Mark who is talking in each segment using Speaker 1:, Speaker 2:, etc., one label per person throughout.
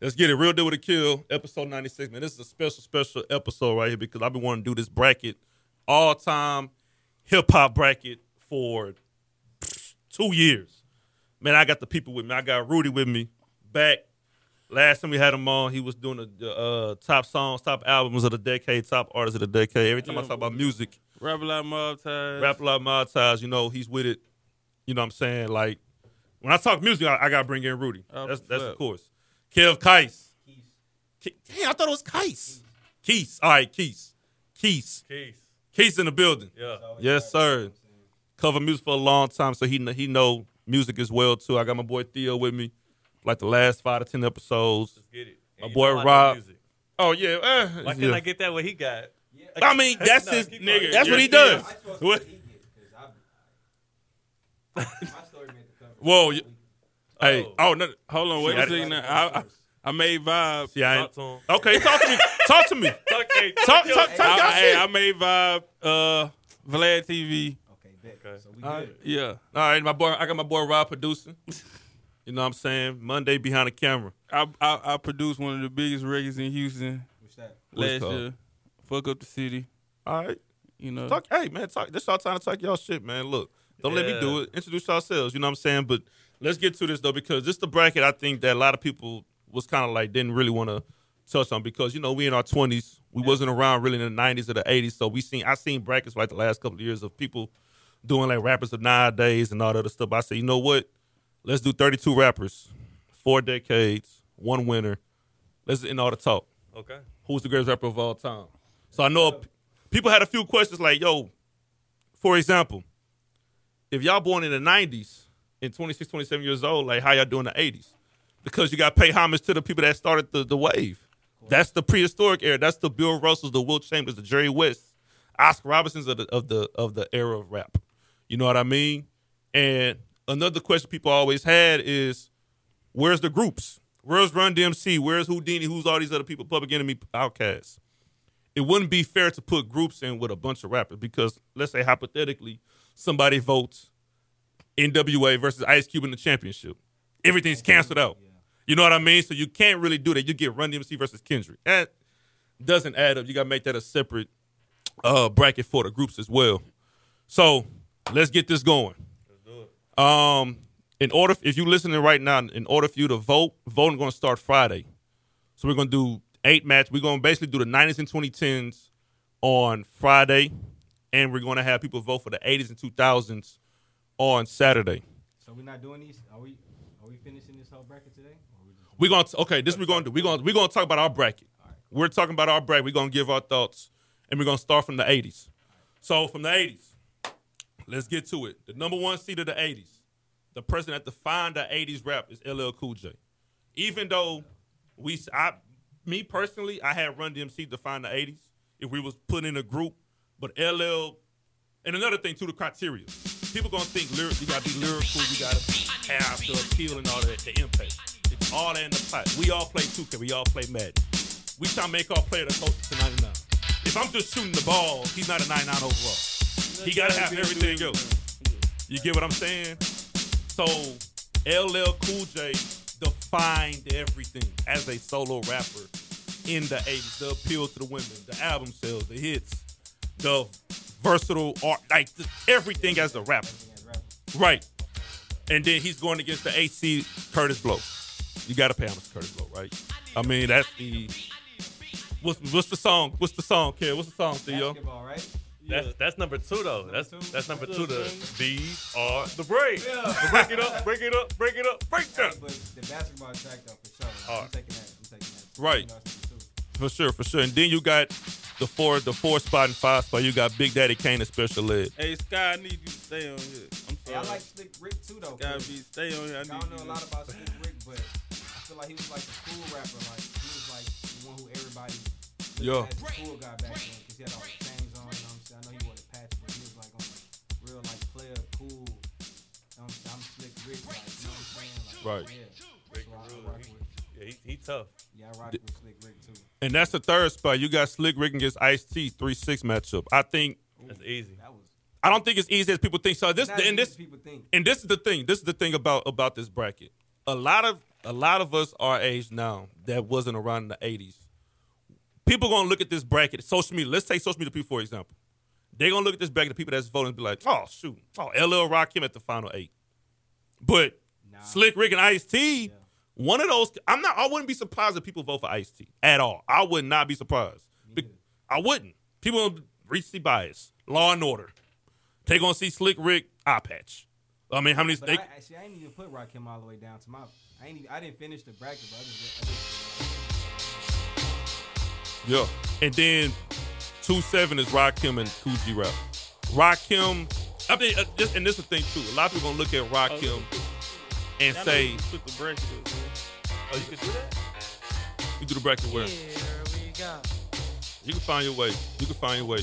Speaker 1: Let's get it. Real deal with a kill, episode 96. Man, this is a special, special episode right here because I've been wanting to do this bracket, all time hip hop bracket for pfft, two years. Man, I got the people with me. I got Rudy with me back. Last time we had him on, he was doing the- the uh, top songs, top albums of the decade, top artists of the decade. Every time I
Speaker 2: Yeah.
Speaker 1: talk about music,
Speaker 2: Rap a lot, mob ties.
Speaker 1: Rap a lot mob ties, you know, he's with it. You know what I'm saying? Like, when I talk music, I, I gotta bring in Rudy.
Speaker 2: Oh,
Speaker 1: that's that's
Speaker 2: flip.
Speaker 1: of course. Kev Kice. Ke- Dang, I thought it was Kice. Keese. All right, Keese. Keese.
Speaker 2: Keys.
Speaker 1: Keese in the building.
Speaker 2: Yeah.
Speaker 1: Yes, sir. Cover music for a long time, so he kn- he know music as well too. I got my boy Theo with me, like the last five to ten episodes.
Speaker 2: Get it.
Speaker 1: My
Speaker 2: And you
Speaker 1: boy
Speaker 2: know I do
Speaker 1: Rob.
Speaker 2: music.
Speaker 1: Oh
Speaker 2: uh,
Speaker 1: yeah, eh,
Speaker 2: Why can't
Speaker 1: yeah.
Speaker 2: I get that what he got?
Speaker 1: I mean, that's
Speaker 2: Nah,
Speaker 1: his
Speaker 2: keep
Speaker 1: nigga.
Speaker 2: going.
Speaker 1: That's what
Speaker 2: Yeah,
Speaker 1: he
Speaker 2: yeah.
Speaker 1: does.
Speaker 3: I trust
Speaker 1: What-
Speaker 3: what he gets, 'cause I've- My story made the cover.
Speaker 1: Whoa, you- Hey,
Speaker 2: Oh.
Speaker 1: oh no, hold on,
Speaker 2: So
Speaker 1: wait
Speaker 2: I
Speaker 1: a second.
Speaker 2: didn't- now, I- I- I made vibes.
Speaker 1: See, I ain't-
Speaker 2: Talk to him.
Speaker 1: Okay, talk to me. talk to me.
Speaker 2: Talk, hey,
Speaker 1: Talk,
Speaker 2: to
Speaker 1: talk,
Speaker 2: him.
Speaker 1: talk y'all
Speaker 2: I,
Speaker 1: shit.
Speaker 2: hey, I made vibe. Uh, Vlad TV.
Speaker 3: Okay, bet.
Speaker 2: Okay.
Speaker 3: So we
Speaker 1: All right.
Speaker 3: good.
Speaker 2: Yeah.
Speaker 1: All right, my boy. I got my boy Rob producing. You know what I'm saying? Monday behind the camera.
Speaker 2: I, I I produced one of the biggest records in Houston
Speaker 3: What's that?
Speaker 1: What's
Speaker 2: last
Speaker 1: called?
Speaker 2: year. Fuck up the city.
Speaker 1: All right.
Speaker 2: You know.
Speaker 1: Talk. Hey man, talk. This y'all time to talk y'all shit, man. Look, don't let me do
Speaker 2: Yeah.
Speaker 1: it. Introduce yourselves. You know what I'm saying? But let's get to this though, because this the bracket I think that a lot of people was kind of like didn't really want to touch on because you know we in our 20s, we wasn't around really in the 90s or the 80s, so we seen I seen brackets like the last couple of years of people doing like rappers of nowadays and all that other stuff. I said, you know what? Let's do 32 rappers, four decades, one winner. Let's end all the talk
Speaker 2: Okay.
Speaker 1: who's the greatest rapper of all time. So I know p- people had a few questions like, yo, for example, if y'all born in the 90s and 26, 27 years old, like how y'all doing in the 80s? Because you got to pay homage to the people that started the, the wave. That's the prehistoric era. That's the Bill Russells, the Will Chambers, the Jerry West, Oscar Robinsons of the of the of the era of rap. You know what I mean? And another question people always had is Where's the groups? Where's Run DMC? Where's Houdini? Who's all these other people? Public Enemy, Outcasts. It wouldn't be fair to put groups in with a bunch of rappers because let's say hypothetically somebody votes NWA versus Ice Cube in the championship. Everything's canceled out. You know what I mean? So you can't really do that. You get Run DMC versus Kendrick. That doesn't add up. You gotta make that a separate uh, bracket for the groups as well. So let's get this going. Um, in order, if you're listening right now, in order for you to vote, voting going to start Friday. So we're going to do eight match. We're going to basically do the 90s and 2010s on Friday, and we're going to have people vote for the 80s and 2000s on Saturday.
Speaker 3: So we're not doing these. Are we? Are we finishing this whole bracket today? Or we just
Speaker 1: We're going to okay. This we're going to do. We're going to we're going to talk about our bracket. We're talking about our bracket. We're going to give our thoughts, and we're going to start from the 80s. So from the 80s, let's get to it. The number one seed of the 80s, the person that defined the 80s rap is LL Cool J. Even though we, I, me personally, I had Run DMC define the 80s if we was put in a group, but LL. And another thing too, the criteria. People gonna think lyric, you gotta be lyrical, you gotta have the appeal and all that, the impact. It's all that in the pot. We all play 2K, we all play Madden. We try to make our player the closest to 99. If I'm just shooting the ball, he's not a 99 overall. He gotta have everything else. You get what I'm saying? So LL Cool J defined everything as a solo rapper in the 80s. The appeal to the women, the album sales, the hits, the versatile art, like the, everything as a rapper.
Speaker 3: as rappers?
Speaker 1: Right. And then he's going against the AC Curtis Blow. You got to pay homage to Curtis Blow, right? I mean, that's the. What's, what's the song? What's the song, kid? What's the song, Theo?
Speaker 3: Basketball, right?
Speaker 4: That's that's number two though. That's
Speaker 3: Number two.
Speaker 4: that's number
Speaker 3: That's
Speaker 4: two.
Speaker 3: number
Speaker 4: The
Speaker 3: two.
Speaker 4: these are the break.
Speaker 3: Yeah.
Speaker 4: break it up, break it up, break it up, break
Speaker 3: Hey,
Speaker 4: them.
Speaker 3: But the basketball track though, for sure.
Speaker 4: All
Speaker 3: I'm
Speaker 4: right.
Speaker 3: taking that. I'm taking that.
Speaker 1: Right.
Speaker 3: That's number two.
Speaker 1: For sure, for sure. And then you got the four, the four spot and five spot. You got Big Daddy Kane and Special Ed.
Speaker 2: Hey, Sky, I need you to stay on here. I'm
Speaker 3: Hey,
Speaker 2: sorry.
Speaker 3: I like Slick Rick too though.
Speaker 2: Sky,
Speaker 3: 'cause
Speaker 2: be stay on here. I
Speaker 3: I
Speaker 2: need
Speaker 3: don't
Speaker 2: you
Speaker 3: know a
Speaker 2: to-
Speaker 3: lot about Slick Rick, but I feel like he was like the cool rapper. Like he was like the one who everybody. looked
Speaker 1: Yeah.
Speaker 3: at as the cool guy back then, cause he had all the things on. You know what I'm saying? I know he wore the patch, but he was like on like, real like player cool. You know what I'm saying? I'm Slick Rick. Like, you know what I'm saying? Like,
Speaker 1: Right.
Speaker 3: Yeah.
Speaker 4: Rick
Speaker 3: So I, I
Speaker 4: Rude,
Speaker 3: rock
Speaker 4: he-
Speaker 3: with.
Speaker 4: Yeah, he, he tough.
Speaker 3: Yeah, I rock with Slick Rick too.
Speaker 1: And that's the third spot. You got Slick Rick against Ice T three six matchup. I think
Speaker 4: That's easy.
Speaker 3: That was.
Speaker 1: I don't think it's easy as people think. So this
Speaker 3: Not as
Speaker 1: and
Speaker 3: easy as
Speaker 1: this
Speaker 3: people think.
Speaker 1: and this is the thing. This is the thing about about this bracket. A lot of a lot of us our age now that wasn't around in the 80s, people going to look at this bracket, social media. Let's take social media people, for example. They're going to look at this bracket of people that's voting and be like, oh, shoot. Oh, LL Rock him at the final eight. But
Speaker 3: Nah.
Speaker 1: Slick Rick and Ice T,
Speaker 3: Yeah.
Speaker 1: one of those. I'm not. I wouldn't be surprised if people vote for Ice T at all. I would not be surprised. Be- I wouldn't. People gonna reach the bias. Law and Order. They gonna see Slick Rick eye patch. I mean, how many?
Speaker 3: But
Speaker 1: They,
Speaker 3: I, I- see, I ain't even put Rakim all the way down to my. I ain't. Even, I didn't finish the bracket, but I just. I just
Speaker 1: yeah. And then two seven is Rakim and Coogee Rap. Rakim. I mean, uh, just, and this is the thing too. A lot of people gonna look at Rakim and
Speaker 2: Y'all know
Speaker 1: say,
Speaker 2: you put the bracket up, man.
Speaker 4: Oh, you can do that?
Speaker 1: "You do the bracket where you can find your way. You can find your way."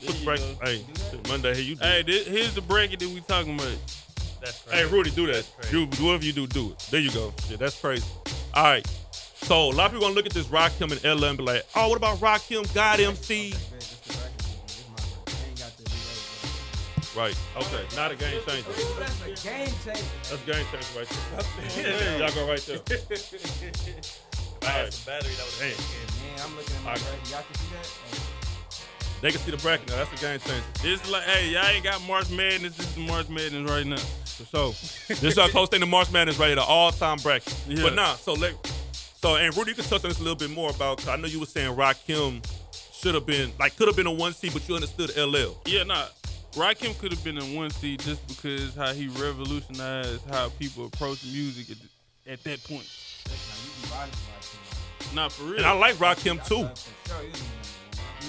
Speaker 2: There
Speaker 1: Put
Speaker 2: you
Speaker 1: bracket.
Speaker 2: go.
Speaker 1: Hey, Monday. Hey, you. Do
Speaker 2: Hey, this, here's the bracket that we talking about.
Speaker 4: That's crazy.
Speaker 1: Hey, Rudy, do that.
Speaker 4: That's crazy.
Speaker 1: You, whatever you do, do it. There you go. Yeah, that's crazy. All right. So a lot of people gonna look at this Rakim and LL and be like, "Oh, what about Rakim? God MC."
Speaker 3: bet that's the bracket. This is my bracket. I ain't got the.
Speaker 1: Right. Okay. Not a game changer.
Speaker 3: Ooh, that's a game changer.
Speaker 1: That's game changer right there. Y'all go right there.
Speaker 4: If I had some battery, that would
Speaker 1: Hey.
Speaker 4: have been
Speaker 3: Man, I'm looking at my
Speaker 1: Okay.
Speaker 3: bracket. Y'all can see that. Hey,
Speaker 1: They can see the bracket now. That's a game changer.
Speaker 2: This is like, hey, y'all ain't got March Madness. This is March Madness right now.
Speaker 1: So this is our posting the March Madness right here, the all-time bracket.
Speaker 2: Yeah.
Speaker 1: But nah, so let so and Rudy, you can touch on this a little bit more about. 'cause I know you were saying Rakim should have been like could have been a one seed, but you understood LL.
Speaker 2: Yeah, nah. Rakim could have been in one seed just because how he revolutionized how people approach music at, th- at that point.
Speaker 3: that's how you be riding for
Speaker 2: Not for real.
Speaker 1: And I like Rakim
Speaker 3: Rakim.
Speaker 1: too.
Speaker 3: Sure, you know.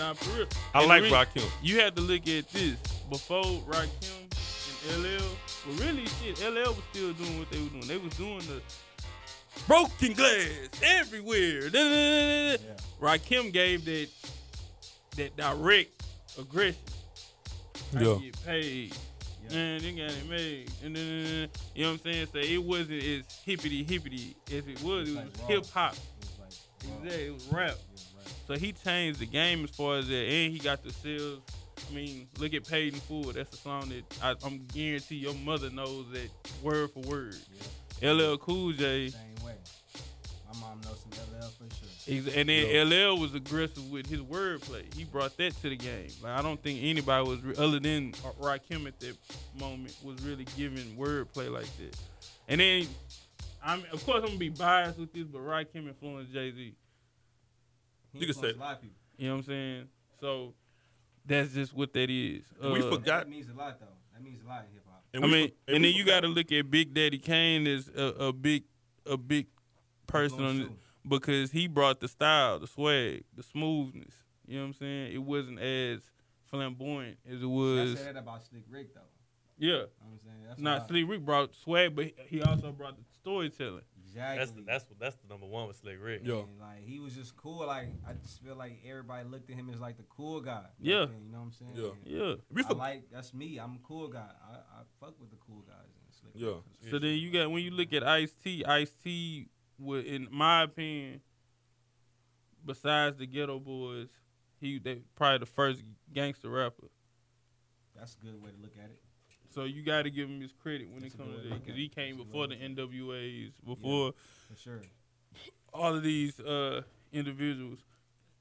Speaker 2: Nah, for real.
Speaker 1: I
Speaker 2: And
Speaker 1: like
Speaker 2: the
Speaker 1: Rakim.
Speaker 2: You had to look at this before Rakim and LL. Well, really, shit, LL was still doing what they were doing. They was doing the broken glass everywhere. Da-da-da-da-da.
Speaker 3: Yeah.
Speaker 2: Rakim gave that that direct aggression. I
Speaker 1: Yeah.
Speaker 2: get paid.
Speaker 3: Yeah.
Speaker 1: Mm.
Speaker 2: Man, they got it made. And then, you know what I'm saying? So it wasn't as hippity hippity as it was. It was
Speaker 3: Like raw.
Speaker 2: hip hop.
Speaker 3: It was like, wow,
Speaker 2: Exactly. It was rap.
Speaker 3: yeah, right.
Speaker 2: So he changed the game as far as that, and he got the sales. I mean, look at Paid in Full. That's a song that I, I'm guarantee your mother knows that word for word.
Speaker 3: Yeah,
Speaker 2: LL Cool J,
Speaker 3: same way. My mom knows some LL for sure.
Speaker 2: ex- and then
Speaker 1: Yeah.
Speaker 2: LL was aggressive with his wordplay. He brought that to the game. Like I don't think anybody was re- other than Rakim at that moment was really giving wordplay like that. And then, I'm of course I'm gonna be biased with this, but Rakim influenced Jay Z.
Speaker 3: He
Speaker 1: You can
Speaker 3: influenced
Speaker 1: say-
Speaker 3: a lot of people.
Speaker 2: You know what I'm saying? So that's just what that is.
Speaker 1: We
Speaker 2: Uh,
Speaker 1: forgot
Speaker 3: That means a lot, though. That means a lot in hip hop.
Speaker 1: And
Speaker 2: I
Speaker 1: we-
Speaker 2: mean, and,
Speaker 1: we
Speaker 2: then you
Speaker 1: forgot-
Speaker 2: got to look at Big Daddy Kane as a, a big, a big person on it
Speaker 3: Influence
Speaker 2: because he brought the style, the swag, the smoothness. You know what I'm saying? It wasn't as flamboyant as it
Speaker 3: too. I
Speaker 2: was.
Speaker 3: said that about Slick Rick, though.
Speaker 2: Yeah,
Speaker 3: You know what I'm saying that's
Speaker 2: nah,
Speaker 3: why-
Speaker 2: Slick Rick brought swag, but he- he also brought the storytelling.
Speaker 3: Exactly.
Speaker 4: That's the, that's that's the number one with Slick Rick.
Speaker 1: Yeah.
Speaker 3: And, like he was just cool. Like I just feel like everybody looked at him as like the cool guy. back
Speaker 2: Yeah.
Speaker 3: then, you know what I'm saying?
Speaker 1: Yeah.
Speaker 3: And
Speaker 2: Yeah.
Speaker 1: we
Speaker 3: I
Speaker 1: for-
Speaker 3: like that's me. I'm a cool guy. I, I fuck with the cool guys. And Slick
Speaker 1: Yeah.
Speaker 3: Rick.
Speaker 2: So then you got when you look at Ice T, Ice T would, in my opinion, besides the Ghetto Boys, he they probably the first gangster rapper.
Speaker 3: That's a good way to look at it.
Speaker 2: So you got to give him his credit when
Speaker 3: That's a
Speaker 2: it comes
Speaker 3: good
Speaker 2: to that
Speaker 3: way to look
Speaker 2: because
Speaker 3: at
Speaker 2: he
Speaker 3: it.
Speaker 2: came
Speaker 3: That's a
Speaker 2: before the
Speaker 3: good way
Speaker 2: NWAs, before
Speaker 3: For sure.
Speaker 2: all of these uh, individuals.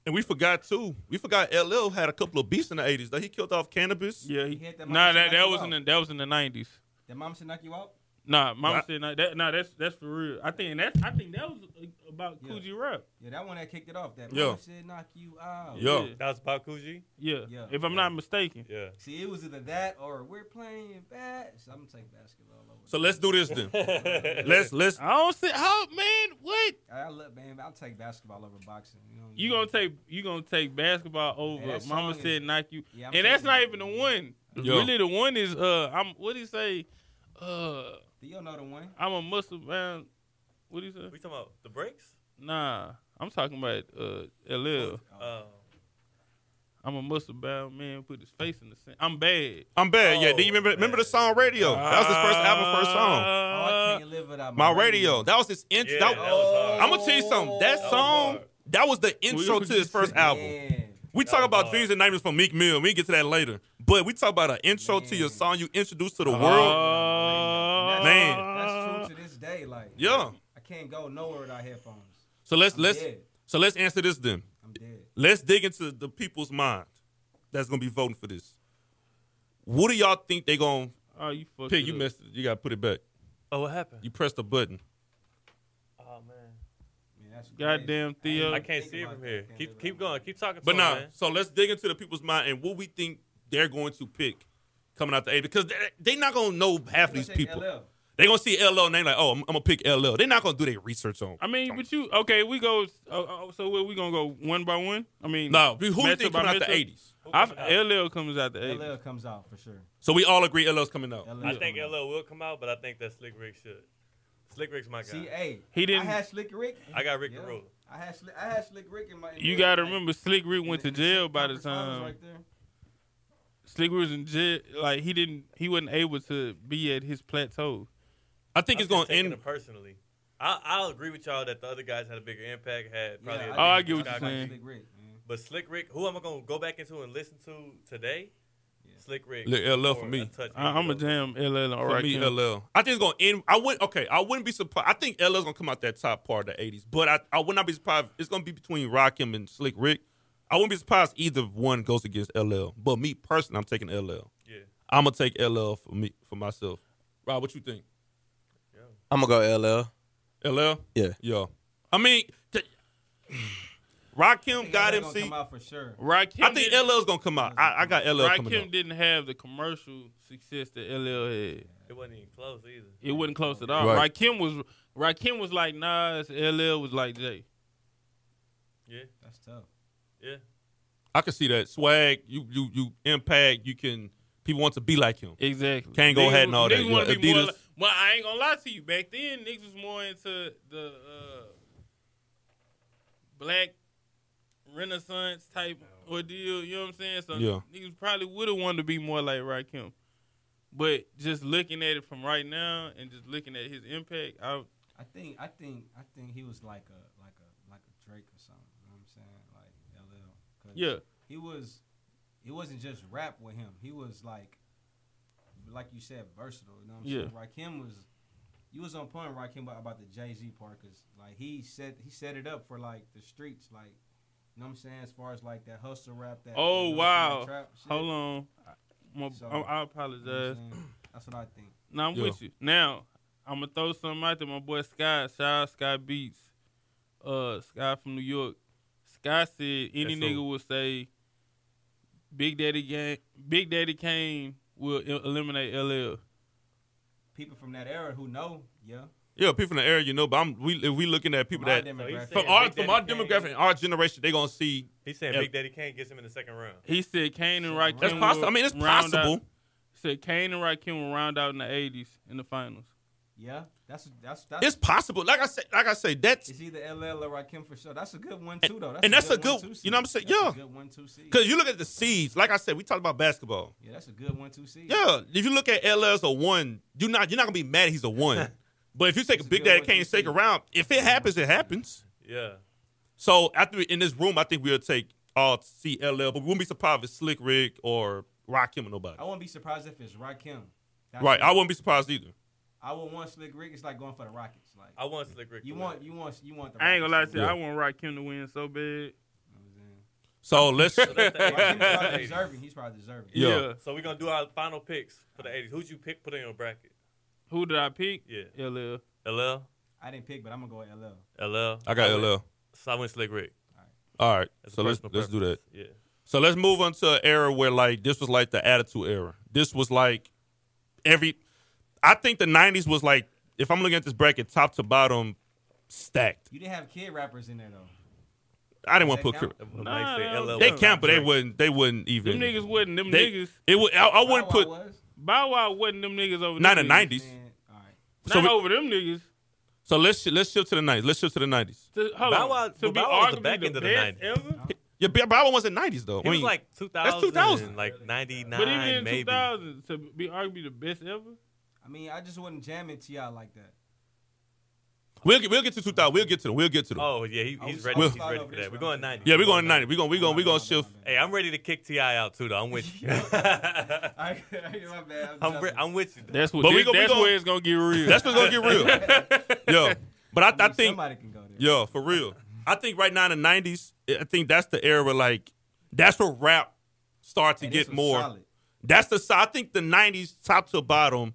Speaker 1: and we forgot too. We forgot LL had a couple of beats in the '80s that he killed off cannabis.
Speaker 2: Yeah,
Speaker 3: He
Speaker 2: he,
Speaker 3: had that
Speaker 2: nah,
Speaker 3: Mama
Speaker 2: that that
Speaker 3: Shanaka
Speaker 2: was in the,
Speaker 3: out.
Speaker 2: that was in the nineties.
Speaker 3: That mama should knock you out.
Speaker 2: Nah,
Speaker 1: Well,
Speaker 2: mama
Speaker 1: I-
Speaker 2: said nah, that. Nah, that's that's for real. I think and that's I think that was uh, about
Speaker 3: Yeah.
Speaker 2: Coogee rap.
Speaker 3: Yeah, that one that kicked it off. That
Speaker 1: Yeah.
Speaker 3: mama should knock you out.
Speaker 1: Yeah.
Speaker 2: yeah,
Speaker 4: That was about Coogee?
Speaker 2: yeah.
Speaker 3: Yeah.
Speaker 2: If I'm
Speaker 4: Yeah.
Speaker 2: not mistaken.
Speaker 4: Yeah.
Speaker 3: See, it was either that or we're playing bad. So I'm gonna take basketball over.
Speaker 1: So let's do this then. let's let's.
Speaker 2: I don't see how man. What
Speaker 3: I, I love, man. I'll take basketball over boxing. You know. what I'm
Speaker 2: you gonna
Speaker 3: saying?
Speaker 2: take? You gonna take basketball
Speaker 3: And
Speaker 2: over?
Speaker 3: Mm. that
Speaker 2: Mama
Speaker 3: song
Speaker 2: said
Speaker 3: is-
Speaker 2: knock you.
Speaker 3: Yeah, I'm
Speaker 2: and that's
Speaker 3: taking-
Speaker 2: not even the one.
Speaker 1: Yeah.
Speaker 2: Really, the one is uh, I'm what do you say? Uh,
Speaker 3: Do you know the one?
Speaker 2: I'm a muscle man. What do you say?
Speaker 4: We talking about the breaks?
Speaker 2: Nah, I'm talking about uh, LL.
Speaker 3: Oh.
Speaker 4: Uh,
Speaker 2: I'm a muscle bound man. Put his face in the sand. I'm bad.
Speaker 1: I'm bad. yeah.
Speaker 4: Oh,
Speaker 1: Do you remember? Remember the
Speaker 4: man. Uh,
Speaker 1: song Radio? That was his first album, first song.
Speaker 3: Oh, I can't live without
Speaker 1: My Radio. That was his intro.
Speaker 4: Yeah, that was hard.
Speaker 1: I'm gonna tell you something. That
Speaker 4: was
Speaker 1: song.
Speaker 4: hard.
Speaker 1: That was the
Speaker 2: you
Speaker 1: intro
Speaker 2: could
Speaker 1: to his
Speaker 2: just
Speaker 1: first
Speaker 2: say-
Speaker 1: album. We
Speaker 4: That
Speaker 1: talk
Speaker 4: was
Speaker 1: about
Speaker 4: hard.
Speaker 1: dreams and nightmares from Meek Mill. We can get to that later. But we talk about an intro to your
Speaker 4: Mm.
Speaker 3: Man.
Speaker 4: Uh-huh.
Speaker 1: song you introduced to the
Speaker 2: Uh,
Speaker 1: world.
Speaker 3: Oh, That's-
Speaker 1: Man.
Speaker 3: That's true to this day. Like
Speaker 1: Yeah.
Speaker 3: I can't go nowhere without headphones.
Speaker 1: So let's
Speaker 3: I'm
Speaker 1: let's
Speaker 3: dead.
Speaker 1: so let's answer this then.
Speaker 3: I'm dead.
Speaker 1: Let's dig into the people's mind that's gonna be voting for this. What do y'all think they gonna
Speaker 2: Oh, you fucked
Speaker 1: pick?
Speaker 2: it
Speaker 1: You
Speaker 2: up.
Speaker 1: missed it. You gotta put it back.
Speaker 4: Oh, what happened?
Speaker 1: You pressed the button.
Speaker 4: oh man,
Speaker 3: Man, that's crazy.
Speaker 2: Goddamn Theo.
Speaker 4: I can't see it from here. Keep keep going. Keep talking. To
Speaker 1: But
Speaker 4: him,
Speaker 1: nah,
Speaker 4: man.
Speaker 1: so let's dig into the people's mind and what we think they're going to pick coming out the A because they're they not gonna know half of these people. They gonna see LL and they like, oh, I'm, I'm gonna pick LL. They're not gonna do their research on.
Speaker 2: I mean, but you okay? We go. Uh, so what, we gonna go one by one? I mean,
Speaker 1: No, who do you
Speaker 2: Matchup
Speaker 1: think
Speaker 2: by
Speaker 1: coming out the
Speaker 2: matchup?
Speaker 1: '80s?
Speaker 4: Who
Speaker 2: I,
Speaker 4: coming out?
Speaker 2: LL comes out the eight.
Speaker 3: LL comes out for sure.
Speaker 1: So we all agree LL's coming out.
Speaker 3: LL
Speaker 4: I think
Speaker 3: coming out.
Speaker 4: LL will come out, but I think that Slick Rick should. Slick Rick's my guy.
Speaker 3: See, hey,
Speaker 2: He didn't-
Speaker 3: I had Slick Rick.
Speaker 4: I got Rick
Speaker 3: Yeah.
Speaker 4: the Ruler.
Speaker 3: I had Slick, I had Slick Rick in my. in
Speaker 2: You
Speaker 3: my-
Speaker 2: gotta
Speaker 3: like,
Speaker 2: remember, Slick Rick
Speaker 3: in
Speaker 2: went to
Speaker 3: in
Speaker 2: jail by the
Speaker 3: conference finals
Speaker 2: time
Speaker 3: right there.
Speaker 2: Slick Rick was in jail. Like he didn't, he wasn't able to be at his plateau.
Speaker 1: I think it's gonna end.
Speaker 4: It personally, I I'll agree with y'all that the other guys had a bigger impact. Had probably.
Speaker 3: Yeah,
Speaker 4: a
Speaker 2: Oh, I
Speaker 4: bigger
Speaker 2: get what
Speaker 3: I
Speaker 2: you're
Speaker 4: impact.
Speaker 3: like
Speaker 2: saying.
Speaker 3: Slick Rick, man.
Speaker 4: But Slick Rick, who am I gonna go back into and listen to today?
Speaker 3: Yeah.
Speaker 4: Slick Rick.
Speaker 1: Look, LL for
Speaker 4: or
Speaker 1: me.
Speaker 4: a touch
Speaker 2: I, I'm a
Speaker 4: Angel.
Speaker 2: jam LL. All
Speaker 1: For
Speaker 2: right,
Speaker 1: me,
Speaker 2: Kim.
Speaker 1: LL. I think it's gonna end. I wouldn't. Okay, I wouldn't be surprised. I think LL's gonna come out that top part of the '80s, but I, I would not be surprised. It's gonna be between Rakim and Slick Rick. I wouldn't be surprised either one goes against LL. But me personally, I'm taking LL.
Speaker 4: Yeah.
Speaker 1: I'm gonna take LL for me for myself. Rob, what you think?
Speaker 5: I'm gonna go LL.
Speaker 1: LL?
Speaker 5: Yeah.
Speaker 1: Yeah. I mean, t- Rakim
Speaker 3: think
Speaker 1: got
Speaker 3: LL gonna
Speaker 1: MC.
Speaker 3: Come out for sure.
Speaker 2: Rakim
Speaker 1: I think
Speaker 2: didn't-
Speaker 1: LL's gonna come out. I, I got LL coming
Speaker 2: Rakim
Speaker 1: out.
Speaker 2: didn't have the commercial success that LL had.
Speaker 4: It wasn't even close either.
Speaker 2: It wasn't close at all.
Speaker 1: Right.
Speaker 2: Rakim was Rakim was like Nas. LL was like Jay.
Speaker 4: Yeah.
Speaker 3: That's tough.
Speaker 4: Yeah.
Speaker 1: I can see that swag. You you you impact. You can. People want to be like him.
Speaker 2: Exactly.
Speaker 1: Can't go
Speaker 2: Niggas
Speaker 1: ahead and
Speaker 2: was-
Speaker 1: all that.
Speaker 2: niggas wanna
Speaker 1: Yeah,
Speaker 2: be more
Speaker 1: Adidas.
Speaker 2: li- well, I ain't gonna lie to you. Back then, niggas was more into the uh, black Renaissance type ordeal. You know what I'm saying? So
Speaker 1: Yeah.
Speaker 2: niggas probably would have wanted to be more like Rakim. But just looking at it from right now and just looking at his impact, I
Speaker 3: I think I think I think he was like a like a like a Drake or something. You know what I'm saying? Like LL. 'Cause
Speaker 2: yeah.
Speaker 3: He was it wasn't just rap with him. He was like like you said, versatile. You know what I'm saying? Rakim was you was on point Rakim about, about the Jay Z part because like he set he set it up for like the streets, like you know what I'm saying, as far as like that hustle rap that
Speaker 2: Oh,
Speaker 3: you know what I'm saying,
Speaker 2: wow.
Speaker 3: trap shit.
Speaker 2: Hold on. My- I, I
Speaker 3: So- You know what I'm
Speaker 2: apologize.
Speaker 3: saying? That's what I think.
Speaker 2: No, I'm
Speaker 1: Yeah.
Speaker 2: with you. Now, I'm gonna throw something out there. My boy Sky, shout out Sky Beats, uh, Sky from New York. Sky said any
Speaker 4: That's
Speaker 2: nigga
Speaker 4: who.
Speaker 2: will say Big Daddy Gang, Big Daddy Kane will el- eliminate LL.
Speaker 3: People from that era who know, yeah.
Speaker 1: Yeah, people in the area, you know. But I'm we if we looking at people
Speaker 3: From our
Speaker 1: that
Speaker 4: So
Speaker 3: demographic.
Speaker 4: he's
Speaker 1: from
Speaker 4: saying
Speaker 1: our
Speaker 4: Big
Speaker 1: from
Speaker 4: Daddy
Speaker 1: our
Speaker 4: Kane-
Speaker 1: demographic, and our generation, they gonna see.
Speaker 4: He's saying
Speaker 1: Yeah.
Speaker 4: Big Daddy Kane gets him in the second round.
Speaker 2: He said Kane and Rakim.
Speaker 1: That's possible.
Speaker 2: will
Speaker 1: I mean, it's
Speaker 2: round out-
Speaker 1: possible.
Speaker 2: said Kane and Rakim will round out in the '80s in the finals.
Speaker 3: yeah, that's that's that's
Speaker 1: It's possible. Like I said, like I said, that's
Speaker 3: It's either LL or Rakim for sure. That's a good one too, though.
Speaker 1: and that's a good-
Speaker 3: one, two
Speaker 1: you know what I'm
Speaker 3: seed.
Speaker 1: saying?
Speaker 3: That's
Speaker 1: Yeah.
Speaker 3: a good one two seed.
Speaker 1: because you look at the seeds. Like I said, we talked about basketball.
Speaker 3: Yeah, that's a good one two seed.
Speaker 1: Yeah, if you look at LL as a one, you not you're not gonna be mad he's a one. but if you take a
Speaker 3: It's a
Speaker 1: big
Speaker 3: good
Speaker 1: daddy
Speaker 3: one,
Speaker 1: Kane
Speaker 3: you
Speaker 1: second
Speaker 3: see.
Speaker 1: round, if it happens, it happens.
Speaker 4: Yeah.
Speaker 1: So after we, in this room, I think we'll take all C L L, but we wouldn't be surprised if it's Slick Rick or Rakim or nobody.
Speaker 3: I wouldn't be surprised if it's Rakim. That's
Speaker 1: Right,
Speaker 3: it.
Speaker 1: I wouldn't be surprised either.
Speaker 3: I would want Slick Rick. It's like going for the Rockets. Like
Speaker 4: I want Slick Rick.
Speaker 3: you
Speaker 4: to
Speaker 3: want,
Speaker 4: win.
Speaker 3: you want, you want. The
Speaker 2: I ain't gonna lie
Speaker 3: Rockets
Speaker 2: to you. I want Rakim to win so bad.
Speaker 3: to
Speaker 1: So let's
Speaker 4: So that's the
Speaker 3: win. Rakim's probably
Speaker 4: 80s.
Speaker 3: deserving. He's probably deserving.
Speaker 1: Yeah.
Speaker 4: So we're gonna do our final picks for the eighties. Who'd you pick? Put in your bracket.
Speaker 2: Who did I pick?
Speaker 4: Yeah.
Speaker 2: LL.
Speaker 4: LL.
Speaker 3: I didn't pick, but I'm gonna go with LL.
Speaker 4: LL.
Speaker 1: I got
Speaker 4: went-
Speaker 1: LL.
Speaker 4: So I went Slick Rick.
Speaker 1: All right,
Speaker 4: That's a
Speaker 1: so let's
Speaker 4: personal
Speaker 1: let's do that.
Speaker 4: Yeah.
Speaker 1: So let's move on to an era where like this was like the attitude era. This was like every I think the nineties was like if I'm looking at this bracket top to bottom stacked.
Speaker 3: You didn't have kid rappers in there though.
Speaker 1: I didn't want to
Speaker 3: That
Speaker 1: put
Speaker 3: count?
Speaker 1: Chris-
Speaker 4: Mike
Speaker 2: Nah,
Speaker 4: said
Speaker 2: nah,
Speaker 4: LL
Speaker 1: they
Speaker 4: was
Speaker 1: count, but they
Speaker 4: Drake.
Speaker 1: wouldn't they wouldn't even
Speaker 2: Them niggas wasn't them
Speaker 1: They-
Speaker 2: niggas.
Speaker 1: it would I, I wouldn't
Speaker 3: Bow Wow
Speaker 1: put
Speaker 3: was,
Speaker 2: Bow Wow wasn't them niggas over
Speaker 1: not in
Speaker 2: them niggas.
Speaker 1: nineties.
Speaker 3: man. All right.
Speaker 1: So
Speaker 2: Not
Speaker 1: we-
Speaker 2: over them niggas.
Speaker 1: So let's shi- let's shift to the nineties. Let's shift to the nineties.
Speaker 2: To, hold
Speaker 4: Bow
Speaker 2: on.
Speaker 4: Wow-
Speaker 2: to
Speaker 4: well,
Speaker 2: be
Speaker 4: Bow Wow was the
Speaker 2: arguably
Speaker 4: back
Speaker 2: the
Speaker 4: end of the
Speaker 2: best
Speaker 4: 90s.
Speaker 2: ever.
Speaker 1: Yeah, but Bob was in nineties though.
Speaker 4: It was like 2000,
Speaker 1: 2000.
Speaker 4: like
Speaker 2: But even
Speaker 4: 99,
Speaker 2: in
Speaker 4: maybe.
Speaker 2: 2000, to be arguably the best ever.
Speaker 3: I mean, I just wasn't jamming Ti like that.
Speaker 1: We'll get we'll get to 2000. We'll get to them. We'll get to them.
Speaker 4: Oh yeah, he,
Speaker 3: Oh,
Speaker 4: he's
Speaker 3: we-
Speaker 4: ready.
Speaker 1: We'll-
Speaker 4: he's ready for that. We're going ninety.
Speaker 1: Yeah, we're going to 90. We're going we going we going to shift.
Speaker 4: Hey, I'm ready to kick Ti out too. Though I'm with you.
Speaker 3: I, my bad. I'm,
Speaker 4: I'm, re-
Speaker 3: jumping.
Speaker 4: I'm with you. though.
Speaker 2: That's what.
Speaker 1: But we
Speaker 2: this,
Speaker 1: gon- we
Speaker 2: that's
Speaker 1: gon-
Speaker 2: where it's gonna get real.
Speaker 1: That's what's gonna get real. Yo, but I, I
Speaker 3: mean,
Speaker 1: think
Speaker 3: somebody can go there.
Speaker 1: yo for real. I think right now in the 90s, I think that's the era like that's where rap started to
Speaker 3: And this
Speaker 1: get
Speaker 3: was
Speaker 1: more.
Speaker 3: solid.
Speaker 1: That's the si- I think the 90s top to bottom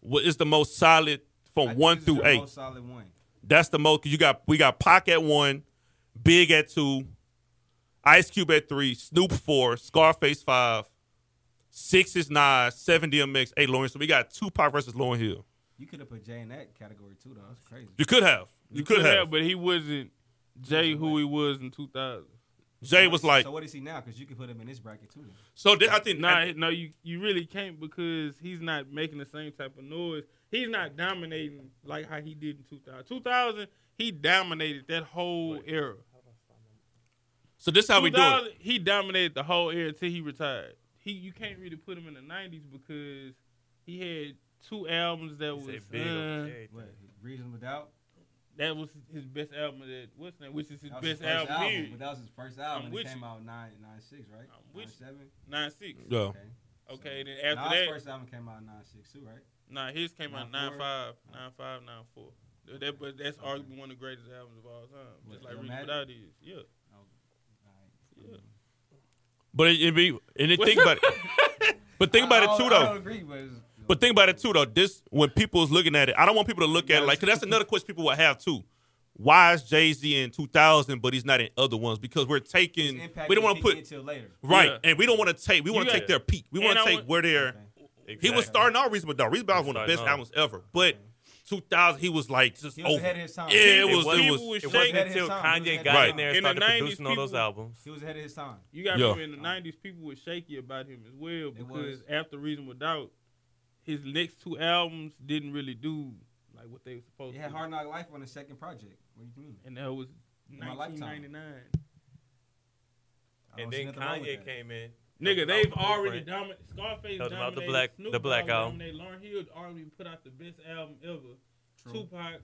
Speaker 1: wa- is the most solid
Speaker 3: I
Speaker 1: from
Speaker 3: think
Speaker 1: one
Speaker 3: this is
Speaker 1: through
Speaker 3: the
Speaker 1: eight.
Speaker 3: most solid one.
Speaker 1: That's the most. 'cause You got we got Pac at one, Big at two, Ice Cube at three, Snoop four, Scarface five, six is nine, seven DMX, eight Lauren. So we got Tupac versus Lauren Hill.
Speaker 3: You could have put Jay in that category too, though. That's crazy.
Speaker 1: You could have. You, could, have.
Speaker 2: but he wasn't Jay who he was in 2000.
Speaker 1: Jay was like,
Speaker 3: so what is he now? Because you could put him in this bracket too. then.
Speaker 1: so th- I think
Speaker 2: Nah, no, you you really can't because he's not making the same type of noise. He's not dominating like how he did in 2000. 2000, he dominated that whole era.
Speaker 1: so. This how we do it.
Speaker 2: 2000, He dominated the whole era till he retired. He you can't really put him in the 90s because he had two albums that
Speaker 4: He
Speaker 2: was
Speaker 4: said big on
Speaker 2: uh,
Speaker 4: everything.
Speaker 3: What? Reasonable doubt.
Speaker 2: that was his best album that what's that which is his
Speaker 3: That was
Speaker 2: best
Speaker 3: his first
Speaker 2: album,
Speaker 3: album,
Speaker 2: period.
Speaker 3: but that was his first album.
Speaker 2: I'm
Speaker 3: It
Speaker 2: with
Speaker 3: came
Speaker 2: you.
Speaker 3: out nine nine six, right?
Speaker 2: I'm with
Speaker 3: Nine
Speaker 2: you.
Speaker 3: seven.
Speaker 2: Nine six.
Speaker 1: Yeah.
Speaker 3: Okay.
Speaker 2: Okay, then
Speaker 3: Nas'
Speaker 2: after that,
Speaker 3: first album came out in nine six too, right?
Speaker 2: nah, his came out nine
Speaker 3: 94.
Speaker 2: five, nine five, nine four. That, but that's
Speaker 3: Okay.
Speaker 2: arguably one of the greatest albums of all time.
Speaker 3: What,
Speaker 2: Just like
Speaker 3: Illmatic?
Speaker 2: Reach Without is, yeah.
Speaker 3: All
Speaker 2: Yeah.
Speaker 3: right.
Speaker 1: But it, it be and it think about it. But think about
Speaker 3: I-
Speaker 1: it
Speaker 3: I-
Speaker 1: too
Speaker 3: I don't
Speaker 1: though.
Speaker 3: agree, but it's-
Speaker 1: But think about it too though. This when people's looking at it, I don't want people to look at it like because that's another question people would have too. Why is Jay Z in 2000, but he's not in other ones? Because we're
Speaker 3: His
Speaker 1: taking,
Speaker 3: impact
Speaker 1: we don't want to
Speaker 3: didn't
Speaker 1: put
Speaker 3: peak until later.
Speaker 1: right,
Speaker 2: Yeah.
Speaker 1: and we don't want to take, we want to
Speaker 2: Yeah.
Speaker 1: take their peak. We want
Speaker 2: And
Speaker 1: to
Speaker 2: I
Speaker 1: take
Speaker 2: want-
Speaker 1: where they're.
Speaker 3: Okay.
Speaker 1: He was
Speaker 4: Exactly.
Speaker 1: starting out Reasonable Doubt. Reasonable Doubt was one of the
Speaker 4: Starting
Speaker 1: best
Speaker 4: out.
Speaker 1: albums ever, but 2000, he was like just
Speaker 3: He was
Speaker 1: over.
Speaker 3: ahead of his time.
Speaker 1: Yeah, it
Speaker 4: It
Speaker 1: was.
Speaker 4: wasn't-
Speaker 1: It was.
Speaker 2: people was
Speaker 4: It
Speaker 2: shaking.
Speaker 4: wasn't
Speaker 3: Ahead of his
Speaker 4: until
Speaker 3: time. He
Speaker 4: Kanye
Speaker 3: was
Speaker 4: got
Speaker 1: ahead
Speaker 4: in
Speaker 1: of
Speaker 4: there
Speaker 2: his
Speaker 4: and
Speaker 2: time. In the
Speaker 4: started
Speaker 2: 90s,
Speaker 4: producing all those
Speaker 2: people-
Speaker 4: albums.
Speaker 3: He was ahead of his time.
Speaker 2: You got
Speaker 1: Yeah.
Speaker 2: remember in the nineties, people were shaky about him as well because
Speaker 3: was.
Speaker 2: after Reason Without, his next two albums didn't really do like what they were supposed
Speaker 3: He
Speaker 2: to.
Speaker 3: had Hard Knock Life on the second project. What do you mean?
Speaker 2: and that was
Speaker 3: my lifetime.
Speaker 2: nineteen ninety nine.
Speaker 3: I
Speaker 4: And
Speaker 3: don't see
Speaker 4: then
Speaker 3: nothing wrong with
Speaker 4: Kanye
Speaker 3: that.
Speaker 4: came in.
Speaker 2: Nigga,
Speaker 4: Out
Speaker 2: they've
Speaker 4: the
Speaker 2: already
Speaker 4: blueprint.
Speaker 2: dominated. Scarface
Speaker 4: Talking about
Speaker 2: dominated.
Speaker 4: the black-
Speaker 2: Snoop
Speaker 4: the black
Speaker 2: Dogg
Speaker 4: album.
Speaker 2: dominated. Lauren Hill already put out the best album ever.
Speaker 3: True.
Speaker 2: Tupac,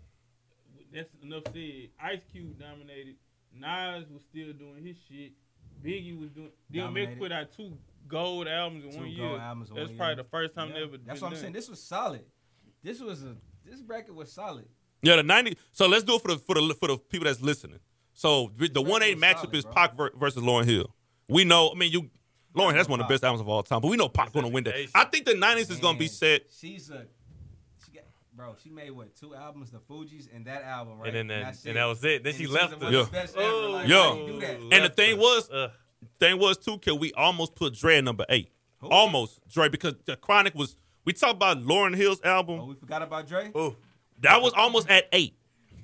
Speaker 2: that's enough said. Ice Cube dominated. Nas was still doing his shit. Biggie was doing. DMX
Speaker 3: Dominated.
Speaker 2: put out two gold albums in
Speaker 3: Two
Speaker 2: one
Speaker 3: gold
Speaker 2: year.
Speaker 3: albums in
Speaker 2: that's
Speaker 3: one
Speaker 2: probably
Speaker 3: year.
Speaker 2: the first time they
Speaker 3: Yeah.
Speaker 2: ever.
Speaker 3: That's
Speaker 2: been
Speaker 3: what I'm
Speaker 2: done.
Speaker 3: saying. This was solid. This was a this bracket was solid.
Speaker 1: Yeah, the 90. So let's do it for the for the for the people that's listening. So the the
Speaker 3: This
Speaker 1: one eight
Speaker 3: record
Speaker 1: matchup is
Speaker 3: was solid, bro.
Speaker 1: Pac ver- versus Lauren Hill. We know. I mean, you Lauren. That's one of the best albums of all time. But we know Pac's going to win that. I think the 90s is going to be
Speaker 3: Man,
Speaker 1: set.
Speaker 3: She's a she got bro. She made what two albums, the Fugees and that album, right?
Speaker 4: And then that,
Speaker 3: that's
Speaker 4: and
Speaker 3: it.
Speaker 4: that was it. Then
Speaker 3: And
Speaker 4: she
Speaker 3: she's
Speaker 4: left
Speaker 3: the
Speaker 4: us.
Speaker 1: Yeah.
Speaker 3: worst best ever. Like,
Speaker 1: Yeah.
Speaker 3: why you do that?
Speaker 1: And the thing was-
Speaker 4: Ugh.
Speaker 1: Thing was too, Kill. We almost put Dre at number eight.
Speaker 3: Who?
Speaker 1: Almost Dre because the Chronic was. We talked about Lauren Hill's
Speaker 3: Oh,
Speaker 1: album.
Speaker 3: we forgot about Dre.
Speaker 4: Ooh.
Speaker 1: That was almost at eight.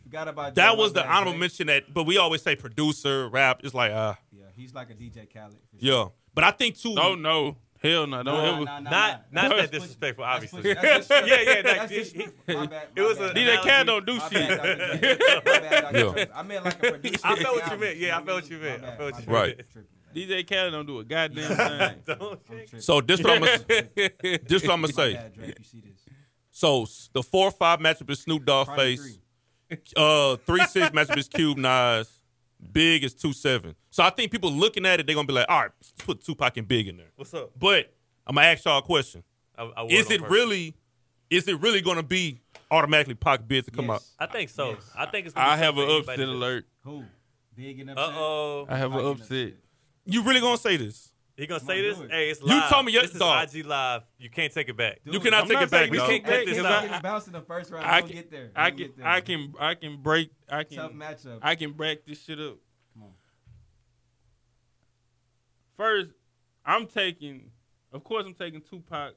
Speaker 3: Forgot about Dre.
Speaker 1: That
Speaker 3: My
Speaker 1: was the
Speaker 3: bad,
Speaker 1: honorable
Speaker 3: Dre.
Speaker 1: mention that. But we always say producer, rap. It's like ah,
Speaker 3: Yeah, he's like a DJ Khaled. for sure.
Speaker 1: yeah. But I think too.
Speaker 2: Oh no, hell no! Don't
Speaker 3: Nah,
Speaker 2: ever.
Speaker 3: nah, nah,
Speaker 4: Not
Speaker 3: nah.
Speaker 4: not
Speaker 2: That's
Speaker 4: that
Speaker 2: push-
Speaker 4: disrespectful,
Speaker 3: That's
Speaker 4: obviously.
Speaker 3: push- that's disrespectful.
Speaker 4: Yeah, yeah, that-
Speaker 3: That's
Speaker 4: he-
Speaker 3: disrespectful. My bad,
Speaker 4: it
Speaker 3: my
Speaker 4: was
Speaker 3: bad.
Speaker 4: a-
Speaker 2: DJ
Speaker 4: Nah,
Speaker 2: Khaled don't do
Speaker 3: My
Speaker 2: shit.
Speaker 3: bad, Dr. Dre. My bad, Dr. Dre. I meant like a producer.
Speaker 4: I felt what you
Speaker 3: album.
Speaker 4: meant. Yeah, I felt what you
Speaker 3: My
Speaker 4: meant. I
Speaker 3: bad,
Speaker 4: felt
Speaker 3: my
Speaker 4: what you
Speaker 3: bad.
Speaker 1: Right.
Speaker 3: I'm tripping.
Speaker 2: DJ Khaled don't do a goddamn thing.
Speaker 4: Don't
Speaker 3: I'm tripping.
Speaker 1: So this what I'm gonna,
Speaker 2: yeah,
Speaker 1: this what I'm gonna
Speaker 3: My
Speaker 1: say.
Speaker 3: bad, Dre, if you see this.
Speaker 1: So s- the four five matchup is Snoop Dogg
Speaker 3: Probably
Speaker 1: face.
Speaker 3: three.
Speaker 1: Uh, three six matchup is Cube Nas. Big is two seven. So I think people looking at it, they're gonna be like, all right, let's put Tupac and Big in there.
Speaker 4: What's up?
Speaker 1: But I'm gonna ask y'all a question:
Speaker 4: I, I wore
Speaker 1: Is
Speaker 4: on
Speaker 1: it
Speaker 4: purpose.
Speaker 1: really, is it really gonna be automatically Pac Big to come out?
Speaker 3: Yes.
Speaker 4: I think so.
Speaker 3: Yes.
Speaker 4: I think it's. gonna
Speaker 2: I
Speaker 4: be
Speaker 2: have
Speaker 4: tough
Speaker 2: an
Speaker 4: for
Speaker 2: upset
Speaker 4: anybody to-
Speaker 2: alert.
Speaker 3: Who? Big and upset.
Speaker 4: Uh oh.
Speaker 2: I have
Speaker 3: Like
Speaker 2: an
Speaker 3: an
Speaker 2: upset.
Speaker 3: upset.
Speaker 1: You really gonna say this?
Speaker 4: He gonna
Speaker 3: Come
Speaker 4: say
Speaker 3: on,
Speaker 4: this?
Speaker 3: do it.
Speaker 4: Hey, it's
Speaker 1: You
Speaker 4: live.
Speaker 1: told me yes-
Speaker 4: This is
Speaker 1: dog.
Speaker 4: IG live. You can't take it back.
Speaker 3: Dude,
Speaker 1: you cannot
Speaker 2: I'm
Speaker 1: take
Speaker 2: not
Speaker 1: it back,
Speaker 2: saying we
Speaker 1: dog.
Speaker 4: can't-
Speaker 3: Hey,
Speaker 4: Check this
Speaker 3: if
Speaker 4: out.
Speaker 3: I can bounce in the first round.
Speaker 2: I
Speaker 3: we'll
Speaker 2: can-
Speaker 3: get there.
Speaker 2: I
Speaker 3: We'll
Speaker 2: can,
Speaker 3: get there.
Speaker 2: I can, I can break, I
Speaker 3: Tough
Speaker 2: can,
Speaker 3: matchup.
Speaker 2: I can break this shit up.
Speaker 3: Come on.
Speaker 2: First, I'm taking, of course, I'm taking Tupac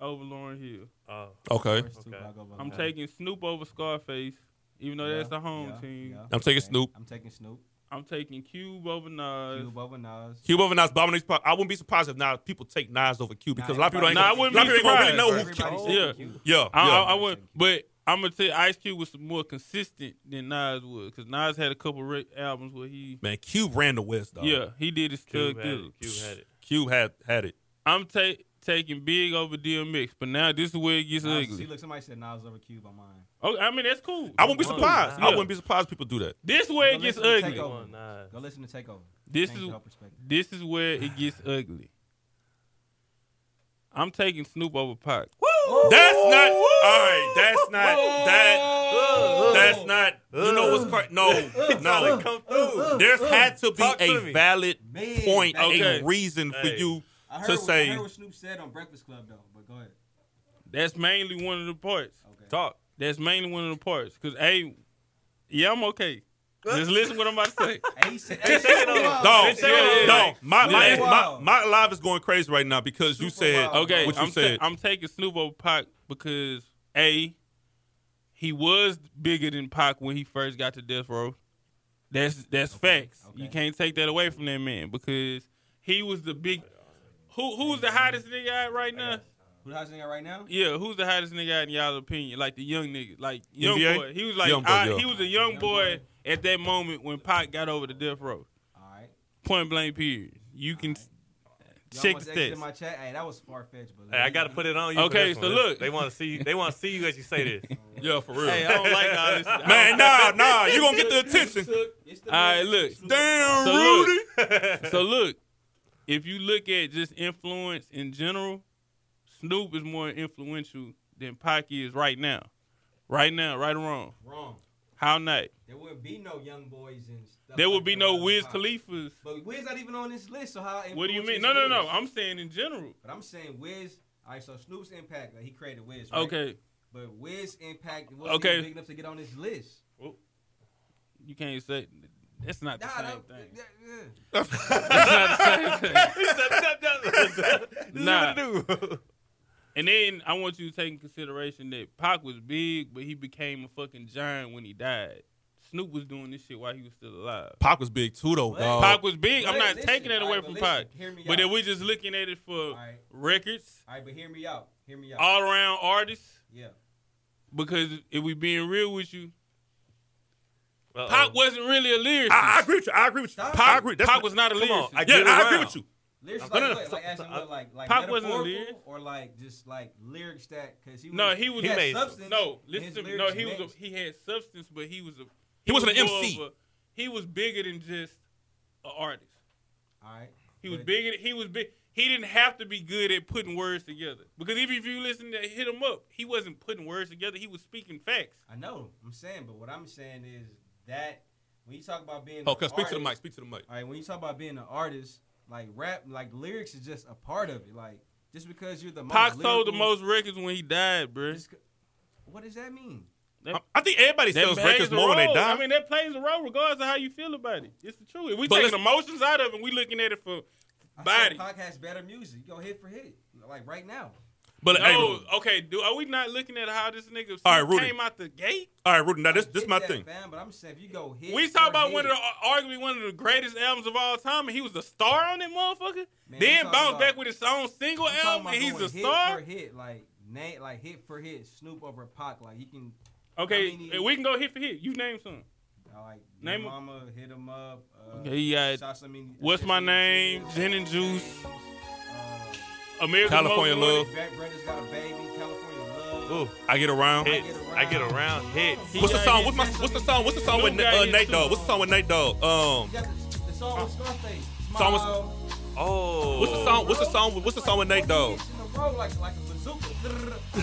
Speaker 2: over Lauren Hill.
Speaker 4: Oh,
Speaker 1: Okay,
Speaker 3: First two,
Speaker 4: Okay.
Speaker 3: I'll go by
Speaker 2: I'm
Speaker 3: that.
Speaker 2: taking Snoop over Scarface, even though
Speaker 3: Yeah,
Speaker 2: that's the home
Speaker 3: yeah,
Speaker 2: team.
Speaker 3: yeah.
Speaker 1: I'm taking
Speaker 3: Okay.
Speaker 1: Snoop.
Speaker 3: I'm taking Snoop.
Speaker 2: I'm taking Cube over Nas.
Speaker 3: Cube over Nas.
Speaker 1: Cube over Nas. But I'm gonna- I wouldn't be surprised if now people take Nas over Cube because a lot of people ain't.
Speaker 2: Nah, I
Speaker 1: gonna-
Speaker 2: wouldn't
Speaker 1: a lot of
Speaker 2: be
Speaker 1: people ain't gonna really
Speaker 2: surprised.
Speaker 1: know who. Cube.
Speaker 3: Everybody's
Speaker 2: Yeah.
Speaker 3: taking Cube.
Speaker 1: Yeah,
Speaker 2: I,
Speaker 1: yeah.
Speaker 2: I, I went, but I'm gonna tell you, Ice Cube was more consistent than Nas was, because Nas had a couple re- albums where he,
Speaker 1: Man, Cube ran the West, dog.
Speaker 2: yeah, he did his
Speaker 4: Cube
Speaker 2: thug
Speaker 4: had it.
Speaker 2: deal.
Speaker 4: Cube had it.
Speaker 1: Cube had had it.
Speaker 2: I'm ta- taking Big over DMX, but now this is where it gets
Speaker 3: Nas- See,
Speaker 2: ugly.
Speaker 3: look, somebody said Nas over Cube on mine.
Speaker 2: Oh, I mean that's cool.
Speaker 1: I wouldn't be surprised. I
Speaker 2: Yeah.
Speaker 1: wouldn't be surprised if people do that.
Speaker 2: This where it
Speaker 3: Well,
Speaker 2: gets
Speaker 3: let's
Speaker 2: ugly.
Speaker 3: take over.
Speaker 4: One, nine.
Speaker 3: Go listen to Takeover.
Speaker 2: This
Speaker 3: Change
Speaker 2: is
Speaker 3: your perspective.
Speaker 2: this is where it gets ugly. I'm taking Snoop over Pac.
Speaker 1: That's not. All right. That's not. That. That's not. You know what's cra- no no.
Speaker 4: Come through.
Speaker 1: There's had to be
Speaker 4: Talk to
Speaker 1: a
Speaker 4: me.
Speaker 1: valid
Speaker 3: Man,
Speaker 1: point,
Speaker 3: that-
Speaker 2: Okay.
Speaker 1: a reason for
Speaker 4: Hey.
Speaker 1: you
Speaker 3: I heard,
Speaker 1: to
Speaker 3: what,
Speaker 1: say-
Speaker 3: I heard what Snoop said on Breakfast Club though, but go ahead.
Speaker 2: That's mainly one of the parts.
Speaker 3: Okay.
Speaker 2: Talk. That's mainly one of the parts. Cause hey, yeah, I'm okay. Just listen what I'm about to say.
Speaker 3: Hey, he said,
Speaker 4: Hey, take it over.
Speaker 3: Wow.
Speaker 1: No,
Speaker 4: It's saying-
Speaker 1: no. My my,
Speaker 2: Yeah.
Speaker 1: my my live is going crazy right now because you
Speaker 3: Super
Speaker 1: said
Speaker 3: wild.
Speaker 2: Okay,
Speaker 1: What you
Speaker 2: I'm, ta-
Speaker 1: said.
Speaker 2: I'm taking Snoop over Pac because a he was bigger than Pac when he first got to death row. That's that's facts. You
Speaker 3: okay.
Speaker 2: can't take that away from that man because he was the big. Who who's the hottest nigga out right now?
Speaker 3: Who the hottest nigga right now?
Speaker 2: Yeah, who's the hottest nigga out in y'all opinion? Like the young nigga, like young
Speaker 1: NBA?
Speaker 2: boy. He was like
Speaker 1: Young boy,
Speaker 2: I-
Speaker 1: yeah.
Speaker 2: he was a young
Speaker 3: Young
Speaker 2: boy
Speaker 3: boy.
Speaker 2: at that moment when Pac got over to death row.
Speaker 3: All right.
Speaker 2: Point blank period. You can s-
Speaker 3: Y'all
Speaker 2: check
Speaker 3: must
Speaker 2: the
Speaker 3: exit
Speaker 2: stats.
Speaker 3: my chat. Hey, that was far fetched, but
Speaker 4: Hey, I gotta put it on you. for
Speaker 2: Okay,
Speaker 4: this
Speaker 2: so
Speaker 4: one.
Speaker 2: look.
Speaker 4: they want to see. They want to see you as you say this.
Speaker 1: yeah for real.
Speaker 2: Hey, I don't like all this. I don't-
Speaker 1: Man, nah nah. You gonna get the attention.
Speaker 3: It's
Speaker 2: All
Speaker 3: the
Speaker 2: right,
Speaker 3: man-
Speaker 2: look.
Speaker 3: Snoop-
Speaker 1: Damn
Speaker 2: So look.
Speaker 1: Rudy.
Speaker 2: So look, if you look at just influence in general, Snoop is more influential than Pac is right now. Right now, right or wrong.
Speaker 3: Wrong.
Speaker 2: How not?
Speaker 3: There would be no young boys and stuff.
Speaker 2: There
Speaker 3: like
Speaker 2: will be
Speaker 3: that
Speaker 2: no
Speaker 3: around the
Speaker 2: Wiz
Speaker 3: pop.
Speaker 2: Khalifa's.
Speaker 3: But Wiz not even on this list, so how?
Speaker 2: What do you
Speaker 3: influential
Speaker 2: mean?
Speaker 3: is
Speaker 2: No, no,
Speaker 3: Wiz?
Speaker 2: no. I'm saying in general.
Speaker 3: But I'm saying Wiz. All right, so Snoop's impact, like he created Wiz. Right?
Speaker 2: Okay,
Speaker 3: But Wiz impact wasn't
Speaker 2: Okay.
Speaker 3: even big enough to get on this list.
Speaker 2: you can't say that's not the
Speaker 3: Nah,
Speaker 2: same
Speaker 3: that,
Speaker 2: thing.
Speaker 3: that- yeah.
Speaker 2: That's not the same thing.
Speaker 4: He said,
Speaker 2: Nah.
Speaker 4: "Nah, nah, nah, nah." This is what it do.
Speaker 2: And then I want you to take in consideration that Pac was big, but he became a fucking giant when he died. Snoop was doing this shit while he was still alive.
Speaker 1: Pac was big too though.
Speaker 3: What?
Speaker 1: dog.
Speaker 2: Pac was big. I'm
Speaker 3: But
Speaker 2: not
Speaker 3: listen,
Speaker 2: taking it
Speaker 3: all
Speaker 2: away
Speaker 3: right,
Speaker 2: from
Speaker 3: but
Speaker 2: Pac.
Speaker 3: listen, hear me
Speaker 2: But
Speaker 3: out.
Speaker 2: if we're just looking at it for
Speaker 3: All right.
Speaker 2: records,
Speaker 3: All right, but hear me out. Hear me out.
Speaker 2: all around artists,
Speaker 3: yeah.
Speaker 2: because if we being real with you,
Speaker 4: Uh-oh.
Speaker 2: Pac wasn't really a lyricist.
Speaker 1: I, I agree with you. I agree with you.
Speaker 3: Stop.
Speaker 1: I agree. That's
Speaker 2: Pac was not a
Speaker 4: Come on,
Speaker 2: lyricist.
Speaker 4: I
Speaker 1: yeah,
Speaker 4: get
Speaker 1: I agree
Speaker 4: around.
Speaker 1: with you.
Speaker 3: Lyrics
Speaker 1: No,
Speaker 3: like
Speaker 1: no, no.
Speaker 3: what?
Speaker 4: So-
Speaker 3: Like asking
Speaker 4: so-
Speaker 3: what? Like like
Speaker 2: Pac wasn't a
Speaker 3: metaphorical
Speaker 2: lyric.
Speaker 3: or like just like lyrics that because he was
Speaker 2: no, he was
Speaker 4: He
Speaker 3: had
Speaker 4: made-
Speaker 3: substance.
Speaker 2: no.
Speaker 3: and
Speaker 2: Listen
Speaker 3: his
Speaker 2: to me. No,
Speaker 3: lyrics
Speaker 2: he was a,
Speaker 3: mixed.
Speaker 2: he had substance, but he was a
Speaker 1: He wasn't an
Speaker 2: more
Speaker 1: MC.
Speaker 2: of a- he was bigger than just an artist.
Speaker 3: All right.
Speaker 2: He was
Speaker 3: But-
Speaker 2: bigger. He was big. He didn't have to be good at putting words together because even if you listen to hit him up, he wasn't putting words together. He was speaking facts.
Speaker 3: I know. I'm saying, but what I'm saying is that when you talk about being
Speaker 1: Oh, Okay,
Speaker 3: an
Speaker 1: speak to the
Speaker 3: artist-
Speaker 1: mic. Speak to the mic.
Speaker 3: All right, when you talk about being an artist, like rap, like lyrics is just a part of it. Like just because you're the most
Speaker 2: Pac sold the
Speaker 3: lyrical-
Speaker 2: most records when he died, bro.
Speaker 3: just 'cause- What does that mean?
Speaker 1: I, I think everybody
Speaker 2: That
Speaker 1: sells
Speaker 2: plays
Speaker 1: records
Speaker 2: a
Speaker 1: more when they
Speaker 2: role.
Speaker 1: die.
Speaker 2: I mean, that plays a role regardless of how you feel about it. It's the truth. If we
Speaker 1: But
Speaker 2: taking
Speaker 1: let's-
Speaker 2: emotions out of it, we looking at it for
Speaker 3: I said
Speaker 2: body.
Speaker 3: Pac has better music. You go hit for hit, like right now.
Speaker 1: but hey,
Speaker 2: No, okay. Do are we not looking at how this nigga
Speaker 1: All right, Rudy.
Speaker 2: came out the gate?
Speaker 1: all right, Rudy. Now this this
Speaker 3: Hit
Speaker 1: my
Speaker 3: that
Speaker 1: thing.
Speaker 3: Fan, but I'm saying if you go hit,
Speaker 2: We talk
Speaker 3: for
Speaker 2: about one of
Speaker 3: hit-
Speaker 2: the uh, arguably one of the greatest albums of all time, and he was the star on that motherfucker.
Speaker 3: Man, I'm
Speaker 2: then
Speaker 3: talking
Speaker 2: bounced
Speaker 3: about-
Speaker 2: back with his own single
Speaker 3: I'm talking
Speaker 2: album,
Speaker 3: about
Speaker 2: and he's
Speaker 3: going
Speaker 2: the
Speaker 3: hit
Speaker 2: star.
Speaker 3: For hit like name, like hit for hit, Snoop over Pac. Like you can
Speaker 2: Okay,
Speaker 3: I mean,
Speaker 2: and we can go hit for hit. You name some.
Speaker 3: uh, like
Speaker 2: Name
Speaker 3: name
Speaker 2: him.
Speaker 3: mama, hit him up. Uh,
Speaker 2: Okay, you got-
Speaker 3: shots, I mean,
Speaker 2: What's my name? Gin and Juice. Oh.
Speaker 3: Uh,
Speaker 2: American
Speaker 1: California
Speaker 2: Most Wanted.
Speaker 1: Love.
Speaker 3: Back Brothers got a baby, California Love.
Speaker 4: Ooh,
Speaker 1: I get around.
Speaker 4: hits. I get around hits.
Speaker 2: He
Speaker 1: What's the
Speaker 2: got
Speaker 1: song?
Speaker 2: his
Speaker 1: What's my?
Speaker 3: sense
Speaker 1: What's the
Speaker 3: of
Speaker 1: song? What's the song with
Speaker 2: Dude got
Speaker 1: uh,
Speaker 2: his
Speaker 1: Nate Dogg?
Speaker 2: too.
Speaker 1: What's the song with Nate Dogg? Um,
Speaker 3: You got the, the song with Scarface.
Speaker 1: Song with-
Speaker 3: Smile.
Speaker 4: Oh,
Speaker 1: what's the song? What's the song? with- What's the song with Nate Dogg?
Speaker 3: Hits in a row like, like a bazooka.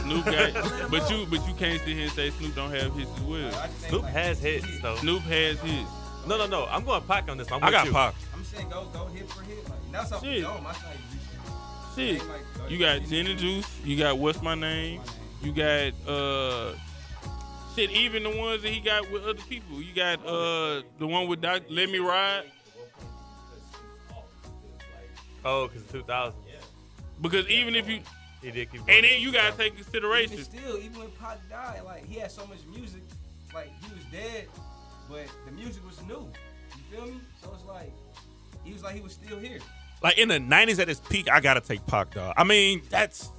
Speaker 2: Snoop got, but you but you can't sit here and say Snoop don't have his as
Speaker 3: I
Speaker 2: well.
Speaker 3: just think,
Speaker 4: Snoop
Speaker 3: like,
Speaker 4: has hits though.
Speaker 2: Snoop has his.
Speaker 4: No, no, no. I'm going Pac on this. one. I'm
Speaker 1: I
Speaker 4: with
Speaker 1: got
Speaker 4: you.
Speaker 1: Pac.
Speaker 3: I'm saying go go hit for hit. Like and that's off
Speaker 2: Shit.
Speaker 3: the dome. I say
Speaker 2: Shit, you got Gin and Juice. You got What's My Name. You got uh, shit. Even the ones that he got with other people. You got uh, the one with Doc. Let Me Ride.
Speaker 4: Oh, because 2000.
Speaker 2: Because even if you
Speaker 4: He did keep. going.
Speaker 2: and then you gotta take
Speaker 3: Even
Speaker 2: consideration.
Speaker 3: still, even when Pac died, like he had so much music, like he was dead, but the music was new. You feel me? So it's like he was like he was still here.
Speaker 1: Like in the '90s at its peak, I gotta take Pac, dog. I mean, that's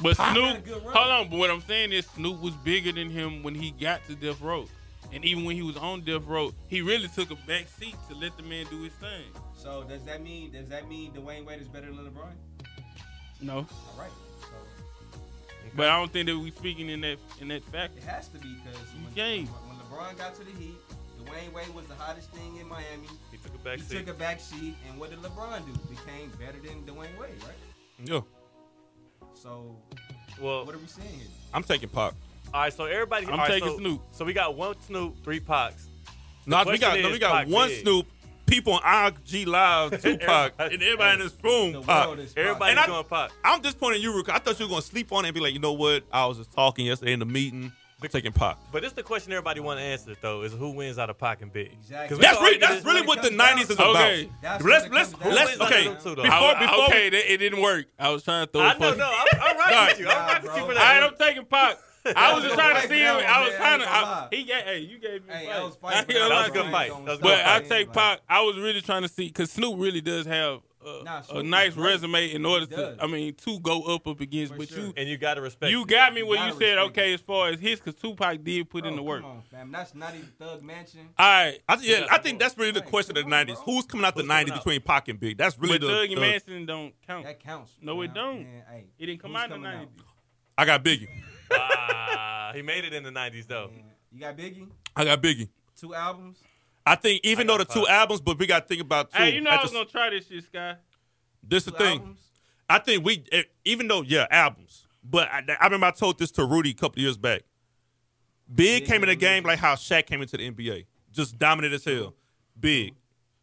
Speaker 2: But
Speaker 1: Pac
Speaker 3: had a
Speaker 2: Snoop,
Speaker 3: good run.
Speaker 2: hold on. But what I'm saying is Snoop was bigger than him when he got to Death Row, and even when he was on Death Row, he really took a back seat to let the man do his thing.
Speaker 3: So does that mean does that mean Dwayne Wade is better than LeBron?
Speaker 2: No,
Speaker 3: All right. So
Speaker 2: but I don't think that we speaking in that in that factor.
Speaker 3: it has to be because
Speaker 2: You
Speaker 3: when,
Speaker 2: game.
Speaker 3: when LeBron got to the Heat, Dwayne Wade was the hottest thing in Miami.
Speaker 4: He took a back
Speaker 3: he
Speaker 4: seat.
Speaker 3: took a back seat, and what did LeBron do? Became better than Dwayne Wade, right?
Speaker 1: Yeah,
Speaker 3: So
Speaker 4: well,
Speaker 3: what are we saying here?
Speaker 1: I'm taking Pac.
Speaker 4: all right. So everybody,
Speaker 2: I'm
Speaker 4: all right,
Speaker 2: taking
Speaker 4: so,
Speaker 2: Snoop.
Speaker 4: So we got one Snoop, three Pocs.
Speaker 1: No, we
Speaker 4: question
Speaker 1: got no,
Speaker 4: is,
Speaker 1: we got
Speaker 4: Pac
Speaker 1: one
Speaker 4: big.
Speaker 1: Snoop. People on IG Live, Tupac,
Speaker 4: Everybody-
Speaker 1: and everybody in this room,
Speaker 3: The
Speaker 1: Pac.
Speaker 3: world is
Speaker 4: Everybody's
Speaker 1: And I-
Speaker 4: going Pac.
Speaker 1: I'm disappointed in you, Rick. I thought you were gonna sleep on it and be like, you know what? I was just talking yesterday in the meeting. I'm taking Pac.
Speaker 4: But this is the question everybody want to answer though is who wins out of Pac and Big. 'Cause
Speaker 3: Exactly.
Speaker 4: we
Speaker 1: That's
Speaker 4: can
Speaker 1: really,
Speaker 4: argue
Speaker 1: that's
Speaker 4: this-
Speaker 1: really what the '90s is about.
Speaker 2: Okay.
Speaker 3: That's
Speaker 1: Let's-
Speaker 3: what it comes
Speaker 1: let's-
Speaker 3: down
Speaker 1: let's-
Speaker 3: to.
Speaker 1: okay.
Speaker 3: Nah,
Speaker 4: Before
Speaker 1: Before-
Speaker 4: I,
Speaker 1: But
Speaker 2: I-
Speaker 1: before we-
Speaker 2: okay, that, it didn't work. I was trying to throw. a
Speaker 4: I know,
Speaker 2: fucking-
Speaker 4: no, I'm, I'm right with you. I'm
Speaker 3: Nah,
Speaker 4: right with you
Speaker 3: bro.
Speaker 4: for
Speaker 2: I
Speaker 4: that.
Speaker 2: ain't. I'm taking pop. I was just
Speaker 3: That was
Speaker 2: trying to
Speaker 3: a
Speaker 2: see
Speaker 3: great
Speaker 2: him.
Speaker 3: round,
Speaker 2: I was
Speaker 3: man.
Speaker 2: trying to.
Speaker 3: I ain't
Speaker 2: I,
Speaker 3: gonna
Speaker 2: he gave. Hey, you gave me.
Speaker 3: Hey,
Speaker 2: a
Speaker 3: I
Speaker 2: fight.
Speaker 3: was
Speaker 2: I ain't gonna
Speaker 4: That
Speaker 3: fighting.
Speaker 4: was
Speaker 2: lie
Speaker 4: a
Speaker 2: to
Speaker 4: good
Speaker 2: you.
Speaker 4: fight. That was a good
Speaker 2: But I
Speaker 4: fight.
Speaker 2: take Pac. I was really trying to see because Snoop really does have a,
Speaker 3: Nah, Snoop
Speaker 2: a
Speaker 3: is
Speaker 2: nice
Speaker 3: great.
Speaker 2: resume in order
Speaker 3: He
Speaker 2: to.
Speaker 3: does.
Speaker 2: I mean, to go up up against.
Speaker 3: For
Speaker 2: but
Speaker 3: sure.
Speaker 2: you,
Speaker 4: And you gotta respect.
Speaker 2: you
Speaker 4: it.
Speaker 2: got me when
Speaker 3: You
Speaker 2: you
Speaker 3: gotta
Speaker 2: said
Speaker 3: respect
Speaker 2: okay as far as his because Tupac did put
Speaker 3: Bro,
Speaker 2: in the
Speaker 3: Oh, come
Speaker 2: work. All
Speaker 3: on, fam. That's not even Thug Mansion.
Speaker 2: right.
Speaker 1: I think, yeah,
Speaker 2: Yeah.
Speaker 1: I think that's really the
Speaker 3: Hey,
Speaker 1: question of the
Speaker 3: come on,
Speaker 1: '90s.
Speaker 3: bro.
Speaker 1: Who's coming out the
Speaker 4: Who's coming
Speaker 1: '90s
Speaker 4: out?
Speaker 1: between Pac and Big? That's really
Speaker 2: But
Speaker 1: the.
Speaker 2: Thug and
Speaker 1: the-
Speaker 2: Manson don't count.
Speaker 3: That counts.
Speaker 2: No, it
Speaker 3: fam.
Speaker 2: don't.
Speaker 3: Man, hey,
Speaker 2: It didn't come
Speaker 3: who's
Speaker 2: out in the
Speaker 3: coming
Speaker 2: nineties.
Speaker 1: I got Biggie.
Speaker 4: Ah, he made it in the '90s though.
Speaker 3: Man, You got Biggie,
Speaker 1: I got Biggie.
Speaker 3: two albums.
Speaker 1: I think even
Speaker 4: I
Speaker 1: though the
Speaker 4: got
Speaker 1: two
Speaker 4: Pac.
Speaker 1: albums, but we got to think about two.
Speaker 2: Hey, you know
Speaker 1: At
Speaker 2: I was
Speaker 1: the-
Speaker 2: gonna try this shit, Sky.
Speaker 1: This the
Speaker 3: two
Speaker 1: thing.
Speaker 3: albums.
Speaker 1: I think we, eh, even though, yeah, albums. But I, I remember I told this to Rudy a couple years back. Big
Speaker 3: Big
Speaker 1: came in the
Speaker 3: revolution.
Speaker 1: game like how Shaq came into the NBA, just dominant as hell. Big,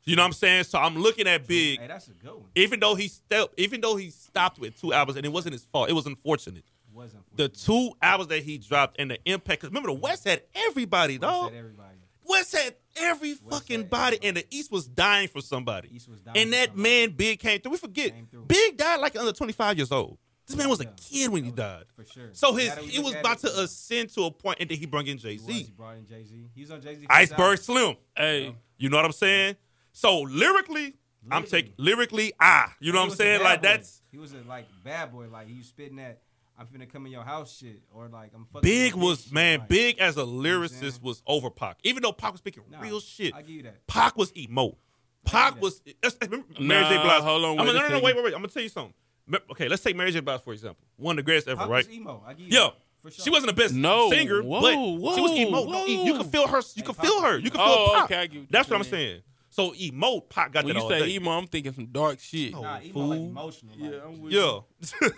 Speaker 1: you know what I'm saying? So I'm looking at Big,
Speaker 3: Hey, that's a good one.
Speaker 1: even though he stepped, even though he stopped with two albums, and it wasn't his fault. It was unfortunate.
Speaker 3: Wasn't for
Speaker 1: The
Speaker 3: you.
Speaker 1: two albums that he dropped and the impact. Cause remember, the West had everybody,
Speaker 3: West
Speaker 1: dog.
Speaker 3: had everybody.
Speaker 1: West had every fucking
Speaker 3: had
Speaker 1: body,
Speaker 3: everybody.
Speaker 1: and the East was dying for somebody.
Speaker 3: East was down.
Speaker 1: And that man Big came through. We forget
Speaker 3: Came through.
Speaker 1: Big died like under 25 years old. This man was a
Speaker 3: Yeah.
Speaker 1: kid when he died.
Speaker 3: for sure.
Speaker 1: So his
Speaker 3: Now that we
Speaker 1: it
Speaker 3: look
Speaker 1: was
Speaker 3: at
Speaker 1: about
Speaker 3: it,
Speaker 1: to ascend to a point and then he brung in
Speaker 3: he was. He
Speaker 1: Jay-Z.
Speaker 3: brought in Jay Z. He was on Jay Z.
Speaker 1: Iceberg Slim.
Speaker 2: Hey,
Speaker 1: You know what I'm saying? So lyrically, I'm taking lyrically ah. You know what I'm saying? Like that's
Speaker 3: He was a like bad boy. Like he was spitting that. I'm finna come in your house shit or like I'm fucking.
Speaker 1: Big
Speaker 3: your bitch
Speaker 1: was
Speaker 3: shit,
Speaker 1: man,
Speaker 3: like,
Speaker 1: Big as a
Speaker 3: know what I'm
Speaker 1: lyricist
Speaker 3: saying?
Speaker 1: was over Pac. Even though Pac was speaking
Speaker 3: nah,
Speaker 1: real shit.
Speaker 3: I give you that.
Speaker 1: Pac was emo. Pac
Speaker 3: that.
Speaker 1: was that's- remember Mary J.
Speaker 2: Nah,
Speaker 1: Blige.
Speaker 2: hold on,
Speaker 1: I'm
Speaker 2: wait
Speaker 1: gonna, no,
Speaker 2: a
Speaker 1: no, no,
Speaker 2: second.
Speaker 1: wait, wait, wait. I'm gonna tell you something. Me- Okay, let's take Mary J. Blige for example. One of the greatest ever,
Speaker 3: Pac
Speaker 1: right?
Speaker 3: was emo. I give you.
Speaker 1: Yo,
Speaker 3: that, for sure.
Speaker 1: she wasn't the best
Speaker 2: No,
Speaker 1: singer,
Speaker 2: whoa,
Speaker 1: but she was
Speaker 2: whoa,
Speaker 1: emo. No, e- you
Speaker 2: whoa.
Speaker 1: can feel her. You can
Speaker 3: Hey,
Speaker 1: feel
Speaker 3: Pac-
Speaker 1: her. You can feel
Speaker 2: Oh,
Speaker 1: Pac.
Speaker 2: okay, I get what
Speaker 1: That's
Speaker 2: you
Speaker 1: what I'm
Speaker 2: mean.
Speaker 1: saying. So emote, Pac got
Speaker 2: when
Speaker 1: that
Speaker 2: you
Speaker 1: all
Speaker 2: say
Speaker 1: day.
Speaker 2: emo, I'm thinking some dark shit.
Speaker 1: Oh.
Speaker 3: Nah, emo like
Speaker 1: fool.
Speaker 3: emotional.
Speaker 2: Yeah,
Speaker 3: like,
Speaker 2: I'm with
Speaker 1: Yeah. so I'm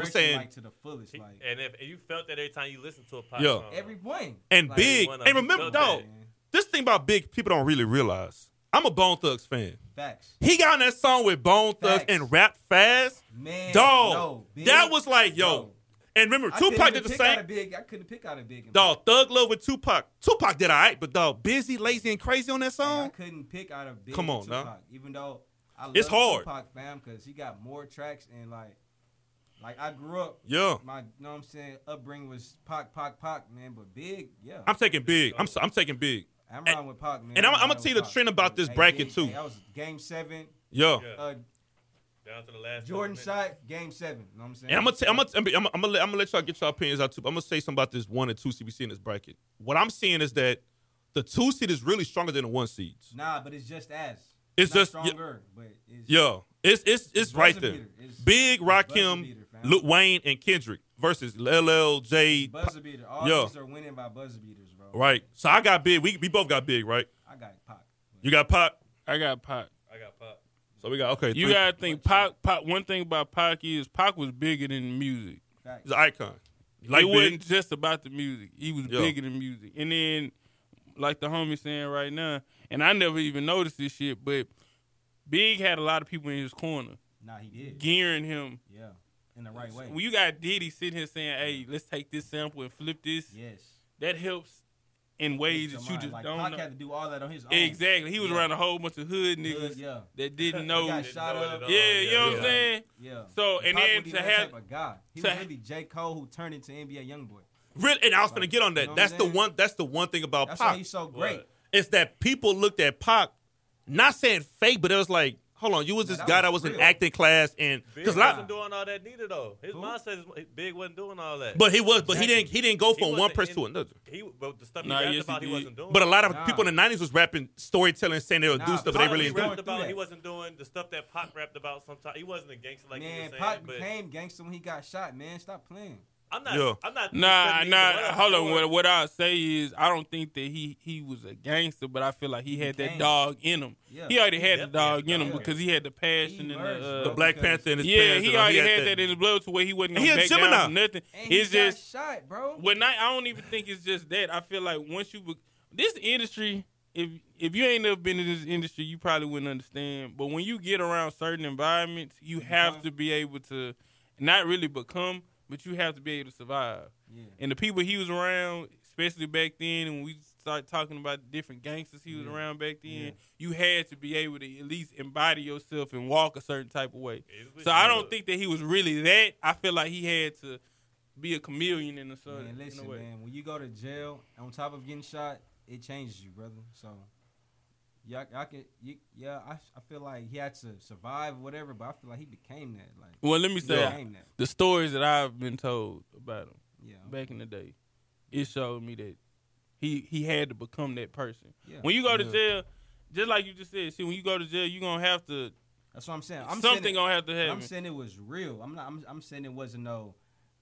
Speaker 3: expression,
Speaker 1: saying,
Speaker 3: like to the fullest. Like
Speaker 4: And if and you felt that every time you listened to a Pac
Speaker 1: Yeah.
Speaker 4: song,
Speaker 3: every point.
Speaker 1: and
Speaker 3: like,
Speaker 1: big,
Speaker 4: one of
Speaker 1: and
Speaker 4: them
Speaker 1: remember,
Speaker 4: felt that.
Speaker 1: dog, this thing about big, people don't really realize. I'm a Bone Thugs fan.
Speaker 3: Facts.
Speaker 1: He got on that song with Bone Thugs
Speaker 3: Facts.
Speaker 1: and rap fast,
Speaker 3: Man,
Speaker 1: dog.
Speaker 3: no, Big,
Speaker 1: that was like, yo.
Speaker 3: no.
Speaker 1: And remember,
Speaker 3: I couldn't
Speaker 1: Tupac
Speaker 3: even
Speaker 1: did the
Speaker 3: pick
Speaker 1: same.
Speaker 3: Out a big, I couldn't pick out a big. in
Speaker 1: Dog, Thug Love with Tupac. Tupac did all right, but dog, busy, lazy, and crazy on that
Speaker 3: my- I
Speaker 1: song.
Speaker 3: couldn't pick out a big.
Speaker 1: Come on, nah.
Speaker 3: Tupac, Even though I love
Speaker 1: It's hard.
Speaker 3: Tupac fam because he got more tracks and like, like I grew up.
Speaker 1: Yeah.
Speaker 3: My, you know what I'm saying, upbringing was Pac, Pac, Pac, man. But big, yeah.
Speaker 1: I'm taking big. I'm so- I'm taking big.
Speaker 3: I'm riding with Pac, man.
Speaker 1: and I'm- I'ma
Speaker 3: riding
Speaker 1: tell you
Speaker 3: with
Speaker 1: the
Speaker 3: Pac.
Speaker 1: trend about this
Speaker 3: Hey,
Speaker 1: bracket,
Speaker 3: Big,
Speaker 1: too.
Speaker 3: Hey, that was game seven.
Speaker 1: Yeah.
Speaker 4: Yeah.
Speaker 3: Uh,
Speaker 4: down to the last
Speaker 3: Jordan
Speaker 4: couple minutes.
Speaker 3: shot game seven. You know what I'm saying?
Speaker 1: And I'm gonna, t- I'm gonna, I'm gonna, I'm gonna, let, I'm gonna let y'all get your opinions out too. But I'm gonna say something about this one and two CBC in this bracket. What I'm seeing is that the two seed is really stronger than the one seeds.
Speaker 3: Nah, but it's just as.
Speaker 1: It's
Speaker 3: Not
Speaker 1: just- yeah.
Speaker 3: stronger, but it's
Speaker 1: Yeah, it's it's it's,
Speaker 3: buzzer
Speaker 1: right there.
Speaker 3: beater. It's
Speaker 1: Big
Speaker 3: buzzer
Speaker 1: Rakim,
Speaker 3: beater, fam.
Speaker 1: Luke Wayne, and Kendrick versus LLJ.
Speaker 3: Buzzer beater. All
Speaker 1: Yeah.
Speaker 3: these are winning by buzzer beaters, bro.
Speaker 1: Right. So I got big. We we both got big. Right.
Speaker 3: I got Pac.
Speaker 1: You got pop.
Speaker 2: I got Pac.
Speaker 4: I got Pac.
Speaker 1: So we got okay.
Speaker 2: You
Speaker 1: three-
Speaker 2: gotta think Pac. Pac. One thing about Pac is Pac was bigger than music.
Speaker 3: Facts.
Speaker 1: He's an icon. You Like
Speaker 2: it
Speaker 1: big.
Speaker 2: wasn't just about the music. He was
Speaker 1: Yeah.
Speaker 2: bigger than music. And then, like the homie saying right now, and I never even noticed this shit, but Big had a lot of people in his corner
Speaker 3: Nah, he did.
Speaker 2: gearing him.
Speaker 3: Yeah, in the right way.
Speaker 2: When you got Diddy sitting here saying, "Hey, let's take this sample and flip this,"
Speaker 3: yes.
Speaker 2: that helps in ways
Speaker 3: Your
Speaker 2: that you
Speaker 3: mind.
Speaker 2: just
Speaker 3: like,
Speaker 2: don't
Speaker 3: Pac
Speaker 2: know.
Speaker 3: had to do all that on his own.
Speaker 2: Exactly. He was
Speaker 3: Yeah.
Speaker 2: around a whole bunch of hood
Speaker 3: Hood,
Speaker 2: niggas
Speaker 3: yeah,
Speaker 2: that didn't
Speaker 3: He
Speaker 2: know.
Speaker 3: got
Speaker 2: Yeah,
Speaker 4: Didn't
Speaker 3: shot
Speaker 4: know it
Speaker 3: up.
Speaker 4: at all.
Speaker 2: you know what
Speaker 1: yeah.
Speaker 2: I'm saying?
Speaker 3: yeah.
Speaker 2: So, and
Speaker 3: Pac
Speaker 2: then
Speaker 3: was
Speaker 2: to
Speaker 3: even that
Speaker 2: have-
Speaker 3: type of guy. He
Speaker 2: to
Speaker 3: was
Speaker 2: ha-
Speaker 3: really J Cole who turned into NBA YoungBoy.
Speaker 1: Really, and I was gonna get on
Speaker 3: You
Speaker 1: that.
Speaker 3: know what
Speaker 1: That's
Speaker 3: I'm
Speaker 1: the
Speaker 3: saying?
Speaker 1: one. That's the one thing about
Speaker 3: That's why
Speaker 1: pop.
Speaker 3: he's so great.
Speaker 1: It's that people looked at Pac, not saying fake, but it was like, Hold on, you was
Speaker 3: Man,
Speaker 1: this
Speaker 3: that
Speaker 1: guy
Speaker 3: was
Speaker 1: that was in
Speaker 3: real.
Speaker 1: acting class and
Speaker 4: Big
Speaker 1: because
Speaker 4: wasn't doing all that neither though. His
Speaker 3: Who?
Speaker 4: mindset is Big wasn't doing all that.
Speaker 1: but he was, but he
Speaker 3: Exactly.
Speaker 1: didn't, he didn't go
Speaker 4: He
Speaker 1: from one
Speaker 4: wasn't
Speaker 1: person to
Speaker 4: in-
Speaker 1: another.
Speaker 4: he but the stuff he
Speaker 2: Nah, yes,
Speaker 4: rapped
Speaker 2: he
Speaker 4: about he,
Speaker 2: did. uh,
Speaker 4: wasn't doing.
Speaker 1: But a lot of
Speaker 3: Nah.
Speaker 1: people in the '90s was rapping storytelling, saying they would do
Speaker 3: Nah,
Speaker 1: stuff, but
Speaker 4: Part
Speaker 1: they
Speaker 4: of what
Speaker 1: really
Speaker 4: he
Speaker 1: didn't do.
Speaker 4: rapped
Speaker 1: it.
Speaker 3: it.
Speaker 4: about.
Speaker 3: Through
Speaker 4: He
Speaker 3: that.
Speaker 4: wasn't doing the stuff that Pac rapped about. Sometimes he wasn't a gangster like you
Speaker 3: man,
Speaker 4: was saying.
Speaker 3: Pac
Speaker 4: But
Speaker 3: gangster when he got shot. Man, stop playing.
Speaker 4: I'm not.
Speaker 1: Yeah.
Speaker 4: I'm not.
Speaker 2: Nah,
Speaker 4: defending what
Speaker 2: nah.
Speaker 4: I'm
Speaker 2: Hold on.
Speaker 4: doing.
Speaker 2: What, what I say is, I don't think that he he was a gangster, but I feel like he had that
Speaker 3: Gang.
Speaker 2: dog in him.
Speaker 3: Yeah,
Speaker 2: He already had the
Speaker 4: definitely had
Speaker 2: dog in
Speaker 4: the
Speaker 2: him
Speaker 3: dog.
Speaker 2: because he had the passion and
Speaker 3: merged,
Speaker 2: the, uh,
Speaker 1: The
Speaker 3: bro.
Speaker 1: Black
Speaker 3: Because-
Speaker 1: Panther and his
Speaker 2: yeah.
Speaker 1: parents,
Speaker 2: He
Speaker 1: and all-
Speaker 2: already had, that. in his blood to where he wasn't
Speaker 1: And
Speaker 2: gonna
Speaker 1: he a
Speaker 2: back down
Speaker 1: Gemini.
Speaker 2: for nothing.
Speaker 3: And he
Speaker 2: it's
Speaker 3: got
Speaker 2: just
Speaker 3: shot, bro.
Speaker 2: Well, not, I don't even think it's just that. I feel like once you be, this industry, if if you ain't never been in this industry, you probably wouldn't understand. But when you get around certain environments, you have
Speaker 3: Mhm.
Speaker 2: to be able to not really become, but you have to be able to survive.
Speaker 3: Yeah.
Speaker 2: And the people he was around, especially back then, and we started talking about different gangsters he was
Speaker 3: Yeah.
Speaker 2: around back then,
Speaker 3: Yeah.
Speaker 2: you had to be able to at least embody yourself and walk a certain type of way.
Speaker 4: It's what
Speaker 2: So I
Speaker 4: you
Speaker 2: don't
Speaker 4: do.
Speaker 2: think that he was really that. I feel like he had to be a chameleon in the sun.
Speaker 3: Man, listen,
Speaker 2: in a way.
Speaker 3: man. When you go to jail, on top of getting shot, it changes you, brother. So, yeah, I, I can. You, yeah, I, I feel like he had to survive, whatever. But I feel like he became that. Like
Speaker 2: Well, let me
Speaker 3: he
Speaker 2: say
Speaker 3: became that.
Speaker 2: the stories that I've been told about him
Speaker 3: Yeah,
Speaker 2: back in the day. It showed me that he he had to become that person.
Speaker 3: yeah.
Speaker 2: When you go to
Speaker 1: Yeah.
Speaker 2: jail, just like you just said, see, when you go to jail, you gonna have to
Speaker 3: That's what I'm saying. I'm
Speaker 2: something
Speaker 3: saying it,
Speaker 2: gonna have to
Speaker 3: I'm
Speaker 2: happen.
Speaker 3: saying it was real. I'm not. I'm, I'm saying it wasn't no.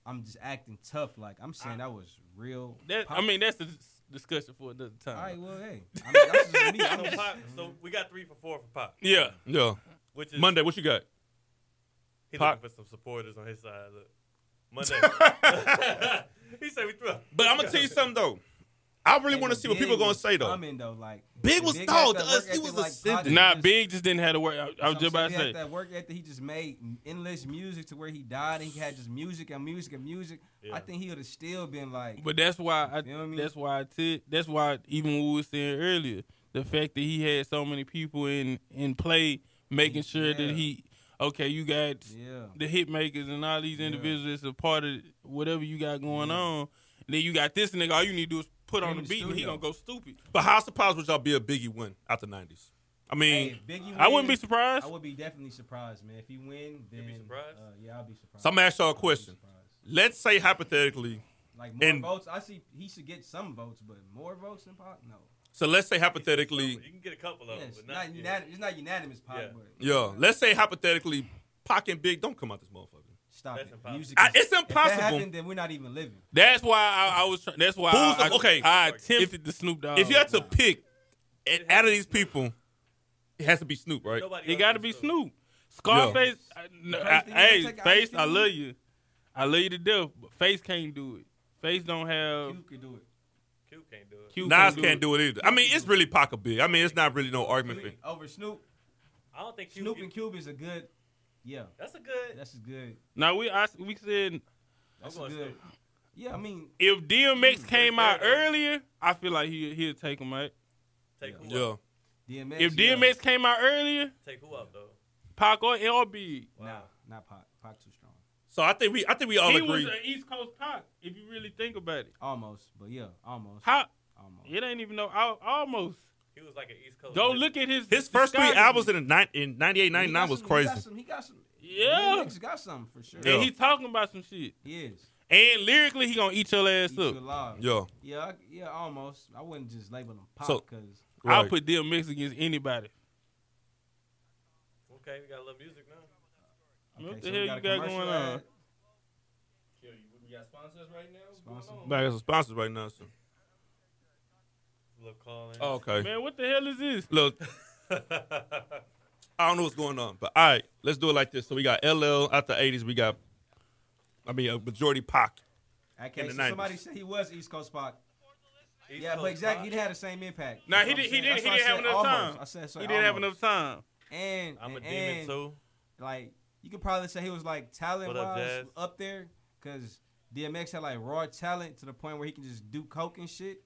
Speaker 3: I'm just acting tough. Like I'm saying that was real.
Speaker 2: That, I
Speaker 3: pop-
Speaker 2: mean, that's the discussion for another time.
Speaker 3: all right. Well, hey. I mean, that's just me. I'm
Speaker 4: So,
Speaker 3: just,
Speaker 4: Pac, so we got three for four for Pac.
Speaker 2: Yeah,
Speaker 1: Yeah,
Speaker 4: Which is
Speaker 1: Monday, what you got?
Speaker 4: He
Speaker 1: Pac.
Speaker 4: looking for some supporters on his side. Look. Monday. he said we threw. up.
Speaker 1: But I'm gonna tell you something though. I really
Speaker 3: hey,
Speaker 1: want to
Speaker 3: but
Speaker 1: see what
Speaker 3: Big
Speaker 1: people gonna
Speaker 3: was
Speaker 1: say though.
Speaker 3: Coming though, like
Speaker 1: Big was
Speaker 3: had
Speaker 1: dog
Speaker 3: that
Speaker 1: to us.
Speaker 3: work
Speaker 1: He was
Speaker 3: ethic,
Speaker 1: a
Speaker 3: Pac
Speaker 1: symbol.
Speaker 3: did
Speaker 2: nah,
Speaker 3: just-
Speaker 2: Big just didn't have to work. I, I was
Speaker 3: So
Speaker 2: just
Speaker 3: I'm
Speaker 2: about to
Speaker 3: saying
Speaker 2: say.
Speaker 3: he had that work ethic. He just made endless music to where he died, and he had just music and music and music.
Speaker 4: Yeah.
Speaker 3: I think he would have still been like,
Speaker 2: But that's why I,
Speaker 3: You know what I mean?
Speaker 2: that's why I t- that's why even what we were saying earlier, the fact that he had so many people in in play, making sure that
Speaker 3: Yeah.
Speaker 2: he okay, you got
Speaker 3: yeah,
Speaker 2: the hit makers and all these
Speaker 3: Yeah.
Speaker 2: individuals that's a part of whatever you got going
Speaker 3: Yeah.
Speaker 2: on. And then you got this nigga, all you need to do is put
Speaker 3: Him
Speaker 2: on the
Speaker 3: in the
Speaker 2: beat and he
Speaker 3: studio.
Speaker 2: gonna go stupid.
Speaker 1: But how surprised would y'all be a Biggie win out the '90s? I mean,
Speaker 3: Hey, Biggie
Speaker 2: I wouldn't be
Speaker 3: wins,
Speaker 2: surprised.
Speaker 3: I would be definitely surprised, man. If he win, then
Speaker 4: You'd be surprised?
Speaker 3: Uh, yeah, I'll be surprised.
Speaker 1: So I'm gonna ask y'all a
Speaker 3: I'll be
Speaker 1: question.
Speaker 3: surprised.
Speaker 1: let's say hypothetically.
Speaker 3: Like more
Speaker 1: And-
Speaker 3: votes, I see he should get some votes, but more votes than Pac, no.
Speaker 1: So let's say
Speaker 4: you
Speaker 1: hypothetically,
Speaker 4: can get a couple of
Speaker 3: Yeah,
Speaker 4: them,
Speaker 3: it's,
Speaker 4: but
Speaker 3: not
Speaker 4: not, yeah.
Speaker 3: unani- it's not unanimous, Pac.
Speaker 4: Yeah.
Speaker 3: But
Speaker 1: yeah. Let's say hypothetically, Pac and Big don't come out this motherfucker.
Speaker 3: stop
Speaker 4: That's
Speaker 3: it.
Speaker 4: impossible.
Speaker 3: Music
Speaker 1: I,
Speaker 3: is-
Speaker 1: it's
Speaker 3: if that
Speaker 1: impossible.
Speaker 3: happened, then we're not even living.
Speaker 2: that's why I, I was. Try- that's why
Speaker 1: Who's
Speaker 2: I,
Speaker 1: the-
Speaker 2: I-
Speaker 1: okay.
Speaker 2: I attempted the Snoop Dogg.
Speaker 1: if you had to pick a- out of these people, it has to be Snoop, right?
Speaker 4: Nobody
Speaker 2: It
Speaker 4: else
Speaker 2: got to
Speaker 4: can
Speaker 2: be
Speaker 4: do it.
Speaker 2: Snoop. Scarface. I- no,
Speaker 3: First
Speaker 2: I-
Speaker 3: thing you
Speaker 2: Hey,
Speaker 3: gonna take
Speaker 2: Face,
Speaker 3: Ice-T?
Speaker 2: I love you. I love you to death, but Face can't do it. Face don't have.
Speaker 3: You could do it.
Speaker 4: Q can't do it.
Speaker 2: Q
Speaker 1: Nas can't do it either. I mean, it's really Pac or Big. I mean, it's not really no argument. For,
Speaker 3: Over Snoop,
Speaker 4: I don't think Q.
Speaker 3: Snoop and Cube is a good, yeah,
Speaker 4: that's a good.
Speaker 3: that's a good.
Speaker 2: Now we I, we said
Speaker 3: That's
Speaker 4: I'm
Speaker 3: a
Speaker 4: going
Speaker 3: good.
Speaker 4: Snoop.
Speaker 3: Yeah, I mean,
Speaker 2: if
Speaker 1: Mm,
Speaker 2: DMX came out
Speaker 4: better.
Speaker 2: earlier, I feel like he he'll take him out.
Speaker 4: Take who
Speaker 1: yeah.
Speaker 4: out?
Speaker 3: DMX.
Speaker 2: If
Speaker 3: yeah.
Speaker 2: DMX came out earlier,
Speaker 4: Take who out though?
Speaker 2: Pac or or Big.
Speaker 3: nah,
Speaker 4: Wow.
Speaker 3: not Pac. Pac too strong.
Speaker 1: So I think we, I think we all
Speaker 2: He was
Speaker 1: agree.
Speaker 2: an East Coast Pac. If you really think about it,
Speaker 3: Almost, but yeah, almost.
Speaker 2: how
Speaker 3: Almost.
Speaker 2: it ain't even no al- almost.
Speaker 4: He was like an East Coast.
Speaker 2: Go
Speaker 4: nigga.
Speaker 2: look at his
Speaker 1: His first three
Speaker 2: discography.
Speaker 1: albums in the nine, in 98,
Speaker 3: He got
Speaker 1: 99 was
Speaker 3: some-
Speaker 1: crazy.
Speaker 3: He got some. He got some
Speaker 2: Yeah.
Speaker 3: DMX got something for sure.
Speaker 1: Yeah.
Speaker 2: and he's talking about some shit.
Speaker 3: He is.
Speaker 2: And lyrically, he gonna eat your ass
Speaker 3: He's
Speaker 2: up.
Speaker 3: alive.
Speaker 1: Yeah.
Speaker 3: Yeah, I, yeah, almost. I wouldn't just label him Pac
Speaker 1: So-
Speaker 3: because
Speaker 2: I'll
Speaker 1: Right.
Speaker 2: put DMX against anybody.
Speaker 4: Okay, we got a little music now.
Speaker 2: What the hell you got going on?
Speaker 6: We got sponsors right now.
Speaker 3: Sponsor.
Speaker 1: Man, got some sponsors right now. So.
Speaker 4: A little call in.
Speaker 1: Oh, okay.
Speaker 2: Man, what the hell is this?
Speaker 1: Look, I don't know what's going on, but all right, let's do it like this. So we got LL out the 80s. We got, I mean, a majority Pac.
Speaker 3: Okay,
Speaker 1: In the
Speaker 3: so
Speaker 1: 90s.
Speaker 3: somebody said he was East Coast Pac.
Speaker 4: East
Speaker 3: yeah,
Speaker 4: Coast
Speaker 3: but exactly,
Speaker 4: Pac.
Speaker 3: he had the same impact.
Speaker 2: Nah,
Speaker 3: That's
Speaker 2: he
Speaker 3: what I'm
Speaker 2: did- he
Speaker 3: saying.
Speaker 2: didn't-
Speaker 3: That's why
Speaker 2: he
Speaker 3: I
Speaker 2: didn't have
Speaker 3: said
Speaker 2: enough
Speaker 3: almost.
Speaker 2: time.
Speaker 3: I said so
Speaker 2: He didn't have
Speaker 3: almost.
Speaker 2: enough time.
Speaker 3: And
Speaker 4: I'm a
Speaker 3: and,
Speaker 4: demon too.
Speaker 3: Like you could probably say he was like talent
Speaker 4: What up,
Speaker 3: wise
Speaker 4: Jazz?
Speaker 3: up there because DMX had like raw talent to the point where he can just do coke and shit,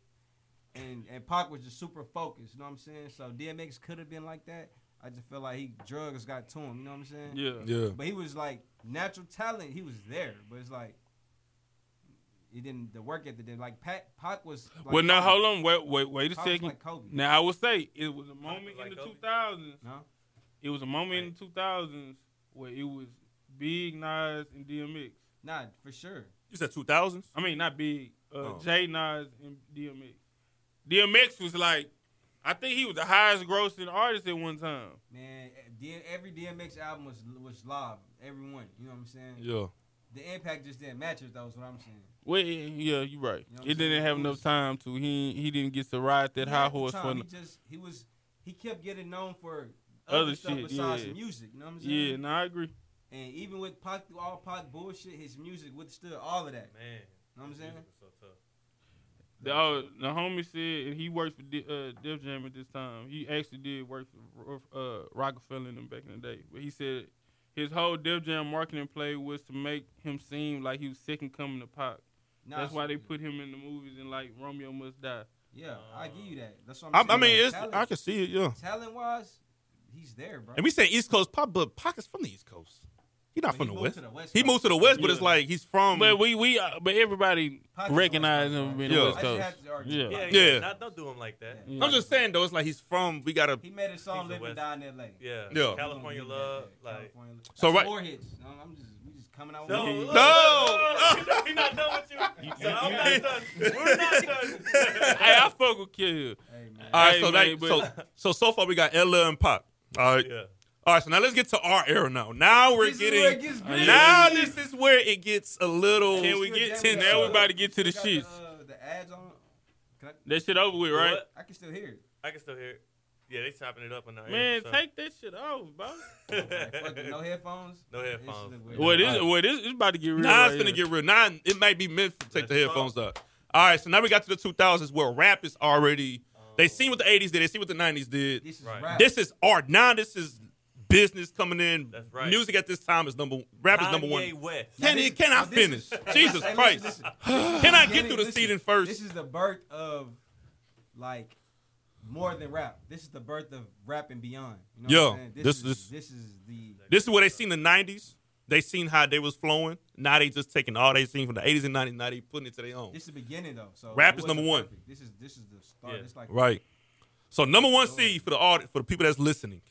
Speaker 3: and and Pac was just super focused. You know what I'm saying? So DMX could have been like that. I just feel like he drugs got to him. You know what I'm saying?
Speaker 2: Yeah.
Speaker 1: Yeah.
Speaker 3: But he was like natural talent. He was there, but it's like it didn't the work at the day. Like Pac, Pac was. Like,
Speaker 2: well, now
Speaker 3: Kobe.
Speaker 2: hold on. Wait, wait, wait a
Speaker 3: Pac was
Speaker 2: second.
Speaker 3: like Kobe.
Speaker 2: now I will say it was a moment
Speaker 4: Like
Speaker 2: in the
Speaker 4: Kobe?
Speaker 2: 2000s.
Speaker 3: No.
Speaker 2: It was a moment in the two thousands where it was Big Nas and DMX.
Speaker 3: Nah, for sure.
Speaker 1: You said 2000s?
Speaker 2: I mean, not Big, uh,
Speaker 1: Oh.
Speaker 2: Jay Nas and DMX. DMX was like, I think he was the highest grossing artist at one time.
Speaker 3: Man, eh, D- every DMX album was was live. Every one. You know what I'm saying?
Speaker 1: Yeah.
Speaker 3: The impact just didn't match it. That was what I'm saying.
Speaker 2: Well, yeah, you're right.
Speaker 3: You know what
Speaker 2: it
Speaker 3: I'm
Speaker 2: didn't
Speaker 3: saying?
Speaker 2: have
Speaker 3: It
Speaker 2: enough
Speaker 3: was-
Speaker 2: time to. He he didn't get to ride that
Speaker 3: Yeah,
Speaker 2: high
Speaker 3: at the
Speaker 2: horse
Speaker 3: time,
Speaker 2: for.
Speaker 3: He
Speaker 2: no-
Speaker 3: just he was he kept getting known for other,
Speaker 2: Other
Speaker 3: stuff
Speaker 2: shit,
Speaker 3: besides
Speaker 2: yeah.
Speaker 3: music. You know what I'm saying?
Speaker 2: Yeah, no, I agree.
Speaker 3: And even with Pac through all Pac bullshit, his music withstood all of that.
Speaker 4: Man.
Speaker 3: You know what I'm
Speaker 4: his
Speaker 3: saying?
Speaker 4: music was so tough.
Speaker 2: The, uh, the homie said, and he worked for D- uh, Def Jam at this time. He actually did work for uh, Rockefeller and them back in the day. But he said his whole Def Jam marketing play was to make him seem like he was second coming to Pac.
Speaker 3: Nah,
Speaker 2: That's why they put him in the movies and like Romeo Must Die.
Speaker 3: Yeah, I give you that. That's what
Speaker 1: I,
Speaker 3: I'm
Speaker 1: I
Speaker 3: saying.
Speaker 1: mean, it's,
Speaker 3: talent,
Speaker 1: I can see it, yeah.
Speaker 3: talent wise, he's there, bro.
Speaker 1: And we say East Coast Pop, but Pac is from the East Coast. He's not
Speaker 3: But
Speaker 1: from the
Speaker 3: he moved
Speaker 1: West.
Speaker 3: to the West
Speaker 1: He
Speaker 3: Coast.
Speaker 1: moved to the West, but
Speaker 2: Yeah.
Speaker 1: it's like he's from.
Speaker 2: But we we uh, but everybody
Speaker 3: Pac's from the
Speaker 2: recognize
Speaker 3: West Coast,
Speaker 2: him
Speaker 3: bro.
Speaker 2: being
Speaker 1: Yeah.
Speaker 2: the West
Speaker 3: I just
Speaker 2: Coast.
Speaker 3: had to argue.
Speaker 2: Yeah.
Speaker 4: Yeah,
Speaker 1: Yeah.
Speaker 4: yeah. Not, don't do him like that.
Speaker 3: Yeah.
Speaker 1: I'm just saying though, it's like he's from. We gotta.
Speaker 3: He made a song
Speaker 4: He's the
Speaker 3: living
Speaker 4: West.
Speaker 3: down in LA.
Speaker 4: Yeah.
Speaker 1: Yeah.
Speaker 4: California
Speaker 3: Yeah,
Speaker 4: love.
Speaker 3: yeah,
Speaker 4: Like.
Speaker 3: California love.
Speaker 1: So
Speaker 3: That's
Speaker 1: right-
Speaker 3: more hits. No, I'm just we just coming out.
Speaker 4: No,
Speaker 3: with
Speaker 4: look, look,
Speaker 3: hits.
Speaker 1: No!
Speaker 4: look, look, We're not done with you. So I'm not done. We're not done.
Speaker 2: hey, I fuck with Kill.
Speaker 3: Hey man,
Speaker 1: All right,
Speaker 2: Hey,
Speaker 1: so,
Speaker 2: man,
Speaker 1: that,
Speaker 2: but-
Speaker 1: so so so far we got Ella and Pop. All right,
Speaker 4: Yeah.
Speaker 1: all right. So now let's get to our era now. Now we're
Speaker 3: This is
Speaker 1: getting.
Speaker 3: where it gets good.
Speaker 1: now this is where it gets a little.
Speaker 2: Can we
Speaker 3: Still
Speaker 2: get
Speaker 3: jamming
Speaker 2: to
Speaker 3: that
Speaker 2: now?
Speaker 3: shit.
Speaker 2: Everybody get to the
Speaker 3: Got
Speaker 2: shits.
Speaker 3: uh, the ads on. Can I,
Speaker 2: That shit over with, right?
Speaker 4: What?
Speaker 3: I can still hear it.
Speaker 4: I can still hear it. Yeah, they chopping it up in our
Speaker 2: Man,
Speaker 4: ears, so.
Speaker 2: take that shit off, bro.
Speaker 3: Like, fuck it, no headphones.
Speaker 4: No
Speaker 3: This
Speaker 4: headphones.
Speaker 3: shit weird.
Speaker 2: What is what is it's about to get real?
Speaker 1: Now
Speaker 2: right
Speaker 1: it's gonna
Speaker 2: here.
Speaker 1: get real. Now it might be meant to take the
Speaker 4: Let's
Speaker 1: headphones up. All right, so now we got to the 2000s where rap is already. They seen what the 80s did. They seen what the 90s did.
Speaker 3: This is
Speaker 4: Right.
Speaker 3: rap.
Speaker 1: This is art. Now this is business coming in.
Speaker 4: That's right.
Speaker 1: Music at this time is number. Rap is number
Speaker 4: Kanye
Speaker 1: one.
Speaker 4: West.
Speaker 3: Now
Speaker 1: Can,
Speaker 3: this-
Speaker 1: can I
Speaker 3: now this
Speaker 1: finish?
Speaker 3: is-
Speaker 1: Jesus
Speaker 3: Hey, listen,
Speaker 1: Christ!
Speaker 3: listen.
Speaker 1: Can I get
Speaker 3: Kenny,
Speaker 1: through the
Speaker 3: listen,
Speaker 1: season first?
Speaker 3: This is the birth of like more than rap. This is the birth of rap and beyond. You know
Speaker 1: Yeah,
Speaker 3: what I'm saying?
Speaker 1: this
Speaker 3: is
Speaker 1: is-
Speaker 3: this is the
Speaker 1: This is where they seen the '90s. They seen how they was flowing. Now they just taking all they seen from the '80s and '90s. Now they putting it to their own.
Speaker 3: this is the beginning though. So
Speaker 1: Rap
Speaker 3: it
Speaker 1: is
Speaker 3: wasn't
Speaker 1: number one.
Speaker 3: perfect. This is this is the start.
Speaker 4: Yeah.
Speaker 3: It's like
Speaker 1: Right. So number one seed for the audit for the people that's listening.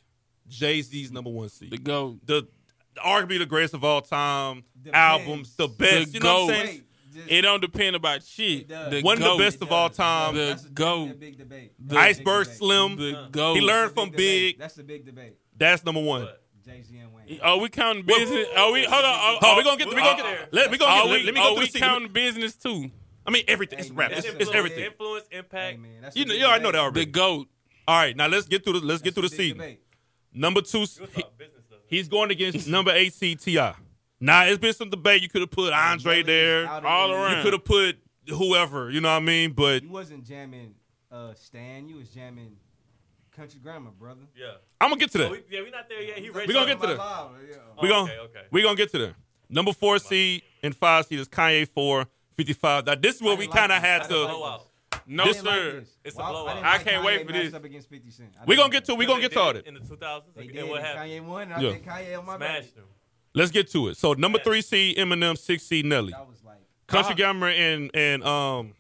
Speaker 1: Jay Z's number one
Speaker 2: the
Speaker 1: seed.
Speaker 2: go.
Speaker 1: The, the arguably the greatest of all time
Speaker 3: The
Speaker 1: albums, the
Speaker 3: best.
Speaker 1: best.
Speaker 2: The
Speaker 1: you know what I'm saying?
Speaker 2: goat.
Speaker 3: Wait, just-
Speaker 2: It don't depend about shit.
Speaker 3: It does.
Speaker 2: The
Speaker 1: One of the
Speaker 2: GOAT.
Speaker 1: best of all
Speaker 3: does.
Speaker 1: time.
Speaker 3: That's a-
Speaker 2: The GOAT.
Speaker 3: that's a big debate.
Speaker 2: The
Speaker 3: That's a big
Speaker 1: Iceberg
Speaker 3: debate.
Speaker 1: Slim.
Speaker 2: The
Speaker 4: Huh.
Speaker 2: go.
Speaker 1: He learned
Speaker 3: That's a
Speaker 1: from
Speaker 3: debate.
Speaker 1: Big. oh,
Speaker 3: That's the big debate.
Speaker 1: That's number one.
Speaker 4: But-
Speaker 3: Jay Z and Wayne.
Speaker 2: Are we counting business? Are we hold on? Are,
Speaker 1: Oh, we gonna get. We
Speaker 4: We'll
Speaker 1: gonna
Speaker 4: get
Speaker 1: get.
Speaker 4: there.
Speaker 1: Let me go.
Speaker 2: Are
Speaker 1: Get,
Speaker 2: we,
Speaker 1: let, let me
Speaker 2: are
Speaker 1: go through
Speaker 2: we
Speaker 1: the season.
Speaker 2: counting business too?
Speaker 1: I mean everything. It's
Speaker 3: Hey,
Speaker 1: rap.
Speaker 3: man,
Speaker 1: It's,
Speaker 4: That's
Speaker 3: that's
Speaker 1: it's
Speaker 4: influence-
Speaker 1: everything.
Speaker 4: Influence, impact.
Speaker 3: Hey, man, that's
Speaker 1: You
Speaker 3: a
Speaker 1: know,
Speaker 3: big
Speaker 1: you already know
Speaker 3: debate.
Speaker 1: that
Speaker 2: The
Speaker 1: already.
Speaker 2: goat.
Speaker 1: All right, now let's get through. The, let's get through
Speaker 3: That's a
Speaker 1: the
Speaker 3: big
Speaker 1: seed.
Speaker 3: debate.
Speaker 1: Number two.
Speaker 4: You was
Speaker 1: he-
Speaker 4: talking business though.
Speaker 1: He's going against number eight CTI. Now it's been some debate. You could have put Andre
Speaker 3: Melly
Speaker 1: there.
Speaker 3: is out of
Speaker 2: all
Speaker 3: the league.
Speaker 2: around.
Speaker 1: You could have put whoever. You know what I mean? But
Speaker 3: You wasn't jamming uh, Stan. You was jamming Country Grammar, brother.
Speaker 4: yeah.
Speaker 1: I'm gonna get to
Speaker 4: Oh,
Speaker 1: that.
Speaker 4: we, yeah, we're not there yet. He
Speaker 3: We're
Speaker 4: ready.
Speaker 1: We gonna get to
Speaker 3: the
Speaker 1: that.
Speaker 4: Oh,
Speaker 1: We gonna
Speaker 4: okay, okay.
Speaker 1: we gonna get to that. Number four seed and five seed is Kanye four. 55. Now, this is where
Speaker 3: I
Speaker 1: we
Speaker 3: like
Speaker 1: kind of
Speaker 3: this.
Speaker 1: had
Speaker 4: That's a
Speaker 1: to.
Speaker 4: blowout.
Speaker 2: No
Speaker 1: This-
Speaker 2: sir.
Speaker 4: It's a blowout.
Speaker 2: I can't wait for this.
Speaker 3: Up against 50 Cent. I
Speaker 1: We gonna
Speaker 3: didn't like
Speaker 1: get to.
Speaker 3: that.
Speaker 1: We gonna get
Speaker 4: They
Speaker 1: to all
Speaker 4: did
Speaker 1: that.
Speaker 4: in the 2000s.
Speaker 3: They did,
Speaker 4: and what
Speaker 3: and
Speaker 4: happened?
Speaker 3: Kanye won, and
Speaker 1: Yeah.
Speaker 3: I think Kanye on my back.
Speaker 4: Smashed them.
Speaker 1: Let's get to it. So number
Speaker 4: Yeah.
Speaker 1: three seed Eminem, six seed Nelly,
Speaker 3: That was like
Speaker 1: Country
Speaker 2: Uh-huh.
Speaker 1: Grammar, and and um.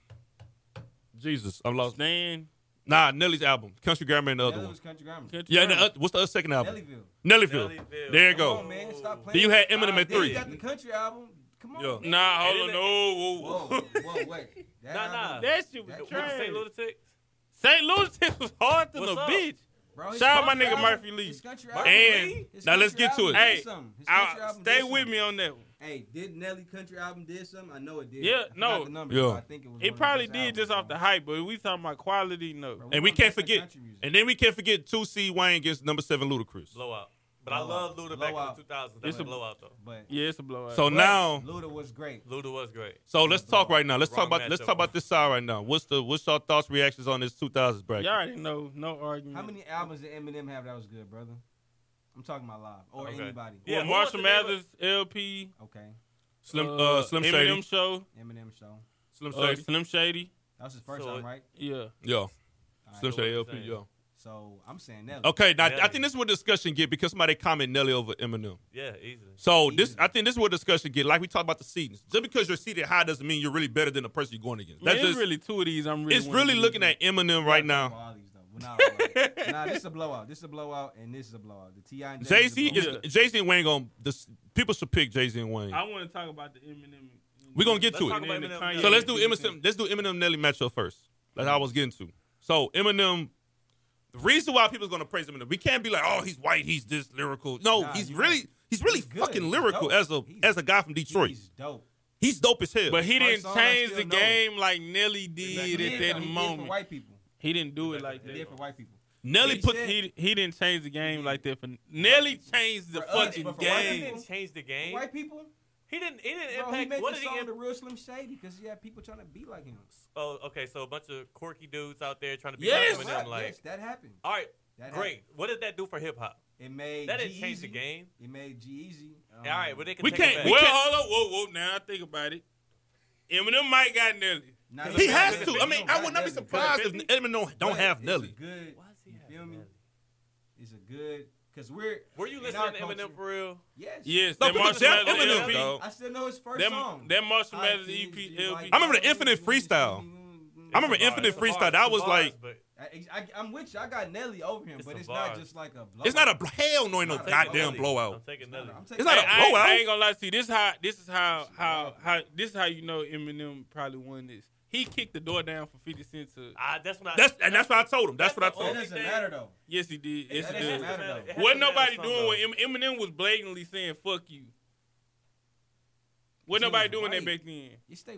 Speaker 1: Jesus, I'm lost.
Speaker 2: Stan.
Speaker 1: Nah, Nelly's album, Country Grammar, and the other
Speaker 3: Nelly
Speaker 1: one.
Speaker 3: was Country Grammar.
Speaker 2: Country
Speaker 1: Yeah, and the,
Speaker 2: Grammar.
Speaker 1: oth- what's the other second album?
Speaker 3: Nellyville.
Speaker 1: Nellyville.
Speaker 4: Nellyville.
Speaker 1: There you
Speaker 4: Come
Speaker 1: go.
Speaker 3: Come on, man, stop playing.
Speaker 1: Then you had Eminem
Speaker 3: Then
Speaker 1: at
Speaker 3: you
Speaker 1: three.
Speaker 3: got the country album. Come on.
Speaker 1: Yeah.
Speaker 3: man.
Speaker 2: Nah,
Speaker 4: Hey,
Speaker 2: hold on.
Speaker 4: they-
Speaker 2: No, whoa, whoa.
Speaker 3: Whoa, whoa, wait. That
Speaker 4: Nah, nah.
Speaker 3: album-
Speaker 2: That shit was
Speaker 3: That-
Speaker 2: trash.
Speaker 4: St. Lunatic.
Speaker 2: St. Louis was hard than
Speaker 4: What's
Speaker 2: a
Speaker 4: up?
Speaker 2: bitch.
Speaker 3: Bro, his
Speaker 2: Shout out my
Speaker 3: country
Speaker 2: nigga
Speaker 3: album-
Speaker 2: Murphy Lee.
Speaker 3: his country
Speaker 4: Murphy
Speaker 1: And-
Speaker 3: album- his
Speaker 1: now let's
Speaker 3: country
Speaker 1: get to
Speaker 3: album
Speaker 1: it.
Speaker 3: did
Speaker 2: Hey,
Speaker 3: something. His
Speaker 2: I-
Speaker 3: country album
Speaker 2: stay
Speaker 3: did
Speaker 2: with
Speaker 3: something.
Speaker 2: me on that one.
Speaker 3: Hey, did Nelly country album did something? I know it did.
Speaker 2: Yeah,
Speaker 3: I forgot
Speaker 2: no.
Speaker 3: the number,
Speaker 1: Yeah.
Speaker 3: but I think it was. one of
Speaker 2: It
Speaker 3: the
Speaker 2: probably
Speaker 3: best
Speaker 2: did
Speaker 3: albums,
Speaker 2: just off
Speaker 3: bro.
Speaker 2: the hype, but we talking about quality, no.
Speaker 3: Bro,
Speaker 1: And we
Speaker 3: gonna
Speaker 1: can't
Speaker 3: miss that
Speaker 1: forget-
Speaker 3: country music.
Speaker 1: And then we can't forget two C Wayne against number seven Ludacris.
Speaker 4: Blowout. But I love Luda back
Speaker 3: Blowout.
Speaker 4: in the 2000s. That
Speaker 2: It's
Speaker 4: was a
Speaker 2: a-
Speaker 4: blowout though.
Speaker 3: But
Speaker 2: Yeah, it's a blowout.
Speaker 1: So
Speaker 3: but
Speaker 1: now,
Speaker 3: Luda was great.
Speaker 4: Luda was great.
Speaker 1: so let's talk right now. Let's talk
Speaker 4: Wrong
Speaker 1: about let's
Speaker 4: matchup.
Speaker 1: talk about this side right now. What's the what's your thoughts, reactions on this 2000s bracket?
Speaker 2: y'all already know, no argument.
Speaker 3: How many albums did Eminem have that was good, brother? I'm talking about live or
Speaker 4: Okay.
Speaker 3: anybody.
Speaker 4: Yeah,
Speaker 2: Well,
Speaker 4: who
Speaker 2: Marshall
Speaker 4: was the name
Speaker 2: Mathers, LP,
Speaker 3: Okay,
Speaker 1: Slim uh, Slim Shady,
Speaker 2: Eminem Show,
Speaker 3: Eminem show.
Speaker 1: Slim
Speaker 2: uh,
Speaker 1: Shady,
Speaker 2: Slim Shady.
Speaker 3: That was his first
Speaker 4: So
Speaker 3: album,
Speaker 4: it-
Speaker 3: right?
Speaker 2: Yeah,
Speaker 1: yeah,
Speaker 3: All
Speaker 1: Slim
Speaker 3: right.
Speaker 4: So
Speaker 1: Shady
Speaker 4: what
Speaker 1: LP,
Speaker 4: you
Speaker 1: yeah.
Speaker 3: So I'm saying Nelly.
Speaker 1: Okay, now I
Speaker 4: Nelly.
Speaker 1: think this is where discussion get because somebody comment Nelly over Eminem.
Speaker 4: Yeah, easily.
Speaker 1: So this,
Speaker 3: Easy.
Speaker 1: I think this is where discussion get. Like we talked about the seedings. Just because you're seated high doesn't mean you're really better than the person you're going against. That's
Speaker 2: Man, it's
Speaker 1: just,
Speaker 2: really two of these. I'm really.
Speaker 1: it's really
Speaker 2: wanting to
Speaker 1: looking
Speaker 2: do.
Speaker 1: at Eminem right
Speaker 3: All
Speaker 1: now.
Speaker 3: these, though. When nah, bro. nah, this is a blowout. This is a blowout, and this is a blowout. The Ti and
Speaker 1: Jay Z
Speaker 3: is. a
Speaker 1: is
Speaker 3: blowout.
Speaker 1: Jay Z and Wayne going. This people should pick Jay Z and Wayne.
Speaker 2: I want to talk about the Eminem.
Speaker 1: We're gonna get
Speaker 4: Let's
Speaker 1: to
Speaker 4: talk
Speaker 1: it.
Speaker 4: about Eminem.
Speaker 2: Kanye
Speaker 1: So let's do
Speaker 2: beef and-
Speaker 1: Eminem. Let's do Eminem Nelly matchup first. That's how I was getting to. So Eminem. The reason why people's gonna praise Eminem, we can't be like, oh, he's white, he's this lyrical. No,
Speaker 3: Nah,
Speaker 1: he's
Speaker 3: you-
Speaker 1: really, he's really
Speaker 3: he's good.
Speaker 1: fucking
Speaker 3: He's
Speaker 1: lyrical
Speaker 3: dope.
Speaker 1: as a
Speaker 3: He's-
Speaker 1: as a guy from Detroit.
Speaker 3: He's dope.
Speaker 1: He's dope as hell.
Speaker 2: But he
Speaker 3: First
Speaker 2: didn't
Speaker 3: song, I
Speaker 2: change
Speaker 3: still
Speaker 2: the
Speaker 3: know it.
Speaker 2: game like Nelly did
Speaker 3: He
Speaker 2: at
Speaker 3: did
Speaker 2: that
Speaker 3: for- he did for
Speaker 2: moment.
Speaker 3: white people.
Speaker 2: He didn't do it like
Speaker 3: He did for
Speaker 2: that.
Speaker 3: white people.
Speaker 1: Nelly
Speaker 3: he
Speaker 1: put
Speaker 3: said-
Speaker 2: He he didn't change the game like that. For Nelly changed the
Speaker 3: For us,
Speaker 2: fucking
Speaker 3: but for white
Speaker 4: He
Speaker 2: game.
Speaker 3: people-
Speaker 4: didn't change the
Speaker 3: For
Speaker 4: game.
Speaker 3: White people.
Speaker 4: He didn't. He didn't
Speaker 3: Bro, he
Speaker 4: impact.
Speaker 3: made
Speaker 4: What
Speaker 3: the
Speaker 4: did he?
Speaker 3: song
Speaker 4: Imp-
Speaker 3: the real Slim Shady because he had people trying to be like him.
Speaker 4: oh, okay. So a bunch of quirky dudes out there trying to be
Speaker 1: Yes.
Speaker 4: like
Speaker 3: Right,
Speaker 4: Eminem. Like,
Speaker 3: yes, that happened.
Speaker 4: all right,
Speaker 3: That
Speaker 4: great. What did that do for hip hop?
Speaker 3: happened. It made
Speaker 4: That didn't change the
Speaker 3: G-Eazy.
Speaker 4: game.
Speaker 3: It made G-Eazy. Um,
Speaker 4: All right, but they can
Speaker 1: we
Speaker 4: take it
Speaker 1: can't-
Speaker 4: back.
Speaker 1: we
Speaker 2: Well,
Speaker 1: can't-
Speaker 2: hold up, whoa, whoa. Now I think about it. Eminem might got Nelly.
Speaker 3: nah,
Speaker 1: He
Speaker 4: He
Speaker 1: has
Speaker 4: has
Speaker 1: to. I mean, I would not be surprised if Eminem don't, don't have Nelly.
Speaker 3: Good.
Speaker 4: Why does he
Speaker 3: You
Speaker 4: have
Speaker 3: feel me?
Speaker 4: Nelly?
Speaker 3: It's a good because we're
Speaker 4: Were you
Speaker 3: in
Speaker 4: listening
Speaker 3: our
Speaker 4: to
Speaker 3: culture-
Speaker 4: Eminem for real?
Speaker 3: Yes.
Speaker 2: Yes,
Speaker 1: No,
Speaker 2: that
Speaker 1: people
Speaker 2: Marshmallow
Speaker 1: said Eminem,
Speaker 2: LP.
Speaker 1: dog.
Speaker 3: I still know his first
Speaker 2: That,
Speaker 3: song.
Speaker 2: that Marshall
Speaker 3: High
Speaker 2: Mathers E
Speaker 1: E
Speaker 3: T's,
Speaker 2: EP.
Speaker 3: you like-
Speaker 1: I remember the Infinite Freestyle. I remember
Speaker 4: It's a bar,
Speaker 1: Infinite
Speaker 4: it's a bar,
Speaker 1: Freestyle.
Speaker 4: it's
Speaker 1: That
Speaker 4: a
Speaker 1: was
Speaker 4: bars,
Speaker 1: like-
Speaker 4: but
Speaker 3: I, I, I'm with you. I got Nelly over him,
Speaker 4: It's
Speaker 3: but
Speaker 4: a
Speaker 3: it's
Speaker 4: bar.
Speaker 3: not just like a blow.
Speaker 1: It's not a bl- hell no, ain't no
Speaker 3: It's not a
Speaker 1: goddamn
Speaker 4: Nelly. I'm
Speaker 1: blowout.
Speaker 4: taking
Speaker 3: No,
Speaker 4: Nelly.
Speaker 3: no, I'm taking
Speaker 1: It's not a
Speaker 2: Hey, I, ain't-
Speaker 1: blowout.
Speaker 2: I ain't gonna lie to you. This is how this is how how how this is how you know Eminem probably won this. He kicked the door down for Fifty Cent to.
Speaker 4: Ah, that's when I.
Speaker 1: That's and that's what I told him. That's what I
Speaker 4: That's the
Speaker 1: told
Speaker 3: It
Speaker 1: him.
Speaker 3: doesn't matter though.
Speaker 2: Yes, he did. Yes,
Speaker 3: That
Speaker 2: he
Speaker 4: It has
Speaker 3: doesn't
Speaker 2: did.
Speaker 4: to
Speaker 3: matter,
Speaker 4: matter.
Speaker 3: though.
Speaker 4: It has
Speaker 2: Wasn't
Speaker 4: to matter
Speaker 2: nobody
Speaker 4: some,
Speaker 2: doing what
Speaker 4: though.
Speaker 2: Em- Eminem was blatantly saying "fuck you." Wasn't
Speaker 3: He
Speaker 2: nobody
Speaker 3: was
Speaker 2: doing that
Speaker 3: white.
Speaker 2: back then.
Speaker 3: You stay.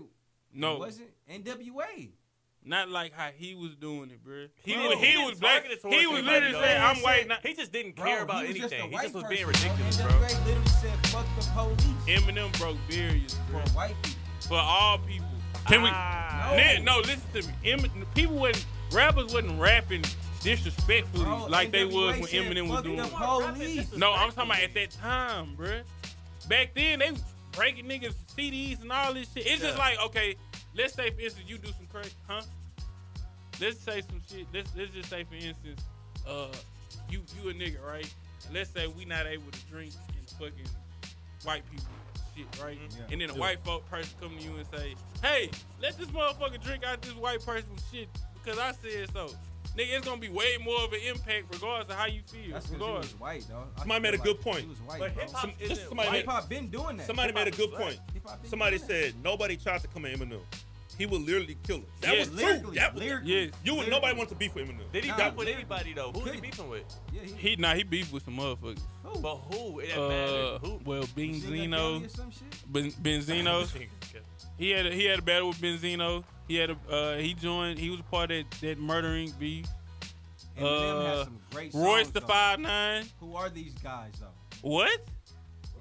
Speaker 2: No,
Speaker 3: it wasn't NWA.
Speaker 2: not like how he was doing it, bro. He
Speaker 4: Bro,
Speaker 2: was
Speaker 4: he
Speaker 2: he
Speaker 4: didn't
Speaker 2: was black.
Speaker 4: target it towards
Speaker 2: He was
Speaker 4: anybody,
Speaker 2: literally
Speaker 4: though.
Speaker 2: saying, "I'm white." Now.
Speaker 4: He just didn't
Speaker 3: Bro,
Speaker 4: care about
Speaker 3: he was just a
Speaker 4: anything. He
Speaker 3: white
Speaker 4: just was being
Speaker 3: person,
Speaker 4: ridiculous,
Speaker 3: bro.
Speaker 4: bro.
Speaker 3: NWA literally said, "Fuck the police."
Speaker 2: Eminem broke barriers bro,
Speaker 3: For white people.
Speaker 2: for all people.
Speaker 1: Can we?
Speaker 4: Ah,
Speaker 3: No.
Speaker 2: Nah, no, listen to me. Em- people wasn't rappers wasn't rapping disrespectfully
Speaker 3: Bro,
Speaker 2: like they
Speaker 3: NWA
Speaker 2: was when
Speaker 3: said,
Speaker 2: Eminem was
Speaker 3: "Fuck
Speaker 2: doing.
Speaker 3: the
Speaker 2: it.
Speaker 4: Come on, rap it.
Speaker 3: police."
Speaker 4: This is
Speaker 2: No, I'm
Speaker 4: rap.
Speaker 2: talking about at that time, bruh. Back then, they was breaking niggas' CDs and all this shit. It's just
Speaker 4: Yeah.
Speaker 2: like, okay, let's say for instance, you do some crazy, huh? Let's say some shit. Let's let's just say for instance, uh, you you a nigga, right? And let's say we not able to drink and fucking white people shit, right?
Speaker 3: Yeah.
Speaker 2: And then a white folk person come to you and say, hey, let this motherfucker drink out this white person's shit because I said so. Nigga, it's gonna be way more of an impact regardless of how you feel.
Speaker 3: That's because he
Speaker 2: regardless.
Speaker 3: was white, dog. I
Speaker 1: Somebody made a
Speaker 3: feel
Speaker 1: good
Speaker 3: like
Speaker 1: point.
Speaker 3: He was white,
Speaker 4: But
Speaker 3: bro.
Speaker 4: hip hop
Speaker 1: Some-
Speaker 4: isn't
Speaker 1: somebody
Speaker 4: white.
Speaker 1: made-
Speaker 3: hip-hop been doing that.
Speaker 1: Somebody made a good point.
Speaker 3: Hip-hop been
Speaker 1: Somebody
Speaker 3: doing that.
Speaker 1: said nobody tried to come at Eminem. He would literally kill him. That
Speaker 2: Yeah,
Speaker 1: was true.
Speaker 3: lyrically,
Speaker 1: That was,
Speaker 3: lyrically,
Speaker 2: Yes.
Speaker 1: you would
Speaker 3: lyrically.
Speaker 1: nobody wants to beef with Eminem.
Speaker 4: Did he
Speaker 3: Nah.
Speaker 4: beef with anybody though? Who was he
Speaker 3: Couldn't.
Speaker 4: beefing with?
Speaker 3: Yeah, he,
Speaker 2: He nah, he beef with some motherfuckers.
Speaker 3: who?
Speaker 4: But who? It didn't
Speaker 2: Uh,
Speaker 4: matter. Who?
Speaker 2: well,
Speaker 3: Or
Speaker 2: Benzino,
Speaker 3: some shit?
Speaker 2: ben, Benzino. He had a, he had a battle with Benzino. He had a uh, he joined. He was a part of that, that murdering beef.
Speaker 3: Eminem
Speaker 2: Uh,
Speaker 3: has some great songs,
Speaker 2: Royce the
Speaker 3: though.
Speaker 2: five nine.
Speaker 3: Who are these guys though?
Speaker 2: What?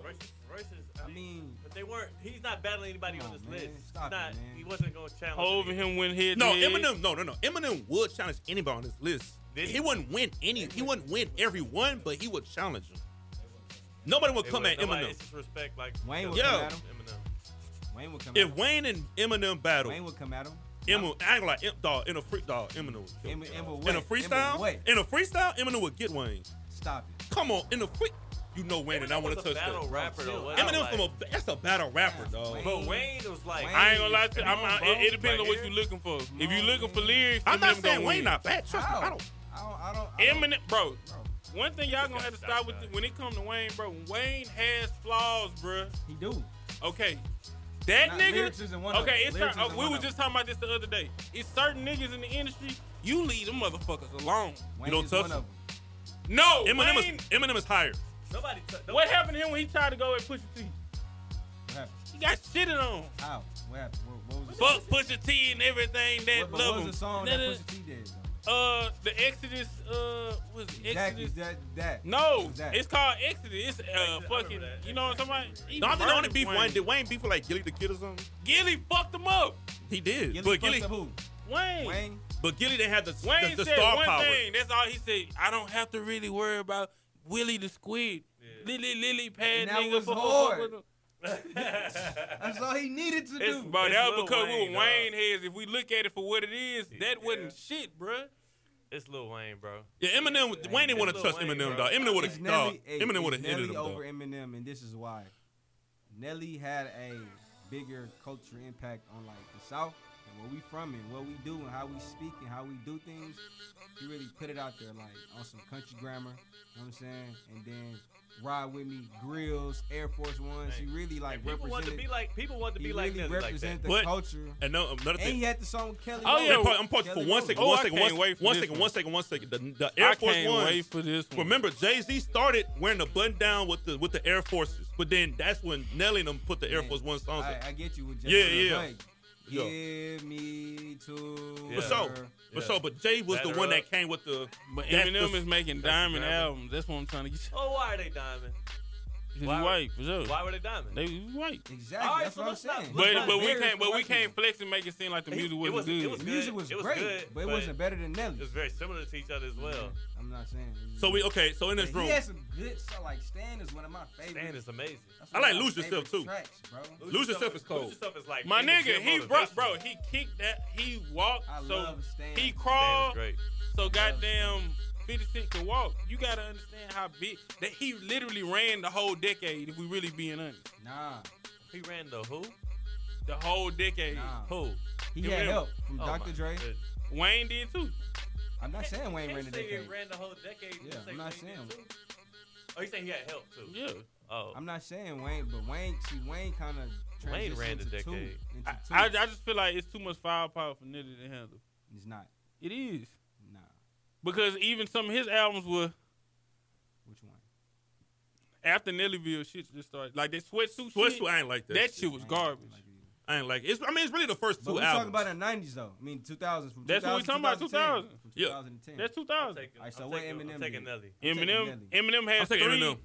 Speaker 4: Royce is- Royce is-
Speaker 3: I mean,
Speaker 4: but they weren't. He's not battling anybody
Speaker 3: Come
Speaker 4: on
Speaker 3: on,
Speaker 4: this
Speaker 3: man.
Speaker 4: list. He's
Speaker 3: Stop it,
Speaker 4: not.
Speaker 3: man.
Speaker 4: He wasn't going to challenge.
Speaker 2: Over
Speaker 4: anybody.
Speaker 2: him went head.
Speaker 1: No,
Speaker 2: to head.
Speaker 1: Eminem. No, no, no. Eminem would challenge anybody on this list.
Speaker 4: Did he?
Speaker 1: he? wouldn't win any. He wouldn't win everyone, but he would challenge him. Nobody would
Speaker 4: They
Speaker 1: come
Speaker 4: were-
Speaker 1: at
Speaker 4: nobody-
Speaker 1: Eminem.
Speaker 4: It's disrespect. Like
Speaker 3: Wayne would
Speaker 1: Yo.
Speaker 3: come at him.
Speaker 4: Eminem.
Speaker 3: Wayne would come at
Speaker 1: If
Speaker 3: him.
Speaker 1: Wayne and Eminem battle,
Speaker 3: Wayne would come at him.
Speaker 1: Eminem, I ain't gonna lie, Em- dog, in a free dog, Eminem would kill. him.
Speaker 3: Emma, Emma,
Speaker 1: In a freestyle,
Speaker 3: Wait,
Speaker 1: in a freestyle, Eminem would get Wayne.
Speaker 3: stop it.
Speaker 1: Come on, in a free, you know Wayne, and I
Speaker 4: Eminem
Speaker 1: want to
Speaker 4: was a
Speaker 1: touch that.
Speaker 4: battle rapper though.
Speaker 3: Chill.
Speaker 4: wasn't he?
Speaker 1: Eminem
Speaker 4: Like-
Speaker 1: from a that's a battle rapper,
Speaker 3: Yeah,
Speaker 1: dog.
Speaker 3: Wayne.
Speaker 4: But Wayne was like.
Speaker 3: Wayne-
Speaker 2: I ain't gonna lie to you. I'm,
Speaker 4: Come on,
Speaker 2: I,
Speaker 4: bro.
Speaker 2: it, it depends on
Speaker 4: Right
Speaker 2: what
Speaker 4: here.
Speaker 2: you're looking for. If you're
Speaker 3: on,
Speaker 2: looking for
Speaker 3: man.
Speaker 2: lyrics,
Speaker 1: I'm not
Speaker 2: Eminem
Speaker 1: saying
Speaker 2: gonna
Speaker 1: Wayne
Speaker 2: win.
Speaker 1: not bad. Trust me, I
Speaker 3: How?
Speaker 1: don't.
Speaker 3: I don't. I don't. I don't-
Speaker 2: Eminem, bro.
Speaker 3: Bro,
Speaker 2: One thing y'all gonna have to stop with when it comes to Wayne, bro. Wayne has flaws, bruh.
Speaker 3: he do.
Speaker 2: Okay. That
Speaker 3: Nah,
Speaker 2: nigga.
Speaker 3: lyrics isn't one of
Speaker 2: okay,
Speaker 3: them.
Speaker 2: it's
Speaker 3: Lyrics
Speaker 2: certain- we
Speaker 3: isn't one
Speaker 2: were
Speaker 3: of them.
Speaker 2: just talking about this the other day. It's certain niggas in the industry. You leave them motherfuckers alone.
Speaker 3: Wayne
Speaker 1: don't
Speaker 3: is
Speaker 1: touch
Speaker 3: one of them.
Speaker 2: No,
Speaker 1: Eminem
Speaker 2: Wayne-
Speaker 1: is Eminem is higher.
Speaker 4: Nobody. t-
Speaker 2: What happened to him when he tried to go at Pusha T?
Speaker 3: What happened?
Speaker 2: He got shitted on.
Speaker 3: How? What happened? What, what was the
Speaker 2: Fuck Pusha T and everything that
Speaker 3: What, but
Speaker 2: love
Speaker 3: what
Speaker 2: him.
Speaker 3: was the song
Speaker 2: Nah,
Speaker 3: that
Speaker 2: nah,
Speaker 3: Pusha T did? Though?
Speaker 2: uh, the Exodus. Uh, was it
Speaker 3: Exactly.
Speaker 2: Exodus?
Speaker 3: That. That.
Speaker 2: No,
Speaker 3: Who's that?
Speaker 2: it's called Exodus. It's uh,
Speaker 4: remember
Speaker 2: fucking.
Speaker 4: that.
Speaker 2: You know what I'm talking about? He
Speaker 1: No, I think the only
Speaker 2: murdered
Speaker 1: beef Wayne.
Speaker 2: Wayne.
Speaker 1: did Wayne beef with like Gilly the Kid or something.
Speaker 2: Gilly fucked him up.
Speaker 1: He did,
Speaker 3: Gilly
Speaker 1: but
Speaker 3: fucked
Speaker 1: Gilly,
Speaker 3: up who?
Speaker 2: Wayne. Wayne,
Speaker 3: Wayne.
Speaker 1: but Gilly didn't have the, the- the,
Speaker 2: said
Speaker 1: star
Speaker 2: one
Speaker 1: power.
Speaker 2: thing. That's all he said. I don't have to really worry about Willie the Squid.
Speaker 4: Yeah.
Speaker 2: Lily, Lily, pad
Speaker 3: And that
Speaker 2: nigga.
Speaker 3: was
Speaker 2: for- for-
Speaker 3: hard.
Speaker 2: for- for-
Speaker 3: That's all he needed to
Speaker 4: It's
Speaker 3: do.
Speaker 2: Bro, that
Speaker 4: Lil
Speaker 2: was because we
Speaker 4: Wayne,
Speaker 2: were
Speaker 4: dog.
Speaker 2: Wayne heads. If we look at it for what it is, that
Speaker 4: Yeah.
Speaker 2: wasn't shit, bruh.
Speaker 4: It's Lil Wayne, bro.
Speaker 1: Yeah, Eminem, Wayne didn't want to
Speaker 4: Lil
Speaker 1: touch
Speaker 4: Wayne,
Speaker 1: Eminem,
Speaker 4: bro.
Speaker 1: dog. Eminem would
Speaker 3: It's
Speaker 1: have, dog.
Speaker 3: Nelly, hey,
Speaker 1: Eminem
Speaker 3: it's
Speaker 1: would have ended
Speaker 3: Nelly
Speaker 1: him,
Speaker 3: over
Speaker 1: dog.
Speaker 3: Eminem, and this is why. Nelly had a bigger culture impact on like the South where we from and what we do and how we speak and how we do things. You really put it out there like on some country grammar, you know what I'm saying? And then ride with me, grills, Air Force Ones. He really like
Speaker 4: People want to
Speaker 3: represented.
Speaker 4: be like people want to
Speaker 3: he
Speaker 4: be like
Speaker 3: really
Speaker 4: this. Like
Speaker 3: represent
Speaker 4: that.
Speaker 3: the
Speaker 1: But-
Speaker 3: culture.
Speaker 1: And no, another
Speaker 3: And
Speaker 1: thing.
Speaker 3: he had the song with Kelly.
Speaker 2: Oh,
Speaker 3: Rowland.
Speaker 2: yeah,
Speaker 1: I'm pa- I'm pausing for
Speaker 3: Kelly
Speaker 1: one
Speaker 3: Rowland.
Speaker 1: second.
Speaker 2: Oh,
Speaker 1: one
Speaker 2: I
Speaker 1: second,
Speaker 2: can't
Speaker 1: one-
Speaker 2: wait for
Speaker 1: one
Speaker 2: this
Speaker 1: second,
Speaker 2: one.
Speaker 1: one second, one second. The, the
Speaker 2: Air
Speaker 1: Air
Speaker 2: I
Speaker 1: Force
Speaker 2: can't
Speaker 1: Ones.
Speaker 2: wait for this one.
Speaker 1: Remember, Jay Z started wearing the button down with the with the Air Forces, but then that's when Nelly and them put the Air
Speaker 3: Yeah.
Speaker 1: Force One songs.
Speaker 3: I,
Speaker 1: up.
Speaker 3: I get you with Jay.
Speaker 1: Yeah, yeah. Yeah.
Speaker 3: Give me to.
Speaker 4: For
Speaker 1: sure.
Speaker 3: her.
Speaker 1: But
Speaker 4: Yeah.
Speaker 1: so, but Jay was the
Speaker 4: Batter
Speaker 1: one
Speaker 4: up.
Speaker 1: that came with the.
Speaker 2: But
Speaker 1: that's
Speaker 2: Eminem
Speaker 1: the-
Speaker 2: is making
Speaker 4: that's the
Speaker 2: diamond
Speaker 4: grabber.
Speaker 2: albums. That's what I'm trying to get.
Speaker 4: Oh, why are they diamond?
Speaker 2: His
Speaker 4: Why-
Speaker 2: wife, for sure.
Speaker 4: Why were they diamond?
Speaker 2: They was white.
Speaker 3: Exactly.
Speaker 4: All right,
Speaker 3: that's
Speaker 4: so
Speaker 3: what I'm
Speaker 4: let's not- let's
Speaker 3: saying.
Speaker 2: But
Speaker 4: not
Speaker 2: but we
Speaker 3: Very
Speaker 2: can't but we
Speaker 3: flexible.
Speaker 2: can't flex and make it seem like the
Speaker 4: It-
Speaker 2: music
Speaker 4: it
Speaker 2: wasn't
Speaker 4: wasn't- it
Speaker 2: good.
Speaker 3: The
Speaker 4: wasn't-
Speaker 3: music
Speaker 4: good.
Speaker 3: was
Speaker 4: It was
Speaker 3: great,
Speaker 4: good,
Speaker 3: but it
Speaker 4: but-
Speaker 3: wasn't better than Nelly.
Speaker 4: It was very similar to each other as well.
Speaker 3: I'm not saying.
Speaker 1: So we okay. So in this
Speaker 3: But
Speaker 1: room,
Speaker 3: He had some good stuff. Like Stan is one of my favorites.
Speaker 4: Stan is amazing.
Speaker 3: That's
Speaker 1: I
Speaker 3: one
Speaker 1: like
Speaker 3: of my
Speaker 1: Lose Yourself,
Speaker 3: favorite
Speaker 1: too.
Speaker 3: Tracks, bro.
Speaker 1: Lose Yourself is cold.
Speaker 4: Lose yourself is like
Speaker 2: My
Speaker 4: energy
Speaker 2: nigga,
Speaker 4: and
Speaker 2: he brought bro.
Speaker 4: motivation.
Speaker 2: He kicked that. He walked.
Speaker 3: I
Speaker 2: so
Speaker 3: love Stan.
Speaker 2: he
Speaker 4: Stan is
Speaker 2: crawled.
Speaker 4: great.
Speaker 2: So goddamn, Fifty Cent could walk. You gotta understand how big that he literally ran the whole decade. If we really being honest,
Speaker 3: Nah,
Speaker 4: He ran the who?
Speaker 2: the whole decade.
Speaker 3: nah.
Speaker 4: Who?
Speaker 3: He
Speaker 2: Give
Speaker 3: had
Speaker 2: him-
Speaker 3: help from
Speaker 4: Oh,
Speaker 3: Dr.
Speaker 4: my
Speaker 3: Dre.
Speaker 4: goodness.
Speaker 2: Wayne did too.
Speaker 3: I'm not saying Wayne
Speaker 4: Can't
Speaker 3: ran the
Speaker 4: say he
Speaker 3: decade.
Speaker 4: ran the whole decade. You
Speaker 3: Yeah,
Speaker 4: say
Speaker 3: I'm not
Speaker 4: Wayne
Speaker 3: saying-
Speaker 4: did too? Oh, you saying he had help too?
Speaker 2: Yeah.
Speaker 4: Oh,
Speaker 3: I'm not saying Wayne, but Wayne, see, Wayne kind of
Speaker 4: Wayne ran the
Speaker 3: Two,
Speaker 4: decade.
Speaker 3: into
Speaker 2: I,
Speaker 3: two.
Speaker 2: I, I just feel like it's too much firepower for Nitty to handle.
Speaker 3: He's not.
Speaker 2: It is
Speaker 3: Nah.
Speaker 2: because even some of his albums were
Speaker 3: Which one?
Speaker 2: after Nellyville shit just started. Like that sweatsuit.
Speaker 1: Sweat
Speaker 2: shit,
Speaker 1: Suit, I ain't like that.
Speaker 2: that
Speaker 1: shit.
Speaker 2: shit was
Speaker 3: Wayne,
Speaker 2: garbage.
Speaker 3: like you.
Speaker 1: I ain't like it. It's, I mean, it's really the first
Speaker 3: But
Speaker 1: two
Speaker 3: we
Speaker 1: albums.
Speaker 3: talking about the '90s though. I mean, 2000s. From
Speaker 2: That's what we
Speaker 3: 2000,
Speaker 2: talking about,
Speaker 3: 2010, From
Speaker 1: Yeah.
Speaker 3: 2010.
Speaker 2: That's two
Speaker 4: I'm
Speaker 2: thousand.
Speaker 4: taking.
Speaker 3: Alright, so
Speaker 4: I'm
Speaker 3: what
Speaker 4: taking- I'm
Speaker 3: Eminem
Speaker 4: taking
Speaker 3: did?
Speaker 4: Nelly.
Speaker 3: I'm taking
Speaker 2: Eminem. Eminem has
Speaker 1: I'm taking
Speaker 2: three.
Speaker 1: Eminem.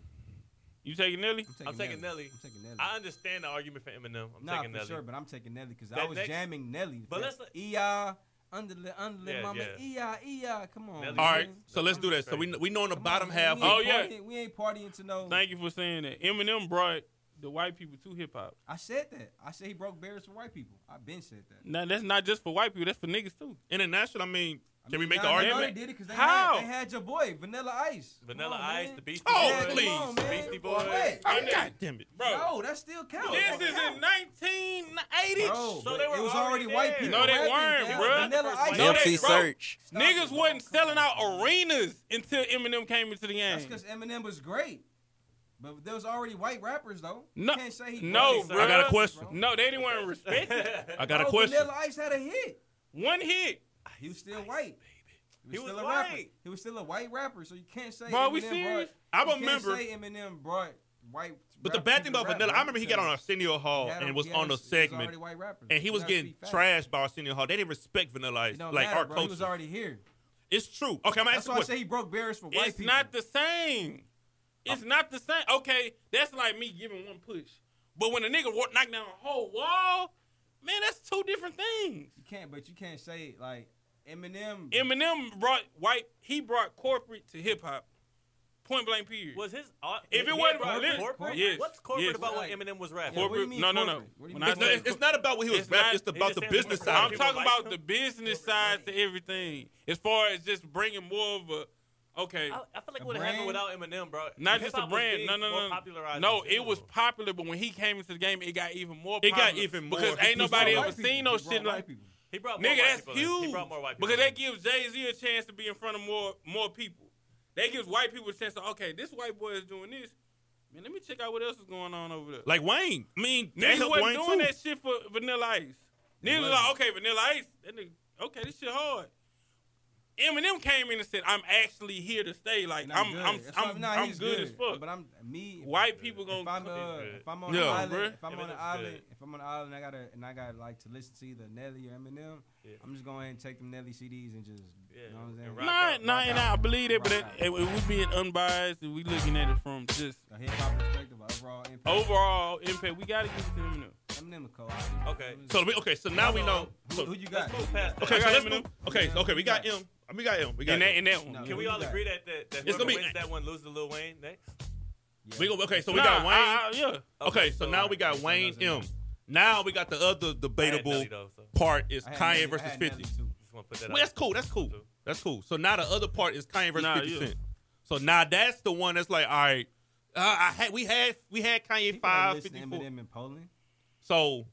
Speaker 2: You taking Nelly?
Speaker 4: I'm taking Nelly.
Speaker 3: I'm taking Nelly.
Speaker 4: I understand the argument for Eminem. I'm
Speaker 3: nah,
Speaker 4: taking
Speaker 3: for
Speaker 4: Nelly.
Speaker 3: sure, but I'm taking Nelly because I
Speaker 4: That
Speaker 3: was
Speaker 4: next-
Speaker 3: jamming Nelly. E
Speaker 4: But
Speaker 3: for
Speaker 4: let's let-
Speaker 3: EI, underlip, underlip,
Speaker 4: Yeah,
Speaker 3: mama, E EI, EI. Come on.
Speaker 4: Nelly-
Speaker 1: All right,
Speaker 3: man.
Speaker 1: so let's do that. So we we know in the
Speaker 3: Come
Speaker 1: bottom
Speaker 3: on, man.
Speaker 1: half.
Speaker 3: We
Speaker 2: Oh,
Speaker 1: Oh,
Speaker 3: ain't
Speaker 2: yeah.
Speaker 3: partying- we ain't partying to no.
Speaker 2: Thank you for saying that. Eminem brought the white people to hip hop.
Speaker 3: I said that. I said he broke barriers for white people. I've been said that.
Speaker 2: Now that's not just for white people. That's for niggas too.
Speaker 1: international. I mean,
Speaker 3: I
Speaker 1: can we
Speaker 3: mean,
Speaker 1: make the
Speaker 3: nah, they
Speaker 1: argument?
Speaker 3: already did it because they,
Speaker 2: How?
Speaker 3: Had, they had your boy Vanilla Ice. Come
Speaker 4: Vanilla
Speaker 3: on,
Speaker 4: Ice,
Speaker 3: man.
Speaker 4: the Beastie
Speaker 1: Oh,
Speaker 4: Boys.
Speaker 3: come
Speaker 1: please.
Speaker 3: on, man.
Speaker 4: Beastie
Speaker 3: Bro,
Speaker 4: Boys.
Speaker 3: wait.
Speaker 1: Oh, God damn it,
Speaker 2: Bro,
Speaker 3: No, that still counts.
Speaker 2: this
Speaker 3: That
Speaker 2: is
Speaker 3: counts.
Speaker 2: in 1980.
Speaker 3: Bro,
Speaker 4: So
Speaker 3: but
Speaker 4: they were
Speaker 3: it was already
Speaker 4: already
Speaker 3: white
Speaker 4: there.
Speaker 3: people.
Speaker 2: No, they
Speaker 3: rapping,
Speaker 2: weren't,
Speaker 3: yeah.
Speaker 2: bruh.
Speaker 3: Vanilla Ice.
Speaker 2: No, they-
Speaker 5: MC
Speaker 2: bro.
Speaker 5: Search.
Speaker 3: Stop
Speaker 2: Niggas
Speaker 3: it,
Speaker 2: wasn't
Speaker 3: bro.
Speaker 2: selling out arenas until Eminem came into the
Speaker 3: That's
Speaker 2: game.
Speaker 3: because Eminem was great. But there was already white rappers though.
Speaker 2: No-
Speaker 3: you can't say he
Speaker 2: no,
Speaker 3: wasn't.
Speaker 2: bro.
Speaker 1: I got a question.
Speaker 3: Bro.
Speaker 2: No, they didn't want to respect it.
Speaker 1: I got a
Speaker 3: Bro,
Speaker 1: question.
Speaker 3: Vanilla Ice had a hit.
Speaker 2: One hit.
Speaker 3: He was still white.
Speaker 4: He was
Speaker 3: still a rapper.
Speaker 4: white.
Speaker 3: He was still a white rapper, so you can't say.
Speaker 2: Bro,
Speaker 3: Eminem
Speaker 2: we serious?
Speaker 1: I
Speaker 3: Brought, you
Speaker 1: remember-
Speaker 3: Can't say Eminem brought white.
Speaker 1: But the
Speaker 3: rap-
Speaker 1: bad thing
Speaker 3: people
Speaker 1: about
Speaker 3: rap,
Speaker 1: Vanilla,
Speaker 3: bro,
Speaker 1: I remember he got on
Speaker 3: because
Speaker 1: Arsenio Hall
Speaker 3: he had
Speaker 1: and
Speaker 3: on-
Speaker 1: was
Speaker 3: he had
Speaker 1: on a
Speaker 3: he was already
Speaker 1: segment,
Speaker 3: white rappers.
Speaker 1: and he
Speaker 3: You
Speaker 1: was
Speaker 3: gotta
Speaker 1: getting
Speaker 3: speak facts.
Speaker 1: trashed by Arsenio Hall. They didn't respect Vanilla Ice,
Speaker 3: It don't
Speaker 1: like
Speaker 3: matter,
Speaker 1: our
Speaker 3: bro. He was
Speaker 1: culture.
Speaker 3: already here.
Speaker 1: It's true. Okay, I'm
Speaker 3: That's
Speaker 1: asking
Speaker 3: why I
Speaker 1: what.
Speaker 3: say he broke barriers for white
Speaker 2: It's
Speaker 3: people.
Speaker 2: not the same. It's not the same. Okay, that's like me giving one push. But when a nigga wa- knock down a whole wall, man, that's two different things.
Speaker 3: You can't, but you can't say like Eminem.
Speaker 2: Eminem brought white. He brought corporate to hip hop. Point blank period.
Speaker 4: Was his art?
Speaker 2: If it
Speaker 4: he
Speaker 2: wasn't
Speaker 4: rapped
Speaker 2: religion-
Speaker 4: corporate,
Speaker 2: Yes,
Speaker 4: what's corporate
Speaker 2: yes.
Speaker 4: about
Speaker 3: Like-
Speaker 4: what Eminem was rapping?
Speaker 3: Yeah, what do you mean
Speaker 2: no, no, no,
Speaker 3: corporate? What do you
Speaker 2: When
Speaker 3: mean
Speaker 2: I
Speaker 1: it's, not,
Speaker 2: say
Speaker 3: corporate?
Speaker 1: it's not about what he was
Speaker 2: It's
Speaker 1: rapping.
Speaker 2: not-
Speaker 1: it's
Speaker 4: he
Speaker 1: about the
Speaker 4: just said
Speaker 1: business
Speaker 4: corporate.
Speaker 1: side.
Speaker 2: I'm
Speaker 1: of it.
Speaker 4: people
Speaker 2: talking
Speaker 4: like
Speaker 2: about
Speaker 4: him.
Speaker 2: the business
Speaker 4: Corporate
Speaker 2: side to
Speaker 4: money.
Speaker 2: everything. As far as just bringing more of a okay.
Speaker 4: I, I feel like
Speaker 3: A
Speaker 4: it would have happened
Speaker 3: brand?
Speaker 4: without Eminem, bro.
Speaker 2: Not
Speaker 4: Hip
Speaker 2: just a
Speaker 4: hop was
Speaker 2: brand.
Speaker 4: big,
Speaker 2: No, no,
Speaker 4: more
Speaker 2: no.
Speaker 4: popularized
Speaker 2: No,
Speaker 4: in
Speaker 2: it was
Speaker 4: general.
Speaker 2: popular, but when he came into the game, it got even more.
Speaker 1: It got
Speaker 2: popular
Speaker 1: even more.
Speaker 2: because
Speaker 1: He
Speaker 2: ain't
Speaker 1: brought
Speaker 2: nobody
Speaker 1: white
Speaker 2: ever seen no shit like.
Speaker 4: He brought more
Speaker 2: Nigga,
Speaker 4: white
Speaker 2: that's
Speaker 4: people in.
Speaker 2: huge.
Speaker 4: He brought more white people.
Speaker 2: because
Speaker 4: in.
Speaker 2: that gives Jay Z a chance to be in front of more more people. They gives white people a chance to okay, this white boy is doing this. Man, let me check out what else is going on over there.
Speaker 1: Like Wayne. I mean, that
Speaker 2: niggas
Speaker 1: helped
Speaker 2: wasn't
Speaker 1: Wayne
Speaker 2: doing
Speaker 1: too.
Speaker 2: that shit for Vanilla Ice. Niggas was
Speaker 3: wasn't.
Speaker 2: like, okay, Vanilla Ice, that nigga, okay, this shit hard. Eminem came in and said, "I'm actually here to stay. Like
Speaker 3: And
Speaker 2: I'm,
Speaker 3: good.
Speaker 2: I'm,
Speaker 3: That's why-
Speaker 2: I'm,
Speaker 3: nah,
Speaker 2: I'm
Speaker 3: he's
Speaker 2: good, as fuck."
Speaker 3: But I'm me.
Speaker 2: White people
Speaker 3: If
Speaker 2: gonna
Speaker 3: I'm, uh,
Speaker 4: good.
Speaker 3: if I'm on
Speaker 1: Yeah,
Speaker 3: an island,
Speaker 2: bruh.
Speaker 3: if I'm on an
Speaker 4: Eminem's
Speaker 3: island,
Speaker 4: good.
Speaker 3: if I'm on an island, I gotta and I gotta like to listen to either Nelly or Eminem.
Speaker 4: Yeah.
Speaker 3: I'm just going and take them Nelly CDs and just,
Speaker 4: Yeah,
Speaker 3: you know what I'm saying?
Speaker 4: and rock
Speaker 2: Nah,
Speaker 4: out,
Speaker 2: nah,
Speaker 4: rock
Speaker 2: and
Speaker 4: out.
Speaker 2: I believe it, but it,
Speaker 3: Rock out.
Speaker 2: it, we being unbiased and we looking at it from just
Speaker 3: A hip hop perspective, overall impact.
Speaker 2: overall impact. We gotta give it to Eminem.
Speaker 3: Eminem, a co.
Speaker 4: Okay.
Speaker 1: So we, okay, so now we know.
Speaker 3: who,
Speaker 1: So,
Speaker 3: who you got?
Speaker 4: Let's move past that.
Speaker 1: okay, so
Speaker 2: I got
Speaker 1: let's
Speaker 2: Eminem.
Speaker 1: move. Okay, so okay, we got
Speaker 3: Yeah.
Speaker 1: M. We got M. We got
Speaker 2: And that,
Speaker 1: M.
Speaker 2: and that one.
Speaker 3: No.
Speaker 4: Can we
Speaker 3: Who
Speaker 4: all
Speaker 3: you got?
Speaker 4: agree that that, that
Speaker 1: It's
Speaker 4: whoever
Speaker 1: gonna be-
Speaker 4: wins that one loses to Lil Wayne next?
Speaker 3: Yeah.
Speaker 1: We go, okay, so we
Speaker 2: Nah,
Speaker 1: got Wayne.
Speaker 2: I- I- yeah.
Speaker 1: Okay, so now we got
Speaker 3: so
Speaker 1: Wayne
Speaker 3: that's
Speaker 1: M.
Speaker 3: enough.
Speaker 1: Now we got the other
Speaker 4: uh, I had
Speaker 1: debatable
Speaker 4: Nelly, though, so
Speaker 1: part is
Speaker 3: I had
Speaker 1: Kanye
Speaker 3: Nelly- I
Speaker 1: versus
Speaker 3: had
Speaker 1: 50.
Speaker 3: Nelly too.
Speaker 4: just want to put that
Speaker 1: Well, that's
Speaker 4: out.
Speaker 1: cool. That's cool.
Speaker 4: Two.
Speaker 1: That's cool. So now the other part is Kanye versus
Speaker 2: Nah,
Speaker 1: 50
Speaker 2: yeah.
Speaker 1: Cent. So now that's the one that's like, all right, uh, I had we had we had Kanye
Speaker 3: People that
Speaker 1: five
Speaker 3: listen to
Speaker 1: fifty four.
Speaker 3: Eminem in Poland.
Speaker 1: So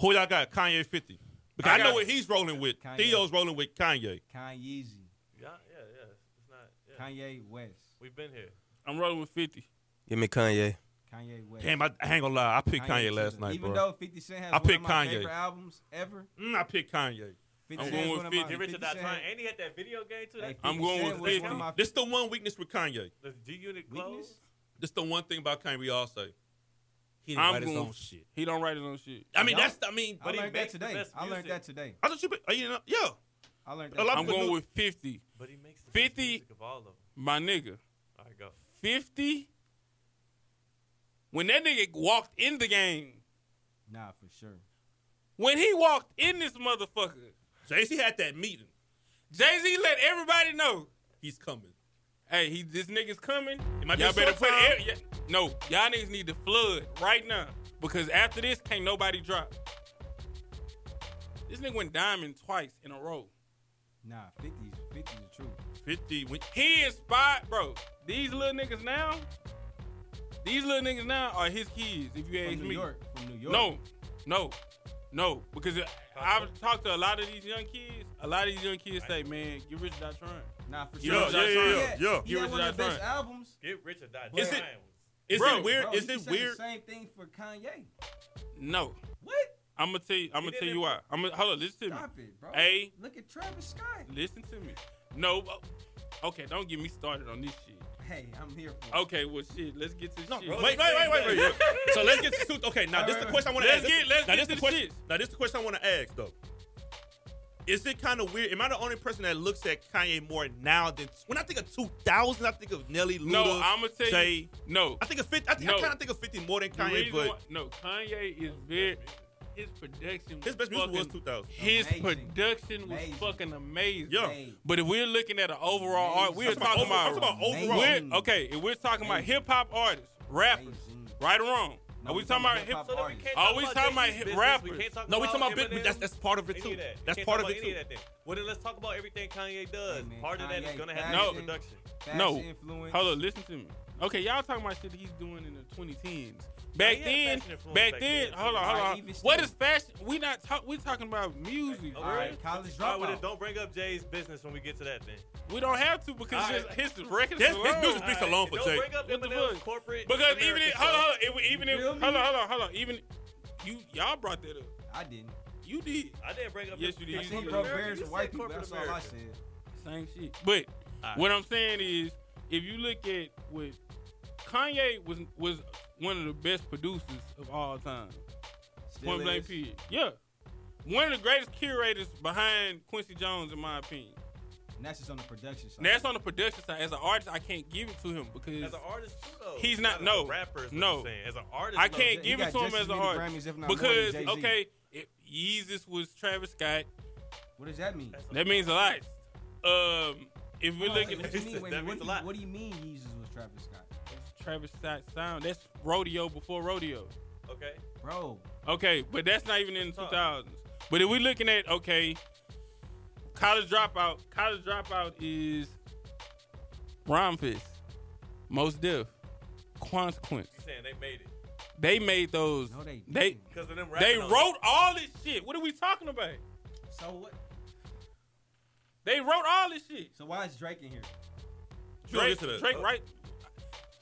Speaker 1: who y'all got? Kanye fifty. Because
Speaker 4: I
Speaker 1: I, know
Speaker 4: got-
Speaker 1: what he's rolling with.
Speaker 3: Kanye.
Speaker 1: Theo's rolling with Kanye.
Speaker 3: Kanyeezy,
Speaker 4: Yeah, yeah, yeah. It's not. Yeah.
Speaker 3: Kanye West,
Speaker 4: We've been here.
Speaker 2: I'm rolling with 50.
Speaker 5: Give me Kanye.
Speaker 3: Kanye West.
Speaker 1: Damn, I, I ain't gonna lie. I picked Kanye, last
Speaker 3: Even
Speaker 1: night,
Speaker 3: Even
Speaker 1: bro.
Speaker 3: though 50 Cent has
Speaker 1: I
Speaker 3: one of
Speaker 1: picked
Speaker 3: my
Speaker 1: Kanye.
Speaker 3: favorite albums ever,
Speaker 1: Mm, I picked Kanye.
Speaker 2: I'm
Speaker 3: 50 Cent
Speaker 2: going
Speaker 3: is
Speaker 2: with
Speaker 3: one of my-
Speaker 2: 50.
Speaker 4: Did Richard not
Speaker 3: 50
Speaker 4: trying?
Speaker 3: Cent-
Speaker 4: And he had that video game too.
Speaker 3: hey,
Speaker 4: That
Speaker 3: 50
Speaker 2: I'm going
Speaker 3: Cent
Speaker 2: with
Speaker 3: was one
Speaker 2: 50.
Speaker 3: of my
Speaker 1: This the one weakness with Kanye.
Speaker 4: the G Unit
Speaker 3: Weakness?
Speaker 4: clothes.
Speaker 1: This the one thing about Kanye we all say. He didn't
Speaker 2: I'm
Speaker 1: write his
Speaker 2: gonna-
Speaker 1: own shit.
Speaker 2: He don't write his own shit.
Speaker 1: I mean,
Speaker 3: Y'all-
Speaker 1: that's. I mean,
Speaker 3: I
Speaker 4: he
Speaker 3: learned that
Speaker 4: makes the
Speaker 3: today.
Speaker 4: best
Speaker 3: I learned
Speaker 4: music.
Speaker 3: that today.
Speaker 1: I thought you. Been, you know, yeah.
Speaker 3: I learned
Speaker 1: A
Speaker 3: that.
Speaker 1: lot
Speaker 2: I'm
Speaker 1: of-
Speaker 2: going with 50.
Speaker 4: But he makes the
Speaker 2: 50.
Speaker 4: 50 music of all of them.
Speaker 2: My nigga.
Speaker 4: All right, go.
Speaker 2: 50. When that nigga walked in the game,
Speaker 3: Nah, for sure.
Speaker 2: when he walked in this motherfucker,
Speaker 1: Jay Z had that meeting.
Speaker 2: Jay Z let everybody know,
Speaker 1: He's coming.
Speaker 2: hey, he this nigga's coming.
Speaker 1: It might be
Speaker 2: y'all better put
Speaker 1: showtime.
Speaker 2: air, yeah, no, y'all niggas need to flood right now because after this, can't nobody drop. This nigga went diamond twice in a row.
Speaker 3: Nah, 50 is 50 is the truth.
Speaker 1: Fifty. When,
Speaker 2: He inspired, bro. These little niggas now, these little niggas now are his kids. If you ask
Speaker 3: From New
Speaker 2: me,
Speaker 3: York. From New York.
Speaker 2: no, no, no, because I've talked to a lot of these young kids. A lot of these young kids say, "Man, get rich not trying."
Speaker 3: Nah, for
Speaker 2: Yeah, yeah,
Speaker 3: sure.
Speaker 2: yeah,
Speaker 3: He
Speaker 1: yeah,
Speaker 3: had-
Speaker 1: yeah.
Speaker 3: He
Speaker 2: Get
Speaker 3: had
Speaker 2: Rich
Speaker 3: one of the
Speaker 2: or Die
Speaker 3: best albums.
Speaker 4: Get Rich or Die.
Speaker 1: Is
Speaker 4: Damian
Speaker 1: it-
Speaker 4: Ryan was-
Speaker 1: is
Speaker 2: Bro,
Speaker 1: it weird?
Speaker 3: Bro,
Speaker 1: is
Speaker 3: he
Speaker 1: it
Speaker 3: said
Speaker 1: weird?
Speaker 3: The same thing for Kanye.
Speaker 2: No,
Speaker 3: What?
Speaker 2: I'm gonna tell you. I'm gonna
Speaker 4: did
Speaker 2: tell
Speaker 4: it
Speaker 2: you
Speaker 4: for-
Speaker 2: why. I'm gonna hold on. Listen to me.
Speaker 3: Stop it, bro.
Speaker 2: Hey.
Speaker 3: Look at Travis Scott.
Speaker 2: Listen to me. No, but- okay, don't get me started on this shit.
Speaker 3: Hey, I'm here for. it.
Speaker 2: Okay, well, shit. Let's get to shit.
Speaker 4: bro,
Speaker 1: Wait, wait, wait, wait, wait. wait. so let's get to two. Okay, now this is the question I want to
Speaker 2: Let's
Speaker 1: ask.
Speaker 2: get- let's
Speaker 1: now
Speaker 2: get
Speaker 1: this the
Speaker 2: to the
Speaker 1: question.
Speaker 2: shits.
Speaker 1: Now this is the question I want to ask though. Is it kind of weird? Am I the only person that looks at Kanye more now than when I think of 2000? I think of Nelly, Luda,
Speaker 2: No, I'm gonna tell
Speaker 1: Jay.
Speaker 2: you. No,
Speaker 1: I think of 50. I, think, I
Speaker 2: No.
Speaker 1: kind of think of 50 more than
Speaker 2: The
Speaker 1: Kanye,
Speaker 2: reason
Speaker 1: but
Speaker 2: why- no, Kanye is very his production.
Speaker 1: his best music was
Speaker 2: fucking-
Speaker 1: 2000.
Speaker 2: His
Speaker 3: Amazing.
Speaker 2: production was
Speaker 3: Amazing.
Speaker 2: fucking amazing.
Speaker 1: Yeah.
Speaker 3: Hey,
Speaker 2: But if we're looking at an overall art, we're
Speaker 1: I'm talking
Speaker 2: talking
Speaker 1: about over-
Speaker 2: about,
Speaker 1: I'm talking about
Speaker 2: we're-
Speaker 3: overall.
Speaker 2: okay. If we're talking about
Speaker 3: Amazing.
Speaker 2: hip hop artists, rappers,
Speaker 3: amazing.
Speaker 2: right or wrong,
Speaker 3: No,
Speaker 2: are we
Speaker 3: we
Speaker 2: talking about hip?
Speaker 3: hip-hop
Speaker 4: So then we
Speaker 3: artists.
Speaker 4: can't
Speaker 2: Oh,
Speaker 4: talk
Speaker 2: we
Speaker 4: about
Speaker 2: talking about
Speaker 4: Jay-Z's
Speaker 2: hip
Speaker 4: business.
Speaker 2: rappers.
Speaker 4: We can't talk
Speaker 1: No, we talking about
Speaker 4: Eminem.
Speaker 1: big. That's that's part of it
Speaker 4: Any
Speaker 1: too.
Speaker 4: of that.
Speaker 1: That's part
Speaker 4: Can't talk
Speaker 1: of
Speaker 4: about
Speaker 1: it
Speaker 4: any
Speaker 1: too.
Speaker 4: that then. Well, then let's talk about everything Kanye does.
Speaker 3: Hey, man,
Speaker 4: Part of that is
Speaker 3: Kanye
Speaker 4: gonna have to do
Speaker 2: fashion.
Speaker 4: with production.
Speaker 3: Fashion
Speaker 2: No.
Speaker 3: Influence.
Speaker 2: Hold up, listen to me. Okay, y'all talking about shit he's doing in the 2010s. Back
Speaker 4: he had
Speaker 2: then,
Speaker 4: fashion influence
Speaker 2: back
Speaker 4: back
Speaker 2: then,
Speaker 4: then, too.
Speaker 2: hold on, hold
Speaker 3: Like,
Speaker 2: on.
Speaker 3: even
Speaker 2: What
Speaker 3: still.
Speaker 2: is fashion? We not talk. We talking about music.
Speaker 4: All
Speaker 3: All right, college
Speaker 4: All right, well,
Speaker 3: dropout.
Speaker 4: then don't bring up Jay's business when we get to that then.
Speaker 2: We don't have to because
Speaker 4: All
Speaker 2: his,
Speaker 4: right.
Speaker 2: his records
Speaker 1: His- his
Speaker 2: alone.
Speaker 1: music Speaks
Speaker 4: All
Speaker 1: alone for
Speaker 4: don't
Speaker 1: Jay.
Speaker 4: bring up
Speaker 2: What the
Speaker 4: Eminem's
Speaker 2: fuck?
Speaker 4: corporate.
Speaker 2: Because
Speaker 4: American
Speaker 2: even if,
Speaker 4: stuff.
Speaker 2: hold on, hold on, if- even if,
Speaker 3: You feel
Speaker 2: hold on,
Speaker 3: me?
Speaker 2: hold on, hold on, even you y'all brought that up.
Speaker 3: I didn't.
Speaker 2: You did
Speaker 4: I didn't bring up.
Speaker 2: Yes,
Speaker 4: his-
Speaker 2: you did.
Speaker 3: I
Speaker 2: You
Speaker 3: said
Speaker 2: said
Speaker 3: bro,
Speaker 4: America.
Speaker 3: bears
Speaker 4: You
Speaker 3: to white
Speaker 4: said
Speaker 3: people.
Speaker 4: corporate
Speaker 3: That's all I
Speaker 4: America.
Speaker 3: said.
Speaker 2: same shit. But
Speaker 4: Alright.
Speaker 2: what I'm saying is, if you look at what Kanye was was one of the best producers of all time.
Speaker 3: Still
Speaker 2: Point blank
Speaker 3: is.
Speaker 2: period. Yeah. One of the greatest curators behind Quincy Jones, in my opinion.
Speaker 3: And that's just on the production side.
Speaker 2: Now that's on the production side. As an artist, I can't give it to him because
Speaker 4: As an artist, too, though.
Speaker 2: He's not-
Speaker 4: As a
Speaker 2: no.
Speaker 4: rapper. Is what
Speaker 2: No.
Speaker 4: I'm saying. As an artist,
Speaker 2: I
Speaker 4: though,
Speaker 2: can't
Speaker 3: He
Speaker 2: give
Speaker 3: got
Speaker 2: it to him
Speaker 3: just
Speaker 2: as an
Speaker 3: many
Speaker 2: artist
Speaker 3: Grammys, if not more than
Speaker 2: because
Speaker 3: Jay-Z.
Speaker 2: okay, if Yeezus was Travis Scott.
Speaker 3: What does that mean?
Speaker 4: that's a-
Speaker 2: That means a lot. Um, if we're
Speaker 3: Hold on,
Speaker 2: looking
Speaker 3: what
Speaker 2: at
Speaker 4: That
Speaker 3: do you mean? Wait,
Speaker 4: means
Speaker 3: what,
Speaker 4: a
Speaker 3: do you,
Speaker 4: lot.
Speaker 3: what do you mean Yeezus was Travis Scott?
Speaker 2: Travis Scott sound, that's rodeo before rodeo.
Speaker 4: Okay.
Speaker 3: Bro,
Speaker 2: Okay, but that's not even in the 2000s. But if we're looking at okay, college dropout, college dropout is Rhymefist, Most Def, Consequence.
Speaker 4: You saying they made it
Speaker 2: They made those.
Speaker 3: no, they
Speaker 2: they
Speaker 3: didn't.
Speaker 4: because of them.
Speaker 2: they
Speaker 4: rapping on it.
Speaker 2: wrote all this shit. What are we talking about?
Speaker 3: So what?
Speaker 2: They wrote all this shit.
Speaker 3: So why is Drake in here?
Speaker 1: You don't
Speaker 2: Drake,
Speaker 1: get to that.
Speaker 2: Drake, right?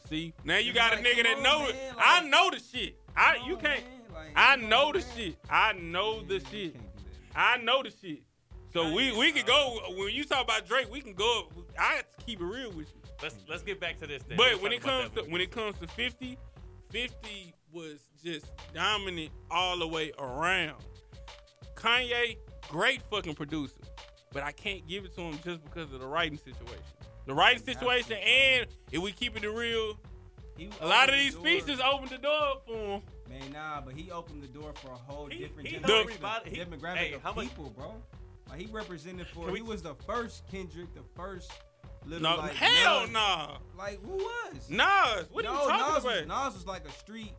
Speaker 2: See, now you got a
Speaker 3: Like,
Speaker 2: nigga that
Speaker 3: come on,
Speaker 2: know it.
Speaker 3: man, like-
Speaker 2: I know the shit. I
Speaker 3: Come
Speaker 2: you
Speaker 3: on,
Speaker 2: can't.
Speaker 3: man, like,
Speaker 2: I
Speaker 3: come
Speaker 2: know
Speaker 3: on,
Speaker 2: the
Speaker 3: man.
Speaker 2: shit. I know
Speaker 3: Man,
Speaker 2: the
Speaker 3: you
Speaker 2: shit.
Speaker 3: can't do that.
Speaker 2: I know the shit. So we we could go when you talk about Drake, we can go. I keep it real with you.
Speaker 4: Let's let's get back to this thing.
Speaker 2: But when it comes to when it comes to 50, 50 was just dominant all the way around. Kanye, great fucking producer, but I can't give it to him just because of the writing situation. The writing situation, and if we keep it real,
Speaker 3: He
Speaker 2: a lot of
Speaker 3: opened the
Speaker 2: these
Speaker 3: door.
Speaker 2: features opened the door for him.
Speaker 3: Man, nah, but he opened the door for a whole
Speaker 4: He-
Speaker 3: different
Speaker 4: he helped
Speaker 3: generation,
Speaker 4: everybody- he-
Speaker 3: demographic
Speaker 4: hey,
Speaker 3: of
Speaker 4: how much-
Speaker 3: people, bro. Like he represented for.
Speaker 4: Can we-
Speaker 3: he was the first Kendrick, the first little.
Speaker 2: No,
Speaker 3: like,
Speaker 2: hell
Speaker 3: Nas.
Speaker 2: no.
Speaker 3: Like who was?
Speaker 2: Nas, what are
Speaker 3: no,
Speaker 2: you talking about?
Speaker 3: Nas Was, Nas was like a street.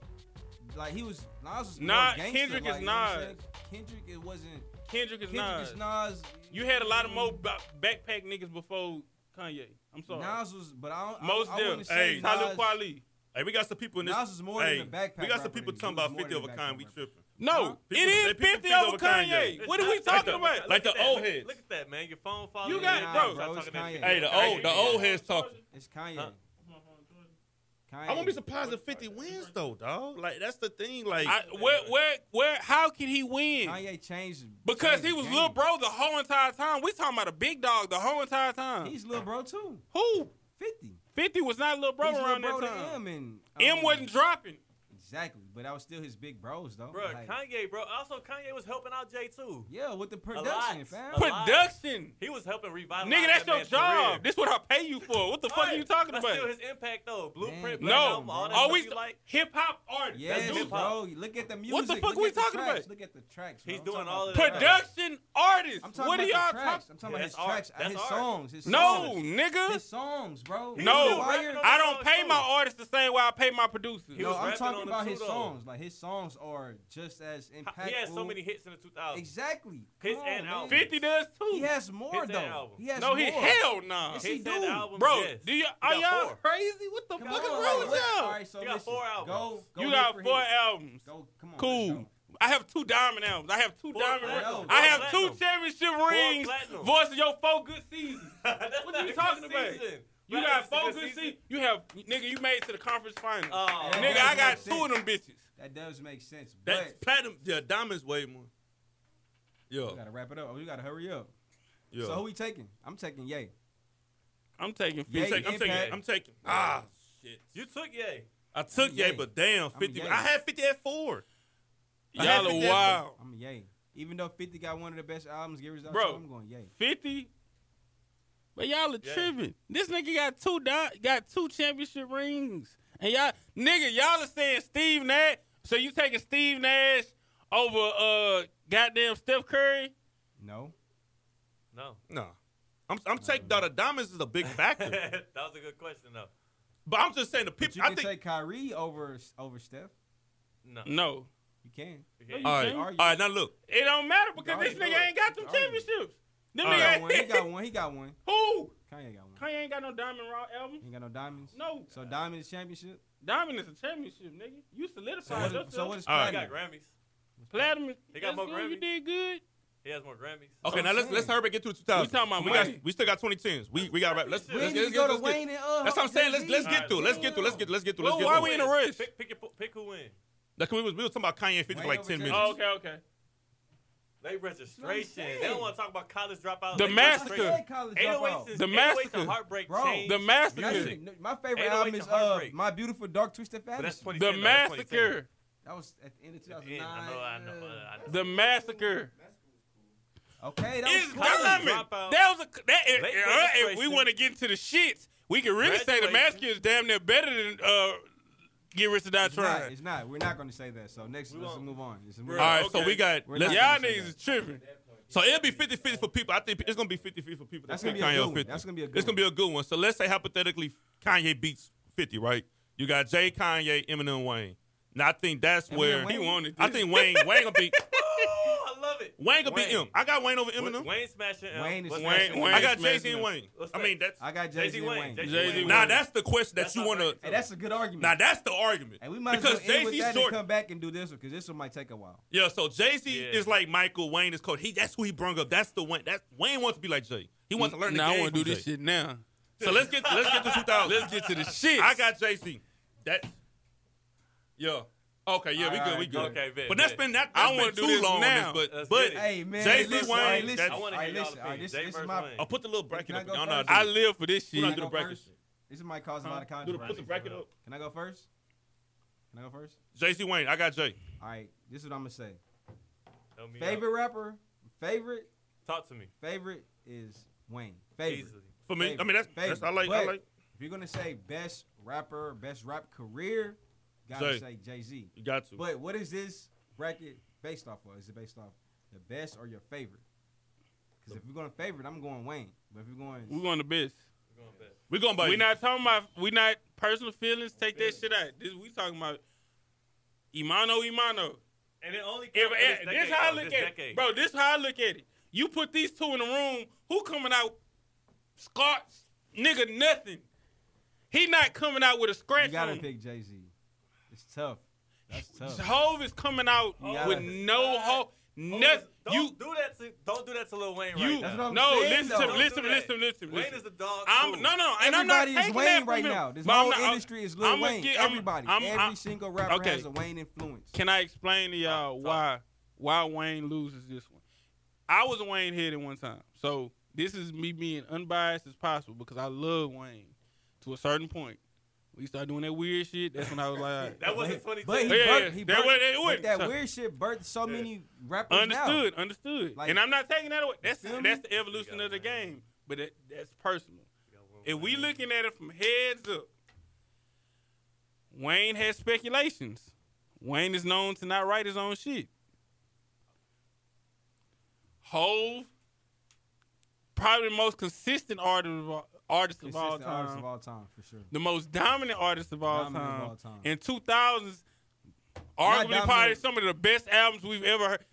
Speaker 3: Like he was. Nas was. more
Speaker 2: Nas-
Speaker 3: gangster,
Speaker 2: Kendrick is
Speaker 3: like, you know what I'm
Speaker 2: Nas.
Speaker 3: saying? Kendrick, it wasn't.
Speaker 2: Kendrick is
Speaker 3: Kendrick
Speaker 2: Nas.
Speaker 3: is Nas.
Speaker 2: You had a lot of more ba- backpack niggas before Kanye. I'm sorry.
Speaker 3: Nas was, but I don't.
Speaker 2: Most
Speaker 3: I, I
Speaker 2: Def,
Speaker 3: wouldn't say
Speaker 1: Hey,
Speaker 3: Nas,
Speaker 2: Tyler Quali.
Speaker 1: Hey, we got some people in this.
Speaker 3: Nas is more
Speaker 1: hey,
Speaker 3: than a backpack.
Speaker 1: we got some
Speaker 3: rapper
Speaker 1: people
Speaker 3: than-
Speaker 1: talking
Speaker 3: he was
Speaker 1: about
Speaker 3: more
Speaker 1: 50
Speaker 3: than
Speaker 1: over
Speaker 3: a backpack
Speaker 1: kind. We
Speaker 3: rapper.
Speaker 1: tripping.
Speaker 2: No,
Speaker 1: People-
Speaker 2: it
Speaker 1: they
Speaker 2: is
Speaker 1: pick
Speaker 2: 50
Speaker 1: the
Speaker 2: over
Speaker 1: over Kanye.
Speaker 2: Kanye. What are we
Speaker 4: Like
Speaker 2: talking
Speaker 4: the-
Speaker 2: about?
Speaker 1: like
Speaker 4: look at
Speaker 1: the
Speaker 4: that,
Speaker 1: old
Speaker 4: man.
Speaker 1: heads.
Speaker 4: Look at that, man. Your phone falling.
Speaker 2: You
Speaker 4: in.
Speaker 2: got-
Speaker 4: Nah,
Speaker 2: bro.
Speaker 4: stop
Speaker 3: Bro, it's
Speaker 4: talking that
Speaker 3: Kanye.
Speaker 4: shit.
Speaker 1: Hey, the
Speaker 2: Oh,
Speaker 1: old the old heads talk.
Speaker 3: It's Kanye.
Speaker 4: Huh?
Speaker 3: Kanye.
Speaker 1: I won't be surprised if 50 wins though, dog. Like that's the thing. Like
Speaker 2: I, where, where, where? How can he win?
Speaker 3: Kanye changed
Speaker 2: Because
Speaker 3: changed
Speaker 2: he
Speaker 3: the
Speaker 2: was
Speaker 3: game.
Speaker 2: little bro the whole entire time. We talking about a big dog the whole entire time.
Speaker 3: He's little bro too.
Speaker 2: Who?
Speaker 3: Fifty.
Speaker 2: Fifty was not little bro
Speaker 3: He's
Speaker 2: around that
Speaker 3: Lil bro to
Speaker 2: time.
Speaker 3: M and
Speaker 2: M
Speaker 3: um,
Speaker 2: wasn't dropping.
Speaker 3: exactly, but I was still his big bros though.
Speaker 4: Bro,
Speaker 3: Like,
Speaker 4: Kanye, bro. Also, Kanye was helping out Jay too.
Speaker 3: yeah, with the
Speaker 4: lot.
Speaker 3: production, fam.
Speaker 4: A lot.
Speaker 2: Production,
Speaker 4: He was helping revitalize.
Speaker 2: nigga, that's
Speaker 4: that
Speaker 2: your
Speaker 4: man's
Speaker 2: job.
Speaker 4: career.
Speaker 2: This what I pay you for. What the fuck are
Speaker 4: Right.
Speaker 2: you talking
Speaker 4: That's
Speaker 2: about?
Speaker 4: Still his impact though. Blueprint.
Speaker 3: Man,
Speaker 4: Black
Speaker 2: no,
Speaker 4: Album, all that
Speaker 2: always
Speaker 4: stuff you like.
Speaker 2: hip hop artist.
Speaker 3: Yes,
Speaker 4: That's hip-hop.
Speaker 3: bro. Look at the music.
Speaker 2: What the fuck
Speaker 3: Look
Speaker 2: we
Speaker 3: at the
Speaker 2: talking
Speaker 3: tracks.
Speaker 2: about?
Speaker 3: Look at the tracks.
Speaker 4: He's
Speaker 3: bro.
Speaker 4: doing
Speaker 3: I'm talking
Speaker 4: all
Speaker 3: about
Speaker 4: of that.
Speaker 3: the tracks.
Speaker 2: Production artist.
Speaker 3: I'm talking
Speaker 2: What are
Speaker 3: about
Speaker 2: y'all
Speaker 3: the tracks.
Speaker 2: talking?
Speaker 3: I'm
Speaker 4: Yeah,
Speaker 3: talking about his
Speaker 4: that's art.
Speaker 3: tracks, uh,
Speaker 4: That's
Speaker 3: his
Speaker 4: art.
Speaker 3: songs, his
Speaker 2: No,
Speaker 3: songs,
Speaker 2: nigga.
Speaker 3: his songs, bro.
Speaker 2: was No. still
Speaker 3: Wire-
Speaker 4: rapping on
Speaker 2: I don't pay
Speaker 4: songs,
Speaker 2: my
Speaker 4: too.
Speaker 2: artists the same way I pay my producers.
Speaker 4: He
Speaker 3: no,
Speaker 4: was
Speaker 3: I'm
Speaker 4: rapping
Speaker 3: talking
Speaker 4: on
Speaker 3: about
Speaker 4: them
Speaker 3: his
Speaker 4: too, though.
Speaker 3: songs. Like his songs are just as impactful.
Speaker 4: He had so many hits in the 2000s.
Speaker 3: Exactly.
Speaker 4: Hits
Speaker 3: Come on,
Speaker 4: and
Speaker 3: man.
Speaker 4: albums.
Speaker 2: Fifty does too.
Speaker 3: He has more
Speaker 4: Hits and
Speaker 3: though.
Speaker 4: albums.
Speaker 3: He has
Speaker 2: no,
Speaker 3: more.
Speaker 2: he hell nah.
Speaker 3: Yes,
Speaker 4: Hits
Speaker 3: he
Speaker 4: and
Speaker 3: do.
Speaker 4: albums,
Speaker 2: Bro,
Speaker 4: yes.
Speaker 2: do you,
Speaker 4: He
Speaker 2: are
Speaker 4: got
Speaker 2: y'all
Speaker 4: four.
Speaker 2: crazy? What the
Speaker 3: Come
Speaker 2: fuck is
Speaker 3: on,
Speaker 2: wrong
Speaker 3: like,
Speaker 2: with
Speaker 3: what-
Speaker 2: y'all?
Speaker 3: All right, so
Speaker 4: You got
Speaker 3: listen,
Speaker 4: four albums.
Speaker 3: Go, go
Speaker 2: you
Speaker 3: hit
Speaker 2: got
Speaker 3: for
Speaker 2: four
Speaker 3: hit.
Speaker 2: albums.
Speaker 3: Go, come on. let's
Speaker 2: Cool.
Speaker 3: go.
Speaker 2: I have two diamond albums. I have two
Speaker 4: Four
Speaker 2: diamond rings.
Speaker 4: platinum.
Speaker 2: I
Speaker 4: Four
Speaker 2: have two
Speaker 4: platinum.
Speaker 2: championship rings.
Speaker 4: platinum.
Speaker 2: Voice of your four good seasons.
Speaker 4: That's
Speaker 2: What
Speaker 4: not
Speaker 2: you
Speaker 4: a
Speaker 2: talking
Speaker 4: good
Speaker 2: about?
Speaker 4: season.
Speaker 2: You
Speaker 4: Black
Speaker 2: got
Speaker 4: Album's a
Speaker 2: four good seasons. You have nigga. You made it to the conference finals.
Speaker 4: Oh,
Speaker 3: Hey,
Speaker 2: nigga,
Speaker 3: Uh, that
Speaker 2: I got
Speaker 3: makes
Speaker 2: two of them bitches.
Speaker 3: That does make sense. But
Speaker 1: that's platinum. Yeah, diamonds way more.
Speaker 3: we
Speaker 1: Yeah,
Speaker 3: gotta wrap it up. We gotta hurry up.
Speaker 1: yeah.
Speaker 3: So who we taking? I'm taking Ye.
Speaker 2: I'm taking
Speaker 1: I'm
Speaker 3: Yeah,
Speaker 2: fifty.
Speaker 1: taking. I'm taking.
Speaker 3: Impact.
Speaker 1: I'm taking. Ah, shit.
Speaker 4: You took Ye.
Speaker 1: I took
Speaker 3: I'm
Speaker 1: Ye,
Speaker 3: yay.
Speaker 1: but damn,
Speaker 3: I'm
Speaker 1: 50.
Speaker 3: yay.
Speaker 1: I had 50 at four. I had
Speaker 2: Y'all are
Speaker 1: 50 at
Speaker 2: wild.
Speaker 3: I'm Ye. Even though 50 got one of the best albums, get results.
Speaker 2: Bro.
Speaker 3: I'm going Ye.
Speaker 2: 50. But y'all are
Speaker 4: Yeah.
Speaker 2: tripping. This nigga got two di- got two championship rings. And y'all nigga, y'all are saying Steve Nash. So you taking Steve Nash over uh goddamn Steph Curry?
Speaker 3: No.
Speaker 4: No.
Speaker 1: No. I'm, I'm taking the diamonds is a big factor,
Speaker 4: that was a good question though.
Speaker 1: but I'm just saying the
Speaker 3: But
Speaker 1: people.
Speaker 3: you
Speaker 1: I
Speaker 3: can
Speaker 1: think.
Speaker 3: take Kyrie over over Steph.
Speaker 4: No.
Speaker 2: No.
Speaker 3: You can.
Speaker 4: Yeah, you-
Speaker 1: all right,
Speaker 2: think?
Speaker 1: all right. Now look,
Speaker 2: It don't matter because
Speaker 3: Y'all
Speaker 2: this
Speaker 3: ignore
Speaker 2: nigga
Speaker 3: it.
Speaker 2: ain't got them
Speaker 3: Y'all ignore it.
Speaker 2: championships. Them
Speaker 1: All
Speaker 3: He
Speaker 1: right.
Speaker 2: nigga
Speaker 3: got one. He got one. He got one.
Speaker 2: who?
Speaker 3: Kanye got one.
Speaker 2: Kanye ain't got no Diamond Raw album.
Speaker 3: He ain't got no diamonds.
Speaker 2: No.
Speaker 3: So diamonds championship.
Speaker 2: Diamond is a championship, nigga. You
Speaker 3: So
Speaker 2: solidified
Speaker 3: what
Speaker 2: yourself.
Speaker 3: is, so what is
Speaker 1: All right.
Speaker 4: He got
Speaker 3: platinum?
Speaker 4: Grammys.
Speaker 2: Platinum is-
Speaker 4: He got
Speaker 2: that's
Speaker 4: more
Speaker 2: good. You
Speaker 4: Grammys.
Speaker 2: did good.
Speaker 4: He has more Grammys.
Speaker 2: Oh,
Speaker 1: okay.
Speaker 3: I'm
Speaker 1: Now let's
Speaker 3: saying.
Speaker 1: let's hurry back and get to 2000.
Speaker 2: We talking about
Speaker 1: we, got,
Speaker 2: money.
Speaker 1: we still got 2010s. We we got. Let's let's,
Speaker 4: We
Speaker 3: We
Speaker 1: let's,
Speaker 3: ain't
Speaker 1: let's,
Speaker 3: even go to
Speaker 1: let's get.
Speaker 3: Wayne and uh.
Speaker 1: That's what I'm saying. Let's let's
Speaker 4: All
Speaker 1: get
Speaker 4: right,
Speaker 1: through. Let's
Speaker 4: cool.
Speaker 1: get through. Let's get. Let's get through. Let's
Speaker 2: Well,
Speaker 1: get
Speaker 2: why
Speaker 1: through.
Speaker 2: we in a rush?
Speaker 4: Pick, pick, your, pick who win.
Speaker 1: Like, we was we was talking about Kanye and 50 for
Speaker 3: Wayne
Speaker 1: like
Speaker 3: over
Speaker 1: 10
Speaker 3: Jay-Z.
Speaker 1: minutes.
Speaker 2: Oh, okay, okay.
Speaker 4: They registration. They don't want to talk about college dropouts.
Speaker 2: The
Speaker 4: They
Speaker 2: massacre.
Speaker 4: registration.
Speaker 3: Said college
Speaker 4: 808s
Speaker 3: dropout.
Speaker 4: is
Speaker 2: The
Speaker 4: 808s
Speaker 2: massacre.
Speaker 4: and oh heartbreak
Speaker 3: Bro,
Speaker 4: change.
Speaker 2: The
Speaker 3: That's
Speaker 2: massacre.
Speaker 3: it. No, My
Speaker 1: oh
Speaker 3: favorite
Speaker 4: 808
Speaker 3: album
Speaker 4: to
Speaker 3: is uh,
Speaker 4: Heartbreak.
Speaker 3: My Beautiful Dark Twisted
Speaker 4: But that's
Speaker 3: Fantasy.
Speaker 2: The
Speaker 4: 2010, though. That's 2010.
Speaker 2: massacre.
Speaker 3: That was at the end of
Speaker 4: the end.
Speaker 3: 2009.
Speaker 4: I know, I know, I know.
Speaker 2: The massacre.
Speaker 3: Okay, that
Speaker 2: It's
Speaker 3: was cool.
Speaker 4: College
Speaker 2: diamond.
Speaker 4: dropout.
Speaker 2: That was a that. If,
Speaker 1: eh,
Speaker 4: Late
Speaker 2: if- uh, if we
Speaker 4: registration.
Speaker 2: want to get into the shits, we can really say the
Speaker 4: Graduation.
Speaker 2: massacre is damn near better than uh, get rich or die
Speaker 3: It's not,
Speaker 2: trying.
Speaker 3: it's not. We're not going to say that. So next,
Speaker 4: We
Speaker 3: let's
Speaker 4: won't.
Speaker 3: move on. Let's move
Speaker 1: All
Speaker 3: on.
Speaker 1: right, so
Speaker 4: Okay.
Speaker 1: we got.
Speaker 3: We're
Speaker 1: let's-
Speaker 3: not
Speaker 2: Y'all
Speaker 3: gonna say
Speaker 2: niggas
Speaker 3: that.
Speaker 2: is tripping.
Speaker 1: So it'll be 50 50 for people. I think it's gonna be 50 50 for people. that
Speaker 3: That's gonna
Speaker 1: pick
Speaker 3: be a
Speaker 1: Kanye
Speaker 3: good
Speaker 1: or
Speaker 3: one.
Speaker 1: 50.
Speaker 3: That's gonna be a good
Speaker 1: It's gonna be a good one. So let's say hypothetically Kanye beats 50, right? You got Jay, Kanye, Eminem, Wayne. Now I think that's
Speaker 3: Eminem,
Speaker 1: where
Speaker 3: Wayne? He
Speaker 2: wanted
Speaker 1: I think Wayne Wayne gonna beat
Speaker 4: Oh, I love it.
Speaker 1: Wayne gonna beat him. I got Wayne over
Speaker 4: Wayne,
Speaker 1: Eminem.
Speaker 4: Wayne smashing M.
Speaker 3: Wayne is
Speaker 4: What's
Speaker 3: smashing
Speaker 4: next?
Speaker 2: Wayne- Wayne
Speaker 1: I got
Speaker 2: is
Speaker 1: Jay Z and
Speaker 2: smashing
Speaker 1: Wayne.
Speaker 4: What's
Speaker 1: I
Speaker 4: that?
Speaker 1: mean that's
Speaker 3: I got Jay
Speaker 4: Jay-Z
Speaker 3: Z and
Speaker 4: Wayne.
Speaker 3: Wayne.
Speaker 4: Jay-Z
Speaker 2: Jay-Z
Speaker 4: Wayne.
Speaker 2: Wayne.
Speaker 1: now that's the question that
Speaker 4: That's
Speaker 1: you
Speaker 4: not
Speaker 1: wanna.
Speaker 4: right.
Speaker 3: Hey, that's a good argument.
Speaker 1: Now that's the argument.
Speaker 3: and we might
Speaker 1: because
Speaker 3: as well end
Speaker 1: Jay
Speaker 3: with
Speaker 1: Z's
Speaker 3: that and
Speaker 1: short.
Speaker 3: come back and do this one because this one might take a while.
Speaker 1: Yeah, so Jay Z
Speaker 4: Yeah.
Speaker 1: is like Michael. Wayne is coach. He that's who he brung up. That's the Wayne. That's Wayne wants to be like Jay. He wants to learn the
Speaker 2: Now I
Speaker 1: game.
Speaker 2: want to
Speaker 1: from
Speaker 2: do this
Speaker 1: Jay.
Speaker 2: shit now.
Speaker 1: So let's get let's get to 2000.
Speaker 2: Let's get to the shits.
Speaker 1: I got JC. That. Yeah. Okay. Yeah, we
Speaker 3: All
Speaker 1: good.
Speaker 3: right,
Speaker 1: We good.
Speaker 4: Okay, bet,
Speaker 1: But that's
Speaker 4: bet.
Speaker 1: been that.
Speaker 2: I
Speaker 1: I
Speaker 2: wanna
Speaker 1: want to
Speaker 2: do
Speaker 1: too
Speaker 2: this
Speaker 1: long.
Speaker 2: now.
Speaker 1: On this, but
Speaker 4: Let's
Speaker 1: but
Speaker 4: get it.
Speaker 3: Hey man,
Speaker 1: Jay-Z,
Speaker 3: listen,
Speaker 1: Wayne,
Speaker 3: all right, listen,
Speaker 1: that's-
Speaker 4: I want to hear
Speaker 3: all right,
Speaker 4: y'all
Speaker 3: listen, all right,
Speaker 4: opinion.
Speaker 3: this,
Speaker 4: Jay
Speaker 3: this
Speaker 4: versus
Speaker 3: is my.
Speaker 4: Wayne.
Speaker 1: I'll put the little bracket
Speaker 3: I
Speaker 1: up.
Speaker 3: go
Speaker 1: Y'all know how
Speaker 3: first?
Speaker 1: to do
Speaker 2: I
Speaker 1: it.
Speaker 2: live for this
Speaker 1: We're not
Speaker 2: shit.
Speaker 1: doing
Speaker 3: go
Speaker 1: bracket
Speaker 3: first?
Speaker 1: shit.
Speaker 3: This might cause a lot of
Speaker 1: Do the- Put the
Speaker 3: controversy.
Speaker 1: bracket up.
Speaker 3: Can I go first? Can I go first?
Speaker 1: JC Wayne. I got Jay.
Speaker 3: All right, this is what I'm gonna say.
Speaker 4: Help me out.
Speaker 3: Favorite rapper, favorite,
Speaker 4: Talk to me.
Speaker 3: favorite is Wayne. Favorite.
Speaker 4: Easily.
Speaker 1: For me, I mean that's, that's I like. I
Speaker 3: But
Speaker 1: like.
Speaker 3: If you're gonna say best rapper, best rap career, gotta
Speaker 1: Jay.
Speaker 3: say Jay Z.
Speaker 1: You got to.
Speaker 3: But what is this bracket based off of? Is it based off the best or your favorite? Because if we're going favorite, I'm going Wayne. But if we're
Speaker 2: We
Speaker 3: going
Speaker 2: want the best.
Speaker 4: We're going back.
Speaker 1: We're going by.
Speaker 2: We not talking about we not personal feelings. Take that shit out. This we talking about. Imano, Imano.
Speaker 4: And it only
Speaker 2: If,
Speaker 4: counts
Speaker 2: if-
Speaker 4: for
Speaker 2: this
Speaker 4: decade,
Speaker 2: how I
Speaker 4: though,
Speaker 2: look
Speaker 4: this
Speaker 2: at it,
Speaker 4: decade.
Speaker 2: bro. This how I look at it. You put these two in the room. Who coming out? Scots, nigga, nothing. He not coming out with a
Speaker 3: you
Speaker 2: scratch.
Speaker 3: gotta
Speaker 2: on him.
Speaker 3: pick Jay Z. It's tough. That's tough.
Speaker 2: Hove is coming out
Speaker 3: Yeah.
Speaker 2: with no hope. Nothing.
Speaker 4: Oh, don't
Speaker 2: You
Speaker 4: do that. To, don't do that to Lil Wayne
Speaker 2: You-
Speaker 4: right now.
Speaker 3: That's what I'm
Speaker 2: no
Speaker 3: saying,
Speaker 2: listen,
Speaker 3: though.
Speaker 2: to
Speaker 4: Don't
Speaker 2: listen,
Speaker 4: do that.
Speaker 2: listen, listen,
Speaker 4: Wayne
Speaker 2: listen.
Speaker 4: is the dog.
Speaker 2: I'm
Speaker 4: too.
Speaker 2: no, no, and I'm not
Speaker 3: Everybody
Speaker 2: taking
Speaker 3: is Wayne
Speaker 2: that
Speaker 3: right
Speaker 2: from him.
Speaker 3: now. This
Speaker 2: But I'm
Speaker 3: whole
Speaker 2: not- I'm-
Speaker 3: industry is Lil
Speaker 2: I'ma
Speaker 3: Wayne.
Speaker 2: get- I'm-
Speaker 3: Everybody,
Speaker 2: I'm-
Speaker 3: every
Speaker 2: I'm-
Speaker 3: single rapper
Speaker 2: okay.
Speaker 3: has a Wayne influence.
Speaker 2: Can I explain to y'all why why Wayne loses this one? I was a Wayne head at one time, so this is me being unbiased as possible because I love Wayne to a certain point. We start doing that weird shit. That's when I was like, all right.
Speaker 4: That wasn't
Speaker 3: But he-
Speaker 4: 22.
Speaker 3: But he
Speaker 2: Yeah, yeah,
Speaker 3: birthed, he
Speaker 2: that
Speaker 3: birthed-
Speaker 2: way they
Speaker 3: but
Speaker 2: wouldn't.
Speaker 3: that
Speaker 2: So-
Speaker 3: weird shit birthed so many rappers out.
Speaker 2: Understood, understood.
Speaker 3: Like-
Speaker 2: and I'm not taking that away. That's
Speaker 3: Feel me?
Speaker 2: that's the evolution of the game, but that, that's personal. If we looking at it from heads up, Wayne has speculations. Wayne is known to not write his own shit. Hove, probably the most consistent artist of all, artist of all
Speaker 3: Consistent artists
Speaker 2: time,
Speaker 3: of all time, for sure.
Speaker 2: the most dominant artist of all,
Speaker 3: Dominant of
Speaker 2: time.
Speaker 3: all time.
Speaker 2: In 2000s,
Speaker 3: Not
Speaker 2: arguably probably
Speaker 3: dominant.
Speaker 2: some of the best albums we've ever heard.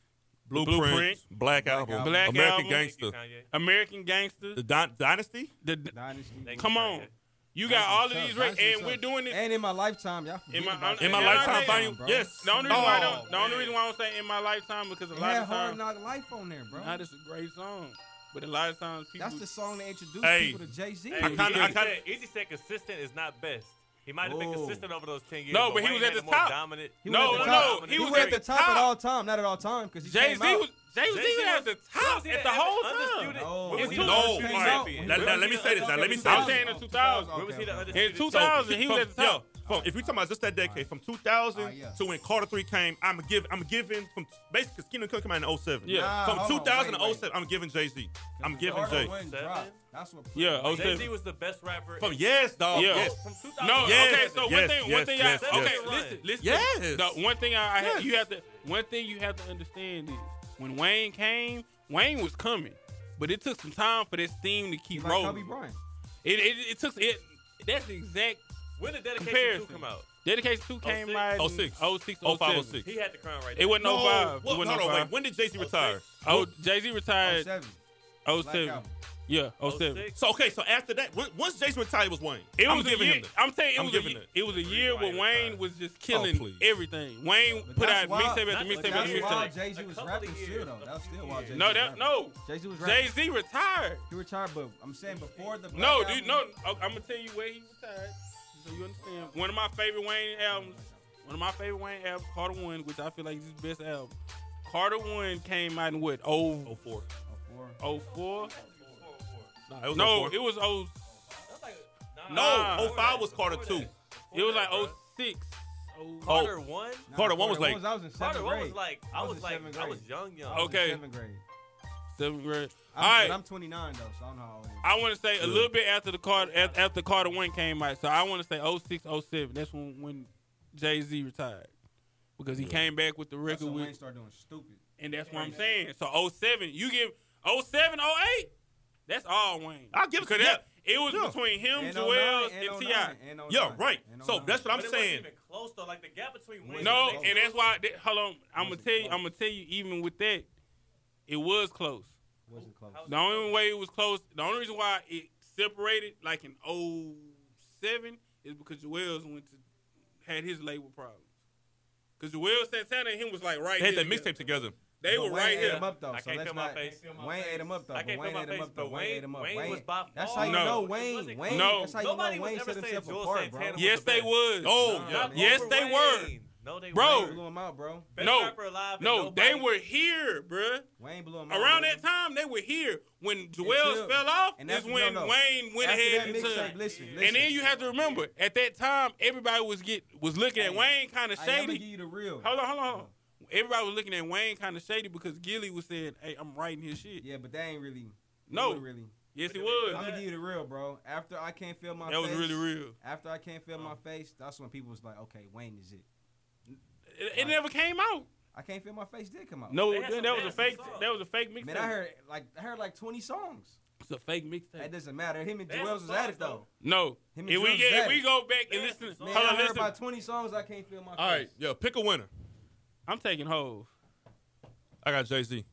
Speaker 1: Blueprint,
Speaker 2: Blueprint.
Speaker 1: Black Album,
Speaker 3: Album.
Speaker 2: Black
Speaker 1: American
Speaker 2: Album.
Speaker 4: Thank you,
Speaker 1: Gangster,
Speaker 4: Kanye.
Speaker 2: American Gangster.
Speaker 1: the Dyn- Dynasty.
Speaker 2: The,
Speaker 3: Dynasty.
Speaker 4: Thank
Speaker 2: come
Speaker 4: you,
Speaker 2: on,
Speaker 4: Kanye.
Speaker 2: you got all of
Speaker 3: That's
Speaker 2: these,
Speaker 3: what's
Speaker 2: right?
Speaker 3: up. That's
Speaker 2: And we're
Speaker 3: what's
Speaker 2: doing it.
Speaker 3: And in my lifetime, y'all forget
Speaker 2: In my-
Speaker 3: about
Speaker 1: In my
Speaker 2: And I
Speaker 1: lifetime,
Speaker 2: think-
Speaker 1: find you.
Speaker 3: Bro.
Speaker 1: Yes.
Speaker 2: The only reason why I don't, the
Speaker 4: Oh,
Speaker 2: only
Speaker 4: man.
Speaker 2: reason why I don't say in my lifetime because a
Speaker 3: It
Speaker 2: lot
Speaker 3: had
Speaker 2: of
Speaker 3: Hard
Speaker 2: times,
Speaker 3: Knock Life on there, bro.
Speaker 2: nah, this is a great song, but a lot of times people.
Speaker 3: That's the song that introduced
Speaker 1: Hey.
Speaker 3: people to Jay Z.
Speaker 4: Hey,
Speaker 1: I kinda- I
Speaker 4: Easy
Speaker 1: kinda-
Speaker 4: said- Easy said consistent is not best. He might have been
Speaker 3: Whoa.
Speaker 4: consistent over those ten years.
Speaker 2: No, but he
Speaker 4: Wayne
Speaker 2: was at
Speaker 4: had
Speaker 2: the
Speaker 4: more
Speaker 2: top.
Speaker 4: Dominant.
Speaker 3: He was
Speaker 2: No,
Speaker 3: at the
Speaker 2: no,
Speaker 3: top.
Speaker 2: no, he was
Speaker 3: was
Speaker 2: at
Speaker 3: at the
Speaker 2: the
Speaker 3: top,
Speaker 2: top.
Speaker 3: at all time, not at all time, because he
Speaker 2: Jay Z
Speaker 3: came out.
Speaker 2: was Jay Z was at the top at the whole time.
Speaker 4: Undisputed-
Speaker 3: No,
Speaker 4: when was he
Speaker 2: no,
Speaker 4: the undisputed
Speaker 1: all right.
Speaker 4: champion?
Speaker 1: Now- now let me say this. Now let me say
Speaker 2: I'm
Speaker 1: this.
Speaker 2: saying in 2000.
Speaker 4: When was he the
Speaker 2: In
Speaker 4: undisputed
Speaker 1: So,
Speaker 2: 2000, he was
Speaker 1: from-
Speaker 2: at the top.
Speaker 1: Oh. Yo, from, if we talking about just that decade, from 2000
Speaker 3: Alright, yeah.
Speaker 1: to when Carter Three came, I'm giving, I'm giving from basically Skinner Cook came out in 07.
Speaker 2: Yeah.
Speaker 3: Nah,
Speaker 1: From
Speaker 3: hold on,
Speaker 1: 2000
Speaker 3: wait,
Speaker 1: to 07, I'm giving Jay Z. I'm giving
Speaker 3: Carter
Speaker 1: Jay.
Speaker 3: wouldn't
Speaker 4: Seven?
Speaker 3: drop. That's what.
Speaker 2: Yeah, oh,
Speaker 4: Jay Z was the best rapper.
Speaker 1: From
Speaker 4: in-
Speaker 1: yes, dog.
Speaker 2: Yeah.
Speaker 1: Yes.
Speaker 4: from 2000.
Speaker 2: No,
Speaker 1: Yes,
Speaker 2: okay. So one
Speaker 1: yes,
Speaker 2: thing, one
Speaker 1: yes,
Speaker 2: thing,
Speaker 1: yes,
Speaker 2: I, okay.
Speaker 4: yes.
Speaker 2: Listen, listen.
Speaker 1: Yes.
Speaker 2: The one thing I, I
Speaker 1: Yes.
Speaker 2: you have to, one thing you have to understand is when Wayne came, Wayne was coming, but it took some time for this theme to keep
Speaker 3: Like Kobe
Speaker 2: rolling.
Speaker 3: Bryant.
Speaker 2: It, it, it took it. That's the exact
Speaker 4: When did Dedication
Speaker 2: comparison.
Speaker 4: 2 come out?
Speaker 2: Dedication two came
Speaker 4: 06?
Speaker 2: out. in
Speaker 1: 06.
Speaker 2: 06,
Speaker 1: 05,
Speaker 2: 07.
Speaker 1: 06.
Speaker 4: He had the crown right
Speaker 2: It
Speaker 4: there.
Speaker 2: wasn't
Speaker 1: No,
Speaker 2: 05.
Speaker 1: what-
Speaker 2: it
Speaker 1: hold
Speaker 2: wasn't
Speaker 1: on,
Speaker 2: 05.
Speaker 1: wait. When did Jay Z retire?
Speaker 2: Oh, Jay Z retired
Speaker 3: 07.
Speaker 2: 07.
Speaker 3: Black Album.
Speaker 2: Yeah, 07.
Speaker 4: 06?
Speaker 1: So okay, so after that, when- once Jay Z retired was Wayne.
Speaker 2: It
Speaker 1: Oh I'm
Speaker 2: was a
Speaker 1: giving
Speaker 2: year-
Speaker 1: him that.
Speaker 2: I'm saying it
Speaker 1: I'm
Speaker 2: was, a,
Speaker 1: giving
Speaker 2: ye-
Speaker 1: it. Oh,
Speaker 2: it was a year where
Speaker 4: Wayne
Speaker 2: Wayne
Speaker 4: retired.
Speaker 2: was just killing
Speaker 1: please.
Speaker 2: everything. Wayne
Speaker 3: But
Speaker 2: put out
Speaker 3: that's why-
Speaker 2: mixtape after
Speaker 4: that's-
Speaker 2: mixtape
Speaker 4: that's
Speaker 2: after
Speaker 3: That's why
Speaker 2: mixtape.
Speaker 3: Jay Z
Speaker 4: A
Speaker 3: was
Speaker 4: couple
Speaker 3: rapping
Speaker 4: of
Speaker 3: still
Speaker 4: years,
Speaker 3: though.
Speaker 4: a
Speaker 3: That's
Speaker 4: couple
Speaker 3: still
Speaker 4: of
Speaker 3: why
Speaker 4: years.
Speaker 3: Jay Z.
Speaker 2: No, that no.
Speaker 3: Jay Z was rapping.
Speaker 2: Jay Z retired.
Speaker 3: He retired, but I'm saying before the. Black
Speaker 2: No, dude,
Speaker 3: Album-
Speaker 2: no. I'm gonna tell you where he retired, so you understand. One of my favorite Wayne albums. One of my favorite Wayne albums, Carter One, which I feel like is his best album. Carter One came out in what? Oh,
Speaker 1: 04.
Speaker 3: Before.
Speaker 2: oh four?
Speaker 1: Nah, it was
Speaker 2: No,
Speaker 1: 04.
Speaker 2: it was oh.
Speaker 4: That's like- nah,
Speaker 2: No,
Speaker 1: 05
Speaker 4: before that,
Speaker 1: was Carter
Speaker 4: before that.
Speaker 1: two.
Speaker 2: It was like
Speaker 4: Before
Speaker 2: oh
Speaker 4: that,
Speaker 2: six.
Speaker 4: bro.
Speaker 2: Oh,
Speaker 4: Carter 1?
Speaker 3: Nah,
Speaker 1: Carter one was
Speaker 3: Carter
Speaker 1: like-
Speaker 3: I was in seventh
Speaker 4: Carter 1
Speaker 3: grade.
Speaker 4: was like, I was
Speaker 3: in
Speaker 4: like,
Speaker 3: seventh
Speaker 4: I
Speaker 3: grade.
Speaker 4: was young,
Speaker 3: I was
Speaker 4: young.
Speaker 3: in
Speaker 2: Okay.
Speaker 3: Seventh grade.
Speaker 2: seventh grade.
Speaker 3: I'm,
Speaker 2: All
Speaker 3: but
Speaker 2: right.
Speaker 3: I'm 29 though, so I don't know how old I am.
Speaker 2: I want to say a little bit after the Carter af- after Carter One came out, so I want to say 06, 07. That's when when Jay Z retired because he came back with the
Speaker 3: That's
Speaker 2: record
Speaker 3: when Wayne
Speaker 2: with,
Speaker 3: started doing stupid.
Speaker 2: and that's what I'm saying. So 07, you give 07, 08, that's all Wayne.
Speaker 1: I'll give it to
Speaker 2: because that it was
Speaker 1: Yeah.
Speaker 2: between him,
Speaker 3: And
Speaker 2: Joel,
Speaker 3: 09,
Speaker 2: and
Speaker 3: and
Speaker 2: Ti.
Speaker 3: 09, and 09,
Speaker 1: Yeah, right.
Speaker 3: and
Speaker 1: So
Speaker 3: 09.
Speaker 1: that's what
Speaker 4: But
Speaker 1: I'm
Speaker 4: it wasn't
Speaker 1: saying.
Speaker 4: even close though. Like the gap between Wayne
Speaker 2: No,
Speaker 4: and Jay-Z
Speaker 2: and that's why. That, hold on, I'm gonna
Speaker 3: Was it
Speaker 2: tell you.
Speaker 3: close?
Speaker 2: I'm gonna tell you. Even with that, it was close.
Speaker 3: Wasn't close.
Speaker 4: How was
Speaker 2: The only way it was close, the only reason why it separated like in 07 is because Joel's went to had his label problems. Because Joel Santana and him was like right
Speaker 1: They had
Speaker 2: here.
Speaker 1: that mixtape together.
Speaker 2: They
Speaker 3: But
Speaker 2: were
Speaker 3: Wayne
Speaker 2: right
Speaker 3: ate
Speaker 2: here.
Speaker 3: him up though,
Speaker 4: I
Speaker 3: so
Speaker 4: can't
Speaker 3: let's
Speaker 4: feel my
Speaker 3: not.
Speaker 4: face.
Speaker 3: Wayne ate him up though.
Speaker 4: I
Speaker 3: but
Speaker 4: can't
Speaker 3: Wayne
Speaker 4: feel my
Speaker 3: ate him
Speaker 4: face,
Speaker 3: up though.
Speaker 4: but
Speaker 3: Wayne
Speaker 4: Wayne-
Speaker 3: ate him up.
Speaker 4: Wayne was
Speaker 3: Wayne.
Speaker 4: by
Speaker 3: That's
Speaker 4: far
Speaker 3: how you
Speaker 2: No.
Speaker 3: know
Speaker 4: the
Speaker 3: Wayne.
Speaker 4: biggest-
Speaker 3: Wayne.
Speaker 2: No.
Speaker 3: That's how you
Speaker 4: Nobody
Speaker 3: know
Speaker 4: was
Speaker 3: Wayne
Speaker 4: ever
Speaker 3: set
Speaker 4: saying
Speaker 3: himself
Speaker 4: Joel
Speaker 3: apart, bro.
Speaker 4: Santana was
Speaker 2: yes,
Speaker 4: the
Speaker 2: they
Speaker 4: best.
Speaker 2: was.
Speaker 1: Oh,
Speaker 4: Not
Speaker 1: yeah.
Speaker 4: over
Speaker 2: Yes, they
Speaker 4: Wayne. No, they
Speaker 2: Bro.
Speaker 3: Wayne blew him out, bro.
Speaker 4: Best
Speaker 2: No.
Speaker 4: rapper alive and
Speaker 2: No,
Speaker 4: nobody-
Speaker 2: they were here, bruh.
Speaker 3: Wayne blew him out.
Speaker 2: Around
Speaker 3: bro.
Speaker 2: that time, they were here. When
Speaker 3: Until-
Speaker 2: Joel's fell off,
Speaker 3: and
Speaker 2: is
Speaker 3: after- no,
Speaker 2: when
Speaker 3: no.
Speaker 2: Wayne went
Speaker 3: After
Speaker 2: ahead
Speaker 3: that
Speaker 2: and took.
Speaker 3: mixtape, listen,
Speaker 4: And
Speaker 3: listen.
Speaker 2: And then you have to remember, at that time, everybody was get was looking at
Speaker 3: Hey,
Speaker 2: Wayne kind of
Speaker 3: Hey, I'm gonna
Speaker 2: shady.
Speaker 3: give you the real.
Speaker 2: Hold on, hold on, hold on. Everybody was looking at Wayne kind of shady because Gilly was saying, "Hey, I'm writing his shit."
Speaker 3: Yeah, but that ain't really.
Speaker 2: No.
Speaker 3: wasn't really.
Speaker 2: Yes, he
Speaker 3: I'm
Speaker 2: was.
Speaker 3: gonna give you the real, bro. After I can't feel my.
Speaker 2: That was
Speaker 3: face,
Speaker 2: really real. Oh.
Speaker 3: After I can't feel my face, that's when people was like, okay, Wayne is it.
Speaker 2: It, it never came out.
Speaker 3: I can't feel my face did come out.
Speaker 2: No,
Speaker 4: They had
Speaker 2: that,
Speaker 4: some
Speaker 2: that was a
Speaker 4: bad
Speaker 2: fake.
Speaker 4: songs.
Speaker 2: That was a fake mixtape.
Speaker 3: Man, I heard like I heard like 20 songs.
Speaker 2: it's a fake
Speaker 3: That
Speaker 2: mixtape.
Speaker 3: doesn't matter. Him and
Speaker 4: That's
Speaker 3: Joel's was
Speaker 4: songs,
Speaker 3: at it though.
Speaker 2: No,
Speaker 3: Him
Speaker 2: if
Speaker 3: and
Speaker 2: we
Speaker 3: Drill's
Speaker 2: get, if
Speaker 3: daddy.
Speaker 2: we go back and
Speaker 4: They had
Speaker 2: listen,
Speaker 4: some
Speaker 3: Man,
Speaker 2: hold
Speaker 3: I
Speaker 2: on,
Speaker 3: heard
Speaker 2: listen.
Speaker 3: about 20 songs. I can't feel my face.
Speaker 1: All right, yo, pick a winner.
Speaker 2: I'm taking Hove.
Speaker 1: I got Jay Z.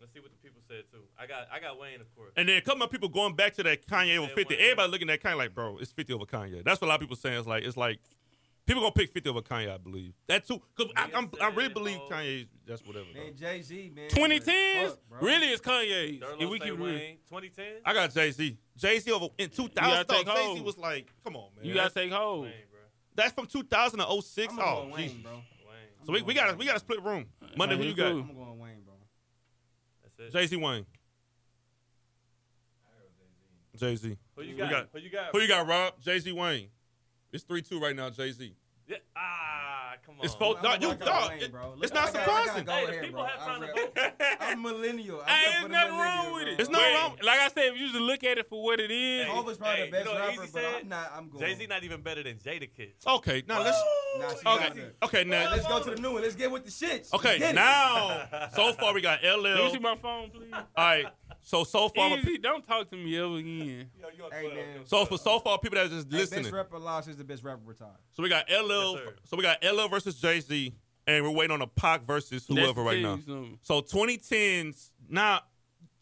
Speaker 4: Let's see what the people said too. I got I got Wayne of course.
Speaker 1: And then a couple of people going back to that Kanye over
Speaker 4: Yeah,
Speaker 1: 50.
Speaker 4: Wayne.
Speaker 1: Everybody looking at Kanye like, bro, it's 50 over Kanye. That's what a lot of people saying. It's like, it's like People gonna pick 50 over Kanye, I believe. That too, because I, I'm, I really
Speaker 4: Beyonce,
Speaker 1: believe
Speaker 4: Hov.
Speaker 1: Kanye's. That's whatever.
Speaker 3: Man, Jay Z, man.
Speaker 2: 2010s
Speaker 3: Fuck, bro.
Speaker 2: really is Kanye's.
Speaker 4: Thurlow
Speaker 2: If we
Speaker 4: say
Speaker 2: keep real,
Speaker 4: Wayne, 2010?
Speaker 1: I got Jay Z. Jay Z over in 2000.
Speaker 2: take
Speaker 1: Jay Z
Speaker 2: Hov.
Speaker 1: was like, come on, man.
Speaker 2: you gotta take hold.
Speaker 4: Wayne, bro.
Speaker 1: that's from 2000 to 06.
Speaker 3: I'm
Speaker 1: Oh,
Speaker 3: going
Speaker 1: Jesus.
Speaker 3: Wayne, bro.
Speaker 4: Wayne.
Speaker 1: So we, we got we got to split room. Monday, who
Speaker 2: Hey,
Speaker 1: you
Speaker 2: it's
Speaker 1: got?
Speaker 2: cool.
Speaker 3: I'm going Wayne, bro.
Speaker 4: That's it.
Speaker 1: Jay Z Wayne. Jay Z.
Speaker 4: Who you
Speaker 1: We
Speaker 4: got?
Speaker 1: got-
Speaker 4: Who you got?
Speaker 1: Who you got, Rob? Jay Z Wayne. It's three two right now. Jay Z.
Speaker 4: Yeah. Ah, come on.
Speaker 1: It's four-
Speaker 3: I'm
Speaker 1: no,
Speaker 3: gonna
Speaker 1: you-
Speaker 3: go
Speaker 1: no,
Speaker 3: Wayne,
Speaker 1: it-
Speaker 3: bro.
Speaker 1: it's
Speaker 3: Look,
Speaker 1: not
Speaker 3: I gotta- I gotta
Speaker 1: surprising.
Speaker 3: go
Speaker 4: Hey, the
Speaker 3: ahead,
Speaker 4: people
Speaker 3: bro.
Speaker 4: have time
Speaker 3: I'm
Speaker 4: to
Speaker 3: re-
Speaker 4: vote.
Speaker 3: I'm millennial. I'm
Speaker 2: Hey,
Speaker 3: just
Speaker 2: there's
Speaker 3: for the
Speaker 2: nothing
Speaker 3: millennial,
Speaker 2: wrong with
Speaker 3: bro.
Speaker 2: it.
Speaker 1: It's nothing
Speaker 2: Wait,
Speaker 1: wrong-
Speaker 2: Like I said, if you just look at it for what it is,
Speaker 4: Hey,
Speaker 3: Hov is probably
Speaker 4: hey,
Speaker 3: the best
Speaker 4: you know what
Speaker 3: rapper,
Speaker 4: Easy
Speaker 3: but
Speaker 4: said?
Speaker 3: I'm not. I'm going.
Speaker 4: Jay Z not even better than Jada Kid.
Speaker 1: Okay, now let's.
Speaker 3: Nah, see,
Speaker 1: Okay,
Speaker 3: y'all there.
Speaker 1: okay, now
Speaker 3: Let's go to the new one. Let's get with the shits. Let's
Speaker 1: Okay,
Speaker 3: get it.
Speaker 1: now so far we got LL.
Speaker 2: Let me see
Speaker 1: All
Speaker 2: my phone, please.
Speaker 1: right, so so far,
Speaker 2: Easy, don't talk to me ever again.
Speaker 4: Yo, you on
Speaker 3: Hey,
Speaker 4: Twitter,
Speaker 3: man.
Speaker 4: yo.
Speaker 1: so for so far people that are just
Speaker 3: Hey,
Speaker 1: listening.
Speaker 3: Best rapper alive is the best rapper retired.
Speaker 1: So we got LL.
Speaker 4: Yes, sir.
Speaker 1: so we got LL versus Jay Z, and we're waiting on a Pac versus
Speaker 2: That's
Speaker 1: whoever
Speaker 2: to
Speaker 1: right
Speaker 2: tell
Speaker 1: now.
Speaker 2: you something.
Speaker 1: So 2010s now,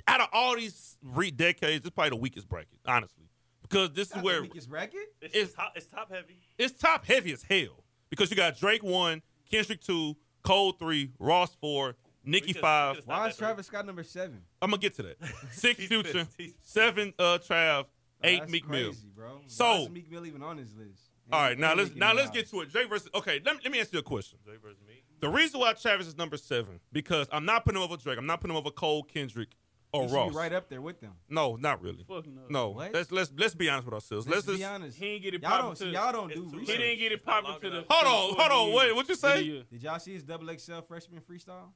Speaker 1: out of all these re- decades, it's probably the weakest bracket, honestly, because this is
Speaker 3: That's
Speaker 1: where
Speaker 3: the weakest record.
Speaker 4: It's,
Speaker 1: it's-
Speaker 4: top, it's top heavy.
Speaker 1: it's top heavy as hell. Because you got Drake one, Kendrick two, Cole three, Ross four, Nicki
Speaker 4: We could-
Speaker 1: five.
Speaker 4: we could-
Speaker 3: Why
Speaker 4: that
Speaker 3: is
Speaker 4: three.
Speaker 3: Travis Scott number seven?
Speaker 1: I'm gonna get to that. Six
Speaker 4: He's
Speaker 1: Future,
Speaker 4: pissed. He's pissed.
Speaker 1: seven uh Trav,
Speaker 3: Oh,
Speaker 1: eight
Speaker 3: that's
Speaker 1: Meek Mill.
Speaker 3: crazy, bro. Why
Speaker 1: So-
Speaker 3: is Meek Mill even on his list?
Speaker 1: All right, now
Speaker 3: And
Speaker 1: let's
Speaker 3: Nicki
Speaker 1: now let's
Speaker 3: Minaj.
Speaker 1: get to it. Drake versus okay. Let me, let me ask you a question.
Speaker 4: Drake versus me.
Speaker 1: The reason why Travis is number seven because I'm not putting him over Drake. I'm not putting him over Cole, Kendrick, or
Speaker 3: He should be
Speaker 1: Ross.
Speaker 3: right up there with them.
Speaker 1: No, not really.
Speaker 2: Fuck no.
Speaker 1: No,
Speaker 3: What?
Speaker 1: let's let's let's be honest with ourselves. Let's,
Speaker 3: Let's,
Speaker 1: just
Speaker 3: be honest.
Speaker 2: He ain't get it
Speaker 3: Y'all don't.
Speaker 2: popping.
Speaker 3: See,
Speaker 2: to-
Speaker 3: y'all don't
Speaker 4: It's
Speaker 3: do
Speaker 4: too
Speaker 2: He
Speaker 3: research.
Speaker 2: didn't get it
Speaker 4: Not
Speaker 2: popping
Speaker 4: long
Speaker 2: to the.
Speaker 4: enough.
Speaker 1: Hold on, hold on, wait, what you say?
Speaker 3: Did y'all see his double XL freshman freestyle?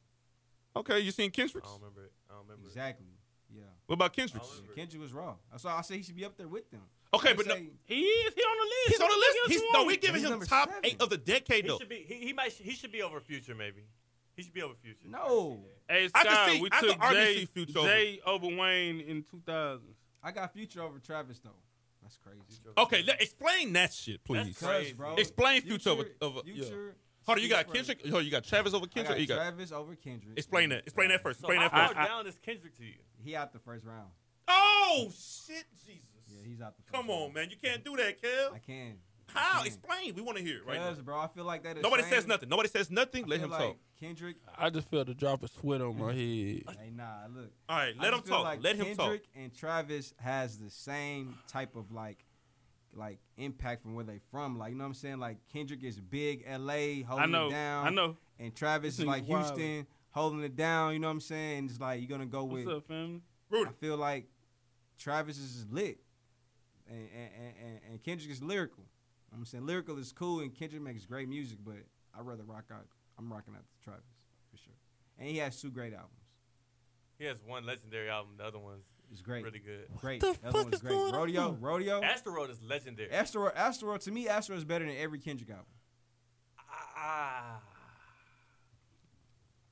Speaker 1: okay. You seen Kendrick?
Speaker 4: I
Speaker 3: Oh,
Speaker 4: don't remember it. I don't remember it.
Speaker 3: Exactly. Yeah.
Speaker 1: What about Kendrick?
Speaker 4: I
Speaker 3: Oh,
Speaker 4: don't remember.
Speaker 3: Kendrick was raw. That's why I say he should be up there with them.
Speaker 1: Okay,
Speaker 3: I
Speaker 1: but no,
Speaker 3: say-
Speaker 2: He is. He on the list.
Speaker 1: he's on the
Speaker 2: What
Speaker 1: list.
Speaker 2: else
Speaker 1: He's
Speaker 2: you
Speaker 1: no,
Speaker 2: want?
Speaker 1: we giving
Speaker 3: He's
Speaker 1: him
Speaker 3: number
Speaker 1: top
Speaker 3: seven.
Speaker 1: eight of the decade
Speaker 4: He
Speaker 1: though.
Speaker 4: should be. He, he might. He should be over future maybe. He should be over future.
Speaker 3: No,
Speaker 2: Hey,
Speaker 1: I can
Speaker 2: Sky,
Speaker 1: see-
Speaker 2: we
Speaker 1: I can
Speaker 2: took
Speaker 1: argue
Speaker 2: Jay,
Speaker 1: see Future over.
Speaker 2: Jay over Wayne in 2000.
Speaker 3: I got future over Travis though. That's crazy.
Speaker 1: Okay, let, explain that shit, please.
Speaker 4: crazy.
Speaker 3: Cuz, bro.
Speaker 1: Explain future over- over- yeah.
Speaker 3: future.
Speaker 1: Hold on, you got
Speaker 3: Right.
Speaker 1: Kendrick. Hold on, you got Travis over
Speaker 3: I
Speaker 1: Kendrick. or
Speaker 3: got
Speaker 1: you got
Speaker 3: Travis over Kendrick.
Speaker 1: explain that. Explain that first.
Speaker 4: So
Speaker 1: Explain
Speaker 4: how
Speaker 1: that
Speaker 4: far
Speaker 1: first.
Speaker 2: I-
Speaker 4: down is Kendrick to you?
Speaker 3: He out the first round.
Speaker 1: oh shit, Jesus!
Speaker 3: Yeah, he's out the. First
Speaker 1: Come on,
Speaker 3: round.
Speaker 1: man, you can't do that, Kev.
Speaker 3: I can.
Speaker 1: How?
Speaker 3: can't.
Speaker 1: Explain. We want to hear it right
Speaker 3: Cuz,
Speaker 1: now.
Speaker 3: bro, I feel like that is.
Speaker 1: Nobody
Speaker 3: same-
Speaker 1: says nothing. Nobody says nothing.
Speaker 3: I
Speaker 1: Let
Speaker 3: feel
Speaker 1: him
Speaker 3: like
Speaker 1: talk.
Speaker 3: Kendrick.
Speaker 2: I just felt a drop of sweat on my head.
Speaker 3: Hey, nah, look.
Speaker 1: All right,
Speaker 3: I
Speaker 1: let him
Speaker 3: just feel
Speaker 1: talk.
Speaker 3: Like
Speaker 1: let him talk.
Speaker 3: Kendrick and Travis has the same type of like, like impact from where they from. Like you know what I'm saying? Like Kendrick is big LA holding
Speaker 2: I know.
Speaker 3: it down.
Speaker 2: I know.
Speaker 3: And Travis
Speaker 2: This
Speaker 3: is like
Speaker 2: nigga's wild.
Speaker 3: Houston holding it down. You know what I'm saying? And it's like you're gonna go
Speaker 2: What's
Speaker 3: with.
Speaker 2: up, family?
Speaker 1: Rudy.
Speaker 3: I feel like Travis is just lit, and and, and- and and Kendrick is lyrical. You know what I'm saying lyrical is cool, and Kendrick makes great music, but I'd rather rock out. I'm rocking out to Travis for sure, and he has two great albums.
Speaker 4: He has one legendary album. The other one's
Speaker 3: It's great.
Speaker 4: really good.
Speaker 3: Great.
Speaker 2: the
Speaker 3: That
Speaker 2: fuck
Speaker 3: one was
Speaker 2: is
Speaker 3: great.
Speaker 2: going
Speaker 3: rodeo,
Speaker 2: on?
Speaker 3: rodeo.
Speaker 4: Asteroid is legendary.
Speaker 3: Astro, Astro. To me, Astro is better than every Kendrick album.
Speaker 4: Ah.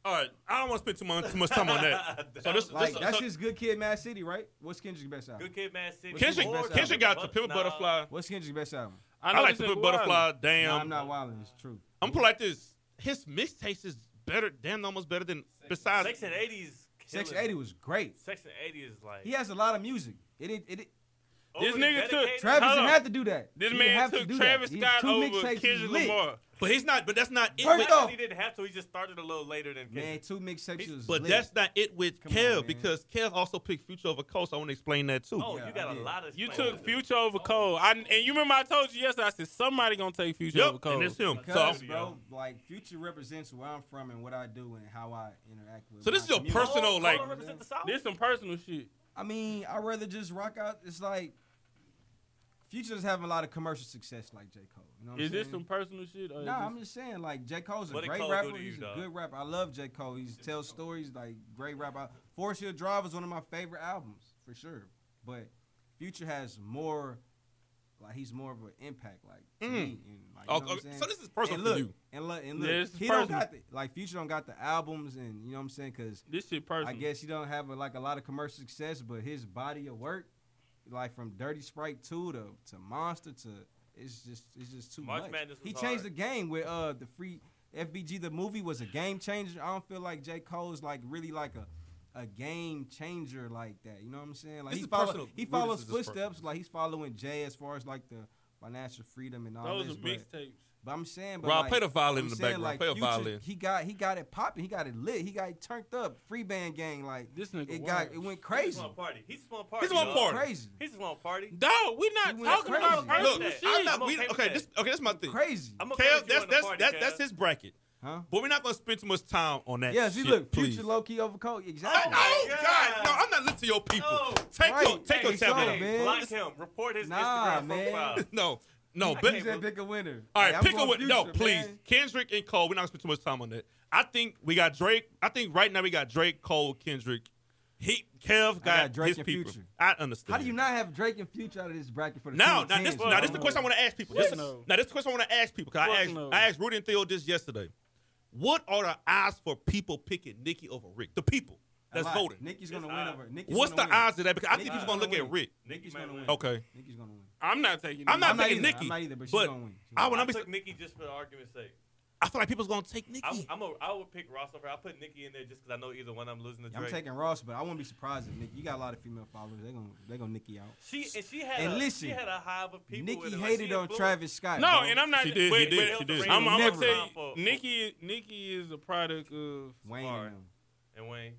Speaker 1: All right, I don't want to spend too much, too much time on that. So this,
Speaker 3: Like
Speaker 1: this
Speaker 3: that's
Speaker 1: so,
Speaker 3: his Good Kid, Mad City, right? What's Kendrick's best album?
Speaker 4: Good Kid, Mad City.
Speaker 3: What's
Speaker 1: Kendrick.
Speaker 3: his best
Speaker 1: Kendrick
Speaker 4: album?
Speaker 1: got to pivot
Speaker 4: Nah.
Speaker 1: butterfly.
Speaker 3: What's Kendrick's best album?
Speaker 1: I
Speaker 2: know
Speaker 1: like
Speaker 2: this
Speaker 1: to
Speaker 2: nigga
Speaker 1: put butterfly.
Speaker 2: wild.
Speaker 1: Damn,
Speaker 3: No, I'm not wilding. It's true.
Speaker 1: I'm put like this. His mixtapes is better, damn, almost better than besides.
Speaker 4: Section 80s.
Speaker 3: Section Eighty was great.
Speaker 4: Section 80 is like.
Speaker 3: He has a lot of music. It it, it, it
Speaker 2: This
Speaker 4: overly
Speaker 2: nigga took
Speaker 4: dedicated.
Speaker 3: Travis
Speaker 2: Hold
Speaker 3: didn't
Speaker 2: on.
Speaker 3: have to do that.
Speaker 2: This
Speaker 3: He didn't
Speaker 2: man
Speaker 3: have to
Speaker 2: took
Speaker 3: do
Speaker 2: Travis
Speaker 3: that. These
Speaker 2: Scott
Speaker 3: two
Speaker 2: over
Speaker 3: mixtapes is
Speaker 2: Kendrick
Speaker 3: lit.
Speaker 2: Lamar.
Speaker 1: But he's not. But that's not it.
Speaker 3: First
Speaker 1: with,
Speaker 3: off-
Speaker 4: He didn't have to. He just started a little later than Kendrick.
Speaker 3: Man, two mixtapes was
Speaker 1: but
Speaker 3: lit.
Speaker 1: that's not it with
Speaker 3: Come on,
Speaker 1: Kev
Speaker 3: man.
Speaker 1: because Kev also picked Future over Coast. I want to explain that too.
Speaker 4: oh,
Speaker 3: Yeah,
Speaker 4: you got
Speaker 3: I
Speaker 4: a
Speaker 3: did.
Speaker 4: lot of.
Speaker 2: You
Speaker 4: explaining
Speaker 2: took
Speaker 4: to do.
Speaker 2: Future over Cole. I, and you remember I told you yesterday, I said somebody going to take Future over
Speaker 1: yep,
Speaker 2: Cole.
Speaker 1: and it's him. So,
Speaker 3: because,
Speaker 1: I'm-
Speaker 3: bro, like Future represents where I'm from and what I do and how I interact with.
Speaker 1: so this
Speaker 3: my
Speaker 1: is your
Speaker 3: community.
Speaker 1: personal,
Speaker 4: Cole
Speaker 1: like.
Speaker 4: represent the South?
Speaker 2: This some personal shit.
Speaker 3: I mean, I'd rather just rock out. It's like Future's having a lot of commercial success, like J. Cole. You know what
Speaker 2: Is
Speaker 3: I'm
Speaker 2: this
Speaker 3: saying?
Speaker 2: some personal shit? Or is
Speaker 3: Nah,
Speaker 2: this-
Speaker 3: I'm just saying, like J. Cole's a
Speaker 4: What did
Speaker 3: great
Speaker 4: Cole do
Speaker 3: rapper.
Speaker 4: to you,
Speaker 3: He's a
Speaker 4: dog?
Speaker 3: good rapper. I love J. Cole. He tells stories, like great rapper. Forest Hill Drive is one of my favorite albums for sure. But Future has more, like he's more of an impact, like to
Speaker 1: Mm.
Speaker 3: me. And, like, you know
Speaker 1: Oh,
Speaker 3: what I'm
Speaker 1: okay,
Speaker 3: saying?
Speaker 1: so this is personal
Speaker 3: and
Speaker 1: for
Speaker 3: look,
Speaker 1: you.
Speaker 3: And look, and
Speaker 2: Yeah,
Speaker 3: look,
Speaker 2: this is
Speaker 3: he
Speaker 2: personal.
Speaker 3: don't got the like Future don't got the albums, and you know what I'm saying? Because
Speaker 2: This shit personal.
Speaker 3: I guess he don't have like a lot of commercial success, but his body of work, like from Dirty Sprite two to to Monster to, it's just it's just too
Speaker 4: March
Speaker 3: much.
Speaker 4: Madness was
Speaker 3: he
Speaker 4: hard.
Speaker 3: changed the game with uh the free FBG. The movie was a game changer. I don't feel like J Cole's like really like a. A game changer like that, you know what I'm saying? Like
Speaker 1: This
Speaker 3: he,
Speaker 1: is
Speaker 3: follow-
Speaker 1: personal.
Speaker 3: he
Speaker 1: Rudy, this
Speaker 3: follows
Speaker 1: is just personal.
Speaker 3: footsteps, like he's following Jay as far as like the financial freedom and all
Speaker 2: Those
Speaker 3: this.
Speaker 2: are
Speaker 3: but-
Speaker 2: mixtapes.
Speaker 3: But I'm saying, but
Speaker 1: Rob,
Speaker 3: like,
Speaker 1: play the violin
Speaker 3: I'm
Speaker 1: in the
Speaker 3: saying,
Speaker 1: background.
Speaker 3: Like,
Speaker 1: Play a
Speaker 3: Future,
Speaker 1: violin.
Speaker 3: He got he got it popping. He got it lit. He got it turned up. Free band gang. Like
Speaker 2: This nigga
Speaker 3: it got
Speaker 2: wild.
Speaker 3: it went
Speaker 4: He
Speaker 3: crazy.
Speaker 4: just want party. He just want party.
Speaker 1: just want
Speaker 4: dog.
Speaker 1: party.
Speaker 3: Crazy.
Speaker 4: He just want party.
Speaker 2: Dog, we not
Speaker 3: You went
Speaker 2: talking about
Speaker 3: crazy.
Speaker 2: personal
Speaker 1: Look,
Speaker 4: Look,
Speaker 2: shit.
Speaker 1: I'm
Speaker 4: I'm
Speaker 1: not.
Speaker 4: okay
Speaker 1: We,
Speaker 4: with
Speaker 1: okay,
Speaker 4: that.
Speaker 1: this okay. That's my thing.
Speaker 3: Crazy.
Speaker 4: I'm okay
Speaker 1: Kev,
Speaker 4: with you
Speaker 1: that's
Speaker 4: on the
Speaker 1: that's
Speaker 4: party,
Speaker 1: that's
Speaker 4: Kev.
Speaker 1: that's his bracket.
Speaker 3: Huh?
Speaker 1: But we're not gonna spend too much time on that.
Speaker 3: Yeah, see,
Speaker 1: shit,
Speaker 3: look,
Speaker 1: please.
Speaker 3: future low key overcoat.
Speaker 1: Oh,
Speaker 3: Exactly.
Speaker 1: oh,
Speaker 4: God.
Speaker 1: God! No, I'm not listening to your people.
Speaker 4: No.
Speaker 1: Take your
Speaker 3: Right.
Speaker 1: take your
Speaker 3: Hey,
Speaker 1: tablet.
Speaker 3: son,
Speaker 1: out.
Speaker 3: man.
Speaker 4: Block him. Report his
Speaker 3: Nah,
Speaker 4: Instagram
Speaker 3: man.
Speaker 4: profile.
Speaker 1: No, no.
Speaker 3: I
Speaker 1: But,
Speaker 3: can't say pick a winner.
Speaker 1: Oh, all
Speaker 3: Hey,
Speaker 1: right,
Speaker 3: I'm
Speaker 1: pick a
Speaker 3: going
Speaker 1: win. No,
Speaker 3: Future,
Speaker 1: please.
Speaker 3: man.
Speaker 1: Kendrick and Cole. We're not gonna spend too much time on that. I think we got Drake. I think right now we got Drake, Cole, Kendrick. He Kev got,
Speaker 3: Drake
Speaker 1: his
Speaker 3: and
Speaker 1: people.
Speaker 3: Future.
Speaker 1: I understand.
Speaker 3: How do you not have Drake and Future out of this bracket for the
Speaker 1: Now, now
Speaker 3: 2010s,
Speaker 1: this,
Speaker 3: bro?
Speaker 1: now this is the question I want to ask people. This,
Speaker 2: Fuck no.
Speaker 1: Now this is the question I want to ask people. 'cause I
Speaker 2: Fuck
Speaker 1: asked,
Speaker 2: no.
Speaker 1: I asked Rudy and Theo this yesterday. What are the odds for people picking Nicki over Rick? The people
Speaker 3: A
Speaker 1: that's
Speaker 3: lot.
Speaker 1: voting.
Speaker 3: Nicki's gonna
Speaker 4: It's
Speaker 3: win
Speaker 4: odd.
Speaker 3: over. Nicki's
Speaker 1: What's the
Speaker 3: gonna win.
Speaker 1: odds of that? Because I think
Speaker 3: Nicki's
Speaker 1: people
Speaker 3: gonna
Speaker 1: gonna look at
Speaker 3: win.
Speaker 1: Rick.
Speaker 3: Nicki's
Speaker 4: might
Speaker 3: gonna
Speaker 4: win.
Speaker 3: win.
Speaker 1: Okay,
Speaker 3: Nicki's gonna win.
Speaker 2: I'm not taking.
Speaker 1: I'm
Speaker 2: it.
Speaker 1: not
Speaker 3: I'm not
Speaker 1: taking
Speaker 3: either.
Speaker 1: Nicki,
Speaker 3: I'm not either, but she's
Speaker 1: but
Speaker 3: gonna win. She's
Speaker 1: I would
Speaker 4: I
Speaker 1: not be.
Speaker 4: took Nikki just for the argument's sake.
Speaker 1: I feel like people's gonna take Nicki.
Speaker 4: I, I'm a, I would pick Ross over. I put Nikki in there just because I know either one I'm losing to
Speaker 3: I'm
Speaker 4: Drake.
Speaker 3: taking Ross, but I wouldn't be surprised if Nick. You got a lot of female followers. They're gonna they gonna Nicky out.
Speaker 4: she and she had
Speaker 3: And
Speaker 4: a,
Speaker 3: listen,
Speaker 4: she had a hive of people. with her.
Speaker 3: Nikki
Speaker 4: Like,
Speaker 3: hated
Speaker 4: she
Speaker 3: on
Speaker 4: influenced-
Speaker 3: Travis Scott.
Speaker 2: No,
Speaker 3: bro.
Speaker 2: and I'm not.
Speaker 1: She did, he
Speaker 2: But,
Speaker 1: did,
Speaker 2: but
Speaker 1: she did.
Speaker 2: I'm, I'm gonna
Speaker 3: Never.
Speaker 2: tell you, Nikki, Nikki is a product of
Speaker 3: Wayne
Speaker 2: art.
Speaker 3: and them.
Speaker 4: and Wayne.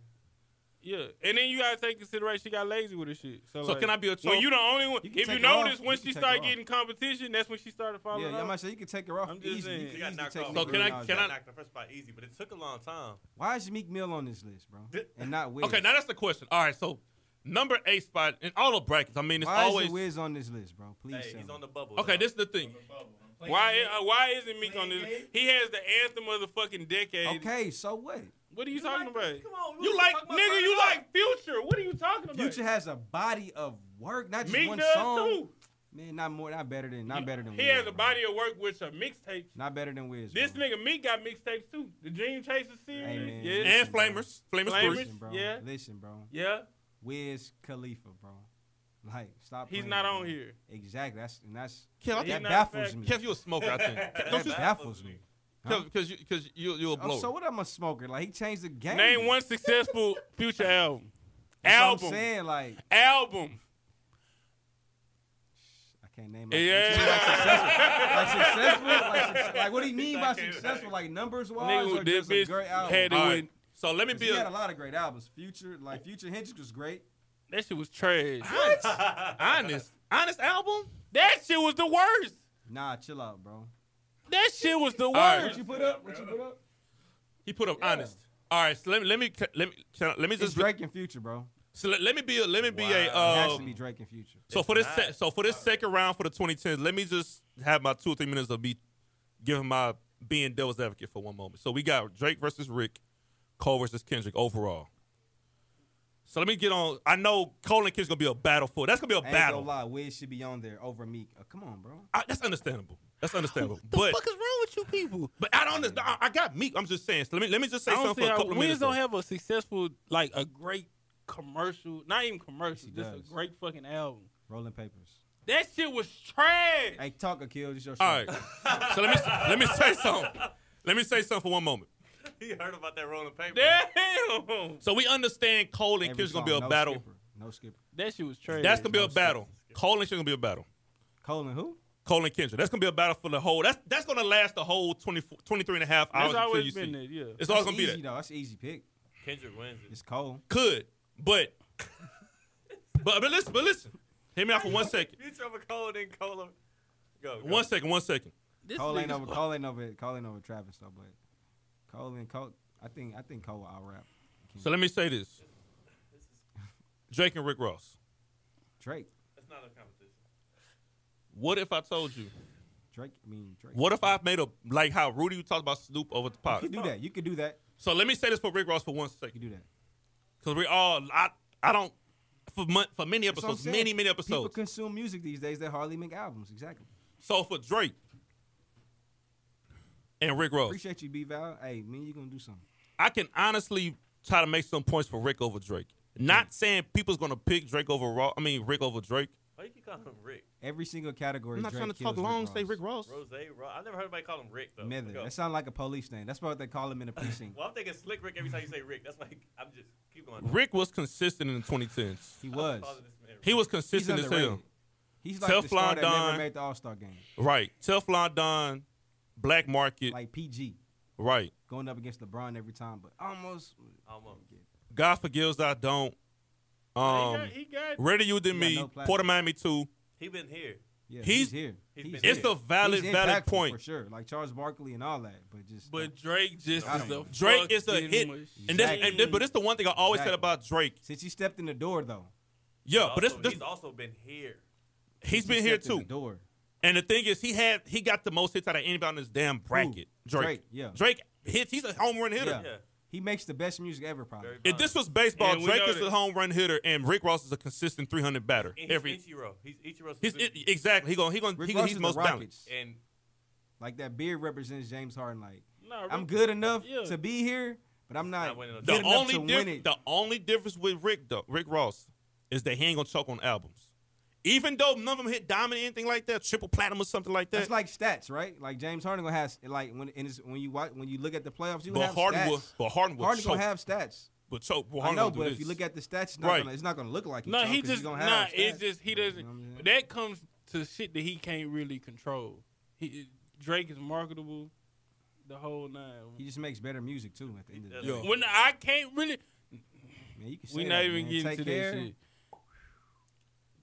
Speaker 2: Yeah, and then you gotta take consideration she got lazy with her shit. So,
Speaker 1: So
Speaker 2: like,
Speaker 1: can I be a troll?
Speaker 2: When you the only one,
Speaker 3: You can
Speaker 2: if you
Speaker 3: take her off.
Speaker 2: notice, when
Speaker 3: You
Speaker 2: she
Speaker 3: can take
Speaker 2: started
Speaker 3: her off.
Speaker 2: getting competition, that's when she started following.
Speaker 3: Yeah,
Speaker 2: her.
Speaker 3: y'all might say you can take her off.
Speaker 2: I'm just
Speaker 3: easy. You
Speaker 2: saying.
Speaker 3: can
Speaker 4: She got
Speaker 3: easily
Speaker 4: knocked
Speaker 3: take
Speaker 4: off.
Speaker 1: So
Speaker 3: Nicki
Speaker 1: can I-
Speaker 3: Minaj
Speaker 1: can
Speaker 3: out.
Speaker 1: I-
Speaker 4: knocked the first spot easy, but it took a long time.
Speaker 3: Why is Meek Mill on this list, bro? And not Wiz.
Speaker 1: okay, now that's the question. All right, so number eight spot in all the brackets. I mean, it's
Speaker 3: Why
Speaker 1: always
Speaker 3: is Wiz on this list, bro? Please
Speaker 4: Hey,
Speaker 3: tell
Speaker 4: he's
Speaker 3: me.
Speaker 4: on the bubble.
Speaker 1: okay.
Speaker 4: dog.
Speaker 1: This is the thing.
Speaker 2: Why? Uh, why isn't Meek on this? He has the anthem of the fucking decade.
Speaker 3: okay, so what?
Speaker 2: What are you talking about?
Speaker 4: Come on,
Speaker 2: You like nigga? You like Future? What are you talking about?
Speaker 3: Future has a body of work, not just
Speaker 2: Meek
Speaker 3: one
Speaker 2: does
Speaker 3: song.
Speaker 2: too.
Speaker 3: Man, not more, not better than, not better than.
Speaker 2: He
Speaker 3: Wiz,
Speaker 2: has a
Speaker 3: bro.
Speaker 2: body of work with some mixtapes.
Speaker 3: Not better than Wiz.
Speaker 2: This
Speaker 3: bro.
Speaker 2: nigga Meek got mixtapes too. The Dream Chaser series.
Speaker 3: Amen.
Speaker 2: Yes.
Speaker 1: And
Speaker 3: Listen, bro.
Speaker 1: Flamers, Flamers,
Speaker 2: Flamers.
Speaker 1: three.
Speaker 3: Listen, bro.
Speaker 2: yeah.
Speaker 3: Listen, bro.
Speaker 2: yeah.
Speaker 3: Wiz Khalifa, bro. Like, stop.
Speaker 2: He's
Speaker 3: playing,
Speaker 2: not
Speaker 3: bro.
Speaker 2: on here.
Speaker 3: Exactly. That's and that's
Speaker 1: Kev, I
Speaker 2: He's
Speaker 1: think
Speaker 3: that
Speaker 2: not a
Speaker 3: baffles
Speaker 2: fact.
Speaker 3: me.
Speaker 1: Kev, you a smoker. I think. Don't
Speaker 3: that
Speaker 1: you?
Speaker 3: baffles me. Huh?
Speaker 1: Because you, because you, you're a
Speaker 3: Oh,
Speaker 1: blower.
Speaker 3: so what? I'm a smoker. Like he changed the game.
Speaker 2: Name one successful Future album.
Speaker 3: That's what
Speaker 2: album.
Speaker 3: I'm saying like
Speaker 2: Album.
Speaker 3: I can't name. it.
Speaker 2: Yeah.
Speaker 3: Like successful. Like, success- like what do you mean by
Speaker 4: I can't-
Speaker 3: successful? Like numbers wise,
Speaker 2: Nigga,
Speaker 3: or
Speaker 2: this
Speaker 3: just a
Speaker 2: bitch
Speaker 3: great album?
Speaker 2: had it
Speaker 1: All
Speaker 2: with.
Speaker 1: right. So let me
Speaker 3: 'Cause
Speaker 1: be
Speaker 3: he had a
Speaker 1: a.
Speaker 3: lot of great albums. Future, like Future Hendrix was great.
Speaker 2: That shit was trash.
Speaker 1: honest, honest album.
Speaker 2: That shit was the worst.
Speaker 3: Nah, chill out, bro.
Speaker 2: That shit was the
Speaker 1: right.
Speaker 3: What
Speaker 2: worst.
Speaker 3: you put up? What you put up?
Speaker 1: He put up honest. All right, so let me let me let me can I- let me
Speaker 3: It's
Speaker 1: just
Speaker 3: Drake and Future, bro.
Speaker 1: so let, let me be a let me be a
Speaker 3: It has
Speaker 1: uh,
Speaker 3: to be Drake and Future.
Speaker 1: so for this se- so for this second round for the 2010s. Let me just have my two or three minutes of me giving my being devil's advocate for one moment. So we got Drake versus Rick, Cole versus Kendrick overall. So let me get on. I know Cole and Kendrick's gonna be a battle for that's gonna be a
Speaker 3: I ain't
Speaker 1: battle.
Speaker 3: gonna lie, Wiz should be on there over Meek. Uh, come on, bro.
Speaker 1: I, that's understandable. That's understandable. but
Speaker 2: is wrong with you people?
Speaker 1: but I don't. I, I got meat. I'm just saying. So let me let me just say
Speaker 2: I don't
Speaker 1: something for
Speaker 2: see
Speaker 1: a
Speaker 2: how
Speaker 1: couple of
Speaker 2: Wiz
Speaker 1: minutes.
Speaker 2: don't
Speaker 1: though.
Speaker 2: have a successful, like a great commercial, not even commercial,
Speaker 3: Yes, he
Speaker 2: just a
Speaker 3: does.
Speaker 2: great fucking album.
Speaker 3: Rolling Papers.
Speaker 2: That shit was trash.
Speaker 3: Hey, talk or kill. This your show.
Speaker 1: All right. so let me let me say something. Let me say something for one moment.
Speaker 4: he heard about that rolling paper.
Speaker 2: Damn.
Speaker 1: So we understand Cole and
Speaker 3: Every
Speaker 1: Kendrick's gonna
Speaker 3: song,
Speaker 1: be a
Speaker 3: no
Speaker 1: battle.
Speaker 3: Skipper, no skipper.
Speaker 2: That shit was trash.
Speaker 1: That's gonna be a
Speaker 3: skip.
Speaker 1: battle. Cole and Kendrick gonna be a battle.
Speaker 3: Colin who?
Speaker 1: Cole and Kendrick. That's gonna be a battle for the whole. That's that's gonna last the whole 24, 23 and a half hours
Speaker 2: That's
Speaker 1: until you
Speaker 2: always
Speaker 1: see.
Speaker 2: been there, yeah.
Speaker 1: It's always
Speaker 3: That's
Speaker 1: gonna be
Speaker 3: easy,
Speaker 1: that.
Speaker 3: Though. That's an easy pick.
Speaker 4: Kendrick wins it.
Speaker 3: It's Cole.
Speaker 1: Could, but but but listen, but listen. Hear me out for one second.
Speaker 4: Future over cold and cola. Go. go.
Speaker 1: One second. One second.
Speaker 2: This
Speaker 3: Cole ain't
Speaker 2: nigga's-
Speaker 3: over. Cole ain't over. Cole ain't over Travis though, but Cole and Cole. I think. I think Cole will out rap
Speaker 1: So let me say this. Drake and Rick Ross.
Speaker 3: Drake.
Speaker 4: That's not a competition.
Speaker 1: What if I told you?
Speaker 3: Drake. I mean Drake.
Speaker 1: What if I made a like how Rudy talked about Snoop over the
Speaker 3: You
Speaker 1: pod?
Speaker 3: could do that. You could do that.
Speaker 1: So let me say this for Rick Ross for one
Speaker 3: You
Speaker 1: second,
Speaker 3: could do that.
Speaker 1: because we all I I don't for mon- for many
Speaker 3: That's what I'm
Speaker 1: episodes,
Speaker 3: saying.
Speaker 1: many many
Speaker 3: People
Speaker 1: episodes.
Speaker 3: consume music these days. They hardly make albums. Exactly.
Speaker 1: so for Drake and Rick Ross,
Speaker 3: Appreciate you, B Val. Hey, man, you gonna do something?
Speaker 1: I can honestly try to make some points for Rick over Drake. Not saying people's gonna pick Drake over Ross. I mean Rick over Drake.
Speaker 4: Why you keep calling him Rick?
Speaker 3: Every single category.
Speaker 1: I'm not
Speaker 3: Drake
Speaker 1: trying to
Speaker 3: kills
Speaker 1: talk long. Say Rick
Speaker 3: Ross.
Speaker 1: Ross.
Speaker 4: Rose, Ross. I never heard anybody call him Rick though.
Speaker 3: Neither.
Speaker 4: Go.
Speaker 3: That sounds like a police name. That's what they call him in the precinct.
Speaker 4: Well, I'm thinking Slick Rick every time you say Rick. That's why I'm just keep going.
Speaker 1: Rick was consistent in the 2010s.
Speaker 3: He
Speaker 4: I'm calling
Speaker 3: was.
Speaker 4: this man Rick.
Speaker 1: He was
Speaker 3: He's
Speaker 1: consistent as
Speaker 3: underrated.
Speaker 1: hell.
Speaker 3: He's like the star
Speaker 1: Teflon
Speaker 3: that
Speaker 1: Don.
Speaker 3: never made the All Star game.
Speaker 1: Right. Teflon Don, black market,
Speaker 3: like PG
Speaker 1: right?
Speaker 3: going up against LeBron every time, but almost.
Speaker 4: Almost.
Speaker 1: God forgives, I don't. Um,
Speaker 2: he got, he got
Speaker 1: Ready You
Speaker 3: He
Speaker 1: Than
Speaker 3: got
Speaker 1: Me,
Speaker 3: no platform.
Speaker 1: Port of Miami 2.
Speaker 4: He been here.
Speaker 3: Yeah,
Speaker 1: He's-
Speaker 3: he's, here.
Speaker 4: he's
Speaker 3: He's
Speaker 4: been-
Speaker 1: It's a valid,
Speaker 3: He's
Speaker 1: valid
Speaker 3: impactful
Speaker 1: point.
Speaker 3: for sure. Like Charles Barkley and all that, but just
Speaker 6: But Drake just
Speaker 3: I
Speaker 6: is a
Speaker 3: don't know.
Speaker 1: Drake is a
Speaker 6: fucking
Speaker 1: hit.
Speaker 6: machine.
Speaker 1: And this,
Speaker 3: Exactly.
Speaker 1: and this, but it's the one thing I always said
Speaker 3: Exactly.
Speaker 1: about Drake.
Speaker 3: since he stepped in the door though,
Speaker 1: Yeah,
Speaker 4: He's
Speaker 1: but this,
Speaker 4: also-
Speaker 1: this,
Speaker 4: he's also been here.
Speaker 1: he's
Speaker 3: since
Speaker 1: been here
Speaker 3: stepped in
Speaker 1: too.
Speaker 3: the door.
Speaker 1: And the thing is, he had he got the most hits out of anybody in this damn bracket. Drake.
Speaker 3: Drake, yeah.
Speaker 1: Drake hits. He's a home run hitter.
Speaker 3: Yeah.
Speaker 4: Yeah.
Speaker 3: He makes the best music ever, probably.
Speaker 4: Very
Speaker 1: If this was baseball,
Speaker 2: And we
Speaker 1: Drake
Speaker 2: know
Speaker 1: is
Speaker 2: that-
Speaker 1: a home run hitter, and Rick Ross is a consistent 300 batter.
Speaker 4: And he's
Speaker 1: Every
Speaker 4: Ichiro. He's Ichiro's
Speaker 1: he's,
Speaker 4: position.
Speaker 1: it- exactly he gonna he gonna
Speaker 3: Rick
Speaker 1: he,
Speaker 3: Ross
Speaker 1: he's
Speaker 3: is
Speaker 1: most
Speaker 3: the
Speaker 1: balanced.
Speaker 3: Rockets.
Speaker 4: and
Speaker 3: Like that beard represents James Harden. Like
Speaker 2: nah,
Speaker 3: I'm
Speaker 2: Rick-
Speaker 3: good enough
Speaker 2: Yeah.
Speaker 3: to be here, but I'm
Speaker 4: Not
Speaker 3: not.
Speaker 4: winning no
Speaker 3: good
Speaker 1: The
Speaker 3: enough
Speaker 1: only
Speaker 3: to win
Speaker 1: diff-
Speaker 3: it.
Speaker 1: the only difference with Rick though, Rick Ross is that he ain't gonna choke on albums. Even though none of them hit diamond or anything like that, triple platinum or something like that.
Speaker 3: That's like stats, right? Like James Harden gonna have like when and it's, when you watch when you look at the playoffs, you
Speaker 1: but
Speaker 3: have
Speaker 1: Harden
Speaker 3: stats.
Speaker 1: will, but Harden will
Speaker 3: Harden
Speaker 1: choke.
Speaker 3: gonna have stats.
Speaker 1: but choke. Well,
Speaker 3: I
Speaker 1: Harden
Speaker 3: know,
Speaker 1: gonna do
Speaker 3: but
Speaker 1: this.
Speaker 3: if you look at the stats, it's not,
Speaker 1: Right.
Speaker 3: gonna, it's not gonna look like him.
Speaker 2: No,
Speaker 3: Sean,
Speaker 2: he
Speaker 3: 'cause
Speaker 2: just
Speaker 3: he's gonna
Speaker 2: nah.
Speaker 3: have
Speaker 2: It's
Speaker 3: stats.
Speaker 2: just he
Speaker 3: You know
Speaker 2: doesn't.
Speaker 3: what I'm saying?
Speaker 2: That comes to shit that he can't really control. He, Drake is marketable, the whole nine.
Speaker 3: He just makes better music too. At the end of the
Speaker 4: does.
Speaker 3: day,
Speaker 1: Yo.
Speaker 2: When I can't really,
Speaker 3: man, you can
Speaker 2: we
Speaker 3: say
Speaker 2: not
Speaker 3: that,
Speaker 2: even
Speaker 3: man.
Speaker 2: getting
Speaker 3: Take
Speaker 2: to
Speaker 3: care.
Speaker 2: that shit.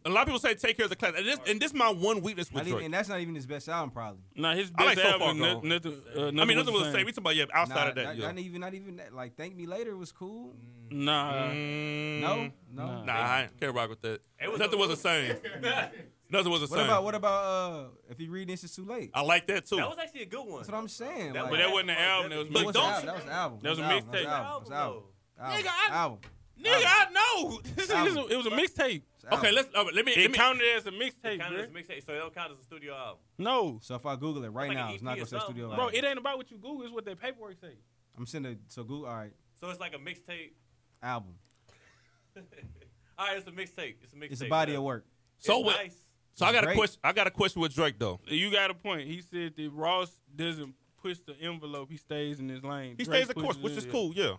Speaker 1: a lot of people say take care of the class, and this, and this my one weakness
Speaker 3: Not
Speaker 1: with
Speaker 3: even-
Speaker 1: Drake.
Speaker 3: and that's not even his best album, probably.
Speaker 2: Nah, his
Speaker 1: I
Speaker 2: best
Speaker 1: like So Far
Speaker 2: album,
Speaker 1: Gone.
Speaker 2: nothing, nothing, uh, nothing.
Speaker 1: I mean,
Speaker 2: was
Speaker 1: nothing
Speaker 2: the
Speaker 1: was the
Speaker 2: same.
Speaker 1: same. We talking about yeah, outside
Speaker 3: Nah,
Speaker 1: of that.
Speaker 3: not,
Speaker 1: yeah.
Speaker 3: not even, not even that. Like, thank me later was cool.
Speaker 2: Nah,
Speaker 3: Mm-hmm.
Speaker 1: Mm,
Speaker 3: No, no.
Speaker 2: Mm-hmm. Nah.
Speaker 1: Nah, I ain't- can't rock with that.
Speaker 4: It was
Speaker 1: Nothing
Speaker 4: a-
Speaker 1: was the same. Nothing was the
Speaker 3: What
Speaker 1: same.
Speaker 3: about what about uh? If you read this, it's too late.
Speaker 1: I like that too.
Speaker 4: that was actually a good one.
Speaker 3: That's what I'm saying.
Speaker 4: That
Speaker 3: like,
Speaker 2: but that wasn't an album. That was
Speaker 1: But
Speaker 3: that was
Speaker 1: don't-
Speaker 3: an album, that was an album.
Speaker 2: That was
Speaker 3: That
Speaker 2: a
Speaker 3: album, that
Speaker 2: mixtape.
Speaker 3: was an album, that was an
Speaker 2: Nigga,
Speaker 3: Album.
Speaker 2: I-
Speaker 3: Album.
Speaker 2: nigga, I know. This is
Speaker 3: Album.
Speaker 2: it was a mixtape.
Speaker 3: It's an
Speaker 1: okay,
Speaker 3: album.
Speaker 1: let's uh, let me.
Speaker 2: It
Speaker 1: Let me
Speaker 2: counted as a
Speaker 4: It
Speaker 2: mixtape,
Speaker 4: counted as a
Speaker 2: bro.
Speaker 4: mixtape, so it don't count as a studio album.
Speaker 2: No,
Speaker 3: So if I Google it right
Speaker 4: It's like
Speaker 3: now,
Speaker 4: an
Speaker 3: it's not
Speaker 4: EP or
Speaker 3: gonna say
Speaker 4: something,
Speaker 3: studio.
Speaker 4: like-
Speaker 2: bro,
Speaker 3: album.
Speaker 2: it ain't about what you Google. It's what that paperwork say.
Speaker 3: I'm sending it- so Google. All right,
Speaker 4: So it's like a mixtape.
Speaker 3: album.
Speaker 4: All right, it's a mixtape. It's a mixtape.
Speaker 3: It's a body of work.
Speaker 1: so
Speaker 4: it's
Speaker 1: what?
Speaker 4: nice.
Speaker 1: So I got a
Speaker 3: Drake.
Speaker 1: question. I got a question with Drake though.
Speaker 2: You got a point. He said that Ross doesn't push the envelope. He stays in his lane.
Speaker 1: He
Speaker 2: Drake
Speaker 1: stays the
Speaker 2: pushes
Speaker 1: course, which
Speaker 2: it.
Speaker 1: is cool. Yeah.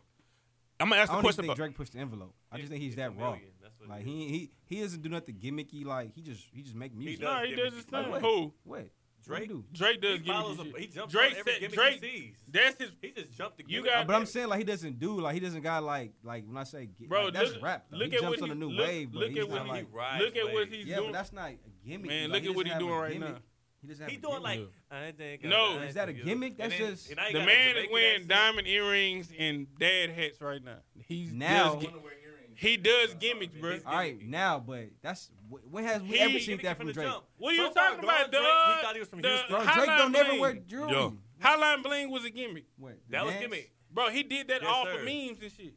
Speaker 1: I'm gonna
Speaker 3: I
Speaker 1: ask the
Speaker 3: don't even
Speaker 1: question
Speaker 3: think
Speaker 1: about.
Speaker 3: Drake pushed the envelope. I
Speaker 4: It-
Speaker 3: just think he's
Speaker 4: it's a
Speaker 3: that raw.
Speaker 4: million. That's what
Speaker 3: Like
Speaker 4: it is.
Speaker 3: he he he doesn't do nothing gimmicky. Like he just he just make music.
Speaker 4: does.
Speaker 2: Nah, he does his
Speaker 4: Like
Speaker 2: thing.
Speaker 3: what?
Speaker 2: Who?
Speaker 3: What?
Speaker 4: Drake?
Speaker 3: What he do?
Speaker 2: Drake does
Speaker 4: He follows.
Speaker 2: give you
Speaker 4: A,
Speaker 2: shit.
Speaker 4: he jumps
Speaker 2: Drake
Speaker 4: on every
Speaker 2: said-
Speaker 4: gimmick
Speaker 2: Drake-
Speaker 4: he sees.
Speaker 2: That's his.
Speaker 4: He just jumped the
Speaker 2: You
Speaker 4: gimmick.
Speaker 2: got-
Speaker 3: But I'm saying like he doesn't do like he doesn't got like like when I say gi-
Speaker 2: Bro,
Speaker 3: like, that's
Speaker 2: look-
Speaker 3: rap. though.
Speaker 2: look
Speaker 3: he
Speaker 2: at
Speaker 3: jumps
Speaker 2: what
Speaker 3: on
Speaker 2: he-
Speaker 3: a new
Speaker 2: look-
Speaker 3: wave, but
Speaker 2: look
Speaker 3: he's
Speaker 2: at what
Speaker 3: not
Speaker 4: he
Speaker 3: like
Speaker 4: rides.
Speaker 2: Look at what
Speaker 4: waves.
Speaker 2: he's
Speaker 3: yeah,
Speaker 2: doing.
Speaker 3: but that's not a gimmick.
Speaker 2: Man,
Speaker 3: Like,
Speaker 2: look at what
Speaker 3: doesn't
Speaker 2: he
Speaker 3: have
Speaker 2: doing
Speaker 3: a
Speaker 2: right
Speaker 3: gimmick.
Speaker 2: now.
Speaker 3: He doesn't have
Speaker 4: He
Speaker 3: a
Speaker 4: doing
Speaker 3: gimmick.
Speaker 4: like.
Speaker 1: Yeah.
Speaker 4: I think I
Speaker 2: No.
Speaker 4: like
Speaker 3: Is that a
Speaker 4: you.
Speaker 3: gimmick?
Speaker 4: And
Speaker 3: That's
Speaker 4: then-
Speaker 3: just-
Speaker 4: and now you
Speaker 2: the
Speaker 4: got a
Speaker 2: man is
Speaker 4: Jamaican
Speaker 2: wearing
Speaker 4: accent.
Speaker 2: diamond earrings and dad hats right now. He's
Speaker 3: Now-
Speaker 2: does
Speaker 6: I
Speaker 2: gi-
Speaker 6: wanna wear earrings.
Speaker 2: he does gimmicks, bro.
Speaker 4: He's-
Speaker 3: all right now, but that's wh- when has we
Speaker 2: He-
Speaker 3: ever
Speaker 2: he
Speaker 3: seen
Speaker 4: Gimmicky
Speaker 3: that from Drake?
Speaker 4: jump.
Speaker 2: What you
Speaker 4: So far
Speaker 2: talking
Speaker 4: gone,
Speaker 2: about,
Speaker 4: Drake,
Speaker 2: dog?
Speaker 4: He thought he was from
Speaker 2: The-
Speaker 4: Houston.
Speaker 3: Bro,
Speaker 2: Highline
Speaker 3: Drake don't
Speaker 2: Bling.
Speaker 3: ever wear jewelry.
Speaker 1: Yo.
Speaker 2: Highline bling was a gimmick,
Speaker 3: What, the
Speaker 4: That was
Speaker 3: dance?
Speaker 4: gimmick.
Speaker 2: bro. He did that
Speaker 4: Yes,
Speaker 2: all
Speaker 4: sir.
Speaker 2: for memes and shit.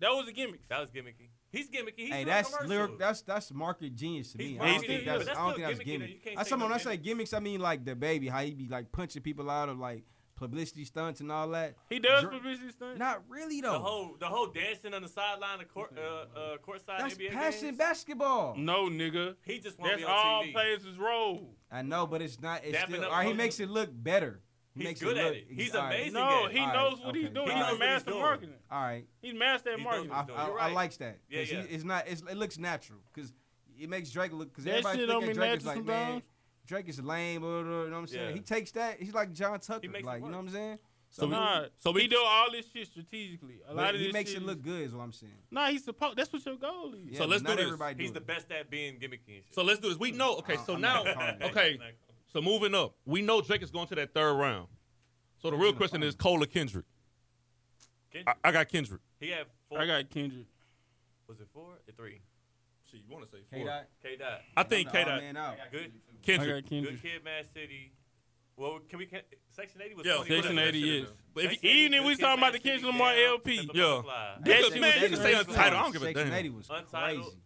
Speaker 2: That was a gimmick.
Speaker 4: That was gimmicky. He's gimmicky. He's
Speaker 3: hey,
Speaker 4: doing
Speaker 3: that's
Speaker 4: commercials.
Speaker 3: lyric. That's that's market genius to
Speaker 4: He's
Speaker 3: me. I don't
Speaker 2: marketing,
Speaker 3: think
Speaker 2: yeah,
Speaker 3: that's,
Speaker 2: but
Speaker 4: that's
Speaker 3: I don't
Speaker 4: still
Speaker 3: think that's
Speaker 4: gimmicky, though. You
Speaker 3: gimmick.
Speaker 4: can't
Speaker 3: That's
Speaker 4: say
Speaker 3: something
Speaker 4: no
Speaker 3: when I say
Speaker 4: gimmick.
Speaker 3: gimmicks, I mean like the baby, how he be like punching people out of like publicity stunts and all that.
Speaker 2: He does
Speaker 3: Dra-
Speaker 2: publicity stunts.
Speaker 3: Not really
Speaker 4: the
Speaker 3: though.
Speaker 4: whole the whole dancing on the sideline of court uh, uh, courtside
Speaker 3: that's
Speaker 4: NBA
Speaker 3: passing
Speaker 4: games.
Speaker 3: basketball.
Speaker 2: No, nigga.
Speaker 4: He just won't
Speaker 2: That's
Speaker 4: be on
Speaker 2: all
Speaker 4: TV.
Speaker 2: players' is role.
Speaker 3: I know, but it's not. It's
Speaker 4: Dapping
Speaker 3: still.
Speaker 4: up
Speaker 3: All right, he
Speaker 4: coaches.
Speaker 3: makes it look better. He
Speaker 4: He's
Speaker 3: makes
Speaker 4: good
Speaker 3: it
Speaker 4: at
Speaker 3: look,
Speaker 4: it. He's
Speaker 3: all right,
Speaker 4: amazing.
Speaker 2: No,
Speaker 4: at it.
Speaker 2: he
Speaker 3: All
Speaker 2: knows
Speaker 3: right,
Speaker 2: what he's
Speaker 3: okay.
Speaker 2: doing.
Speaker 3: He
Speaker 2: He's
Speaker 3: knows
Speaker 2: a
Speaker 4: what he's
Speaker 2: master
Speaker 4: doing.
Speaker 2: marketing.
Speaker 3: All right,
Speaker 2: He's master at
Speaker 4: He knows
Speaker 2: marketing.
Speaker 3: I,
Speaker 4: what
Speaker 3: I,
Speaker 4: You're
Speaker 3: I
Speaker 4: right.
Speaker 3: likes that.
Speaker 4: Yeah,
Speaker 3: 'Cause he-
Speaker 4: yeah.
Speaker 3: It's not. It's, it looks natural because it makes Drake look. Because
Speaker 2: That
Speaker 3: everybody
Speaker 2: shit
Speaker 3: think
Speaker 2: don't
Speaker 3: at
Speaker 2: be
Speaker 3: Drake is
Speaker 2: natural
Speaker 3: like, man,
Speaker 2: sometimes.
Speaker 3: Drake is lame. Blah, blah, blah, you know what I'm saying?
Speaker 4: Yeah.
Speaker 3: He takes that. He's like John Tucker.
Speaker 4: makes it
Speaker 3: Like you
Speaker 4: work.
Speaker 3: know what I'm saying?
Speaker 1: So we-
Speaker 2: nah,
Speaker 1: so we-
Speaker 2: he do all this shit strategically. A lot
Speaker 3: But
Speaker 2: of
Speaker 3: he
Speaker 2: this
Speaker 3: makes
Speaker 2: shit
Speaker 3: it
Speaker 2: is-
Speaker 3: look good. Is what I'm saying.
Speaker 2: Nah, he's supposed. That's what your goal is.
Speaker 3: Yeah,
Speaker 1: So
Speaker 3: but
Speaker 1: let's do
Speaker 3: not
Speaker 1: this.
Speaker 3: everybody do
Speaker 4: He's the
Speaker 3: it.
Speaker 4: best at being gimmicky and shit.
Speaker 1: So let's do this. We know. Okay,
Speaker 3: I-
Speaker 1: so
Speaker 3: I'm
Speaker 1: now,
Speaker 3: not calling that.
Speaker 1: okay, so moving up, we know Drake is going to that third round. So the real
Speaker 3: the
Speaker 1: question is, Cole or Kendrick? I,
Speaker 4: Kendrick,
Speaker 1: I got Kendrick.
Speaker 4: he had four.
Speaker 2: I got Kendrick.
Speaker 4: was it four or three?
Speaker 1: Shit, you want to say
Speaker 3: K Dot.
Speaker 4: K Dot.
Speaker 1: I think K
Speaker 3: I'm the
Speaker 1: Dot.
Speaker 3: odd man out.
Speaker 4: Good,
Speaker 2: I
Speaker 1: Kendrick.
Speaker 2: got Kendrick.
Speaker 4: good kid, Mad City. Well, can we? Can, Section eighty was
Speaker 1: Yeah,
Speaker 4: funny.
Speaker 2: Section
Speaker 4: What else?
Speaker 2: 80 is.
Speaker 1: But if
Speaker 4: Section
Speaker 1: you,
Speaker 4: 80,
Speaker 2: even if
Speaker 4: Good
Speaker 2: we
Speaker 4: Kid,
Speaker 2: talking about
Speaker 4: Mad
Speaker 2: the Kendrick
Speaker 4: City,
Speaker 2: Lamar
Speaker 4: Down,
Speaker 2: LP.
Speaker 4: Let the
Speaker 1: Yeah.
Speaker 4: Butterfly.
Speaker 1: That
Speaker 3: Section
Speaker 1: shit- man, you
Speaker 3: 80
Speaker 1: can say
Speaker 3: was
Speaker 1: Untitled, I don't give a
Speaker 3: crazy.
Speaker 1: damn.
Speaker 3: Section 80 was
Speaker 4: Untitled.
Speaker 3: crazy.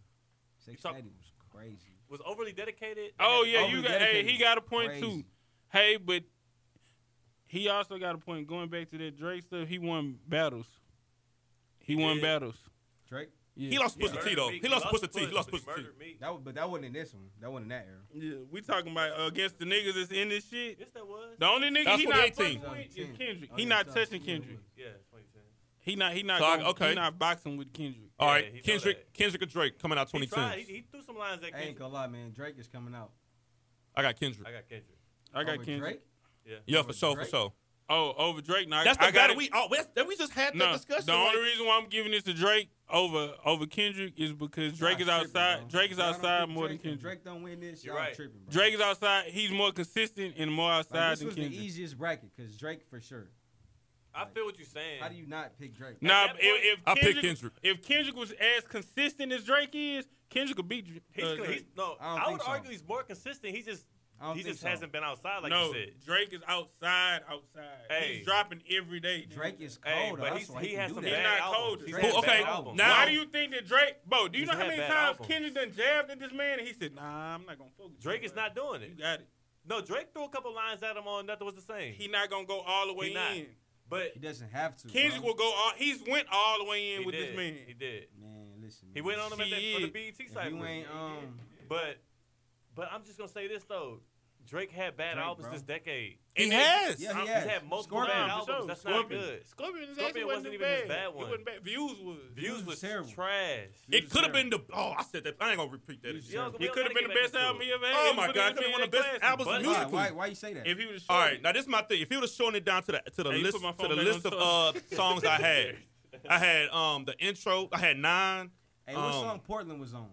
Speaker 3: Section
Speaker 4: talk-
Speaker 3: 80 was crazy.
Speaker 4: Was overly dedicated.
Speaker 2: Oh
Speaker 4: And-
Speaker 2: yeah,
Speaker 3: Overly
Speaker 2: you got. Hey,
Speaker 3: dedicated
Speaker 2: he
Speaker 3: was
Speaker 2: got a point too.
Speaker 3: crazy.
Speaker 2: Hey, but he also got a point. Going back to that Drake stuff, he won battles. He, won
Speaker 4: did.
Speaker 2: battles.
Speaker 3: Drake.
Speaker 2: Yeah.
Speaker 1: he lost
Speaker 4: Yeah,
Speaker 1: Pusha T
Speaker 4: murdered
Speaker 1: though.
Speaker 4: me.
Speaker 1: He lost Pusha T. He
Speaker 4: Push,
Speaker 1: lost
Speaker 4: but
Speaker 1: Pusha T.
Speaker 4: murdered me.
Speaker 3: That was, but that wasn't in this one. That wasn't in that era.
Speaker 2: Yeah, we talking about uh, against the niggas that's in this shit.
Speaker 4: Yes, that was.
Speaker 2: The only nigga
Speaker 1: That's
Speaker 2: he
Speaker 1: what
Speaker 2: not
Speaker 1: 18.
Speaker 2: fucking with is
Speaker 3: 2010.
Speaker 2: Kendrick.
Speaker 3: Oh,
Speaker 2: He
Speaker 3: yeah,
Speaker 2: not
Speaker 3: sorry.
Speaker 2: touching
Speaker 3: Yeah,
Speaker 2: Kendrick.
Speaker 3: it
Speaker 4: Yeah, 2010.
Speaker 2: He not. He not.
Speaker 1: So,
Speaker 2: going,
Speaker 1: okay.
Speaker 2: He not boxing with Kendrick.
Speaker 1: All
Speaker 4: Yeah,
Speaker 1: right,
Speaker 4: he know
Speaker 1: Kendrick,
Speaker 4: that.
Speaker 1: Kendrick or Drake coming out
Speaker 4: He tried.
Speaker 1: 2010.
Speaker 4: He, he threw some lines at
Speaker 3: I ain't
Speaker 4: Kendrick.
Speaker 3: gonna lie, man. Drake is coming out.
Speaker 1: I got Kendrick.
Speaker 4: I got Kendrick.
Speaker 2: I got
Speaker 3: Over
Speaker 2: Kendrick.
Speaker 3: Drake?
Speaker 4: Yeah.
Speaker 1: Yeah, for sure, for
Speaker 3: Drake?
Speaker 1: sure.
Speaker 2: Oh, over Drake. Now,
Speaker 1: That's the
Speaker 2: I
Speaker 1: battle
Speaker 2: gotta-
Speaker 1: we all we, that we just had that
Speaker 2: No,
Speaker 1: discussion.
Speaker 2: the only
Speaker 1: like-
Speaker 2: reason why I'm giving this to Drake over over Kendrick is because Drake is
Speaker 3: Y'all tripping,
Speaker 2: outside.
Speaker 3: bro.
Speaker 2: Drake is
Speaker 3: Y'all don't
Speaker 2: outside
Speaker 3: pick
Speaker 2: more than
Speaker 3: Drake, and
Speaker 2: Kendrick.
Speaker 3: Drake don't win this.
Speaker 4: You're
Speaker 3: Y'all
Speaker 4: right.
Speaker 3: tripping, bro.
Speaker 2: Drake is outside. He's more consistent and more outside
Speaker 3: Like, this
Speaker 2: than
Speaker 3: was the
Speaker 2: Kendrick.
Speaker 3: easiest bracket because Drake for sure.
Speaker 4: I feel what you're saying.
Speaker 3: How do you not pick Drake?
Speaker 2: Nah,
Speaker 4: that
Speaker 2: if, if
Speaker 1: I
Speaker 2: Kendrick,
Speaker 1: picked Kendrick.
Speaker 2: If Kendrick was as consistent as Drake is, Kendrick could beat. Dr-
Speaker 4: He's,
Speaker 2: uh,
Speaker 4: cl-
Speaker 2: Drake.
Speaker 4: he's no.
Speaker 3: I don't
Speaker 4: I,
Speaker 3: think
Speaker 4: would
Speaker 3: so.
Speaker 4: argue he's more consistent. He just
Speaker 3: I don't
Speaker 4: he
Speaker 3: think
Speaker 4: just
Speaker 3: so.
Speaker 4: hasn't been outside like
Speaker 2: no,
Speaker 4: you said.
Speaker 2: Drake is outside. Outside.
Speaker 4: Hey.
Speaker 2: He's dropping every day. dude.
Speaker 3: Drake is cold.
Speaker 4: Hey, but
Speaker 3: that's
Speaker 4: he's-
Speaker 3: why
Speaker 4: he
Speaker 3: can
Speaker 4: has
Speaker 3: do
Speaker 4: some
Speaker 3: that.
Speaker 2: bad He's not cold.
Speaker 4: albums.
Speaker 1: He's had okay, now-
Speaker 2: Why do you think that Drake, bro? Do you
Speaker 4: He's
Speaker 2: know how
Speaker 4: had
Speaker 2: many
Speaker 4: bad
Speaker 2: times
Speaker 4: albums.
Speaker 2: Kendrick done jabbed at this man and he said, "Nah, I'm not gonna fuck with
Speaker 4: Drake
Speaker 2: you,
Speaker 4: is
Speaker 2: bro.
Speaker 4: not doing
Speaker 2: You
Speaker 4: it.
Speaker 2: got it.
Speaker 4: No, Drake threw a couple lines at him on nothing was the same.
Speaker 2: He not gonna go all the way
Speaker 4: He not.
Speaker 2: in.
Speaker 4: but
Speaker 3: He doesn't have to.
Speaker 2: Kendrick
Speaker 3: bro.
Speaker 2: will go. All, he's went all the way in
Speaker 4: he
Speaker 2: with
Speaker 4: did.
Speaker 2: this man.
Speaker 4: He did.
Speaker 3: Man, listen.
Speaker 4: He
Speaker 3: man.
Speaker 4: went on him at that, on the E
Speaker 2: Shit.
Speaker 4: BET
Speaker 3: If
Speaker 4: side.
Speaker 3: you ain't um.
Speaker 4: But but I'm just gonna say this though. Drake had bad
Speaker 3: Drake,
Speaker 4: albums
Speaker 3: bro.
Speaker 4: this decade.
Speaker 2: And
Speaker 1: He
Speaker 2: then-
Speaker 1: has.
Speaker 3: Yeah, he
Speaker 4: He's
Speaker 3: has.
Speaker 4: had multiple bad
Speaker 3: Scorpion, for
Speaker 4: albums.
Speaker 2: sure.
Speaker 4: That's
Speaker 2: Scorpion.
Speaker 4: not good.
Speaker 2: Scorpion is
Speaker 4: Scorpion
Speaker 2: actually wasn't,
Speaker 4: wasn't
Speaker 2: even
Speaker 4: even his
Speaker 2: bad.
Speaker 4: bad
Speaker 2: It
Speaker 4: one.
Speaker 2: wasn't bad. Views was.
Speaker 4: Views was
Speaker 3: terrible.
Speaker 4: trash.
Speaker 1: It could have been the oh I said that I ain't gonna repeat that.
Speaker 3: He was
Speaker 1: again.
Speaker 4: terrible. We
Speaker 2: It
Speaker 4: don't
Speaker 2: could have
Speaker 4: gotta
Speaker 2: been the
Speaker 4: get
Speaker 2: best
Speaker 4: back into
Speaker 2: album
Speaker 4: it.
Speaker 2: he ever had.
Speaker 1: Oh
Speaker 2: He
Speaker 1: my
Speaker 2: would've
Speaker 1: God,
Speaker 2: been
Speaker 1: could've
Speaker 2: in
Speaker 1: won
Speaker 2: the
Speaker 1: the best
Speaker 2: class.
Speaker 1: albums
Speaker 2: But
Speaker 3: Why,
Speaker 1: musically.
Speaker 3: why? Why you say that?
Speaker 2: If he was
Speaker 1: All right, now this is my thing. If he would have shown it down to the to the
Speaker 2: Hey, you
Speaker 1: list
Speaker 2: put my
Speaker 1: to
Speaker 2: phone
Speaker 1: the
Speaker 2: back
Speaker 1: list of
Speaker 2: on
Speaker 1: uh, songs I had, I had um the intro. I had nine.
Speaker 3: Hey, what
Speaker 1: um,
Speaker 3: song Portland was on?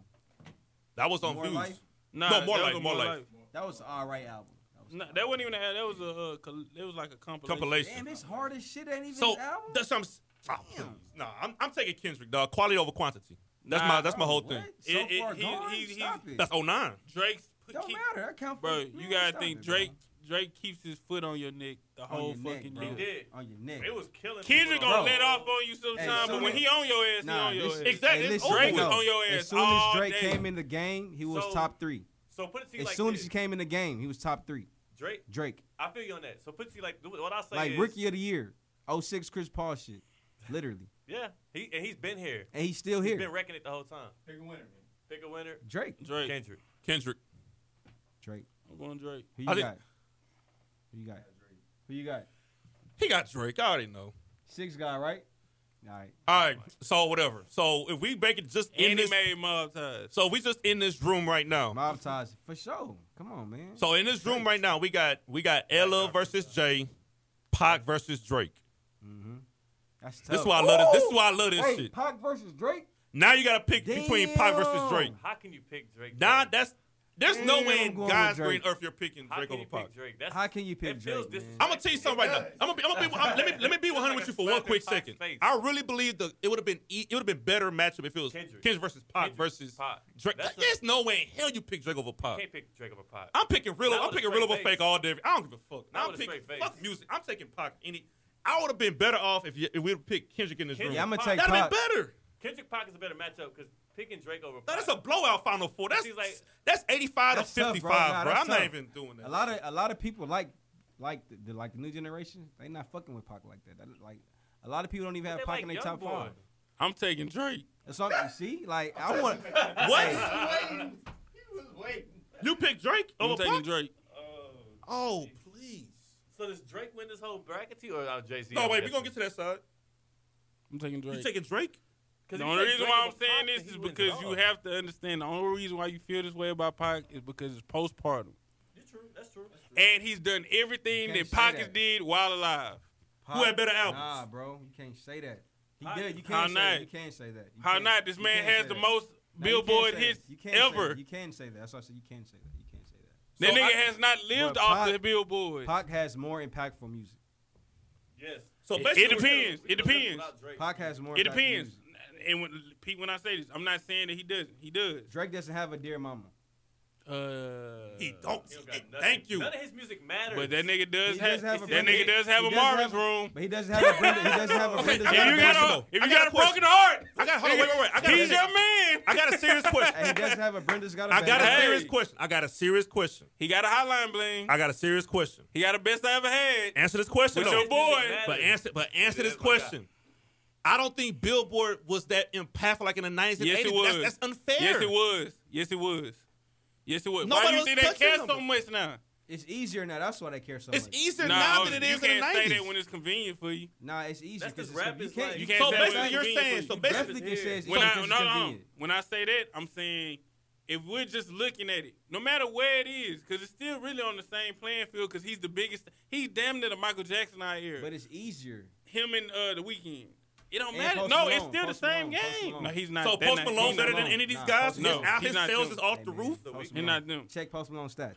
Speaker 1: That was on
Speaker 3: More
Speaker 1: views.
Speaker 3: Life?
Speaker 2: nah,
Speaker 1: No, More
Speaker 2: that
Speaker 1: Life,
Speaker 2: was a
Speaker 1: More Life.
Speaker 3: That was an all right album. That was,
Speaker 2: Nah, that wasn't even. An, that was a. Uh, col- it was like a compilation.
Speaker 1: Compilation.
Speaker 3: damn, it's hard as shit. Ain't even
Speaker 1: So
Speaker 3: his album.
Speaker 1: that's what I'm. s- Oh, please. Nah, I'm, I'm taking Kendrick dog. Quality over quantity. That's
Speaker 2: Nah,
Speaker 1: my that's my
Speaker 3: Bro,
Speaker 1: whole
Speaker 3: what?
Speaker 1: thing.
Speaker 3: So
Speaker 2: It- it-
Speaker 3: far
Speaker 2: he-
Speaker 3: gone.
Speaker 2: he- he-
Speaker 3: Stop it.
Speaker 1: That's 09.
Speaker 2: Drake's.
Speaker 3: Don't
Speaker 2: keep-
Speaker 3: matter. I count for
Speaker 2: Bro,
Speaker 3: man,
Speaker 2: you gotta
Speaker 3: stop
Speaker 2: think
Speaker 3: it, bro.
Speaker 2: Drake. Drake keeps his foot on your neck the
Speaker 3: On
Speaker 2: whole
Speaker 3: your neck,
Speaker 2: fucking
Speaker 3: bro.
Speaker 2: day.
Speaker 4: He did.
Speaker 3: on your neck.
Speaker 4: It was killing.
Speaker 2: Kendrick
Speaker 4: people,
Speaker 2: gonna
Speaker 4: bro.
Speaker 2: let off on you sometime,
Speaker 3: soon
Speaker 2: but when
Speaker 3: as-
Speaker 2: he on your ass,
Speaker 3: Nah,
Speaker 2: he on your
Speaker 3: this-
Speaker 2: ass.
Speaker 1: Exactly.
Speaker 3: Hey,
Speaker 1: It's
Speaker 3: listen,
Speaker 2: Drake was
Speaker 3: no.
Speaker 2: on your ass
Speaker 3: As soon as
Speaker 2: all
Speaker 3: Drake
Speaker 2: day.
Speaker 3: came in the game, he was
Speaker 4: So,
Speaker 3: top three.
Speaker 4: So put it to you
Speaker 3: As
Speaker 4: like
Speaker 3: soon
Speaker 4: this.
Speaker 3: as he came in the game, he was top three.
Speaker 4: Drake,
Speaker 3: Drake,
Speaker 4: I feel you on that. So put it to you like what I say
Speaker 3: like
Speaker 4: is,
Speaker 3: rookie of the year, 06 Chris Paul shit, literally,
Speaker 4: Yeah, he and he's been here.
Speaker 3: and he's still
Speaker 4: He's
Speaker 3: here.
Speaker 4: been wrecking it the whole time.
Speaker 6: Pick a winner, man.
Speaker 4: Pick a winner.
Speaker 3: Drake,
Speaker 2: Drake.
Speaker 4: Kendrick.
Speaker 1: Kendrick.
Speaker 3: Drake,
Speaker 2: I'm going Drake.
Speaker 3: who
Speaker 1: I
Speaker 3: you
Speaker 1: think-
Speaker 3: got? Who you got? Who you got?
Speaker 1: He got Drake. I already know.
Speaker 3: Six guy, right? All right.
Speaker 1: All right. So whatever. So if we make it just in
Speaker 2: And he
Speaker 1: this,
Speaker 2: made mob ties.
Speaker 1: so if we just in this room right now.
Speaker 3: Mob ties for sure. Come on, man.
Speaker 1: So in this room right now, we got we got Ella versus Jay, Pac versus Drake.
Speaker 3: mm-hmm. That's tough.
Speaker 1: This is why I love this. This is why I love this
Speaker 3: hey,
Speaker 1: shit.
Speaker 3: Pac versus Drake.
Speaker 1: Now you got to pick between Pac versus
Speaker 3: Damn.
Speaker 1: Drake.
Speaker 4: How can you pick Drake?
Speaker 1: Nah,
Speaker 4: though?
Speaker 1: that's there's no
Speaker 3: Damn,
Speaker 1: way in
Speaker 3: I'm going with
Speaker 1: God's green
Speaker 3: Drake.
Speaker 1: earth you're picking
Speaker 4: How
Speaker 1: Drake
Speaker 4: can
Speaker 1: over
Speaker 4: you
Speaker 1: Pac.
Speaker 4: pick Drake? That's
Speaker 3: How can you pick
Speaker 4: it feels
Speaker 3: Drake, man?
Speaker 1: I'm gonna tell you something right now. I'm gonna, I'm gonna be, I'm, let me let me be 100 with you for one quick second. I really believe that it would have been e- it would have been better matchup if it was
Speaker 4: Kendrick.
Speaker 1: Kendrick, versus Pac
Speaker 4: Kendrick,
Speaker 1: versus
Speaker 4: Pac.
Speaker 1: Drake.
Speaker 4: That's a-
Speaker 1: there's no way in hell you pick Drake over
Speaker 4: You
Speaker 1: Pac.
Speaker 4: can't pick Drake over Pac.
Speaker 1: I'm picking real.
Speaker 4: Not
Speaker 1: I'm
Speaker 4: with a
Speaker 1: picking
Speaker 4: straight
Speaker 1: real over
Speaker 4: face.
Speaker 1: fake all day. I don't give a fuck.
Speaker 4: Not
Speaker 1: I'm
Speaker 4: with a
Speaker 1: picking
Speaker 4: straight
Speaker 1: fuck
Speaker 4: face.
Speaker 1: music. I'm taking Pac. Any, I would have been better off if, you, if we would pick Kendrick in this
Speaker 4: Kendrick.
Speaker 3: Yeah, I'm
Speaker 1: room.
Speaker 3: gonna
Speaker 4: Pac.
Speaker 3: take
Speaker 1: That'd
Speaker 3: Pac.
Speaker 1: have been better.
Speaker 4: Kendrick Pac is a better matchup because picking Drake over
Speaker 1: Now,
Speaker 4: Pac.
Speaker 1: that's a blowout final four. That's
Speaker 4: He's like-
Speaker 1: that's 85
Speaker 3: That's
Speaker 1: to
Speaker 3: tough, bro.
Speaker 1: 55,
Speaker 3: Nah,
Speaker 1: bro.
Speaker 3: that's
Speaker 1: I'm not
Speaker 3: tough.
Speaker 1: even doing that.
Speaker 3: A lot of a lot of people like like the, the like the new generation. They not fucking with Pac like that. That- Like a lot of people don't even have
Speaker 4: They
Speaker 3: Pac
Speaker 4: like
Speaker 3: in their
Speaker 4: Youngboy.
Speaker 3: top five.
Speaker 2: I'm taking Drake.
Speaker 3: That's all you see. Like I want.
Speaker 1: what?
Speaker 6: Waiting. He was waiting.
Speaker 1: You pick Drake
Speaker 2: I'm
Speaker 1: over
Speaker 2: taking
Speaker 1: Pac?
Speaker 2: Drake.
Speaker 6: Oh.
Speaker 1: Oh, please.
Speaker 4: So does Drake win this whole bracket too, or uh, Jay Z?
Speaker 1: No, wait. We're gonna get to that side.
Speaker 2: I'm taking Drake.
Speaker 1: You taking Drake?
Speaker 2: the only reason why I'm saying this is because you have to understand. The only reason why you feel this way about Pac is because it's postpartum,
Speaker 4: You're true. That's true.
Speaker 2: and he's done everything
Speaker 3: You
Speaker 2: that
Speaker 3: can't
Speaker 2: Pac
Speaker 3: say
Speaker 2: has
Speaker 3: that.
Speaker 2: did while alive.
Speaker 1: Who had better albums?
Speaker 3: Nah, bro, you can't say that. He
Speaker 4: How-
Speaker 3: did. You
Speaker 2: how
Speaker 3: can't say that.
Speaker 2: not?
Speaker 3: You can't say that. You
Speaker 2: How
Speaker 3: can't-
Speaker 2: not? This
Speaker 3: you
Speaker 2: man
Speaker 3: can't
Speaker 2: has
Speaker 3: say
Speaker 2: the
Speaker 3: that.
Speaker 2: most
Speaker 3: No, you can't
Speaker 2: Billboard
Speaker 3: say that.
Speaker 2: hits
Speaker 3: You can't say
Speaker 2: ever.
Speaker 3: that. You can say that. That's why I said you can say that. You can't say
Speaker 2: That
Speaker 3: that.
Speaker 1: So
Speaker 2: nigga
Speaker 1: I-
Speaker 2: has not lived
Speaker 3: But
Speaker 2: off
Speaker 3: Pac-
Speaker 2: the Billboard.
Speaker 3: Pac has more impactful music.
Speaker 4: Yes.
Speaker 1: So
Speaker 2: It-
Speaker 1: basically,
Speaker 2: it depends.
Speaker 4: We
Speaker 2: It
Speaker 4: can live
Speaker 2: depends.
Speaker 4: without Drake.
Speaker 3: Pac has more.
Speaker 2: It
Speaker 3: impactful
Speaker 2: depends.
Speaker 3: music.
Speaker 2: And when, Pete, when I say this, I'm not saying that he doesn't. He does.
Speaker 3: Drake doesn't have a dear mama.
Speaker 2: Uh,
Speaker 1: He don't.
Speaker 4: He don't got
Speaker 1: Hey,
Speaker 4: nothing.
Speaker 1: thank you.
Speaker 4: None of his music matters.
Speaker 2: But that nigga does,
Speaker 3: He
Speaker 2: have,
Speaker 3: does have a
Speaker 2: that
Speaker 3: Brenda-
Speaker 2: nigga does have
Speaker 3: he
Speaker 2: a
Speaker 3: does
Speaker 2: Marvin's
Speaker 3: have-
Speaker 2: room.
Speaker 3: But he doesn't have a Brenda. He doesn't have a
Speaker 1: Okay,
Speaker 3: Brenda's
Speaker 1: I
Speaker 2: If
Speaker 1: got
Speaker 2: you
Speaker 3: album.
Speaker 1: a question,
Speaker 2: got a,
Speaker 1: though.
Speaker 2: if
Speaker 1: I
Speaker 2: you
Speaker 1: got
Speaker 2: got
Speaker 1: a
Speaker 2: a broken
Speaker 1: question.
Speaker 2: heart,
Speaker 1: I got. Hold on. Wait, wait, wait. I got.
Speaker 2: he's
Speaker 1: a,
Speaker 2: your man.
Speaker 1: I got a serious
Speaker 3: And he
Speaker 1: question.
Speaker 3: doesn't have a Brenda's got a
Speaker 1: I got a
Speaker 2: Hey.
Speaker 1: serious question. I got a serious question.
Speaker 2: He got a hotline bling.
Speaker 1: I got a serious question.
Speaker 2: He got the best I ever had.
Speaker 1: Answer this question
Speaker 2: With
Speaker 1: though.
Speaker 2: your boy.
Speaker 1: But answer, but answer
Speaker 4: Yeah,
Speaker 1: this
Speaker 4: that's my guy.
Speaker 1: question. I don't think Billboard was that impactful like in the 90s and
Speaker 2: Yes,
Speaker 1: 80s.
Speaker 2: it was.
Speaker 1: That's, that's unfair.
Speaker 2: Yes, it was. Yes, it was. Yes, it was. Why
Speaker 1: Nobody
Speaker 2: do you
Speaker 1: was
Speaker 2: think they
Speaker 1: touching
Speaker 2: care
Speaker 1: them.
Speaker 2: so much now?
Speaker 3: It's easier now. That's why they care so
Speaker 1: It's
Speaker 3: much.
Speaker 1: easier
Speaker 2: Nah,
Speaker 1: now
Speaker 2: oh,
Speaker 1: than it is
Speaker 2: you
Speaker 1: in the
Speaker 2: can't
Speaker 1: 90s.
Speaker 2: say that when it's convenient for you.
Speaker 3: Nah, it's easier
Speaker 4: That's
Speaker 3: 'cause
Speaker 4: just
Speaker 3: it's-
Speaker 4: rap
Speaker 3: you
Speaker 4: is
Speaker 3: can't-
Speaker 4: like-
Speaker 2: You
Speaker 3: you
Speaker 2: can't
Speaker 1: so
Speaker 2: say when it's
Speaker 1: basically, you're
Speaker 2: convenient
Speaker 1: saying
Speaker 2: for
Speaker 1: so
Speaker 2: you.
Speaker 1: basically,
Speaker 3: definitely can say it's
Speaker 2: When
Speaker 3: easier
Speaker 2: I,
Speaker 3: 'cause
Speaker 2: no,
Speaker 3: it's
Speaker 2: no,
Speaker 3: convenient.
Speaker 2: when I say that, I'm saying if we're just looking at it, no matter where it is, because it's still really on the same playing field. Because he's the biggest. He's damn near the Michael Jackson I hear.
Speaker 3: But it's easier.
Speaker 2: him and uh, the weekend. It don't
Speaker 3: And
Speaker 2: matter.
Speaker 3: Post
Speaker 2: No,
Speaker 3: Malone,
Speaker 2: it's still
Speaker 3: Post
Speaker 2: the same
Speaker 3: Malone, Post
Speaker 2: game.
Speaker 3: Malone.
Speaker 2: No, he's not.
Speaker 1: so
Speaker 2: that
Speaker 1: Post
Speaker 2: not-
Speaker 1: Malone
Speaker 2: he's
Speaker 1: better
Speaker 2: not
Speaker 1: than
Speaker 2: them.
Speaker 1: any of these
Speaker 3: Nah,
Speaker 1: guys?
Speaker 3: Post
Speaker 1: No,
Speaker 2: Malone.
Speaker 1: now
Speaker 2: He's
Speaker 1: his
Speaker 2: not
Speaker 1: sales
Speaker 2: them.
Speaker 1: is off
Speaker 3: Hey,
Speaker 1: the
Speaker 3: man.
Speaker 1: roof.
Speaker 2: He's
Speaker 3: Post Malone.
Speaker 2: not them.
Speaker 3: Check Post Malone stats.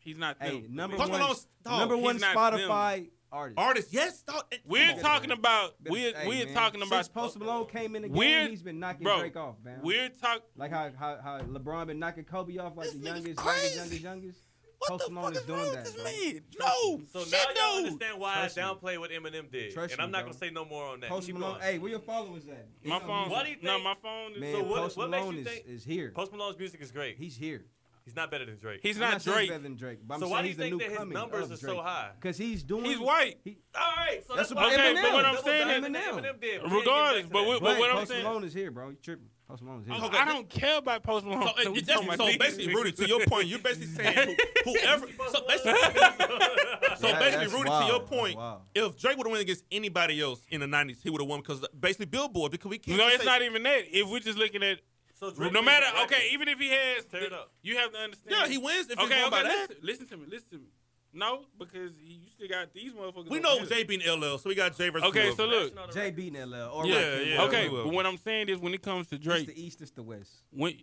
Speaker 2: He's not them.
Speaker 3: Hey, number
Speaker 1: Post
Speaker 3: one,
Speaker 1: Malone's- dog,
Speaker 3: number
Speaker 2: he's
Speaker 3: one
Speaker 2: not
Speaker 3: Spotify artist.
Speaker 1: Artists, yes. dog, eh,
Speaker 2: We're
Speaker 1: come on.
Speaker 2: talking about.
Speaker 3: Been-
Speaker 2: We're
Speaker 3: hey,
Speaker 2: we're
Speaker 3: man,
Speaker 2: talking about.
Speaker 3: Since Post Malone came in the
Speaker 2: We're-
Speaker 3: game, he's been knocking
Speaker 2: bro,
Speaker 3: Drake off, man.
Speaker 2: We're talking.
Speaker 3: Like how, how how LeBron been knocking Kobe off like
Speaker 1: This
Speaker 3: the
Speaker 1: nigga
Speaker 3: youngest,
Speaker 1: crazy.
Speaker 3: youngest, youngest, youngest.
Speaker 1: What
Speaker 3: Post
Speaker 1: the fuck
Speaker 3: Malone is
Speaker 1: is
Speaker 3: doing
Speaker 1: wrong
Speaker 3: that,
Speaker 1: with this
Speaker 3: bro.
Speaker 1: man? No,
Speaker 4: So
Speaker 1: shit,
Speaker 4: now y'all
Speaker 1: no.
Speaker 4: understand why
Speaker 3: Trust me.
Speaker 4: I downplayed what Eminem did,
Speaker 3: Trust
Speaker 4: and I'm
Speaker 3: me,
Speaker 4: not
Speaker 3: bro.
Speaker 4: gonna say no more on that.
Speaker 3: Post
Speaker 4: Keep
Speaker 3: Malone,
Speaker 4: going.
Speaker 3: hey, where your followers at? It's
Speaker 2: My
Speaker 3: on
Speaker 2: phone.
Speaker 4: Why do you
Speaker 2: No,
Speaker 4: think-
Speaker 2: my phone is.
Speaker 3: Man,
Speaker 2: so
Speaker 4: what-
Speaker 3: Post
Speaker 4: what makes you
Speaker 3: Malone is,
Speaker 4: think-
Speaker 3: is here.
Speaker 4: Post Malone's music is great.
Speaker 3: He's here.
Speaker 4: He's not better than Drake.
Speaker 2: he's
Speaker 3: I'm
Speaker 2: not
Speaker 3: saying
Speaker 2: Drake.
Speaker 3: better than Drake. But I'm
Speaker 4: So
Speaker 3: saying
Speaker 4: why do you
Speaker 3: he's the
Speaker 4: think
Speaker 3: new
Speaker 4: that his
Speaker 3: coming
Speaker 4: numbers
Speaker 3: of
Speaker 4: are so
Speaker 3: Drake.
Speaker 4: high?
Speaker 3: Cause he's doing.
Speaker 2: He's white.
Speaker 3: He,
Speaker 4: All right, so
Speaker 3: That's
Speaker 4: that's,
Speaker 3: about
Speaker 4: why
Speaker 2: Okay, but what I'm
Speaker 4: Double
Speaker 2: saying
Speaker 4: down
Speaker 2: is-
Speaker 4: on Eminem did. We ain't
Speaker 2: Regardless,
Speaker 4: getting back to
Speaker 2: but
Speaker 4: that.
Speaker 2: what- but
Speaker 3: Blake,
Speaker 2: what I'm
Speaker 3: Post
Speaker 2: saying.
Speaker 3: Malone is here, bro. You tripping? Post Malone is here.
Speaker 1: Okay.
Speaker 2: I don't care about Post Malone.
Speaker 1: So,
Speaker 2: we
Speaker 1: it,
Speaker 2: talking
Speaker 1: that's,
Speaker 2: about
Speaker 1: so
Speaker 2: Drake.
Speaker 1: basically, Rudy, to your point, you're basically saying who, whoever. So basically, so
Speaker 3: That-
Speaker 1: basically
Speaker 3: that's
Speaker 1: Rudy,
Speaker 3: wild.
Speaker 1: to your
Speaker 3: That's
Speaker 1: point,
Speaker 3: wild.
Speaker 1: if Drake would have went against anybody else in the '90s, he would have won because basically Billboard. Because we can't.
Speaker 2: No,
Speaker 1: just
Speaker 2: it's
Speaker 1: say-
Speaker 2: not even that. If we're just looking at,
Speaker 4: So Drake
Speaker 2: no
Speaker 4: is
Speaker 2: matter.
Speaker 4: the
Speaker 2: Okay,
Speaker 4: record.
Speaker 2: even if he has,
Speaker 4: Tear it up.
Speaker 2: you have to understand.
Speaker 1: Yeah, he wins if he's
Speaker 2: okay,
Speaker 1: going by
Speaker 2: okay.
Speaker 1: that.
Speaker 2: Listen, listen to me. Listen to me. No, because you still got these motherfuckers.
Speaker 1: We
Speaker 2: over
Speaker 1: know
Speaker 2: here.
Speaker 1: JB and LL, so we got Jay versus.
Speaker 2: Okay,
Speaker 1: whoever.
Speaker 2: so look.
Speaker 4: National
Speaker 3: Jay
Speaker 4: record.
Speaker 3: beating LL. All
Speaker 1: Yeah,
Speaker 3: right,
Speaker 1: yeah.
Speaker 3: bro.
Speaker 2: Okay,
Speaker 1: we will.
Speaker 2: but what I'm saying is when it comes to
Speaker 3: It's
Speaker 2: Drake,
Speaker 3: the East. It's the West.
Speaker 2: when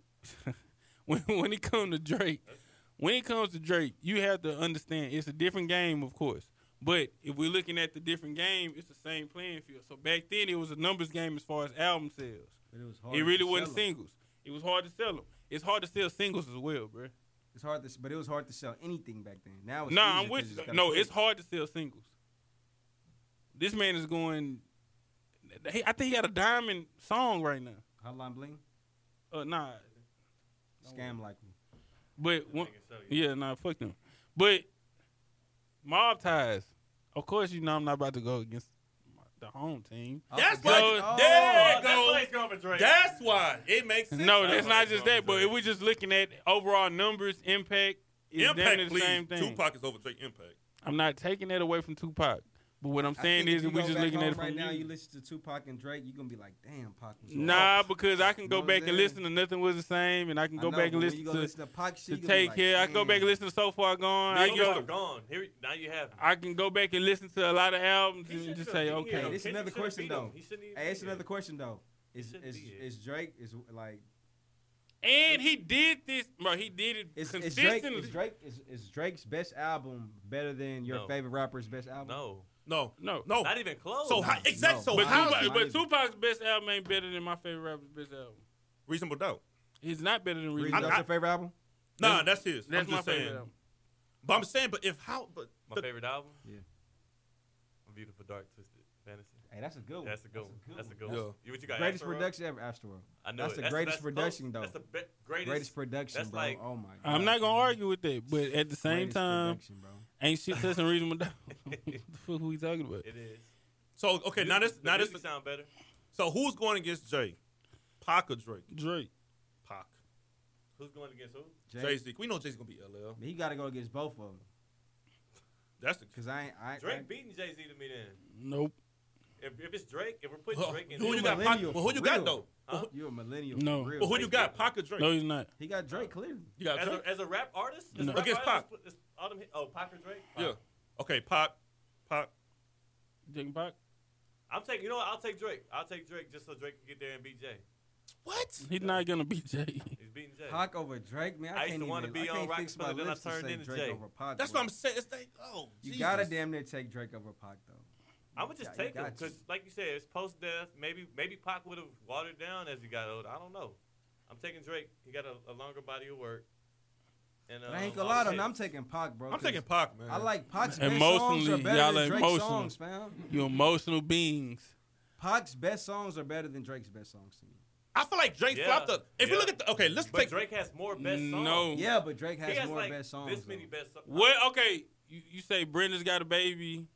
Speaker 2: when when it comes to Drake, when it comes to Drake, you have to understand it's a different game, of course. But if we're looking at the different game, it's the same playing field. So back then, it was a numbers game as far as album sales.
Speaker 3: But it was hard.
Speaker 2: It
Speaker 3: to
Speaker 2: really wasn't
Speaker 3: sell 'em.
Speaker 2: singles. It was hard to sell them. It's hard to sell singles as well, bro.
Speaker 3: It's hard to, s- but it was hard to sell anything back then. Now, it's
Speaker 2: Nah,
Speaker 3: easier
Speaker 2: I'm
Speaker 3: 'cause
Speaker 2: with
Speaker 3: it's
Speaker 2: you.
Speaker 3: got a
Speaker 2: No,
Speaker 3: click.
Speaker 2: it's hard to sell singles. This man is going. Hey, I think he got a diamond song right now.
Speaker 3: Hotline bling,
Speaker 2: Uh, nah,
Speaker 3: scam like me.
Speaker 2: but one,
Speaker 4: Nigga, shut it.
Speaker 2: yeah, nah, fuck them. But mob ties. Of course, you know I'm not about to go against my- the home team.
Speaker 1: That's
Speaker 3: Oh,
Speaker 1: why.
Speaker 2: Oh,
Speaker 1: there
Speaker 4: Oh,
Speaker 1: it
Speaker 4: that's why he's
Speaker 1: goes.
Speaker 4: going for Drake.
Speaker 1: That's why it makes sense.
Speaker 2: No, that's not
Speaker 4: like
Speaker 2: just
Speaker 4: Drake.
Speaker 2: that. But if we're just looking at overall numbers, impact is damn near
Speaker 1: Impact,
Speaker 2: the
Speaker 1: please.
Speaker 2: same thing.
Speaker 1: Tupac is over Drake. Impact.
Speaker 2: I'm not taking that away from Tupac. But what I'm
Speaker 3: I
Speaker 2: saying
Speaker 3: think
Speaker 2: is,
Speaker 3: if
Speaker 2: if we're
Speaker 3: go
Speaker 2: just
Speaker 3: back
Speaker 2: looking at
Speaker 3: home
Speaker 2: it from
Speaker 3: right now.
Speaker 2: you-
Speaker 3: You listen to Tupac and Drake, you're gonna be like, "Damn, Pac was
Speaker 2: Nah,
Speaker 3: off."
Speaker 2: because I can go
Speaker 3: Know what
Speaker 2: back
Speaker 3: I'm
Speaker 2: and
Speaker 3: saying?
Speaker 2: listen to nothing was the same, and I can
Speaker 3: I
Speaker 2: go
Speaker 3: know,
Speaker 2: back
Speaker 3: but
Speaker 2: and
Speaker 3: when
Speaker 2: listen
Speaker 3: you gonna
Speaker 2: to,
Speaker 3: listen to Pac shit,
Speaker 2: to
Speaker 3: you gonna be
Speaker 2: Take
Speaker 3: like, mm.
Speaker 2: Care. I can go back and
Speaker 3: "Damn."
Speaker 2: listen to So Far Gone. I
Speaker 4: Now
Speaker 2: can
Speaker 4: you are
Speaker 2: go,
Speaker 4: gone. Here, now you have. him.
Speaker 2: I can go back and listen to a lot of albums
Speaker 4: He
Speaker 2: and
Speaker 4: shouldn't
Speaker 2: just
Speaker 4: have
Speaker 2: say,
Speaker 4: been here,
Speaker 2: okay,
Speaker 4: though.
Speaker 3: This is
Speaker 4: Kendrick
Speaker 3: another
Speaker 4: shouldn't
Speaker 3: question,
Speaker 4: beat him.
Speaker 3: though.
Speaker 4: He shouldn't even
Speaker 3: Hey,
Speaker 4: be
Speaker 3: it's
Speaker 4: here.
Speaker 3: another question though. Is
Speaker 4: shouldn't
Speaker 3: is
Speaker 4: be here.
Speaker 3: is Drake is like
Speaker 2: and he did this, bro. He did it
Speaker 3: is, is Drake
Speaker 2: consistently.
Speaker 3: is Drake is, is Drake's best album better than your
Speaker 4: No.
Speaker 3: favorite rapper's best album?
Speaker 4: No,
Speaker 1: No,
Speaker 2: No,
Speaker 1: no.
Speaker 4: not even close.
Speaker 1: So
Speaker 3: No,
Speaker 1: Oh, how, exactly.
Speaker 3: no.
Speaker 1: So
Speaker 2: but,
Speaker 3: Why?
Speaker 1: how?
Speaker 2: Tupac,
Speaker 3: Why
Speaker 2: but
Speaker 3: is it-
Speaker 2: Tupac's best album ain't better than my favorite rapper's best album.
Speaker 1: Reasonable doubt.
Speaker 2: It's not better than
Speaker 3: Reason
Speaker 2: Reason.
Speaker 1: I'm-
Speaker 3: that's
Speaker 1: I-
Speaker 3: your favorite album?
Speaker 1: Nah, that's his.
Speaker 2: That's
Speaker 1: I'm
Speaker 2: my
Speaker 1: just
Speaker 2: favorite
Speaker 1: saying.
Speaker 2: album.
Speaker 1: But I'm saying, but if how? But
Speaker 4: my
Speaker 1: the-
Speaker 4: favorite album.
Speaker 3: Yeah.
Speaker 4: A Beautiful Dark Twisted Fantasy.
Speaker 3: Hey, Oh, that's a good one.
Speaker 4: That's a good one. That's a good
Speaker 1: one.
Speaker 4: one. You what you got?
Speaker 3: Greatest
Speaker 4: Astro World?
Speaker 3: production ever, Astroworld.
Speaker 4: I know
Speaker 3: That's
Speaker 4: it.
Speaker 3: the greatest
Speaker 4: close.
Speaker 3: production, though.
Speaker 4: That's the be- greatest.
Speaker 3: Greatest production,
Speaker 4: that's
Speaker 3: bro.
Speaker 4: like-
Speaker 3: oh my god.
Speaker 2: I'm not gonna argue with that, but at the same
Speaker 3: Greatest
Speaker 2: time,
Speaker 3: production, bro.
Speaker 2: ain't shit touching Reasonable Doubt. what the fuck are we talking about?
Speaker 4: It is.
Speaker 1: so okay, now this,
Speaker 4: The
Speaker 1: now this.
Speaker 4: music sound better.
Speaker 1: So who's going against Jay? Pac or Drake?
Speaker 2: Drake.
Speaker 1: Pac.
Speaker 4: Who's going against who?
Speaker 1: Jay Z. We know Jay's gonna be LL.
Speaker 3: He got to go against both of them.
Speaker 1: That's the.
Speaker 3: Cause I ain't. I, ain't- I,
Speaker 4: Drake beating Jay Z to me then.
Speaker 2: Nope.
Speaker 4: If, if it's Drake, if we're putting
Speaker 1: Well,
Speaker 4: Drake in,
Speaker 1: Oh, who
Speaker 4: there-
Speaker 1: you got? Pac,
Speaker 3: Millennial
Speaker 1: well, who
Speaker 3: for
Speaker 1: you got
Speaker 3: real.
Speaker 1: though? Well, who-
Speaker 3: you're a millennial.
Speaker 2: No.
Speaker 3: For real.
Speaker 1: well, who you got? Pac or Drake?
Speaker 2: No, he's not.
Speaker 3: He got Drake clearly.
Speaker 1: You got
Speaker 4: As
Speaker 1: Drake.
Speaker 4: a, as a rap artist, as
Speaker 2: No.
Speaker 4: a rap
Speaker 1: Against
Speaker 4: artist, it's all them hit- oh, Pac or Drake? Pac.
Speaker 1: Yeah. Okay, Pac. Pac.
Speaker 2: Jake Pac.
Speaker 4: I'm taking. You know what? I'll take Drake. I'll take Drake just so Drake can get there and beat Jay.
Speaker 1: What?
Speaker 2: He's not gonna be Jay.
Speaker 4: He's beating Jay.
Speaker 3: Pac over Drake, man. I,
Speaker 4: I used
Speaker 3: can't
Speaker 4: to
Speaker 3: even.
Speaker 4: wanna be
Speaker 3: I
Speaker 4: on
Speaker 3: can't fix my
Speaker 4: Rockefeller, then I
Speaker 3: lips to
Speaker 4: turned
Speaker 3: say
Speaker 4: into
Speaker 3: Drake
Speaker 4: Jay.
Speaker 3: over Pac.
Speaker 1: That's
Speaker 3: bro.
Speaker 1: what I'm saying. It's like, oh,
Speaker 3: You
Speaker 1: Jesus.
Speaker 3: gotta damn near take Drake over Pac though.
Speaker 4: I would just
Speaker 3: Yeah, you
Speaker 4: take him
Speaker 3: got
Speaker 4: because,
Speaker 3: to.
Speaker 4: like you said, it's post death. Maybe maybe Pac would have watered down as he got older. I don't know. I'm taking Drake. He got a, a longer body of work. And
Speaker 3: But I
Speaker 4: um,
Speaker 3: ain't gonna
Speaker 4: I'll
Speaker 3: lie though,
Speaker 4: take-
Speaker 3: man, I'm taking Pac, bro.
Speaker 1: I'm
Speaker 3: 'cause
Speaker 1: taking Pac, man.
Speaker 3: I like Pac's best songs are
Speaker 2: Emotionally,
Speaker 3: better
Speaker 2: y'all
Speaker 3: than
Speaker 2: are
Speaker 3: Drake's
Speaker 2: emotional.
Speaker 3: songs, fam.
Speaker 2: You emotional beings.
Speaker 3: Pac's best songs are better than Drake's best songs to me.
Speaker 1: I feel like Drake
Speaker 4: Yeah.
Speaker 1: flopped up. If you
Speaker 4: Yeah.
Speaker 1: look at the okay, let's
Speaker 4: But
Speaker 1: take
Speaker 4: Drake has more best songs.
Speaker 2: No.
Speaker 3: Yeah, but Drake
Speaker 4: he
Speaker 3: has,
Speaker 4: has
Speaker 3: more
Speaker 4: like
Speaker 3: best songs.
Speaker 4: this many
Speaker 3: though.
Speaker 4: best songs.
Speaker 2: What? Okay, you, you say Brenda's got a baby.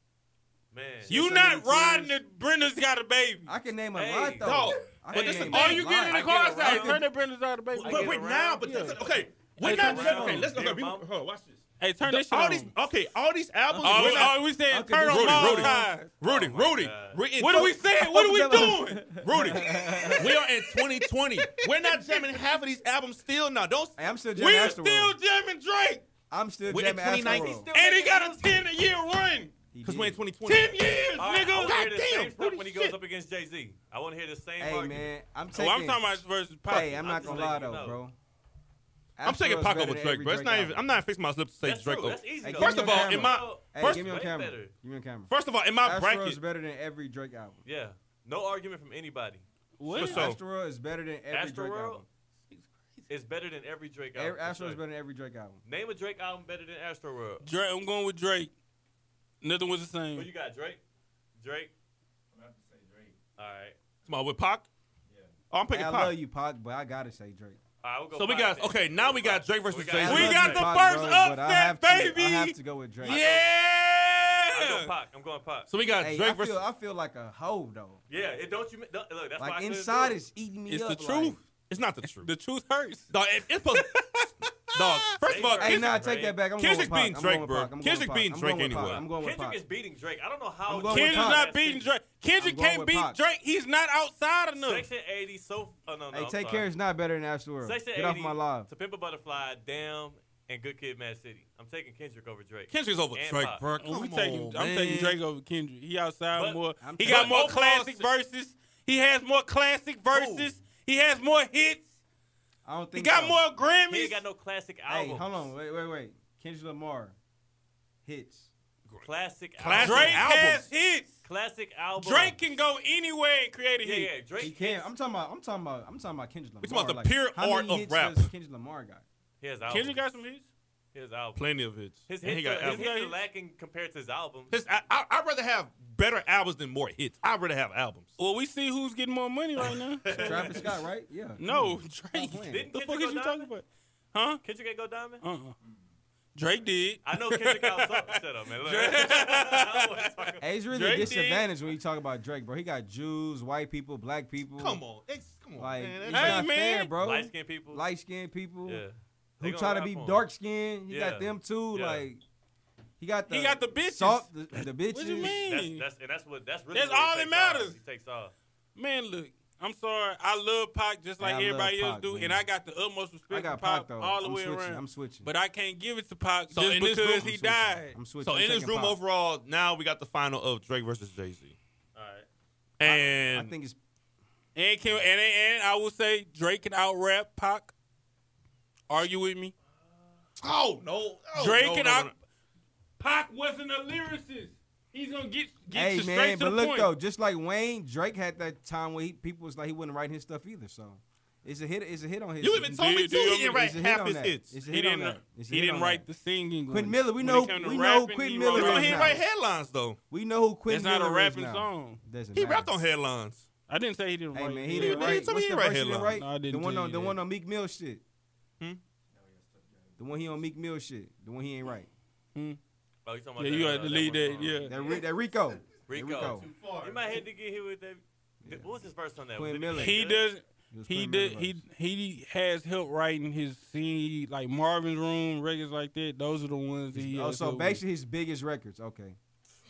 Speaker 4: man?
Speaker 2: You
Speaker 3: so many
Speaker 2: not riding
Speaker 3: tears.
Speaker 2: that Brenda's got a baby.
Speaker 3: I can name a
Speaker 4: Hey,
Speaker 3: lot though.
Speaker 1: dog,
Speaker 3: I
Speaker 1: but
Speaker 3: can
Speaker 1: this is-
Speaker 3: name
Speaker 1: oh,
Speaker 2: Oh,
Speaker 3: a
Speaker 2: you
Speaker 3: lot.
Speaker 2: get in the
Speaker 4: I get
Speaker 2: car
Speaker 4: around.
Speaker 2: side. Turn that Brenda's got a baby.
Speaker 4: I
Speaker 1: But
Speaker 4: get
Speaker 1: wait
Speaker 4: around.
Speaker 1: now, but
Speaker 2: Yeah.
Speaker 1: that's okay. We're
Speaker 2: I
Speaker 1: not
Speaker 2: get around.
Speaker 1: okay. Let's
Speaker 4: Dear
Speaker 1: okay. we- oh,
Speaker 4: mama.
Speaker 1: Hold on, watch this.
Speaker 2: Hey, turn this shit
Speaker 1: all
Speaker 2: on.
Speaker 1: these okay, all these albums.
Speaker 2: Oh,
Speaker 1: we're not-
Speaker 2: oh, we saying
Speaker 3: Okay,
Speaker 2: turn on
Speaker 3: just
Speaker 1: Rudy,
Speaker 2: all
Speaker 1: Rudy.
Speaker 2: eyes.
Speaker 1: Rudy,
Speaker 4: Oh my
Speaker 1: Rudy,
Speaker 4: God.
Speaker 1: we're in-
Speaker 2: What are we saying? What are we doing?
Speaker 1: Rudy, we are in 2020. We're not jamming half of these albums still now. Don't.
Speaker 3: Hey, I'm still jamming
Speaker 1: We're
Speaker 3: Astroworld.
Speaker 1: still jamming Drake,
Speaker 3: I'm still
Speaker 1: We're in
Speaker 3: jamming
Speaker 1: 2019
Speaker 3: Astroworld.
Speaker 1: still.
Speaker 2: And he got a 10 a year run.
Speaker 3: He
Speaker 1: cause
Speaker 3: did.
Speaker 1: we're in 2020.
Speaker 2: 10 years,
Speaker 4: All right, I
Speaker 2: nigga.
Speaker 4: want to hear the
Speaker 1: Goddamn,
Speaker 4: same stuff
Speaker 1: Rudy
Speaker 4: when he
Speaker 1: shit.
Speaker 4: goes up against Jay Z. I want to hear the same.
Speaker 3: Hey
Speaker 4: argument.
Speaker 3: man, I'm
Speaker 2: Oh,
Speaker 3: taking.
Speaker 2: I'm talking about versus Pac.
Speaker 3: Hey, I'm
Speaker 4: I'm
Speaker 3: not gonna
Speaker 4: just
Speaker 3: lie
Speaker 4: letting you
Speaker 3: though,
Speaker 4: know.
Speaker 3: bro.
Speaker 1: I'm taking
Speaker 3: Astroworld's
Speaker 1: Pac
Speaker 3: better
Speaker 1: over
Speaker 3: than
Speaker 1: Drake,
Speaker 3: every
Speaker 1: bro. It's not
Speaker 3: album.
Speaker 1: even. I'm not fixing my lips to say
Speaker 4: That's
Speaker 1: Drake
Speaker 4: true.
Speaker 1: over.
Speaker 4: That's easy.
Speaker 3: Hey,
Speaker 4: though.
Speaker 1: First
Speaker 3: give
Speaker 1: of
Speaker 3: me
Speaker 1: all,
Speaker 3: on
Speaker 1: in
Speaker 3: camera.
Speaker 1: my
Speaker 3: Hey,
Speaker 1: first,
Speaker 3: give me on
Speaker 4: way
Speaker 3: camera.
Speaker 4: better.
Speaker 3: Give me on camera.
Speaker 1: first of all, in my
Speaker 3: Astroworld
Speaker 1: bracket,
Speaker 3: is better than every Drake album.
Speaker 4: yeah, no argument from anybody.
Speaker 2: What?
Speaker 1: So-
Speaker 3: Astroworld is better than every Drake
Speaker 4: Astroworld
Speaker 3: album.
Speaker 4: is better than every Drake album.
Speaker 3: Every,
Speaker 4: That's
Speaker 3: Astroworld is
Speaker 4: right.
Speaker 3: better than every Drake album.
Speaker 4: Name a Drake album better than Astroworld.
Speaker 2: Drake, I'm going with Drake. Nothing was the
Speaker 4: Who
Speaker 2: same.
Speaker 4: you got, Drake? Drake.
Speaker 6: I'm gonna have to say Drake.
Speaker 4: All right.
Speaker 1: come on with Pac.
Speaker 6: Yeah.
Speaker 1: Oh, I'm
Speaker 3: Hey,
Speaker 1: picking
Speaker 3: I
Speaker 1: Pac.
Speaker 3: love you, Pac, but I gotta say Drake.
Speaker 4: All right, we'll go
Speaker 1: So we
Speaker 4: five
Speaker 1: got-
Speaker 4: then.
Speaker 1: okay, now we got Drake versus
Speaker 3: I
Speaker 1: Jay-Z.
Speaker 4: Jay-Z.
Speaker 2: We
Speaker 3: love
Speaker 2: got
Speaker 3: you,
Speaker 2: the
Speaker 3: Pac,
Speaker 2: first
Speaker 3: bro, but I
Speaker 2: upset,
Speaker 3: have to-
Speaker 2: baby.
Speaker 3: I have to go with Drake.
Speaker 4: I go
Speaker 2: Yeah.
Speaker 4: Pac. I'm going Pac.
Speaker 1: So we got
Speaker 3: Hey, I
Speaker 1: Drake versus.
Speaker 3: feel I feel like a hoe though.
Speaker 4: yeah, it don't you mi- don't, look. That's why I
Speaker 3: Like
Speaker 4: couldn't
Speaker 3: inside
Speaker 4: do it.
Speaker 3: is eating me
Speaker 2: It's
Speaker 3: up.
Speaker 2: the truth.
Speaker 1: It's not the truth.
Speaker 2: The truth hurts.
Speaker 1: Dog, it- it's supposed. Dog, first of all,
Speaker 3: Like, hey,
Speaker 1: Kendrick-
Speaker 3: nah, take that back. I'm
Speaker 1: Kendrick's
Speaker 3: going
Speaker 1: being
Speaker 3: with Pac. I'm
Speaker 1: Drake,
Speaker 3: going with
Speaker 1: bro.
Speaker 3: Pac. I'm going
Speaker 1: Kendrick's
Speaker 3: with Pac.
Speaker 1: being
Speaker 3: I'm
Speaker 1: Drake
Speaker 3: going with Pac.
Speaker 1: anyway.
Speaker 3: I'm going with
Speaker 4: Kendrick
Speaker 3: Pac.
Speaker 4: is beating Drake. I don't know how.
Speaker 3: I'm going with
Speaker 2: Kendrick's
Speaker 3: Pac.
Speaker 2: not beating Drake. Kendrick
Speaker 3: I'm going
Speaker 2: can't
Speaker 3: with
Speaker 2: beat
Speaker 3: Pac.
Speaker 2: Drake. He's not outside enough.
Speaker 4: Section 80, so oh, no, no,
Speaker 3: Hey,
Speaker 4: I'm
Speaker 3: take
Speaker 4: sorry.
Speaker 3: care is not better than Astroworld.
Speaker 4: Section
Speaker 3: Get
Speaker 4: 80,
Speaker 3: off my live.
Speaker 4: To Pimp a Butterfly, Damn, and Good Kid, Mad City. I'm taking Kendrick over Drake.
Speaker 1: Kendrick's over
Speaker 4: And
Speaker 1: Drake,
Speaker 4: Pac.
Speaker 1: bro.
Speaker 2: And we
Speaker 1: Come
Speaker 2: taking,
Speaker 1: on,
Speaker 2: I'm taking
Speaker 1: man.
Speaker 2: Drake over Kendrick. He outside
Speaker 4: But-
Speaker 2: more.
Speaker 3: I'm
Speaker 2: he
Speaker 3: taking-
Speaker 2: got more
Speaker 4: But overall,
Speaker 2: classic verses. He has more classic verses. He has more hits.
Speaker 3: I don't
Speaker 2: He
Speaker 3: think
Speaker 2: got
Speaker 3: so.
Speaker 2: more
Speaker 4: He
Speaker 2: Grammys.
Speaker 4: ain't got no classic
Speaker 3: Hey,
Speaker 4: album.
Speaker 3: hold on, wait, wait, wait. Kendrick Lamar hits.
Speaker 4: Classic
Speaker 1: Classic
Speaker 4: album.
Speaker 2: Drake has
Speaker 1: albums.
Speaker 2: hits.
Speaker 4: Classic album.
Speaker 2: Drake can go anywhere and create a
Speaker 4: Yeah,
Speaker 2: hit.
Speaker 4: yeah. Drake.
Speaker 3: He can't.
Speaker 4: has-
Speaker 3: I'm talking about. I'm talking about. I'm talking about Kendrick Lamar.
Speaker 1: We talking about the
Speaker 3: like,
Speaker 1: pure
Speaker 3: how
Speaker 1: art
Speaker 3: many
Speaker 1: of
Speaker 3: hits
Speaker 1: rap.
Speaker 3: Does Kendrick Lamar got.
Speaker 4: His album.
Speaker 2: Kendrick got some hits.
Speaker 4: his album.
Speaker 1: Plenty of hits.
Speaker 4: His
Speaker 1: And
Speaker 4: hits,
Speaker 1: he
Speaker 4: are,
Speaker 1: got
Speaker 4: his
Speaker 1: albums.
Speaker 4: hits are lacking compared to his album.
Speaker 1: His, I, I, I'd rather have better albums than more hits. I'd rather have albums.
Speaker 2: Well, we see who's getting more money right now.
Speaker 3: Travis Scott, right? Yeah.
Speaker 2: no, Drake.
Speaker 3: playing.
Speaker 4: Didn't
Speaker 2: the
Speaker 4: Kendrick
Speaker 2: fuck
Speaker 4: go
Speaker 2: is you talking
Speaker 4: diamond?
Speaker 2: about? Huh?
Speaker 4: Kendrick ain't go diamond.
Speaker 2: Uh-uh. Drake did.
Speaker 4: I know Kendrick got something. Shut up, man. Look. I don't wanna talk about-
Speaker 3: Hey, it's really
Speaker 2: Drake
Speaker 3: a
Speaker 2: did.
Speaker 3: disadvantage when you talk about Drake, bro. He got Jews, white people, black people.
Speaker 1: Come on. It's, come on,
Speaker 3: Like,
Speaker 1: man.
Speaker 3: it's
Speaker 1: That's-
Speaker 2: Hey,
Speaker 3: not fair,
Speaker 2: man.
Speaker 3: bro.
Speaker 4: Light skinned people.
Speaker 3: Light skinned people
Speaker 4: yeah. They
Speaker 3: who
Speaker 4: gonna
Speaker 3: try to
Speaker 4: rap
Speaker 3: be
Speaker 4: on him.
Speaker 3: dark skinned. He
Speaker 4: Yeah.
Speaker 3: got them too.
Speaker 4: Yeah.
Speaker 3: Like, he got the
Speaker 2: He got the bitches.
Speaker 3: salt, the, the bitches.
Speaker 2: What you
Speaker 4: That's,
Speaker 2: mean?
Speaker 4: that's and that's what that's really
Speaker 2: That's
Speaker 4: what he
Speaker 2: all that
Speaker 4: takes off.
Speaker 2: matters.
Speaker 4: He takes off.
Speaker 2: Man, look. I'm sorry. I love Pac just like
Speaker 3: I love
Speaker 2: everybody else
Speaker 3: Pac,
Speaker 2: do,
Speaker 3: man.
Speaker 2: and I got the utmost respect
Speaker 3: I got
Speaker 2: for Pac
Speaker 3: Pac though.
Speaker 2: all the
Speaker 3: I'm
Speaker 2: way
Speaker 3: switching.
Speaker 2: around.
Speaker 3: I'm switching.
Speaker 2: but I can't give it to Pac
Speaker 1: So
Speaker 2: just
Speaker 1: in this
Speaker 2: because
Speaker 1: room-
Speaker 3: I'm
Speaker 2: he
Speaker 3: switching.
Speaker 2: died.
Speaker 3: I'm switching.
Speaker 1: So
Speaker 3: I'm
Speaker 1: in this
Speaker 3: taking
Speaker 1: room
Speaker 3: Pac.
Speaker 1: overall, now we got the final of Drake versus Jay Z.
Speaker 4: All right.
Speaker 1: And
Speaker 3: I think it's
Speaker 2: And can and, and I will say Drake can out rap Pac. Are you with me?
Speaker 1: oh no, oh,
Speaker 2: Drake
Speaker 1: no,
Speaker 2: and
Speaker 1: no,
Speaker 2: I.
Speaker 1: no, no.
Speaker 2: Pac wasn't a lyricist. He's gonna get get
Speaker 3: hey
Speaker 2: to straight
Speaker 3: man,
Speaker 2: to
Speaker 3: but
Speaker 2: the
Speaker 3: look
Speaker 2: point.
Speaker 3: though, just like Wayne, Drake had that time where he, people was like he wasn't writing his stuff either. So it's a hit. It's a hit on his.
Speaker 1: You even told me
Speaker 2: Dude,
Speaker 1: too.
Speaker 2: dude,
Speaker 1: He
Speaker 2: I'm-
Speaker 1: didn't write
Speaker 3: it's a hit
Speaker 1: half
Speaker 3: on
Speaker 1: his
Speaker 3: that.
Speaker 1: hits.
Speaker 3: It's a
Speaker 2: He
Speaker 3: hit on
Speaker 2: didn't.
Speaker 3: that. It's a
Speaker 2: He
Speaker 3: hit
Speaker 2: didn't
Speaker 3: on
Speaker 2: write
Speaker 3: that.
Speaker 2: the singing.
Speaker 3: Quentin
Speaker 2: ones.
Speaker 3: Miller, we
Speaker 2: When
Speaker 3: know-
Speaker 2: it came to
Speaker 3: we know
Speaker 2: rapping,
Speaker 3: Quentin
Speaker 2: he
Speaker 3: Miller
Speaker 1: That's
Speaker 2: wrote
Speaker 3: is
Speaker 1: why he
Speaker 2: all
Speaker 1: ain't
Speaker 3: now.
Speaker 1: write headlines though.
Speaker 3: We know who Quentin
Speaker 2: That's not a
Speaker 3: Miller is
Speaker 2: rapping
Speaker 3: now.
Speaker 2: song.
Speaker 3: Doesn't
Speaker 1: He
Speaker 3: matter.
Speaker 1: rapped on headlines.
Speaker 2: I didn't say he didn't
Speaker 3: Hey
Speaker 2: write.
Speaker 3: man,
Speaker 2: it.
Speaker 3: he
Speaker 1: didn't
Speaker 3: didn't write.
Speaker 1: tell me
Speaker 3: What's
Speaker 1: he
Speaker 3: the
Speaker 1: write
Speaker 3: verse he didn't
Speaker 1: headline.
Speaker 3: write?
Speaker 2: No, I didn't
Speaker 3: the one
Speaker 2: tell
Speaker 3: on
Speaker 2: you
Speaker 3: the
Speaker 2: that.
Speaker 3: one on Meek Mill shit.
Speaker 1: Hmm?
Speaker 3: The one he on Meek Mill shit. The one he ain't right.
Speaker 4: Oh, you talking about
Speaker 2: Yeah,
Speaker 4: that,
Speaker 2: you
Speaker 4: uh,
Speaker 2: had to
Speaker 4: that
Speaker 2: lead
Speaker 4: one
Speaker 2: that,
Speaker 4: song.
Speaker 2: yeah.
Speaker 3: That, Ri- that Rico.
Speaker 4: Rico.
Speaker 3: Rico.
Speaker 6: Too far.
Speaker 4: You might have to get hit with that.
Speaker 3: Yeah.
Speaker 4: What was his verse on that?
Speaker 3: Quinn
Speaker 4: Was it
Speaker 3: Miller.
Speaker 2: He
Speaker 4: good?
Speaker 2: does.
Speaker 3: It was
Speaker 2: He
Speaker 3: Quentin
Speaker 2: did.
Speaker 3: Miller
Speaker 2: He
Speaker 3: verse.
Speaker 2: he has help writing his scene like Marvin's Room records like that. Those are the ones that he.
Speaker 3: Oh,
Speaker 2: has
Speaker 3: so
Speaker 2: help
Speaker 3: basically his biggest records. Okay.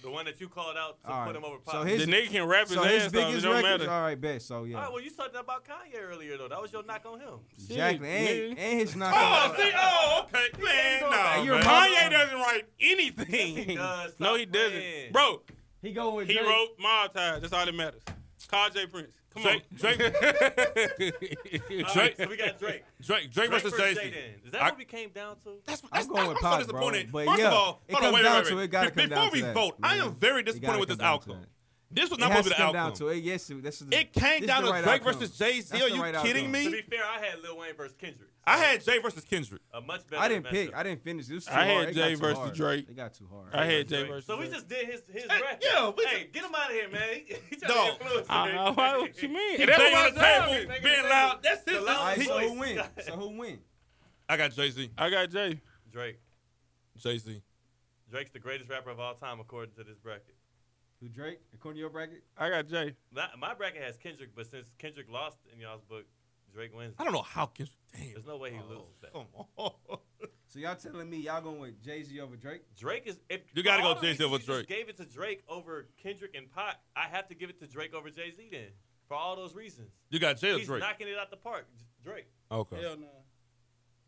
Speaker 4: The one that you called out to
Speaker 3: All
Speaker 4: put
Speaker 3: right.
Speaker 4: him over.
Speaker 3: So
Speaker 4: Pop.
Speaker 2: with.
Speaker 3: his-
Speaker 2: the nigga can rap his
Speaker 3: So
Speaker 2: ass
Speaker 3: his
Speaker 2: off. It
Speaker 3: biggest
Speaker 2: don't
Speaker 3: records.
Speaker 2: matter. Oh,
Speaker 3: All right, bet. So yeah.
Speaker 4: All right. Well, you talked about Kanye earlier though. That was your knock on him.
Speaker 2: Shit,
Speaker 3: Exactly.
Speaker 2: nigga.
Speaker 3: And, and his knock.
Speaker 1: Oh, see, oh, okay, man, no,
Speaker 3: You're
Speaker 1: man.
Speaker 3: mine.
Speaker 2: Kanye doesn't write anything.
Speaker 4: Yes, he does.
Speaker 2: no,
Speaker 4: Stop
Speaker 2: he doesn't,
Speaker 4: playing.
Speaker 2: bro.
Speaker 3: He go with
Speaker 2: He
Speaker 3: Drake.
Speaker 2: wrote Mob Ties. That's all that matters. Call J Prince. Come
Speaker 1: Drake, Drake,
Speaker 2: on.
Speaker 4: All
Speaker 1: Drake-
Speaker 4: right, so we got Drake.
Speaker 1: Drake, Drake versus Jay Z.
Speaker 4: then. Is that
Speaker 1: I-
Speaker 4: what we came down to?
Speaker 1: That's,
Speaker 3: I'm
Speaker 1: that's
Speaker 3: going with
Speaker 1: I'm so
Speaker 3: Pac, bro.
Speaker 1: disappointed.
Speaker 3: But
Speaker 1: First
Speaker 3: yeah,
Speaker 1: of all,
Speaker 3: it
Speaker 1: hold on,
Speaker 3: comes
Speaker 1: wait,
Speaker 3: down
Speaker 1: wait, wait.
Speaker 3: to it. It
Speaker 1: Be-
Speaker 3: gotta come
Speaker 1: Before
Speaker 3: down to
Speaker 1: we
Speaker 3: that.
Speaker 1: vote, I
Speaker 3: Yeah.
Speaker 1: am very
Speaker 3: It gotta
Speaker 1: disappointed with
Speaker 3: come
Speaker 1: this
Speaker 3: down to
Speaker 1: outcome.
Speaker 3: that.
Speaker 1: This was
Speaker 3: It
Speaker 1: not
Speaker 3: has
Speaker 1: supposed to
Speaker 3: to
Speaker 1: be the
Speaker 3: come down
Speaker 1: outcome.
Speaker 3: to it. Yes, this is.
Speaker 1: It came
Speaker 3: this
Speaker 1: down
Speaker 3: the
Speaker 1: to
Speaker 3: right
Speaker 1: Drake
Speaker 3: outcome.
Speaker 1: versus Jay Z.
Speaker 3: That's
Speaker 1: Are
Speaker 3: the
Speaker 1: you
Speaker 3: right
Speaker 1: kidding
Speaker 3: outcome.
Speaker 4: To
Speaker 1: me?
Speaker 4: be fair, I had Lil Wayne versus Kendrick.
Speaker 1: I had Jay versus Kendrick.
Speaker 4: a much better.
Speaker 3: I didn't
Speaker 4: matchup.
Speaker 3: pick. I didn't finish. It was too
Speaker 2: I had
Speaker 3: hard. It got
Speaker 2: Jay
Speaker 3: too
Speaker 2: versus
Speaker 3: hard.
Speaker 2: Drake.
Speaker 3: It got too hard.
Speaker 2: I had Jay
Speaker 4: Drake.
Speaker 2: versus.
Speaker 4: So we
Speaker 2: Drake.
Speaker 4: just did his his
Speaker 1: Hey,
Speaker 4: record.
Speaker 1: yeah, we
Speaker 4: hey, get him out of here, man. He, he trying
Speaker 1: Dog.
Speaker 4: to influence
Speaker 2: Uh, why- what you mean?
Speaker 1: He
Speaker 2: That's
Speaker 1: banging
Speaker 2: what
Speaker 1: on
Speaker 2: I'm
Speaker 1: the
Speaker 2: saying.
Speaker 1: table, being loud. That's his.
Speaker 4: The
Speaker 1: that's-
Speaker 3: All
Speaker 4: loudest
Speaker 3: right,
Speaker 1: he-
Speaker 3: so
Speaker 4: voice.
Speaker 3: who win? So who win?
Speaker 1: I got Jay Z.
Speaker 2: I got Jay.
Speaker 4: Drake.
Speaker 1: Jay Z.
Speaker 4: Drake's the greatest rapper of all time according to this bracket.
Speaker 3: Who Drake? According to your bracket?
Speaker 2: I got Jay.
Speaker 4: My, my bracket has Kendrick, but since Kendrick lost in y'all's book, Drake wins.
Speaker 1: I don't know how Kendrick. Damn.
Speaker 4: There's no way he loses that.
Speaker 1: Come on.
Speaker 3: So y'all telling me y'all going with Jay Z over Drake?
Speaker 4: Drake is. If,
Speaker 1: You gotta
Speaker 4: for all
Speaker 1: go
Speaker 4: the
Speaker 1: Jay-Z
Speaker 4: reasons
Speaker 1: over
Speaker 4: you
Speaker 1: Drake.
Speaker 4: just Gave it to Drake over Kendrick and Pac. I have to give it to Drake over Jay Z then, for all those reasons.
Speaker 1: You got Jay or
Speaker 4: He's
Speaker 1: Drake?
Speaker 4: knocking it out the park. J- Drake.
Speaker 1: okay.
Speaker 2: Hell no.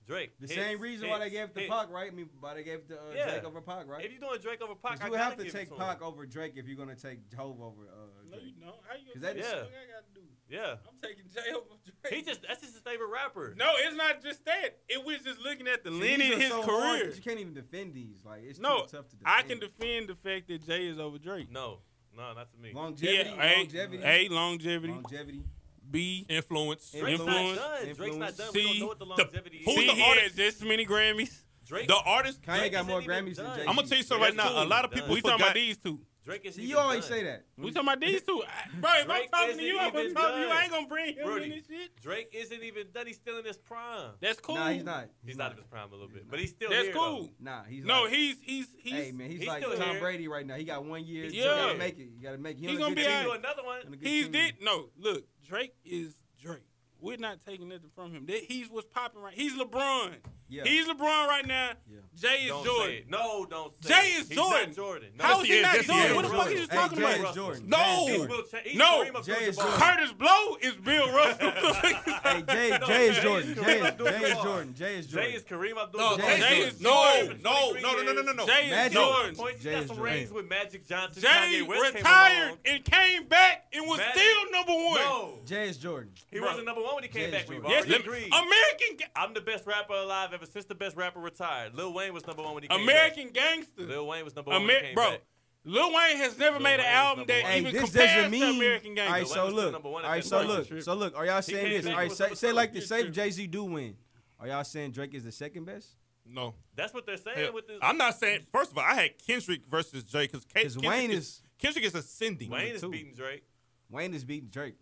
Speaker 4: Drake.
Speaker 3: The
Speaker 4: Hits,
Speaker 3: same reason why they
Speaker 4: hits,
Speaker 3: gave it to
Speaker 4: hits.
Speaker 3: Pac, right? I mean, why they gave it to uh,
Speaker 4: Yeah.
Speaker 3: Drake over Pac, right?
Speaker 4: If you're doing Drake over Pac,
Speaker 3: 'Cause
Speaker 4: I gotta
Speaker 3: you would have to
Speaker 4: give it
Speaker 3: take
Speaker 4: him.
Speaker 3: Pac over Drake if you're gonna take Jove over uh,
Speaker 2: No, you
Speaker 3: Drake.
Speaker 2: don't. How you
Speaker 3: Is
Speaker 2: gonna
Speaker 3: that
Speaker 2: tell me
Speaker 4: yeah.
Speaker 2: what I gotta do?
Speaker 4: Yeah.
Speaker 2: I'm taking Jay over Drake.
Speaker 4: He just that's just his favorite rapper.
Speaker 2: No, it's not just that. It was just looking at the
Speaker 3: See,
Speaker 2: lineage
Speaker 3: these
Speaker 2: of his
Speaker 3: are so hard
Speaker 2: career.
Speaker 3: that you can't even defend these. Like it's
Speaker 2: No,
Speaker 3: too tough to defend.
Speaker 2: I can defend the fact that Jay is over Drake.
Speaker 4: No, no, not to me.
Speaker 3: longevity.
Speaker 2: A,
Speaker 3: longevity.
Speaker 2: A, longevity.
Speaker 3: longevity.
Speaker 2: B,
Speaker 1: Influence.
Speaker 4: Drake's
Speaker 2: influence,
Speaker 4: not done. Drake's not
Speaker 3: influence.
Speaker 4: done. we don't
Speaker 2: See,
Speaker 4: know what the
Speaker 1: the-
Speaker 4: longevity
Speaker 1: who's
Speaker 2: C,
Speaker 4: is.
Speaker 1: the
Speaker 2: he
Speaker 1: artist?
Speaker 2: had this many Grammys.
Speaker 4: Drake,
Speaker 1: The artist.
Speaker 3: Kanye got
Speaker 4: isn't
Speaker 3: more
Speaker 4: even
Speaker 3: Grammys
Speaker 4: done.
Speaker 3: than Jay.
Speaker 1: I'm gonna tell you something right now. A lot of
Speaker 4: That's
Speaker 1: people
Speaker 4: cool.
Speaker 2: We talking about
Speaker 1: forgot-
Speaker 2: these two.
Speaker 4: Drake is.
Speaker 3: See, you always say that.
Speaker 2: We talking about these two. I- Bro, if
Speaker 4: Drake
Speaker 2: I'm talking
Speaker 4: isn't
Speaker 2: to you, I'm
Speaker 4: even
Speaker 2: talking to you.
Speaker 4: done.
Speaker 2: I ain't gonna bring him
Speaker 4: Brody.
Speaker 2: in this shit.
Speaker 4: Drake isn't even done. He's still in his prime.
Speaker 2: That's cool.
Speaker 3: Nah, he's not.
Speaker 4: He's out of his prime a little bit, but he's still.
Speaker 2: That's
Speaker 4: here,
Speaker 2: cool.
Speaker 4: though.
Speaker 3: Nah, he's
Speaker 2: No,
Speaker 3: like,
Speaker 2: he's he's he's.
Speaker 3: Hey man, he's,
Speaker 4: he's
Speaker 3: like
Speaker 4: still
Speaker 3: Tom
Speaker 4: here.
Speaker 3: Brady right now. He got one year.
Speaker 2: He's
Speaker 3: You gotta
Speaker 2: young.
Speaker 3: make it. You gotta make. it. He
Speaker 2: He's
Speaker 3: on a
Speaker 2: gonna
Speaker 3: good
Speaker 2: be
Speaker 4: If
Speaker 3: team.
Speaker 4: he
Speaker 2: all
Speaker 4: do
Speaker 2: right.
Speaker 4: another one,
Speaker 3: On a good
Speaker 2: He's
Speaker 3: team.
Speaker 2: did no look. Drake is Drake. We're not taking nothing from him. That he's what's popping right. He's LeBron.
Speaker 3: Yeah.
Speaker 2: He's LeBron right now.
Speaker 3: Yeah.
Speaker 2: Jay is
Speaker 4: don't say
Speaker 2: Jordan.
Speaker 4: it. No, don't say
Speaker 2: Jay
Speaker 4: it.
Speaker 2: is
Speaker 4: he's
Speaker 2: Jordan.
Speaker 4: Not Jordan. No,
Speaker 2: How
Speaker 1: Yes,
Speaker 2: is
Speaker 1: he
Speaker 2: he
Speaker 1: is.
Speaker 2: not
Speaker 1: Yes, he
Speaker 2: Jordan?
Speaker 1: is.
Speaker 2: What the fuck are you
Speaker 1: Hey,
Speaker 2: talking
Speaker 3: Jay
Speaker 2: about?
Speaker 3: is Jordan.
Speaker 1: No!
Speaker 4: He's Will Ch- he's
Speaker 2: No.
Speaker 4: Kareem
Speaker 3: Jay is
Speaker 4: Abdul-Jabbar.
Speaker 3: Jordan.
Speaker 2: Curtis Blow is Bill Russell.
Speaker 3: Hey, Jay,
Speaker 4: No,
Speaker 3: Jay is
Speaker 4: Jay is
Speaker 3: Jordan.
Speaker 4: Kareem
Speaker 3: Jay is,
Speaker 4: Abdul-Jabbar.
Speaker 3: Jay is Jordan. Jay is Jordan.
Speaker 4: Jay is Kareem
Speaker 1: No,
Speaker 4: Abdul.
Speaker 3: Jay
Speaker 1: Jay
Speaker 3: is
Speaker 1: is no,
Speaker 4: Jordan.
Speaker 1: no, no, no, no, no, no, no.
Speaker 2: Jay is
Speaker 3: Magic.
Speaker 2: Jordan.
Speaker 4: Points. He
Speaker 3: Jay
Speaker 4: got
Speaker 3: is
Speaker 4: some
Speaker 3: Jordan.
Speaker 4: rings with Magic Johnson.
Speaker 2: Jay
Speaker 4: Kanye West came
Speaker 2: retired
Speaker 4: along.
Speaker 2: and came back and was
Speaker 4: Magic.
Speaker 2: still number one.
Speaker 4: No,
Speaker 3: Jay is Jordan.
Speaker 4: he
Speaker 2: Bro.
Speaker 4: wasn't number one when he came
Speaker 3: Jay is
Speaker 4: back. We've
Speaker 3: Jordan.
Speaker 2: Yes,
Speaker 4: already
Speaker 2: let-
Speaker 4: agreed.
Speaker 2: American ga-
Speaker 4: I'm the best rapper alive ever since the best rapper retired. Lil Wayne was number one when he came
Speaker 2: American gangster.
Speaker 4: back. Lil Wayne was number one when he
Speaker 2: Amer-
Speaker 4: came
Speaker 2: bro,
Speaker 4: back.
Speaker 2: Lil Wayne has never
Speaker 4: Lil
Speaker 2: made an
Speaker 4: Wayne is
Speaker 2: album
Speaker 4: number
Speaker 2: that
Speaker 4: one.
Speaker 3: Hey,
Speaker 2: even
Speaker 3: this
Speaker 2: compares
Speaker 3: doesn't
Speaker 2: to
Speaker 3: mean-
Speaker 2: American
Speaker 3: All
Speaker 2: Gangster.
Speaker 3: right, so
Speaker 4: Atlanta's still
Speaker 3: look.
Speaker 4: number
Speaker 3: All
Speaker 4: one at
Speaker 3: right,
Speaker 4: this
Speaker 3: so
Speaker 4: point.
Speaker 3: look. So look. Are y'all saying
Speaker 4: came
Speaker 3: this?
Speaker 4: back
Speaker 3: All right,
Speaker 4: with
Speaker 3: say,
Speaker 4: number
Speaker 3: say
Speaker 4: two.
Speaker 3: like the
Speaker 2: You're
Speaker 3: safe
Speaker 2: tripping.
Speaker 3: Jay Z do win. Are y'all saying Drake is the second best?
Speaker 1: No.
Speaker 4: That's what they're saying
Speaker 1: Hell,
Speaker 4: with this.
Speaker 1: I'm not saying. First of all, I had Kendrick versus Jay because
Speaker 3: Because
Speaker 1: Kendrick
Speaker 3: Wayne
Speaker 1: is
Speaker 3: is
Speaker 1: Kendrick is ascending.
Speaker 4: Wayne is
Speaker 3: two.
Speaker 4: beating Drake.
Speaker 3: Wayne is beating Drake.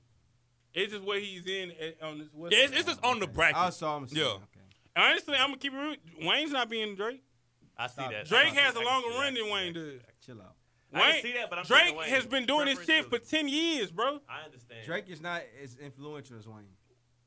Speaker 2: It's just what he's in at- on this. West
Speaker 1: Yeah, it's, it's just on the bracket.
Speaker 3: I saw him.
Speaker 1: Yeah.
Speaker 3: Yeah. Okay.
Speaker 2: Honestly, I'm gonna keep it real. Wayne's not being Drake.
Speaker 4: I see
Speaker 3: Stop.
Speaker 4: that.
Speaker 2: Drake
Speaker 4: I can-
Speaker 2: has
Speaker 4: I
Speaker 2: a
Speaker 4: can
Speaker 2: longer
Speaker 4: see that.
Speaker 2: run than Wayne does.
Speaker 3: Chill out.
Speaker 4: I
Speaker 2: Wayne-
Speaker 4: can see that, but I'm
Speaker 2: Drake
Speaker 4: taking Wayne.
Speaker 2: has been doing this
Speaker 4: Preference
Speaker 2: shit for
Speaker 4: to-
Speaker 2: ten years, bro.
Speaker 4: I understand.
Speaker 3: Drake is not as influential as Wayne.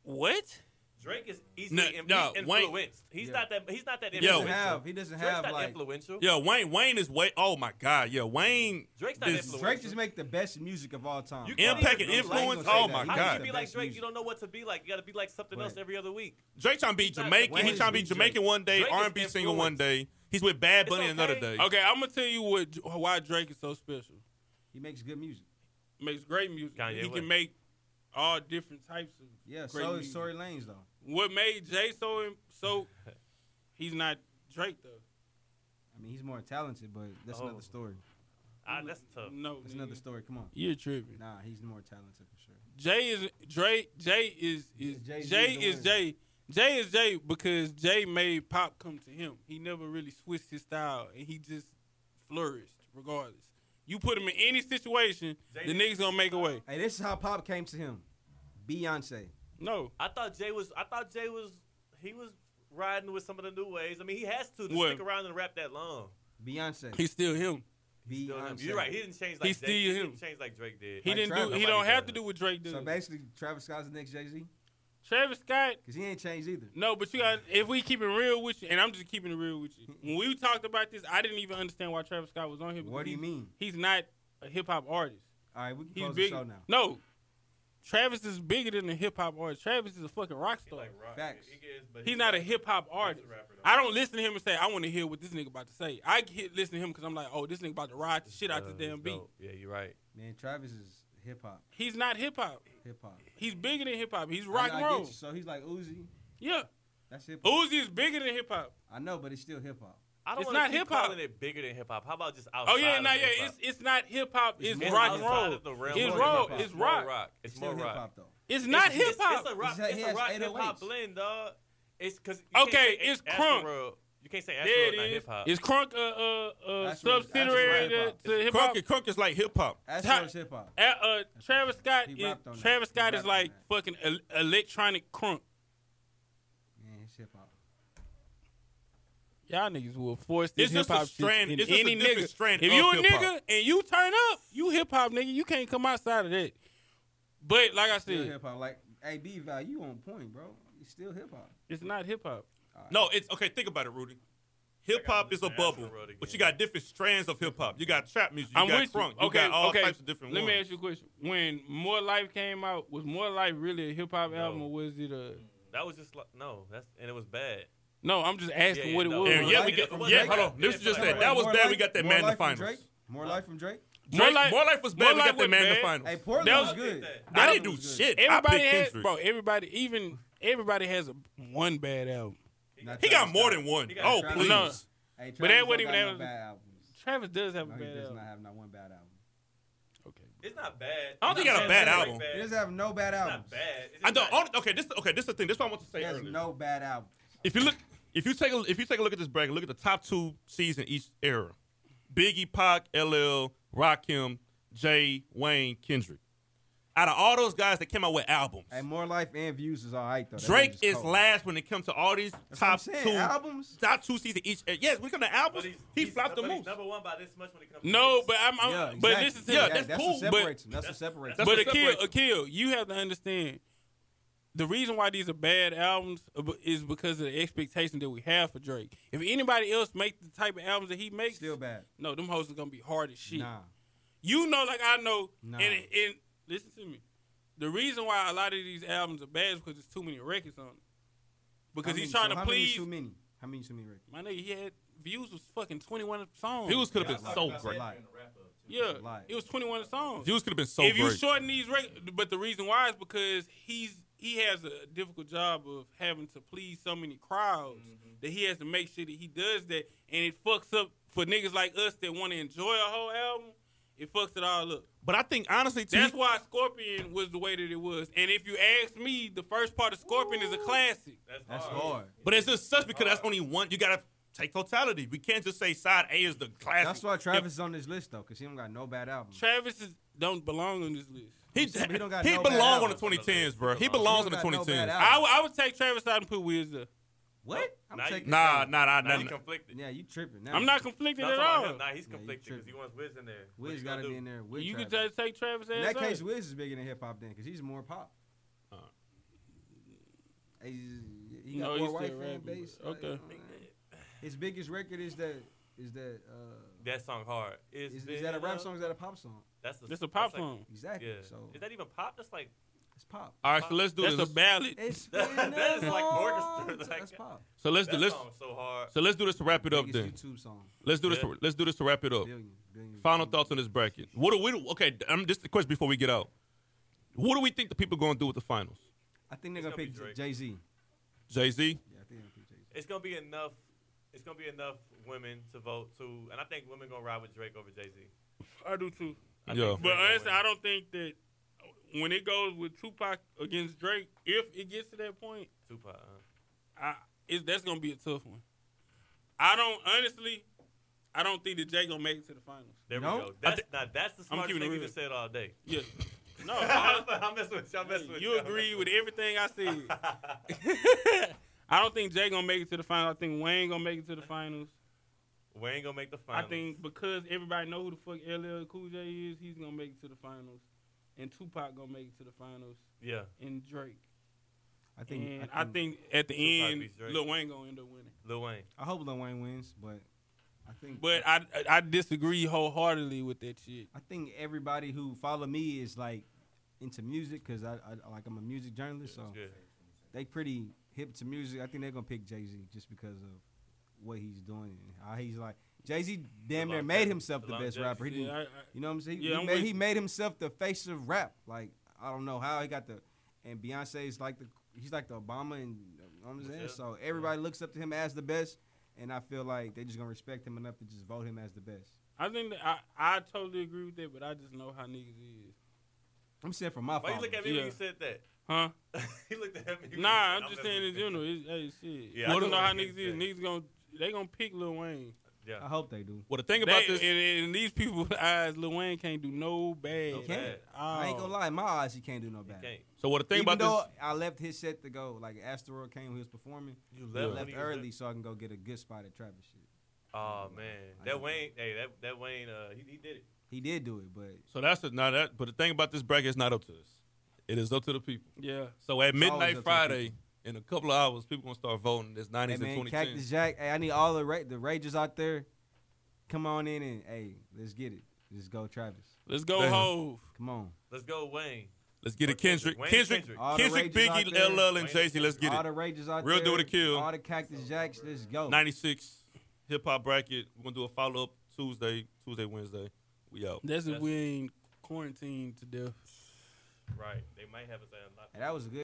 Speaker 2: What?
Speaker 4: Drake is easily
Speaker 1: No,
Speaker 4: in-
Speaker 1: no,
Speaker 4: he's
Speaker 1: Wayne-
Speaker 4: influenced. He's
Speaker 3: Yeah.
Speaker 4: not that. He's not that
Speaker 1: Yo.
Speaker 3: He
Speaker 4: influential.
Speaker 3: doesn't have. He doesn't
Speaker 4: Drake's
Speaker 3: have
Speaker 4: not
Speaker 3: like.
Speaker 4: influential.
Speaker 1: yeah, Wayne. Wayne is way. Oh my God. Yeah, Wayne.
Speaker 4: Drake's not
Speaker 1: This-
Speaker 4: influential.
Speaker 3: Drake just make the best music of all time.
Speaker 4: You can't
Speaker 1: Impact
Speaker 4: even
Speaker 1: and
Speaker 4: do like-
Speaker 1: influence.
Speaker 3: Wayne gonna
Speaker 1: Oh
Speaker 3: say
Speaker 1: my
Speaker 3: that. He
Speaker 4: How
Speaker 3: got
Speaker 4: can
Speaker 1: God.
Speaker 4: you
Speaker 3: the
Speaker 4: be like
Speaker 3: best
Speaker 4: Drake?
Speaker 3: music.
Speaker 4: You don't know what to be like. You got to be like something else
Speaker 3: Right.
Speaker 4: every other week.
Speaker 1: Drake trying to be
Speaker 4: He's not-
Speaker 1: Jamaican. He
Speaker 3: Wayne's
Speaker 1: trying to be
Speaker 3: beat
Speaker 1: Jamaican
Speaker 3: Drake.
Speaker 1: one day,
Speaker 4: Drake is
Speaker 1: R&B singer one
Speaker 4: influenced.
Speaker 1: day. He's with Bad
Speaker 4: It's
Speaker 1: Bunny another
Speaker 4: okay.
Speaker 1: day.
Speaker 2: Okay, I'm gonna tell you what why Drake is so special.
Speaker 3: He makes good music.
Speaker 2: Makes great music.
Speaker 4: Kanye
Speaker 2: he
Speaker 4: West.
Speaker 2: can make all different types of.
Speaker 3: Yeah.
Speaker 2: Great
Speaker 3: so
Speaker 2: music.
Speaker 3: is Tory Lanez though.
Speaker 2: What made Jay so so? He's not Drake though.
Speaker 3: I mean, he's more talented, but that's
Speaker 4: Oh.
Speaker 3: another story.
Speaker 4: Ah, that's tough.
Speaker 2: No,
Speaker 3: That's another
Speaker 2: nigga.
Speaker 3: story. Come on.
Speaker 2: You're tripping.
Speaker 3: Nah, he's more talented for sure.
Speaker 2: Jay is Drake. Jay is is
Speaker 3: Yeah, Jay-Z
Speaker 2: Jay
Speaker 3: is the
Speaker 2: is
Speaker 3: one.
Speaker 2: Jay. Jay is Jay because Jay made pop come to him. He never really switched his style, and he just flourished regardless. You put him in any situation,
Speaker 4: Jay
Speaker 2: the
Speaker 4: didn't-
Speaker 2: niggas gonna make a way.
Speaker 3: Hey, this is how pop came to him. Beyonce.
Speaker 2: No,
Speaker 4: I thought Jay was. I thought Jay was. He was riding with some of the new ways. I mean, he has to, to
Speaker 2: What?
Speaker 4: stick around and rap that long.
Speaker 3: Beyonce.
Speaker 2: he's still him.
Speaker 4: Still him.
Speaker 3: Beyonce.
Speaker 4: You're right. He didn't change like
Speaker 2: He's
Speaker 4: Jay.
Speaker 2: still
Speaker 4: he
Speaker 2: him.
Speaker 4: didn't change like Drake did.
Speaker 2: He
Speaker 3: Like
Speaker 2: didn't
Speaker 3: Travis.
Speaker 2: do. He don't
Speaker 4: Nobody
Speaker 2: have to
Speaker 4: does.
Speaker 2: do what Drake does.
Speaker 3: So basically, Travis Scott's the next Jay Z
Speaker 2: Travis Scott.
Speaker 3: because he ain't changed either.
Speaker 2: No, but you got. If we keep it real with you, and I'm just keeping it real with you. When we talked about this, I didn't even understand why Travis Scott was on here.
Speaker 3: What do you
Speaker 2: because
Speaker 3: mean?
Speaker 2: He's not a hip hop artist.
Speaker 3: All right, we can
Speaker 2: He's
Speaker 3: close
Speaker 2: big.
Speaker 3: the show now.
Speaker 2: No, Travis is bigger than a hip hop artist. Travis is a fucking rock
Speaker 4: He
Speaker 2: star.
Speaker 4: like rock.
Speaker 3: Facts.
Speaker 4: He gets- but
Speaker 2: He's
Speaker 4: he-
Speaker 2: not a hip hop
Speaker 4: he's a
Speaker 2: artist.
Speaker 4: rapper, though.
Speaker 2: I don't listen to him and say I want to hear what this nigga about to say. I get, listen to him because I'm like, oh, this nigga about to ride the shit out
Speaker 4: Uh,
Speaker 2: the damn
Speaker 4: he's
Speaker 2: beat.
Speaker 4: dope. Yeah, you're right.
Speaker 3: Man, Travis is hip hop.
Speaker 2: He's not hip hop.
Speaker 3: Hip hop.
Speaker 2: He's bigger than hip hop. He's
Speaker 3: I-
Speaker 2: rock and
Speaker 3: I get
Speaker 2: roll.
Speaker 3: you. So he's like Uzi.
Speaker 2: Yeah,
Speaker 3: That's hip hop.
Speaker 2: Uzi is bigger than hip hop.
Speaker 3: I know, but it's still hip hop.
Speaker 4: I don't
Speaker 2: It's
Speaker 4: want
Speaker 2: not
Speaker 4: to keep
Speaker 2: hip-hop.
Speaker 4: calling it bigger than hip hop. How about just outside?
Speaker 2: Oh yeah,
Speaker 4: of
Speaker 2: no, yeah,
Speaker 4: hip-hop?
Speaker 2: it's it's not hip hop. It's,
Speaker 3: more
Speaker 2: rock and
Speaker 4: outside
Speaker 2: roll.
Speaker 4: of the realm
Speaker 2: It's
Speaker 4: of
Speaker 2: rock.
Speaker 4: hip-hop.
Speaker 2: It's
Speaker 4: more
Speaker 2: rock.
Speaker 4: It's
Speaker 3: still
Speaker 4: more
Speaker 3: hip
Speaker 4: rock.
Speaker 3: hop though.
Speaker 2: It's not
Speaker 4: It's-
Speaker 2: hip hop.
Speaker 4: It's a rock.
Speaker 3: He has-
Speaker 4: It's
Speaker 3: he
Speaker 4: a
Speaker 3: has
Speaker 4: rock hip hop
Speaker 3: 808s.
Speaker 4: blend, dog. It's because
Speaker 2: Okay, it's crunk.
Speaker 4: You can't say
Speaker 2: There
Speaker 4: Astroworld
Speaker 2: it
Speaker 4: not
Speaker 2: is.
Speaker 4: hip hop.
Speaker 2: It's crunk uh, uh, uh
Speaker 3: That's what-
Speaker 2: subsidiary
Speaker 3: that's what
Speaker 2: to, to hip hop.
Speaker 1: Crunk, Crunk is like hip hop.
Speaker 3: That's
Speaker 2: Ty-
Speaker 3: what hip hop.
Speaker 2: Uh, uh, Travis Scott
Speaker 3: He
Speaker 2: is
Speaker 3: rapped on that.
Speaker 2: Travis
Speaker 3: He
Speaker 2: Scott
Speaker 3: rapped
Speaker 2: is
Speaker 3: on
Speaker 2: like
Speaker 3: that.
Speaker 2: fucking el- electronic crunk.
Speaker 3: Man, it's hip hop.
Speaker 2: Y'all niggas will force this
Speaker 1: It's
Speaker 2: hip
Speaker 1: just a
Speaker 2: hop
Speaker 1: strand.
Speaker 2: shit in
Speaker 1: It's just
Speaker 2: any
Speaker 1: a different
Speaker 2: nigga.
Speaker 1: strand
Speaker 2: if
Speaker 1: of
Speaker 2: you a
Speaker 1: hip-hop.
Speaker 2: nigga and you turn up, you hip hop nigga. You can't come outside of that. But like I
Speaker 3: Still
Speaker 2: said,
Speaker 3: hip hop. Like, hey, B Val, you on point, bro. It's still hip hop.
Speaker 2: it's not hip hop.
Speaker 1: No, it's okay. Think about it, Rudy. Hip hop is a
Speaker 4: listen to Astro
Speaker 1: bubble,
Speaker 4: World again.
Speaker 1: but you got different strands of hip hop. You got trap music. You
Speaker 2: I'm
Speaker 1: got
Speaker 2: with
Speaker 1: crunk.
Speaker 2: you.
Speaker 1: You
Speaker 2: okay,
Speaker 1: got all
Speaker 2: okay.
Speaker 1: types of different
Speaker 2: Let
Speaker 1: ones.
Speaker 2: me ask you a question. When More Life came out, was More Life really a hip hop
Speaker 4: No.
Speaker 2: album or was it a
Speaker 4: That was just like no, that's and it was bad.
Speaker 2: No, I'm just asking
Speaker 4: yeah,
Speaker 2: what it
Speaker 4: no.
Speaker 2: was.
Speaker 1: And yeah, we
Speaker 4: It
Speaker 1: get.
Speaker 4: wasn't
Speaker 1: Yeah,
Speaker 4: like
Speaker 1: hold
Speaker 4: that.
Speaker 1: on. This
Speaker 4: It
Speaker 1: is just
Speaker 4: wasn't
Speaker 1: that.
Speaker 4: like
Speaker 1: That was
Speaker 3: More
Speaker 1: bad.
Speaker 3: Life-
Speaker 1: We got that
Speaker 3: More
Speaker 1: man in the
Speaker 3: Life from
Speaker 1: finals.
Speaker 3: Drake? More life from Drake.
Speaker 2: More
Speaker 1: Drake,
Speaker 2: Life-
Speaker 1: more life was
Speaker 2: More
Speaker 1: bad. We
Speaker 2: Life
Speaker 1: got that
Speaker 2: was
Speaker 1: man in the
Speaker 2: bad.
Speaker 1: finals.
Speaker 3: Hey, Portland
Speaker 2: That
Speaker 3: was,
Speaker 2: was-
Speaker 3: good.
Speaker 1: I
Speaker 3: Portland
Speaker 1: didn't do
Speaker 3: was good.
Speaker 1: shit. I
Speaker 2: Everybody
Speaker 1: picked
Speaker 2: has,
Speaker 1: Kendrick.
Speaker 2: bro. Everybody, even everybody has a, one bad album.
Speaker 3: Not
Speaker 1: He got
Speaker 3: Travis
Speaker 1: more
Speaker 3: Scott.
Speaker 1: than one.
Speaker 4: He got
Speaker 1: Oh,
Speaker 3: Travis
Speaker 1: please.
Speaker 2: Scott.
Speaker 3: Hey,
Speaker 2: But
Speaker 3: Travis
Speaker 2: that wasn't
Speaker 3: don't
Speaker 2: even
Speaker 3: got
Speaker 2: that-
Speaker 3: No bad albums.
Speaker 2: Travis does have
Speaker 3: No,
Speaker 2: a
Speaker 3: he
Speaker 2: bad
Speaker 3: does
Speaker 2: album.
Speaker 3: not have not one bad album.
Speaker 2: Okay.
Speaker 4: It's not bad.
Speaker 1: I don't think he got a bad album.
Speaker 4: It's
Speaker 3: He
Speaker 4: not
Speaker 3: doesn't have no bad
Speaker 4: bad. It's not
Speaker 3: albums.
Speaker 4: bad. It's
Speaker 1: I
Speaker 4: just
Speaker 1: don't.
Speaker 4: not-
Speaker 1: Only, okay, this. Okay, this is the thing. This is what I want to say
Speaker 3: He has
Speaker 1: earlier.
Speaker 3: no bad albums.
Speaker 1: If you look, if you take a if you take a look at this bracket, look at the top two seeds in each era: Biggie, Pac, LL, Rakim, Jay, Wayne, Kendrick. Out of all those guys that came out with albums,
Speaker 3: Hey, more life and views is all right though. That
Speaker 1: Drake
Speaker 3: album's
Speaker 1: is
Speaker 3: cold.
Speaker 1: last when it comes to all these
Speaker 3: That's what I'm
Speaker 1: top
Speaker 3: saying.
Speaker 1: two
Speaker 3: albums.
Speaker 1: top two seeds in each. era. Yes, we come to albums.
Speaker 4: But he's,
Speaker 1: he
Speaker 4: he's-
Speaker 1: flopped the
Speaker 4: but he's
Speaker 1: most.
Speaker 4: Number one by this much when it comes.
Speaker 2: No,
Speaker 4: to
Speaker 2: but I'm. I'm
Speaker 3: Yeah,
Speaker 2: But
Speaker 3: exactly.
Speaker 2: this is
Speaker 1: Yeah,
Speaker 2: yeah, that's,
Speaker 1: that's
Speaker 2: cool.
Speaker 3: what
Speaker 2: But
Speaker 3: separates them. That's what separates
Speaker 1: that's
Speaker 3: them.
Speaker 2: but
Speaker 1: what
Speaker 2: Akil,
Speaker 1: separates
Speaker 2: Akil, you have to understand the reason why these are bad albums ab- is because of the expectation that we have for Drake. If anybody else make the type of albums that he makes,
Speaker 3: Still bad.
Speaker 2: no, them hoes are gonna be hard as shit.
Speaker 3: Nah.
Speaker 2: You know, like I know,
Speaker 3: Nah.
Speaker 2: and, and listen to me. The reason why a lot of these albums are bad is because there's too many records on them. Because
Speaker 3: How
Speaker 2: he's
Speaker 3: many-
Speaker 2: trying
Speaker 3: so
Speaker 2: to
Speaker 3: how many
Speaker 2: please.
Speaker 3: Too many. How many too many records?
Speaker 2: My nigga, he had views was fucking 21 songs.
Speaker 1: Views could have
Speaker 6: That's
Speaker 1: been
Speaker 6: like
Speaker 1: so
Speaker 6: what I said
Speaker 1: great.
Speaker 6: during the wrap-up, too.
Speaker 2: Yeah,
Speaker 3: Like-
Speaker 2: it was 21 songs.
Speaker 1: Views could have been so
Speaker 2: if you
Speaker 1: great.
Speaker 2: shorten these records, but the reason why is because he's he has a difficult job of having to please so many crowds
Speaker 4: Mm-hmm.
Speaker 2: that he has to make sure that he does that, and it fucks up for niggas like us that want to enjoy a whole album. It fucks it all up.
Speaker 1: but I think honestly, T,
Speaker 2: That's why Scorpion was the way that it was. And if you ask me, the first part of Scorpion is a classic.
Speaker 4: That's,
Speaker 3: That's hard.
Speaker 1: But it's just such because that's only one. You gotta take totality. We can't just say side A is the classic.
Speaker 3: That's why Travis is on this list though, because he don't got no bad albums.
Speaker 2: Travis is, don't belong on this list.
Speaker 1: He,
Speaker 3: But he don't got
Speaker 1: he
Speaker 3: no bad
Speaker 1: belong on the
Speaker 3: albums.
Speaker 1: 2010s, bro. He
Speaker 4: He
Speaker 1: belongs on
Speaker 3: don't
Speaker 1: the
Speaker 3: got no
Speaker 1: 2010s.
Speaker 3: bad
Speaker 2: I, would- I would take Travis out and put Wiz up.
Speaker 3: what? I'm
Speaker 4: Nah, you-
Speaker 3: taking
Speaker 1: nah,
Speaker 3: that.
Speaker 1: nah, nah,
Speaker 4: Now
Speaker 1: nah.
Speaker 4: he
Speaker 1: nah.
Speaker 4: conflicted.
Speaker 3: Yeah, you tripping now?
Speaker 2: I'm not conflicted
Speaker 4: No, I'm
Speaker 2: at
Speaker 4: talking about
Speaker 2: all.
Speaker 4: him. Nah, he's
Speaker 3: Yeah, you
Speaker 4: conflicted because he
Speaker 3: tripping.
Speaker 4: wants Wiz in there. What
Speaker 3: Wiz
Speaker 4: you
Speaker 3: got
Speaker 4: gonna
Speaker 3: to be
Speaker 4: do?
Speaker 3: in there. With
Speaker 2: You could
Speaker 3: Travis.
Speaker 2: just take Travis
Speaker 3: in
Speaker 2: ass
Speaker 3: that
Speaker 2: out.
Speaker 3: case, Wiz is bigger than hip hop then, because he's more pop.
Speaker 4: Uh.
Speaker 3: He's, he got
Speaker 2: No,
Speaker 3: more
Speaker 2: he's
Speaker 3: white
Speaker 2: still
Speaker 3: fan
Speaker 2: rapping,
Speaker 3: base.
Speaker 2: but- okay.
Speaker 3: uh, his biggest record is that is that uh,
Speaker 4: That song hard. Is,
Speaker 3: is, is that a rap song? Is that a pop song?
Speaker 4: That's a,
Speaker 2: That's a pop
Speaker 4: that's like-
Speaker 2: song.
Speaker 3: Exactly.
Speaker 4: yeah.
Speaker 3: So
Speaker 4: Is that even pop? That's like
Speaker 3: it's pop.
Speaker 1: All right, so let's do
Speaker 2: That's a
Speaker 1: this.
Speaker 2: ballad.
Speaker 3: It's
Speaker 4: That-
Speaker 3: been
Speaker 4: that is
Speaker 3: a
Speaker 4: like
Speaker 3: long
Speaker 4: orchestra,
Speaker 3: time.
Speaker 4: like-
Speaker 3: That's pop.
Speaker 1: So let's do
Speaker 4: that
Speaker 1: let's
Speaker 4: song so hard.
Speaker 1: so let's do this to wrap it up
Speaker 3: Biggest
Speaker 1: then.
Speaker 3: YouTube song.
Speaker 1: Let's do this.
Speaker 4: Yeah.
Speaker 1: To, let's do this to wrap it up.
Speaker 3: Billion, billion.
Speaker 1: Final thoughts on this bracket. What do we? Okay, I'm just the question before we get out. What do we think the people going to do with the finals?
Speaker 3: I think
Speaker 4: It's
Speaker 3: they're gonna
Speaker 4: gonna be
Speaker 3: pick
Speaker 4: Drake.
Speaker 3: Jay Z.
Speaker 1: Jay Z.
Speaker 3: Yeah, I think they're gonna pick Jay Z.
Speaker 4: It's gonna be enough. It's gonna be enough women to vote too, and I think women gonna ride with Drake over Jay Z.
Speaker 2: I do too.
Speaker 1: Yeah.
Speaker 2: But honestly, I don't think that when it goes with Tupac against Drake, if it gets to that point,
Speaker 4: Tupac. uh, Huh?
Speaker 2: I it's, that's gonna be a tough one. I don't honestly, I don't think that Jay gonna make it to the finals.
Speaker 4: There
Speaker 3: No?
Speaker 4: we go. That's
Speaker 1: thi-
Speaker 4: now that's the smartest
Speaker 2: keeping it
Speaker 4: thing you
Speaker 2: real.
Speaker 4: just said all day.
Speaker 2: Yeah, no, I-
Speaker 4: I'm messing with you. I'm messing with
Speaker 2: you
Speaker 4: you.
Speaker 2: agree with everything I said.
Speaker 4: it.
Speaker 2: I don't think Jay gonna make it to the finals. I think Wayne gonna make it to the finals.
Speaker 4: Wayne gonna make the final.
Speaker 2: I think because everybody know who the fuck LL Cool J is, he's gonna make it to the finals, and Tupac gonna make it to the finals,
Speaker 4: Yeah.
Speaker 2: and Drake.
Speaker 3: I think.
Speaker 2: and
Speaker 3: I
Speaker 2: I
Speaker 3: think.
Speaker 2: think at the
Speaker 4: Tupac
Speaker 2: end,
Speaker 4: beats Drake.
Speaker 2: Lil Wayne gonna end up winning.
Speaker 4: Lil Wayne.
Speaker 3: I hope Lil Wayne wins, but I think.
Speaker 2: But I I disagree wholeheartedly with that shit.
Speaker 3: I think everybody who follow me is like into music because I, I like I'm a music journalist, so
Speaker 4: Yeah.
Speaker 3: they pretty hip to music. I think they're gonna pick Jay Z just because of what he's doing and how he's like. Jay Z damn
Speaker 4: The
Speaker 3: near
Speaker 4: long-
Speaker 3: made himself
Speaker 4: the
Speaker 3: the
Speaker 4: long
Speaker 3: best
Speaker 4: Jay-Z.
Speaker 3: rapper. He didn't,
Speaker 2: Yeah, I, I,
Speaker 3: you know what I'm saying?
Speaker 2: Yeah,
Speaker 3: he,
Speaker 2: I'm
Speaker 3: made,
Speaker 2: with
Speaker 3: he
Speaker 2: you.
Speaker 3: made himself the face of rap. Like I don't know how he got the and Beyonce is like the he's like the Obama and you know what I'm saying.
Speaker 4: Yeah.
Speaker 3: So everybody looks up to him as the best, and I feel like they just gonna respect him enough to just vote him as the best.
Speaker 2: I think that I I totally agree with that, but I just know how niggas is.
Speaker 3: I'm saying from my.
Speaker 4: Why you
Speaker 3: followers.
Speaker 4: look at me
Speaker 2: Yeah.
Speaker 4: when you said that?
Speaker 2: Huh?
Speaker 4: he looked at me. when you
Speaker 2: Nah,
Speaker 4: said-
Speaker 2: I'm just
Speaker 4: messing
Speaker 2: saying in
Speaker 4: with you.
Speaker 2: general. It's, hey, shit.
Speaker 4: Yeah,
Speaker 2: I
Speaker 4: I
Speaker 2: don't know
Speaker 4: know
Speaker 2: how
Speaker 4: what
Speaker 2: niggas
Speaker 4: niggas
Speaker 2: is.
Speaker 4: say.
Speaker 2: Niggas gonna they gonna pick Lil Wayne.
Speaker 3: I
Speaker 4: Yeah.
Speaker 3: hope they do.
Speaker 1: Well, the thing about
Speaker 2: They-
Speaker 1: this,
Speaker 2: and, and in these people's eyes, Lil Wayne can't do no bad.
Speaker 4: No
Speaker 3: He can't.
Speaker 4: bad.
Speaker 3: I ain't gonna lie, in my eyes, he can't do no
Speaker 4: You
Speaker 3: bad.
Speaker 4: can't.
Speaker 1: so what the thing
Speaker 3: Even
Speaker 1: Oh. about
Speaker 3: though
Speaker 1: this,
Speaker 3: I left his set to go, like Asteroid came, he was performing.
Speaker 4: You
Speaker 3: I
Speaker 4: left, when
Speaker 3: left
Speaker 4: he was
Speaker 3: early
Speaker 4: there.
Speaker 3: so I can go get a good spot at Travis. Shit.
Speaker 4: Oh man,
Speaker 3: I
Speaker 4: that
Speaker 3: didn't-
Speaker 4: Wayne. Hey, that that Wayne. Uh, he, he did it.
Speaker 3: He did do it, but
Speaker 1: so that's it. Now that, but the thing about this bracket is not up to us. It is up to the people.
Speaker 2: Yeah.
Speaker 1: So at
Speaker 3: always up
Speaker 1: midnight
Speaker 3: to the
Speaker 1: Friday, in a couple of hours, people gonna start voting. It's
Speaker 3: Hey,
Speaker 1: nineties and
Speaker 3: man,
Speaker 1: twenty ten.
Speaker 3: Cactus Jack. Hey, I need all the ra- the Ragers out there. Come on in and hey, let's get it. Let's go, Travis.
Speaker 2: Let's go,
Speaker 1: Damn.
Speaker 2: Hove.
Speaker 3: Come on.
Speaker 4: Let's go, Wayne.
Speaker 1: Let's get it, Kendrick.
Speaker 4: Wayne
Speaker 1: Kendrick,
Speaker 4: Kendrick.
Speaker 3: All the
Speaker 1: Kendrick,
Speaker 3: Ragers out
Speaker 1: Biggie,
Speaker 3: there.
Speaker 1: LL, and
Speaker 4: Wayne
Speaker 1: Jay Z. Let's get
Speaker 3: all
Speaker 1: it.
Speaker 3: the Ragers out
Speaker 1: Real
Speaker 3: there.
Speaker 1: do it to kill.
Speaker 3: All the Cactus Jacks. Let's go.
Speaker 1: Ninety six, hip hop bracket. We're gonna do a follow up Tuesday, Tuesday, Wednesday. We out.
Speaker 2: That's if
Speaker 4: That's-
Speaker 2: we ain't quarantined to death.
Speaker 4: Right. They might have us at a lot.
Speaker 3: Hey, that was a good.